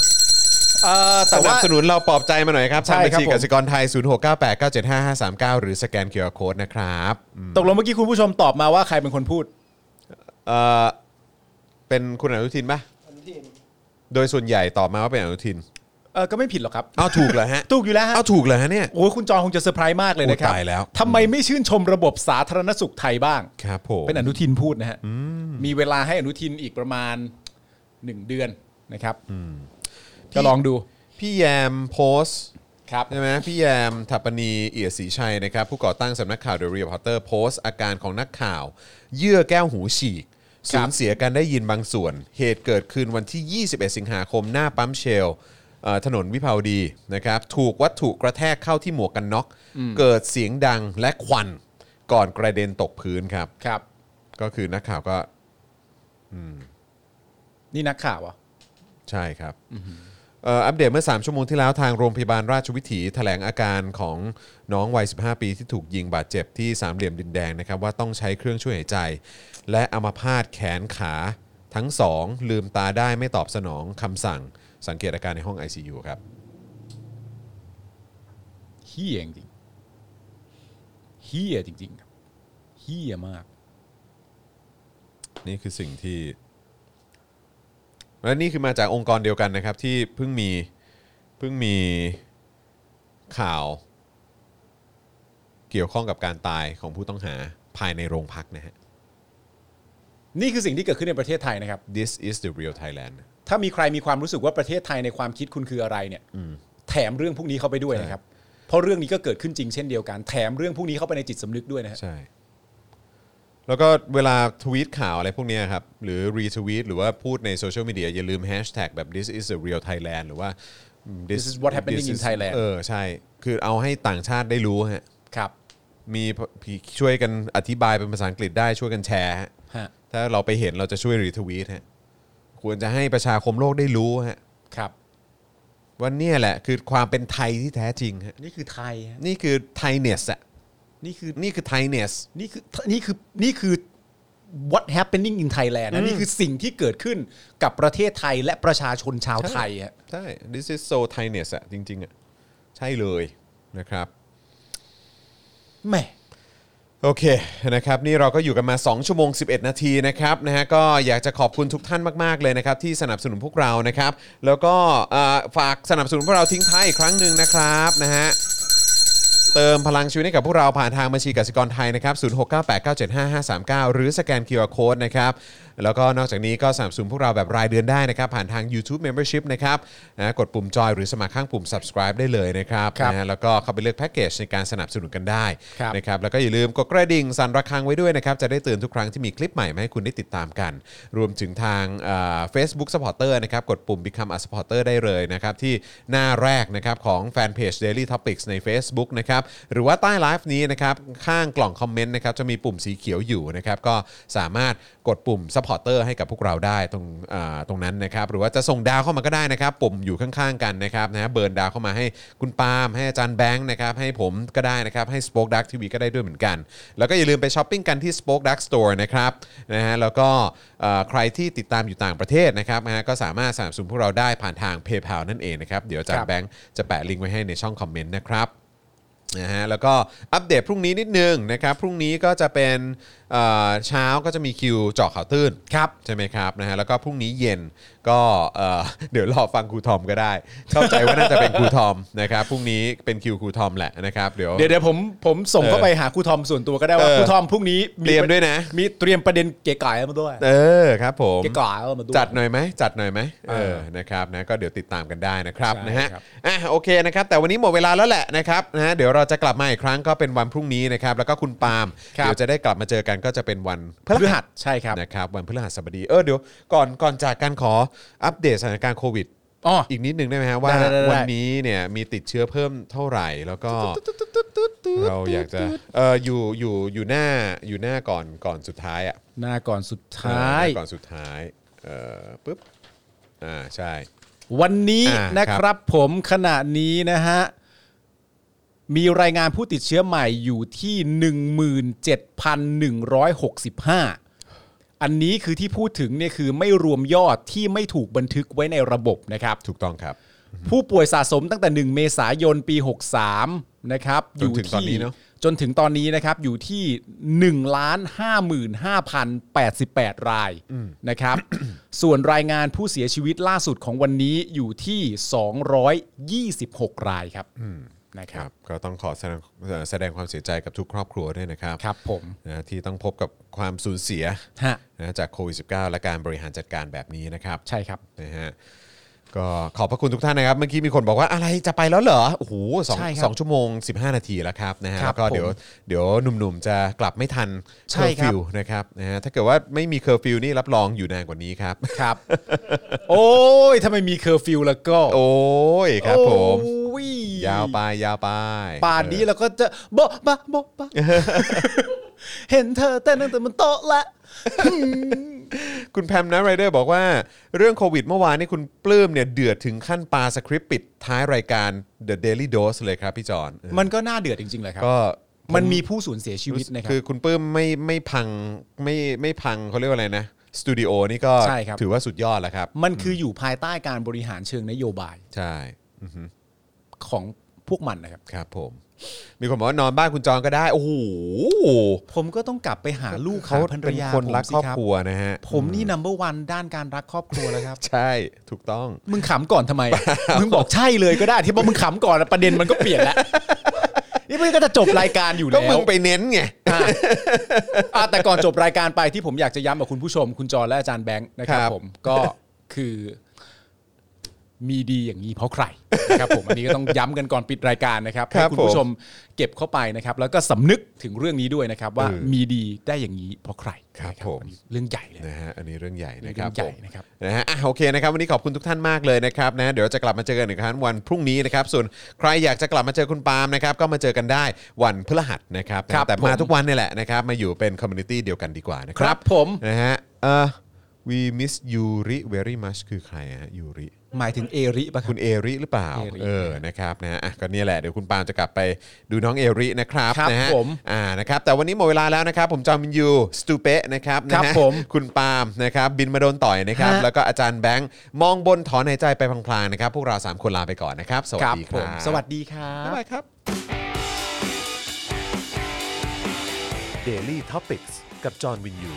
Speaker 1: อ่า
Speaker 2: ส
Speaker 1: แต่
Speaker 2: นับ
Speaker 1: ว่า
Speaker 2: สนุนเราปลอบใจมาหน่อยครับ
Speaker 1: ใช่ครั
Speaker 2: ทางบัญ
Speaker 1: บ
Speaker 2: ชี
Speaker 1: ผม
Speaker 2: กสิกรไทย 0698975539 หรือสแกน QR Code นะครับอืม
Speaker 1: ตกลงเมื่อกี้คุณผู้ชมตอบมาว่าใครเป็นคนพูด
Speaker 2: เอ่อเป็นคุณอนุทินปะโดยส่วนใหญ่ตอบมาว่าเป็นอนุทิน
Speaker 1: เออก็ไม่ผิดหรอกครับ
Speaker 2: อ้าวถูกเหรอฮะ
Speaker 1: ถูกอยู่แล้วฮะ
Speaker 2: อ้าวถูกเหรอฮะเนี่ย
Speaker 1: โอ้ยคุณจอนคงจะเซอร์ไพรส์มากเลยนะครับ
Speaker 2: โอ้ตายแล้ว
Speaker 1: ทำไมไม่ชื่นชมระบบสาธารณสุขไทยบ้าง
Speaker 2: ครับผม
Speaker 1: เป็นอนุทินพูดนะฮะมีเวลาให้อนุทินอีกประมาณ 1 เดือนนะครับก็ลองดู
Speaker 2: พี่แยมโพสต์
Speaker 1: ครับ
Speaker 2: ใช่ไหมพี่แยมถัปนีเอี่ยศรีชัยนะครับ ผู้ก่อตั้งสำนักข่าว The Reporter โพสต์อาการของนักข่าว เยื่อแก้วหูฉีก
Speaker 1: ครั
Speaker 2: สู
Speaker 1: บ
Speaker 2: ญเสียการได้ยินบางส่วน เหตุเกิดขึ้นวันที่ 21 สิงหาคมหน้าปั๊มเชลล์เอ่อถนนวิภาวดีนะครับ ถูกวัตถุกระแทกเข้าที่หมวกกันน็อก เกิดเสียงดังและควันก่อนกระเด็นตกพื้นครับ
Speaker 1: ครับ
Speaker 2: ก็คือนักข่าวก็
Speaker 1: นี่นักข่าวเหรอ่ะ
Speaker 2: ใช่ครับ เอ่ออัปเดตเมื่อ 3 ชั่วโมงที่แล้วทางโรงพยาบาลราชวิถีแถลงอาการของน้องวัย 15 ปีที่ถูกยิงบาดเจ็บที่สามเหลี่ยมดินแดงนะครับ ว่าต้องใช้เครื่องช่วยหายใจ และอัมาพาตแขนขาทั้งสองลืมตาได้ไม่ตอบสนองคำสั่ง สังเกตอาการในห้อง ICU ครับ
Speaker 1: เฮี้ยจริงๆเฮี้ยจริงๆครับเฮี้ยมาก
Speaker 2: นี่คือสิ่งที่ และนี่คือมาจากองค์กรเดียวกันนะครับ ที่เพิ่งมีเพิ่งมีข่าว เกี่ยวข้องกับการตายของผู้ต้องหาภายในโรงพักนะฮะ
Speaker 1: นี่คือสิ่งที่เกิดขึ้นในประเทศไทยนะครับ
Speaker 2: This is the real Thailand
Speaker 1: ถ้ามีใครมีความรู้สึกว่าประเทศไทยในความคิดคุณคืออะไรเนี่ยแถมเรื่องพวกนี้เข้าไปด้วยนะครับ เพราะเรื่องนี้ก็เกิดขึ้นจริงเช่นเดียวกัน แถมเรื่องพวกนี้เข้าไปในจิตสำนึกด้วยนะฮะ
Speaker 2: ใช่ แล้วก็เวลาทวีตข่าวอะไรพวกเนี้ยครับ หรือรีทวีตหรือว่าพูดในโซเชียลมีเดียอย่าลืมแฮชแท็กแบบ this is the real Thailand หรือว่า
Speaker 1: This is what happening
Speaker 2: this
Speaker 1: in
Speaker 2: is-
Speaker 1: Thailand
Speaker 2: เออ ใช่ คือเอาให้ต่างชาติได้รู้ฮะ
Speaker 1: ครับ
Speaker 2: มีพี่ช่วยกันอธิบายเป็นภาษาอังกฤษได้ช่วยกันแชร์ฮะ
Speaker 1: ฮะ
Speaker 2: ถ้าเราไปเห็นเราจะช่วยรีทวีตฮะ ควรจะให้ประชาคมโลกได้รู้ฮะ
Speaker 1: ครับ
Speaker 2: ว่าเนี่ยแหละ คือความเป็นไทยที่แท้จริงฮะ
Speaker 1: นี่คือไทยฮะ
Speaker 2: นี่คือไทยเนสอะ
Speaker 1: นี่คือ
Speaker 2: นี่คือไทยเนส
Speaker 1: นี่คือนี่คือนี่คือ what happening in Thailand นะนี่คือสิ่งที่เกิดขึ้นกับประเทศไทยและประชาชนชาวไทยฮะ
Speaker 2: ใช่ this is so Thainess อะจริง ๆอะใช่เลยนะครับ
Speaker 1: แหม
Speaker 2: โอเคนะครับนี่เราก็อยู่กันมา 2 ชั่วโมง 11 นาทีนะครับนะฮะก็อยากจะขอบคุณทุกท่านมาก ๆ เลยนะครับ ที่สนับสนุนพวกเรานะครับ แล้วก็เอ่อฝากสนับสนุนพวกเราทิ้งท้ายอีกครั้งหนึ่งนะครับนะฮะ เติมพลังชีวิตให้กับพวกเราผ่านทางบัญชีกสิกรไทยนะครับ 0698975539 หรือสแกน QR Code นะครับ แล้วก็นอกจากนี้ก็สนับสนุนพวกเราแบบรายเดือนได้นะครับ ผ่านทาง YouTube Membership นะครับนะกดปุ่มจอยหรือสมัครข้างปุ่ม subscribe ได้เลยนะครับ
Speaker 1: ครับ
Speaker 2: นะฮะแล้วก็เข้าไปเลือกแพ็กเกจในการสนับสนุนกันได้
Speaker 1: ครับ
Speaker 2: นะครับ แล้วก็อย่าลืมกดกระดิ่งสั่นระฆังไว้ด้วยนะครับ จะได้เตือนทุกครั้งที่มีคลิปใหม่มาให้คุณได้ติดตามกัน รวมถึงทางเฟซบุ๊กสปอร์เตอร์นะครับ กดปุ่ม Become a supporter ได้เลยนะครับ ที่หน้าแรกนะครับของแฟนเพจ Daily Topics ใน Facebook นะครับ หรือว่าใต้ไลฟ์นี้นะครับ ข้างกล่องคอมเมนต์นะครับ จะมีปุ่มสีเขียวอยู่นะครับ ก็สามารถกดปุ่ม supporter ให้กับพวกเราได้ตรงเอ่อตรงนั้นนะครับ หรือว่าจะส่งดาวเข้ามาก็ได้นะครับ ปุ่มอยู่ข้างๆกันนะครับนะฮะเบิร์นดาวเข้ามาให้คุณปาล์มให้อาจารย์แบงค์นะครับให้ผมก็ได้นะครับ ให้ Spoke Dark TV ก็ได้ด้วยเหมือนกัน แล้วก็อย่าลืมไปช้อปปิ้งกันที่ Spoke Dark Store นะครับนะฮะแล้วก็เอ่อใครที่ติดตามอยู่ต่างประเทศนะครับนะฮะก็สามารถสนับสนุนพวกเราได้ผ่านทาง PayPal นั่นเองนะครับ เดี๋ยวอาจาร
Speaker 1: ครับ
Speaker 2: ย์แบงค์จะแปะลิงก์ไว้ให้ในช่องคอมเมนต์นะครับ นะฮะแล้วก็อัปเดตพรุ่งนี้นิดนึงนะครับพรุ่งนี้ก็จะเป็นเอ่อเช้าก็จะมีคิวเจาะข่าวตื้นครับใช่ไหมครับนะฮะแล้วก็พรุ่งนี้เย็นก็เอ่ อ เดี๋ยวรอฟังครูทอมก็ได้ เข้าใจว่าน่าจะเป็นครูทอมนะครับพรุ่งนี้เป็นคิวครูทอมแหละนะครับเดี๋ยว
Speaker 1: เดี๋ยวเดี๋ยวผมผมส่ง
Speaker 2: เออ
Speaker 1: เข้าไปหาครูทอมส่วนตัวก็ได้ว่า
Speaker 2: เออ
Speaker 1: ครูทอมพรุ่งนี้
Speaker 2: เตรียมด้วยนะ
Speaker 1: มีเตรียมประเด็นเก๋ไก่มาด้วย
Speaker 2: เออครับผม
Speaker 1: เก๋ไก่มาด้วย
Speaker 2: จัดหน่อยไหมจัดหน่อยไหมเอ
Speaker 1: เอ
Speaker 2: อ
Speaker 1: อ
Speaker 2: นะครับนะก็เดี๋ยวติดตามกันได้นะครับ
Speaker 1: ใช่
Speaker 2: นะฮะ
Speaker 1: ครับ
Speaker 2: อ่ะโอเคนะครับ แต่วันนี้หมดเวลาแล้วแหละนะครับนะฮะเดี๋ยวเราจะกลับมาอีกครั้งก็เป็นวันพรุ่งนี้นะครับแล้วก็คุณปาล์มเดี๋ยวจะได้กลับมาเจอกันก็จะเป็นวันพฤ
Speaker 1: พฤ
Speaker 2: หั
Speaker 1: หั
Speaker 2: ส
Speaker 1: สใช่ครับ
Speaker 2: นะครับวันพฤหัสบดีเออเดี๋ยวก่อนก่อนจากกันขออัปเดตสถานการณ์โควิด
Speaker 1: อ๋อ
Speaker 2: อีกนิดนึงได้ไหมฮะว่า
Speaker 1: ได้ได้ได้
Speaker 2: วันนี้เนี่ยมีติดเชื้อเพิ่มเท่าไหร่แล้วก็ เราอยากจะเอออยู่อยู่อยู่หน้าอยู่หน้าก่อนก่อนสุดท้ายอ่ะ
Speaker 1: หน้าก่อนสุด
Speaker 2: เออ
Speaker 1: ท้าย
Speaker 2: ก่อนสุดท้ายเอ่อปุ๊บอ่าใช่
Speaker 1: วันนี้
Speaker 2: อ่า
Speaker 1: นะค
Speaker 2: ค
Speaker 1: รับ รับผมขณะนี้นะฮะ มีรายงานผู้ติดเชื้อใหม่อยู่ที่ 17,165 อันนี้คือที่พูดถึงเนี่ยคือไม่รวมยอดที่ไม่ถูกบันทึกไว้ในระบบนะครับ
Speaker 2: ถูกต้องครับ
Speaker 1: ผู้ป่วยสะสมตั้งแต่ 1 เมษายนปี 63 นะครับ
Speaker 2: จนถึงตอนนี้เนอะ
Speaker 1: จนถึงตอนนี้นะครับ อยู่ที่1ล้าน55,088 รายนะครับ ส่วนรายงานผู้เสียชีวิตล่าสุดของวันนี้อยู่ที่ 226 รายครับนะค
Speaker 2: ค
Speaker 1: รั
Speaker 2: รั
Speaker 1: บบ
Speaker 2: ก็ต้องขอแสดงเอ่อแสดงความเสียใจกับทุกครอบครัวด้วยนะครับ
Speaker 1: ครับผม
Speaker 2: นะที่ต้องพบกับความสูญเสีย
Speaker 1: ฮะ
Speaker 2: นะจากโควิด -19 และการบริหารจัดการแบบนี้นะครับ
Speaker 1: ใช่ครับ
Speaker 2: นะฮะก็ขอบพระคุณทุกท่านนะครับ เมื่อกี้มีคนบอกว่าอะไรจะไปแล้วเหรอ โอ้โหสอง
Speaker 1: ใช่ครับ
Speaker 2: สองชั่วโมง 15 นาทีแล้วครับนะฮะ
Speaker 1: ครั
Speaker 2: แล้
Speaker 1: บ
Speaker 2: วก็เดี๋ยวเดี๋ยวหนุ่มๆจะกลับไม่ทัน
Speaker 1: ใช่
Speaker 2: เค
Speaker 1: ค
Speaker 2: อร์
Speaker 1: รั
Speaker 2: ฟิ
Speaker 1: บ
Speaker 2: วนะครับนะฮะถ้าเกิดว่าไม่มีเคอร์ฟิวนี่รับรองอยู่นานกว่านี้ครับ
Speaker 1: ครับ โอ้ยถ้าไม่มีเคอร์ฟิวแล้วก็
Speaker 2: โอ้ยครับผม
Speaker 1: โอ้ย
Speaker 2: ยาวไปยาวไป
Speaker 1: ป่านนี้เราก็จะโบ๊ะบะโบ๊ะบะ เห็นเธอเต้นตั้งแต่มันโต๊ะละ
Speaker 2: คุณแพมนะไรเดอร์บอกว่าเรื่องโควิดเมื่อวานนี่คุณปลื้มเนี่ยเดือดถึงขั้นปาสคริปต์ปิดท้ายรายการ The Daily Dose เลยครับพี่จอนเออ
Speaker 1: มันก็น่าเดือดจริงๆเลยครับ
Speaker 2: ก็
Speaker 1: มันมีผู้สูญเสียชีวิตนะครับ
Speaker 2: คือคุณปลื้มไม่ไม่พังไม่ไม่พังเขาเรียกว่าอะไรนะสตูดิโอนี่ก็
Speaker 1: ใช่ครับ
Speaker 2: ถือว่าสุดยอดแล้วครับ
Speaker 1: มันคืออยู่ภายใต้การบริหารเชิงนโยบาย
Speaker 2: ใช่อือฮึ
Speaker 1: ของพวกมันนะครับ
Speaker 2: ครับผม มีคนบอกว่านอนบ้านคุณจอนก็ได้ โอ้โห
Speaker 1: ผมก็ต้องกลับไปหาลูก
Speaker 2: เขา
Speaker 1: หาภรร
Speaker 2: เป็น
Speaker 1: ยา
Speaker 2: คน
Speaker 1: ผม
Speaker 2: รัก
Speaker 1: สิ
Speaker 2: ครอบ
Speaker 1: ครับ
Speaker 2: ครัวนะฮะ
Speaker 1: ผมนี่ number one ด้านการรักครอบครัวแล้วครับ
Speaker 2: ใช่ถูกต้อง
Speaker 1: มึงขำก่อนทำไม มึงบอกใช่เลยก็ได้ที่บอกมึงขำก่อนอะประเด็นมันก็เปลี่ยน แล้ว นี่มันก็จะจบรายการอยู่แล้
Speaker 2: ก็
Speaker 1: ว
Speaker 2: มึงไปเน้นไง
Speaker 1: อ่ะ อ่ะแต่ก่อนจบรายการไปที่ผมอยากจะย้ำกับคุณผู้ชม คุณจอและอาจารย์แบงค์นะครับ
Speaker 2: ครับ
Speaker 1: ผมก็คือมีดีอย่างนี้เพราะใครนะครับ ผมอันนี้ก็ต้องย้ำกันก่อนปิดรายการนะครับให้คุณผู้ชมเก็บเข้าไปนะครับ แล้วก็สำนึกถึงเรื่องนี้ด้วยนะครับ ว่ามีดีได้อย่างนี้เพราะใคร
Speaker 2: ครับ
Speaker 1: นะ
Speaker 2: ผม
Speaker 1: อันนี้เรื่องใหญ่เลย
Speaker 2: นะฮะอันนี้เรื่องใหญ่นะครับ
Speaker 1: เรื่องใหญ่
Speaker 2: ผม
Speaker 1: นะครับ
Speaker 2: นะฮะอ่ะโอเคนะครับวันนี้ขอบคุณทุกท่านมากเลยนะครับนะเดี๋ยวจะกลับมาเจอกันอีกครั้งวันพรุ่งนี้นะครับส่วนใครอยากจะกลับมาเจอคุณปาล์มนะครับก็มาเจอกันได้วันพฤหัสนะครับ
Speaker 1: ครับ
Speaker 2: นะแต่
Speaker 1: ผม
Speaker 2: มาทุกวันนี่แหละนะครับมาอยู่เป็นคอมมูนิตี้เดียวกันดีกว่านะครั
Speaker 1: ครับ บผม
Speaker 2: นะฮะเอ่อ we miss Yuri very much คือใครฮะยูริ
Speaker 1: หมายถึงเอริปะค
Speaker 2: คุ
Speaker 1: รับ
Speaker 2: ณเอริหรือเปล่า
Speaker 1: เอริ
Speaker 2: เออ นะครับนะฮะอ่ะก็เนี่ยแหละ เดี๋ยวคุณปาล์มจะกลับไปดูน้องเอรินะครับ
Speaker 1: ครับ
Speaker 2: นะฮะ
Speaker 1: ผม
Speaker 2: อ่า นะครับ แต่วันนี้หมดเวลาแล้วนะครับ ผมจอมินยูสตูเปะนะครับ
Speaker 1: ครั
Speaker 2: นะ
Speaker 1: บ
Speaker 2: ฮะ
Speaker 1: ผม
Speaker 2: คุณปาล์มนะครับ บินมาโดนต่อยนะครับ
Speaker 1: ฮะ
Speaker 2: แล้วก็อาจารย์แบงค์ มองบนถอนหายใจไปพลางๆนะครับ พวกเรา 3 คนลาไปก่อนนะครับ สวัสดีค
Speaker 1: ผ
Speaker 2: รับ
Speaker 1: มสวัสดีครับ
Speaker 2: บ๊ายบายครับ
Speaker 4: Daily t o p i c กกับจอห์นวินยู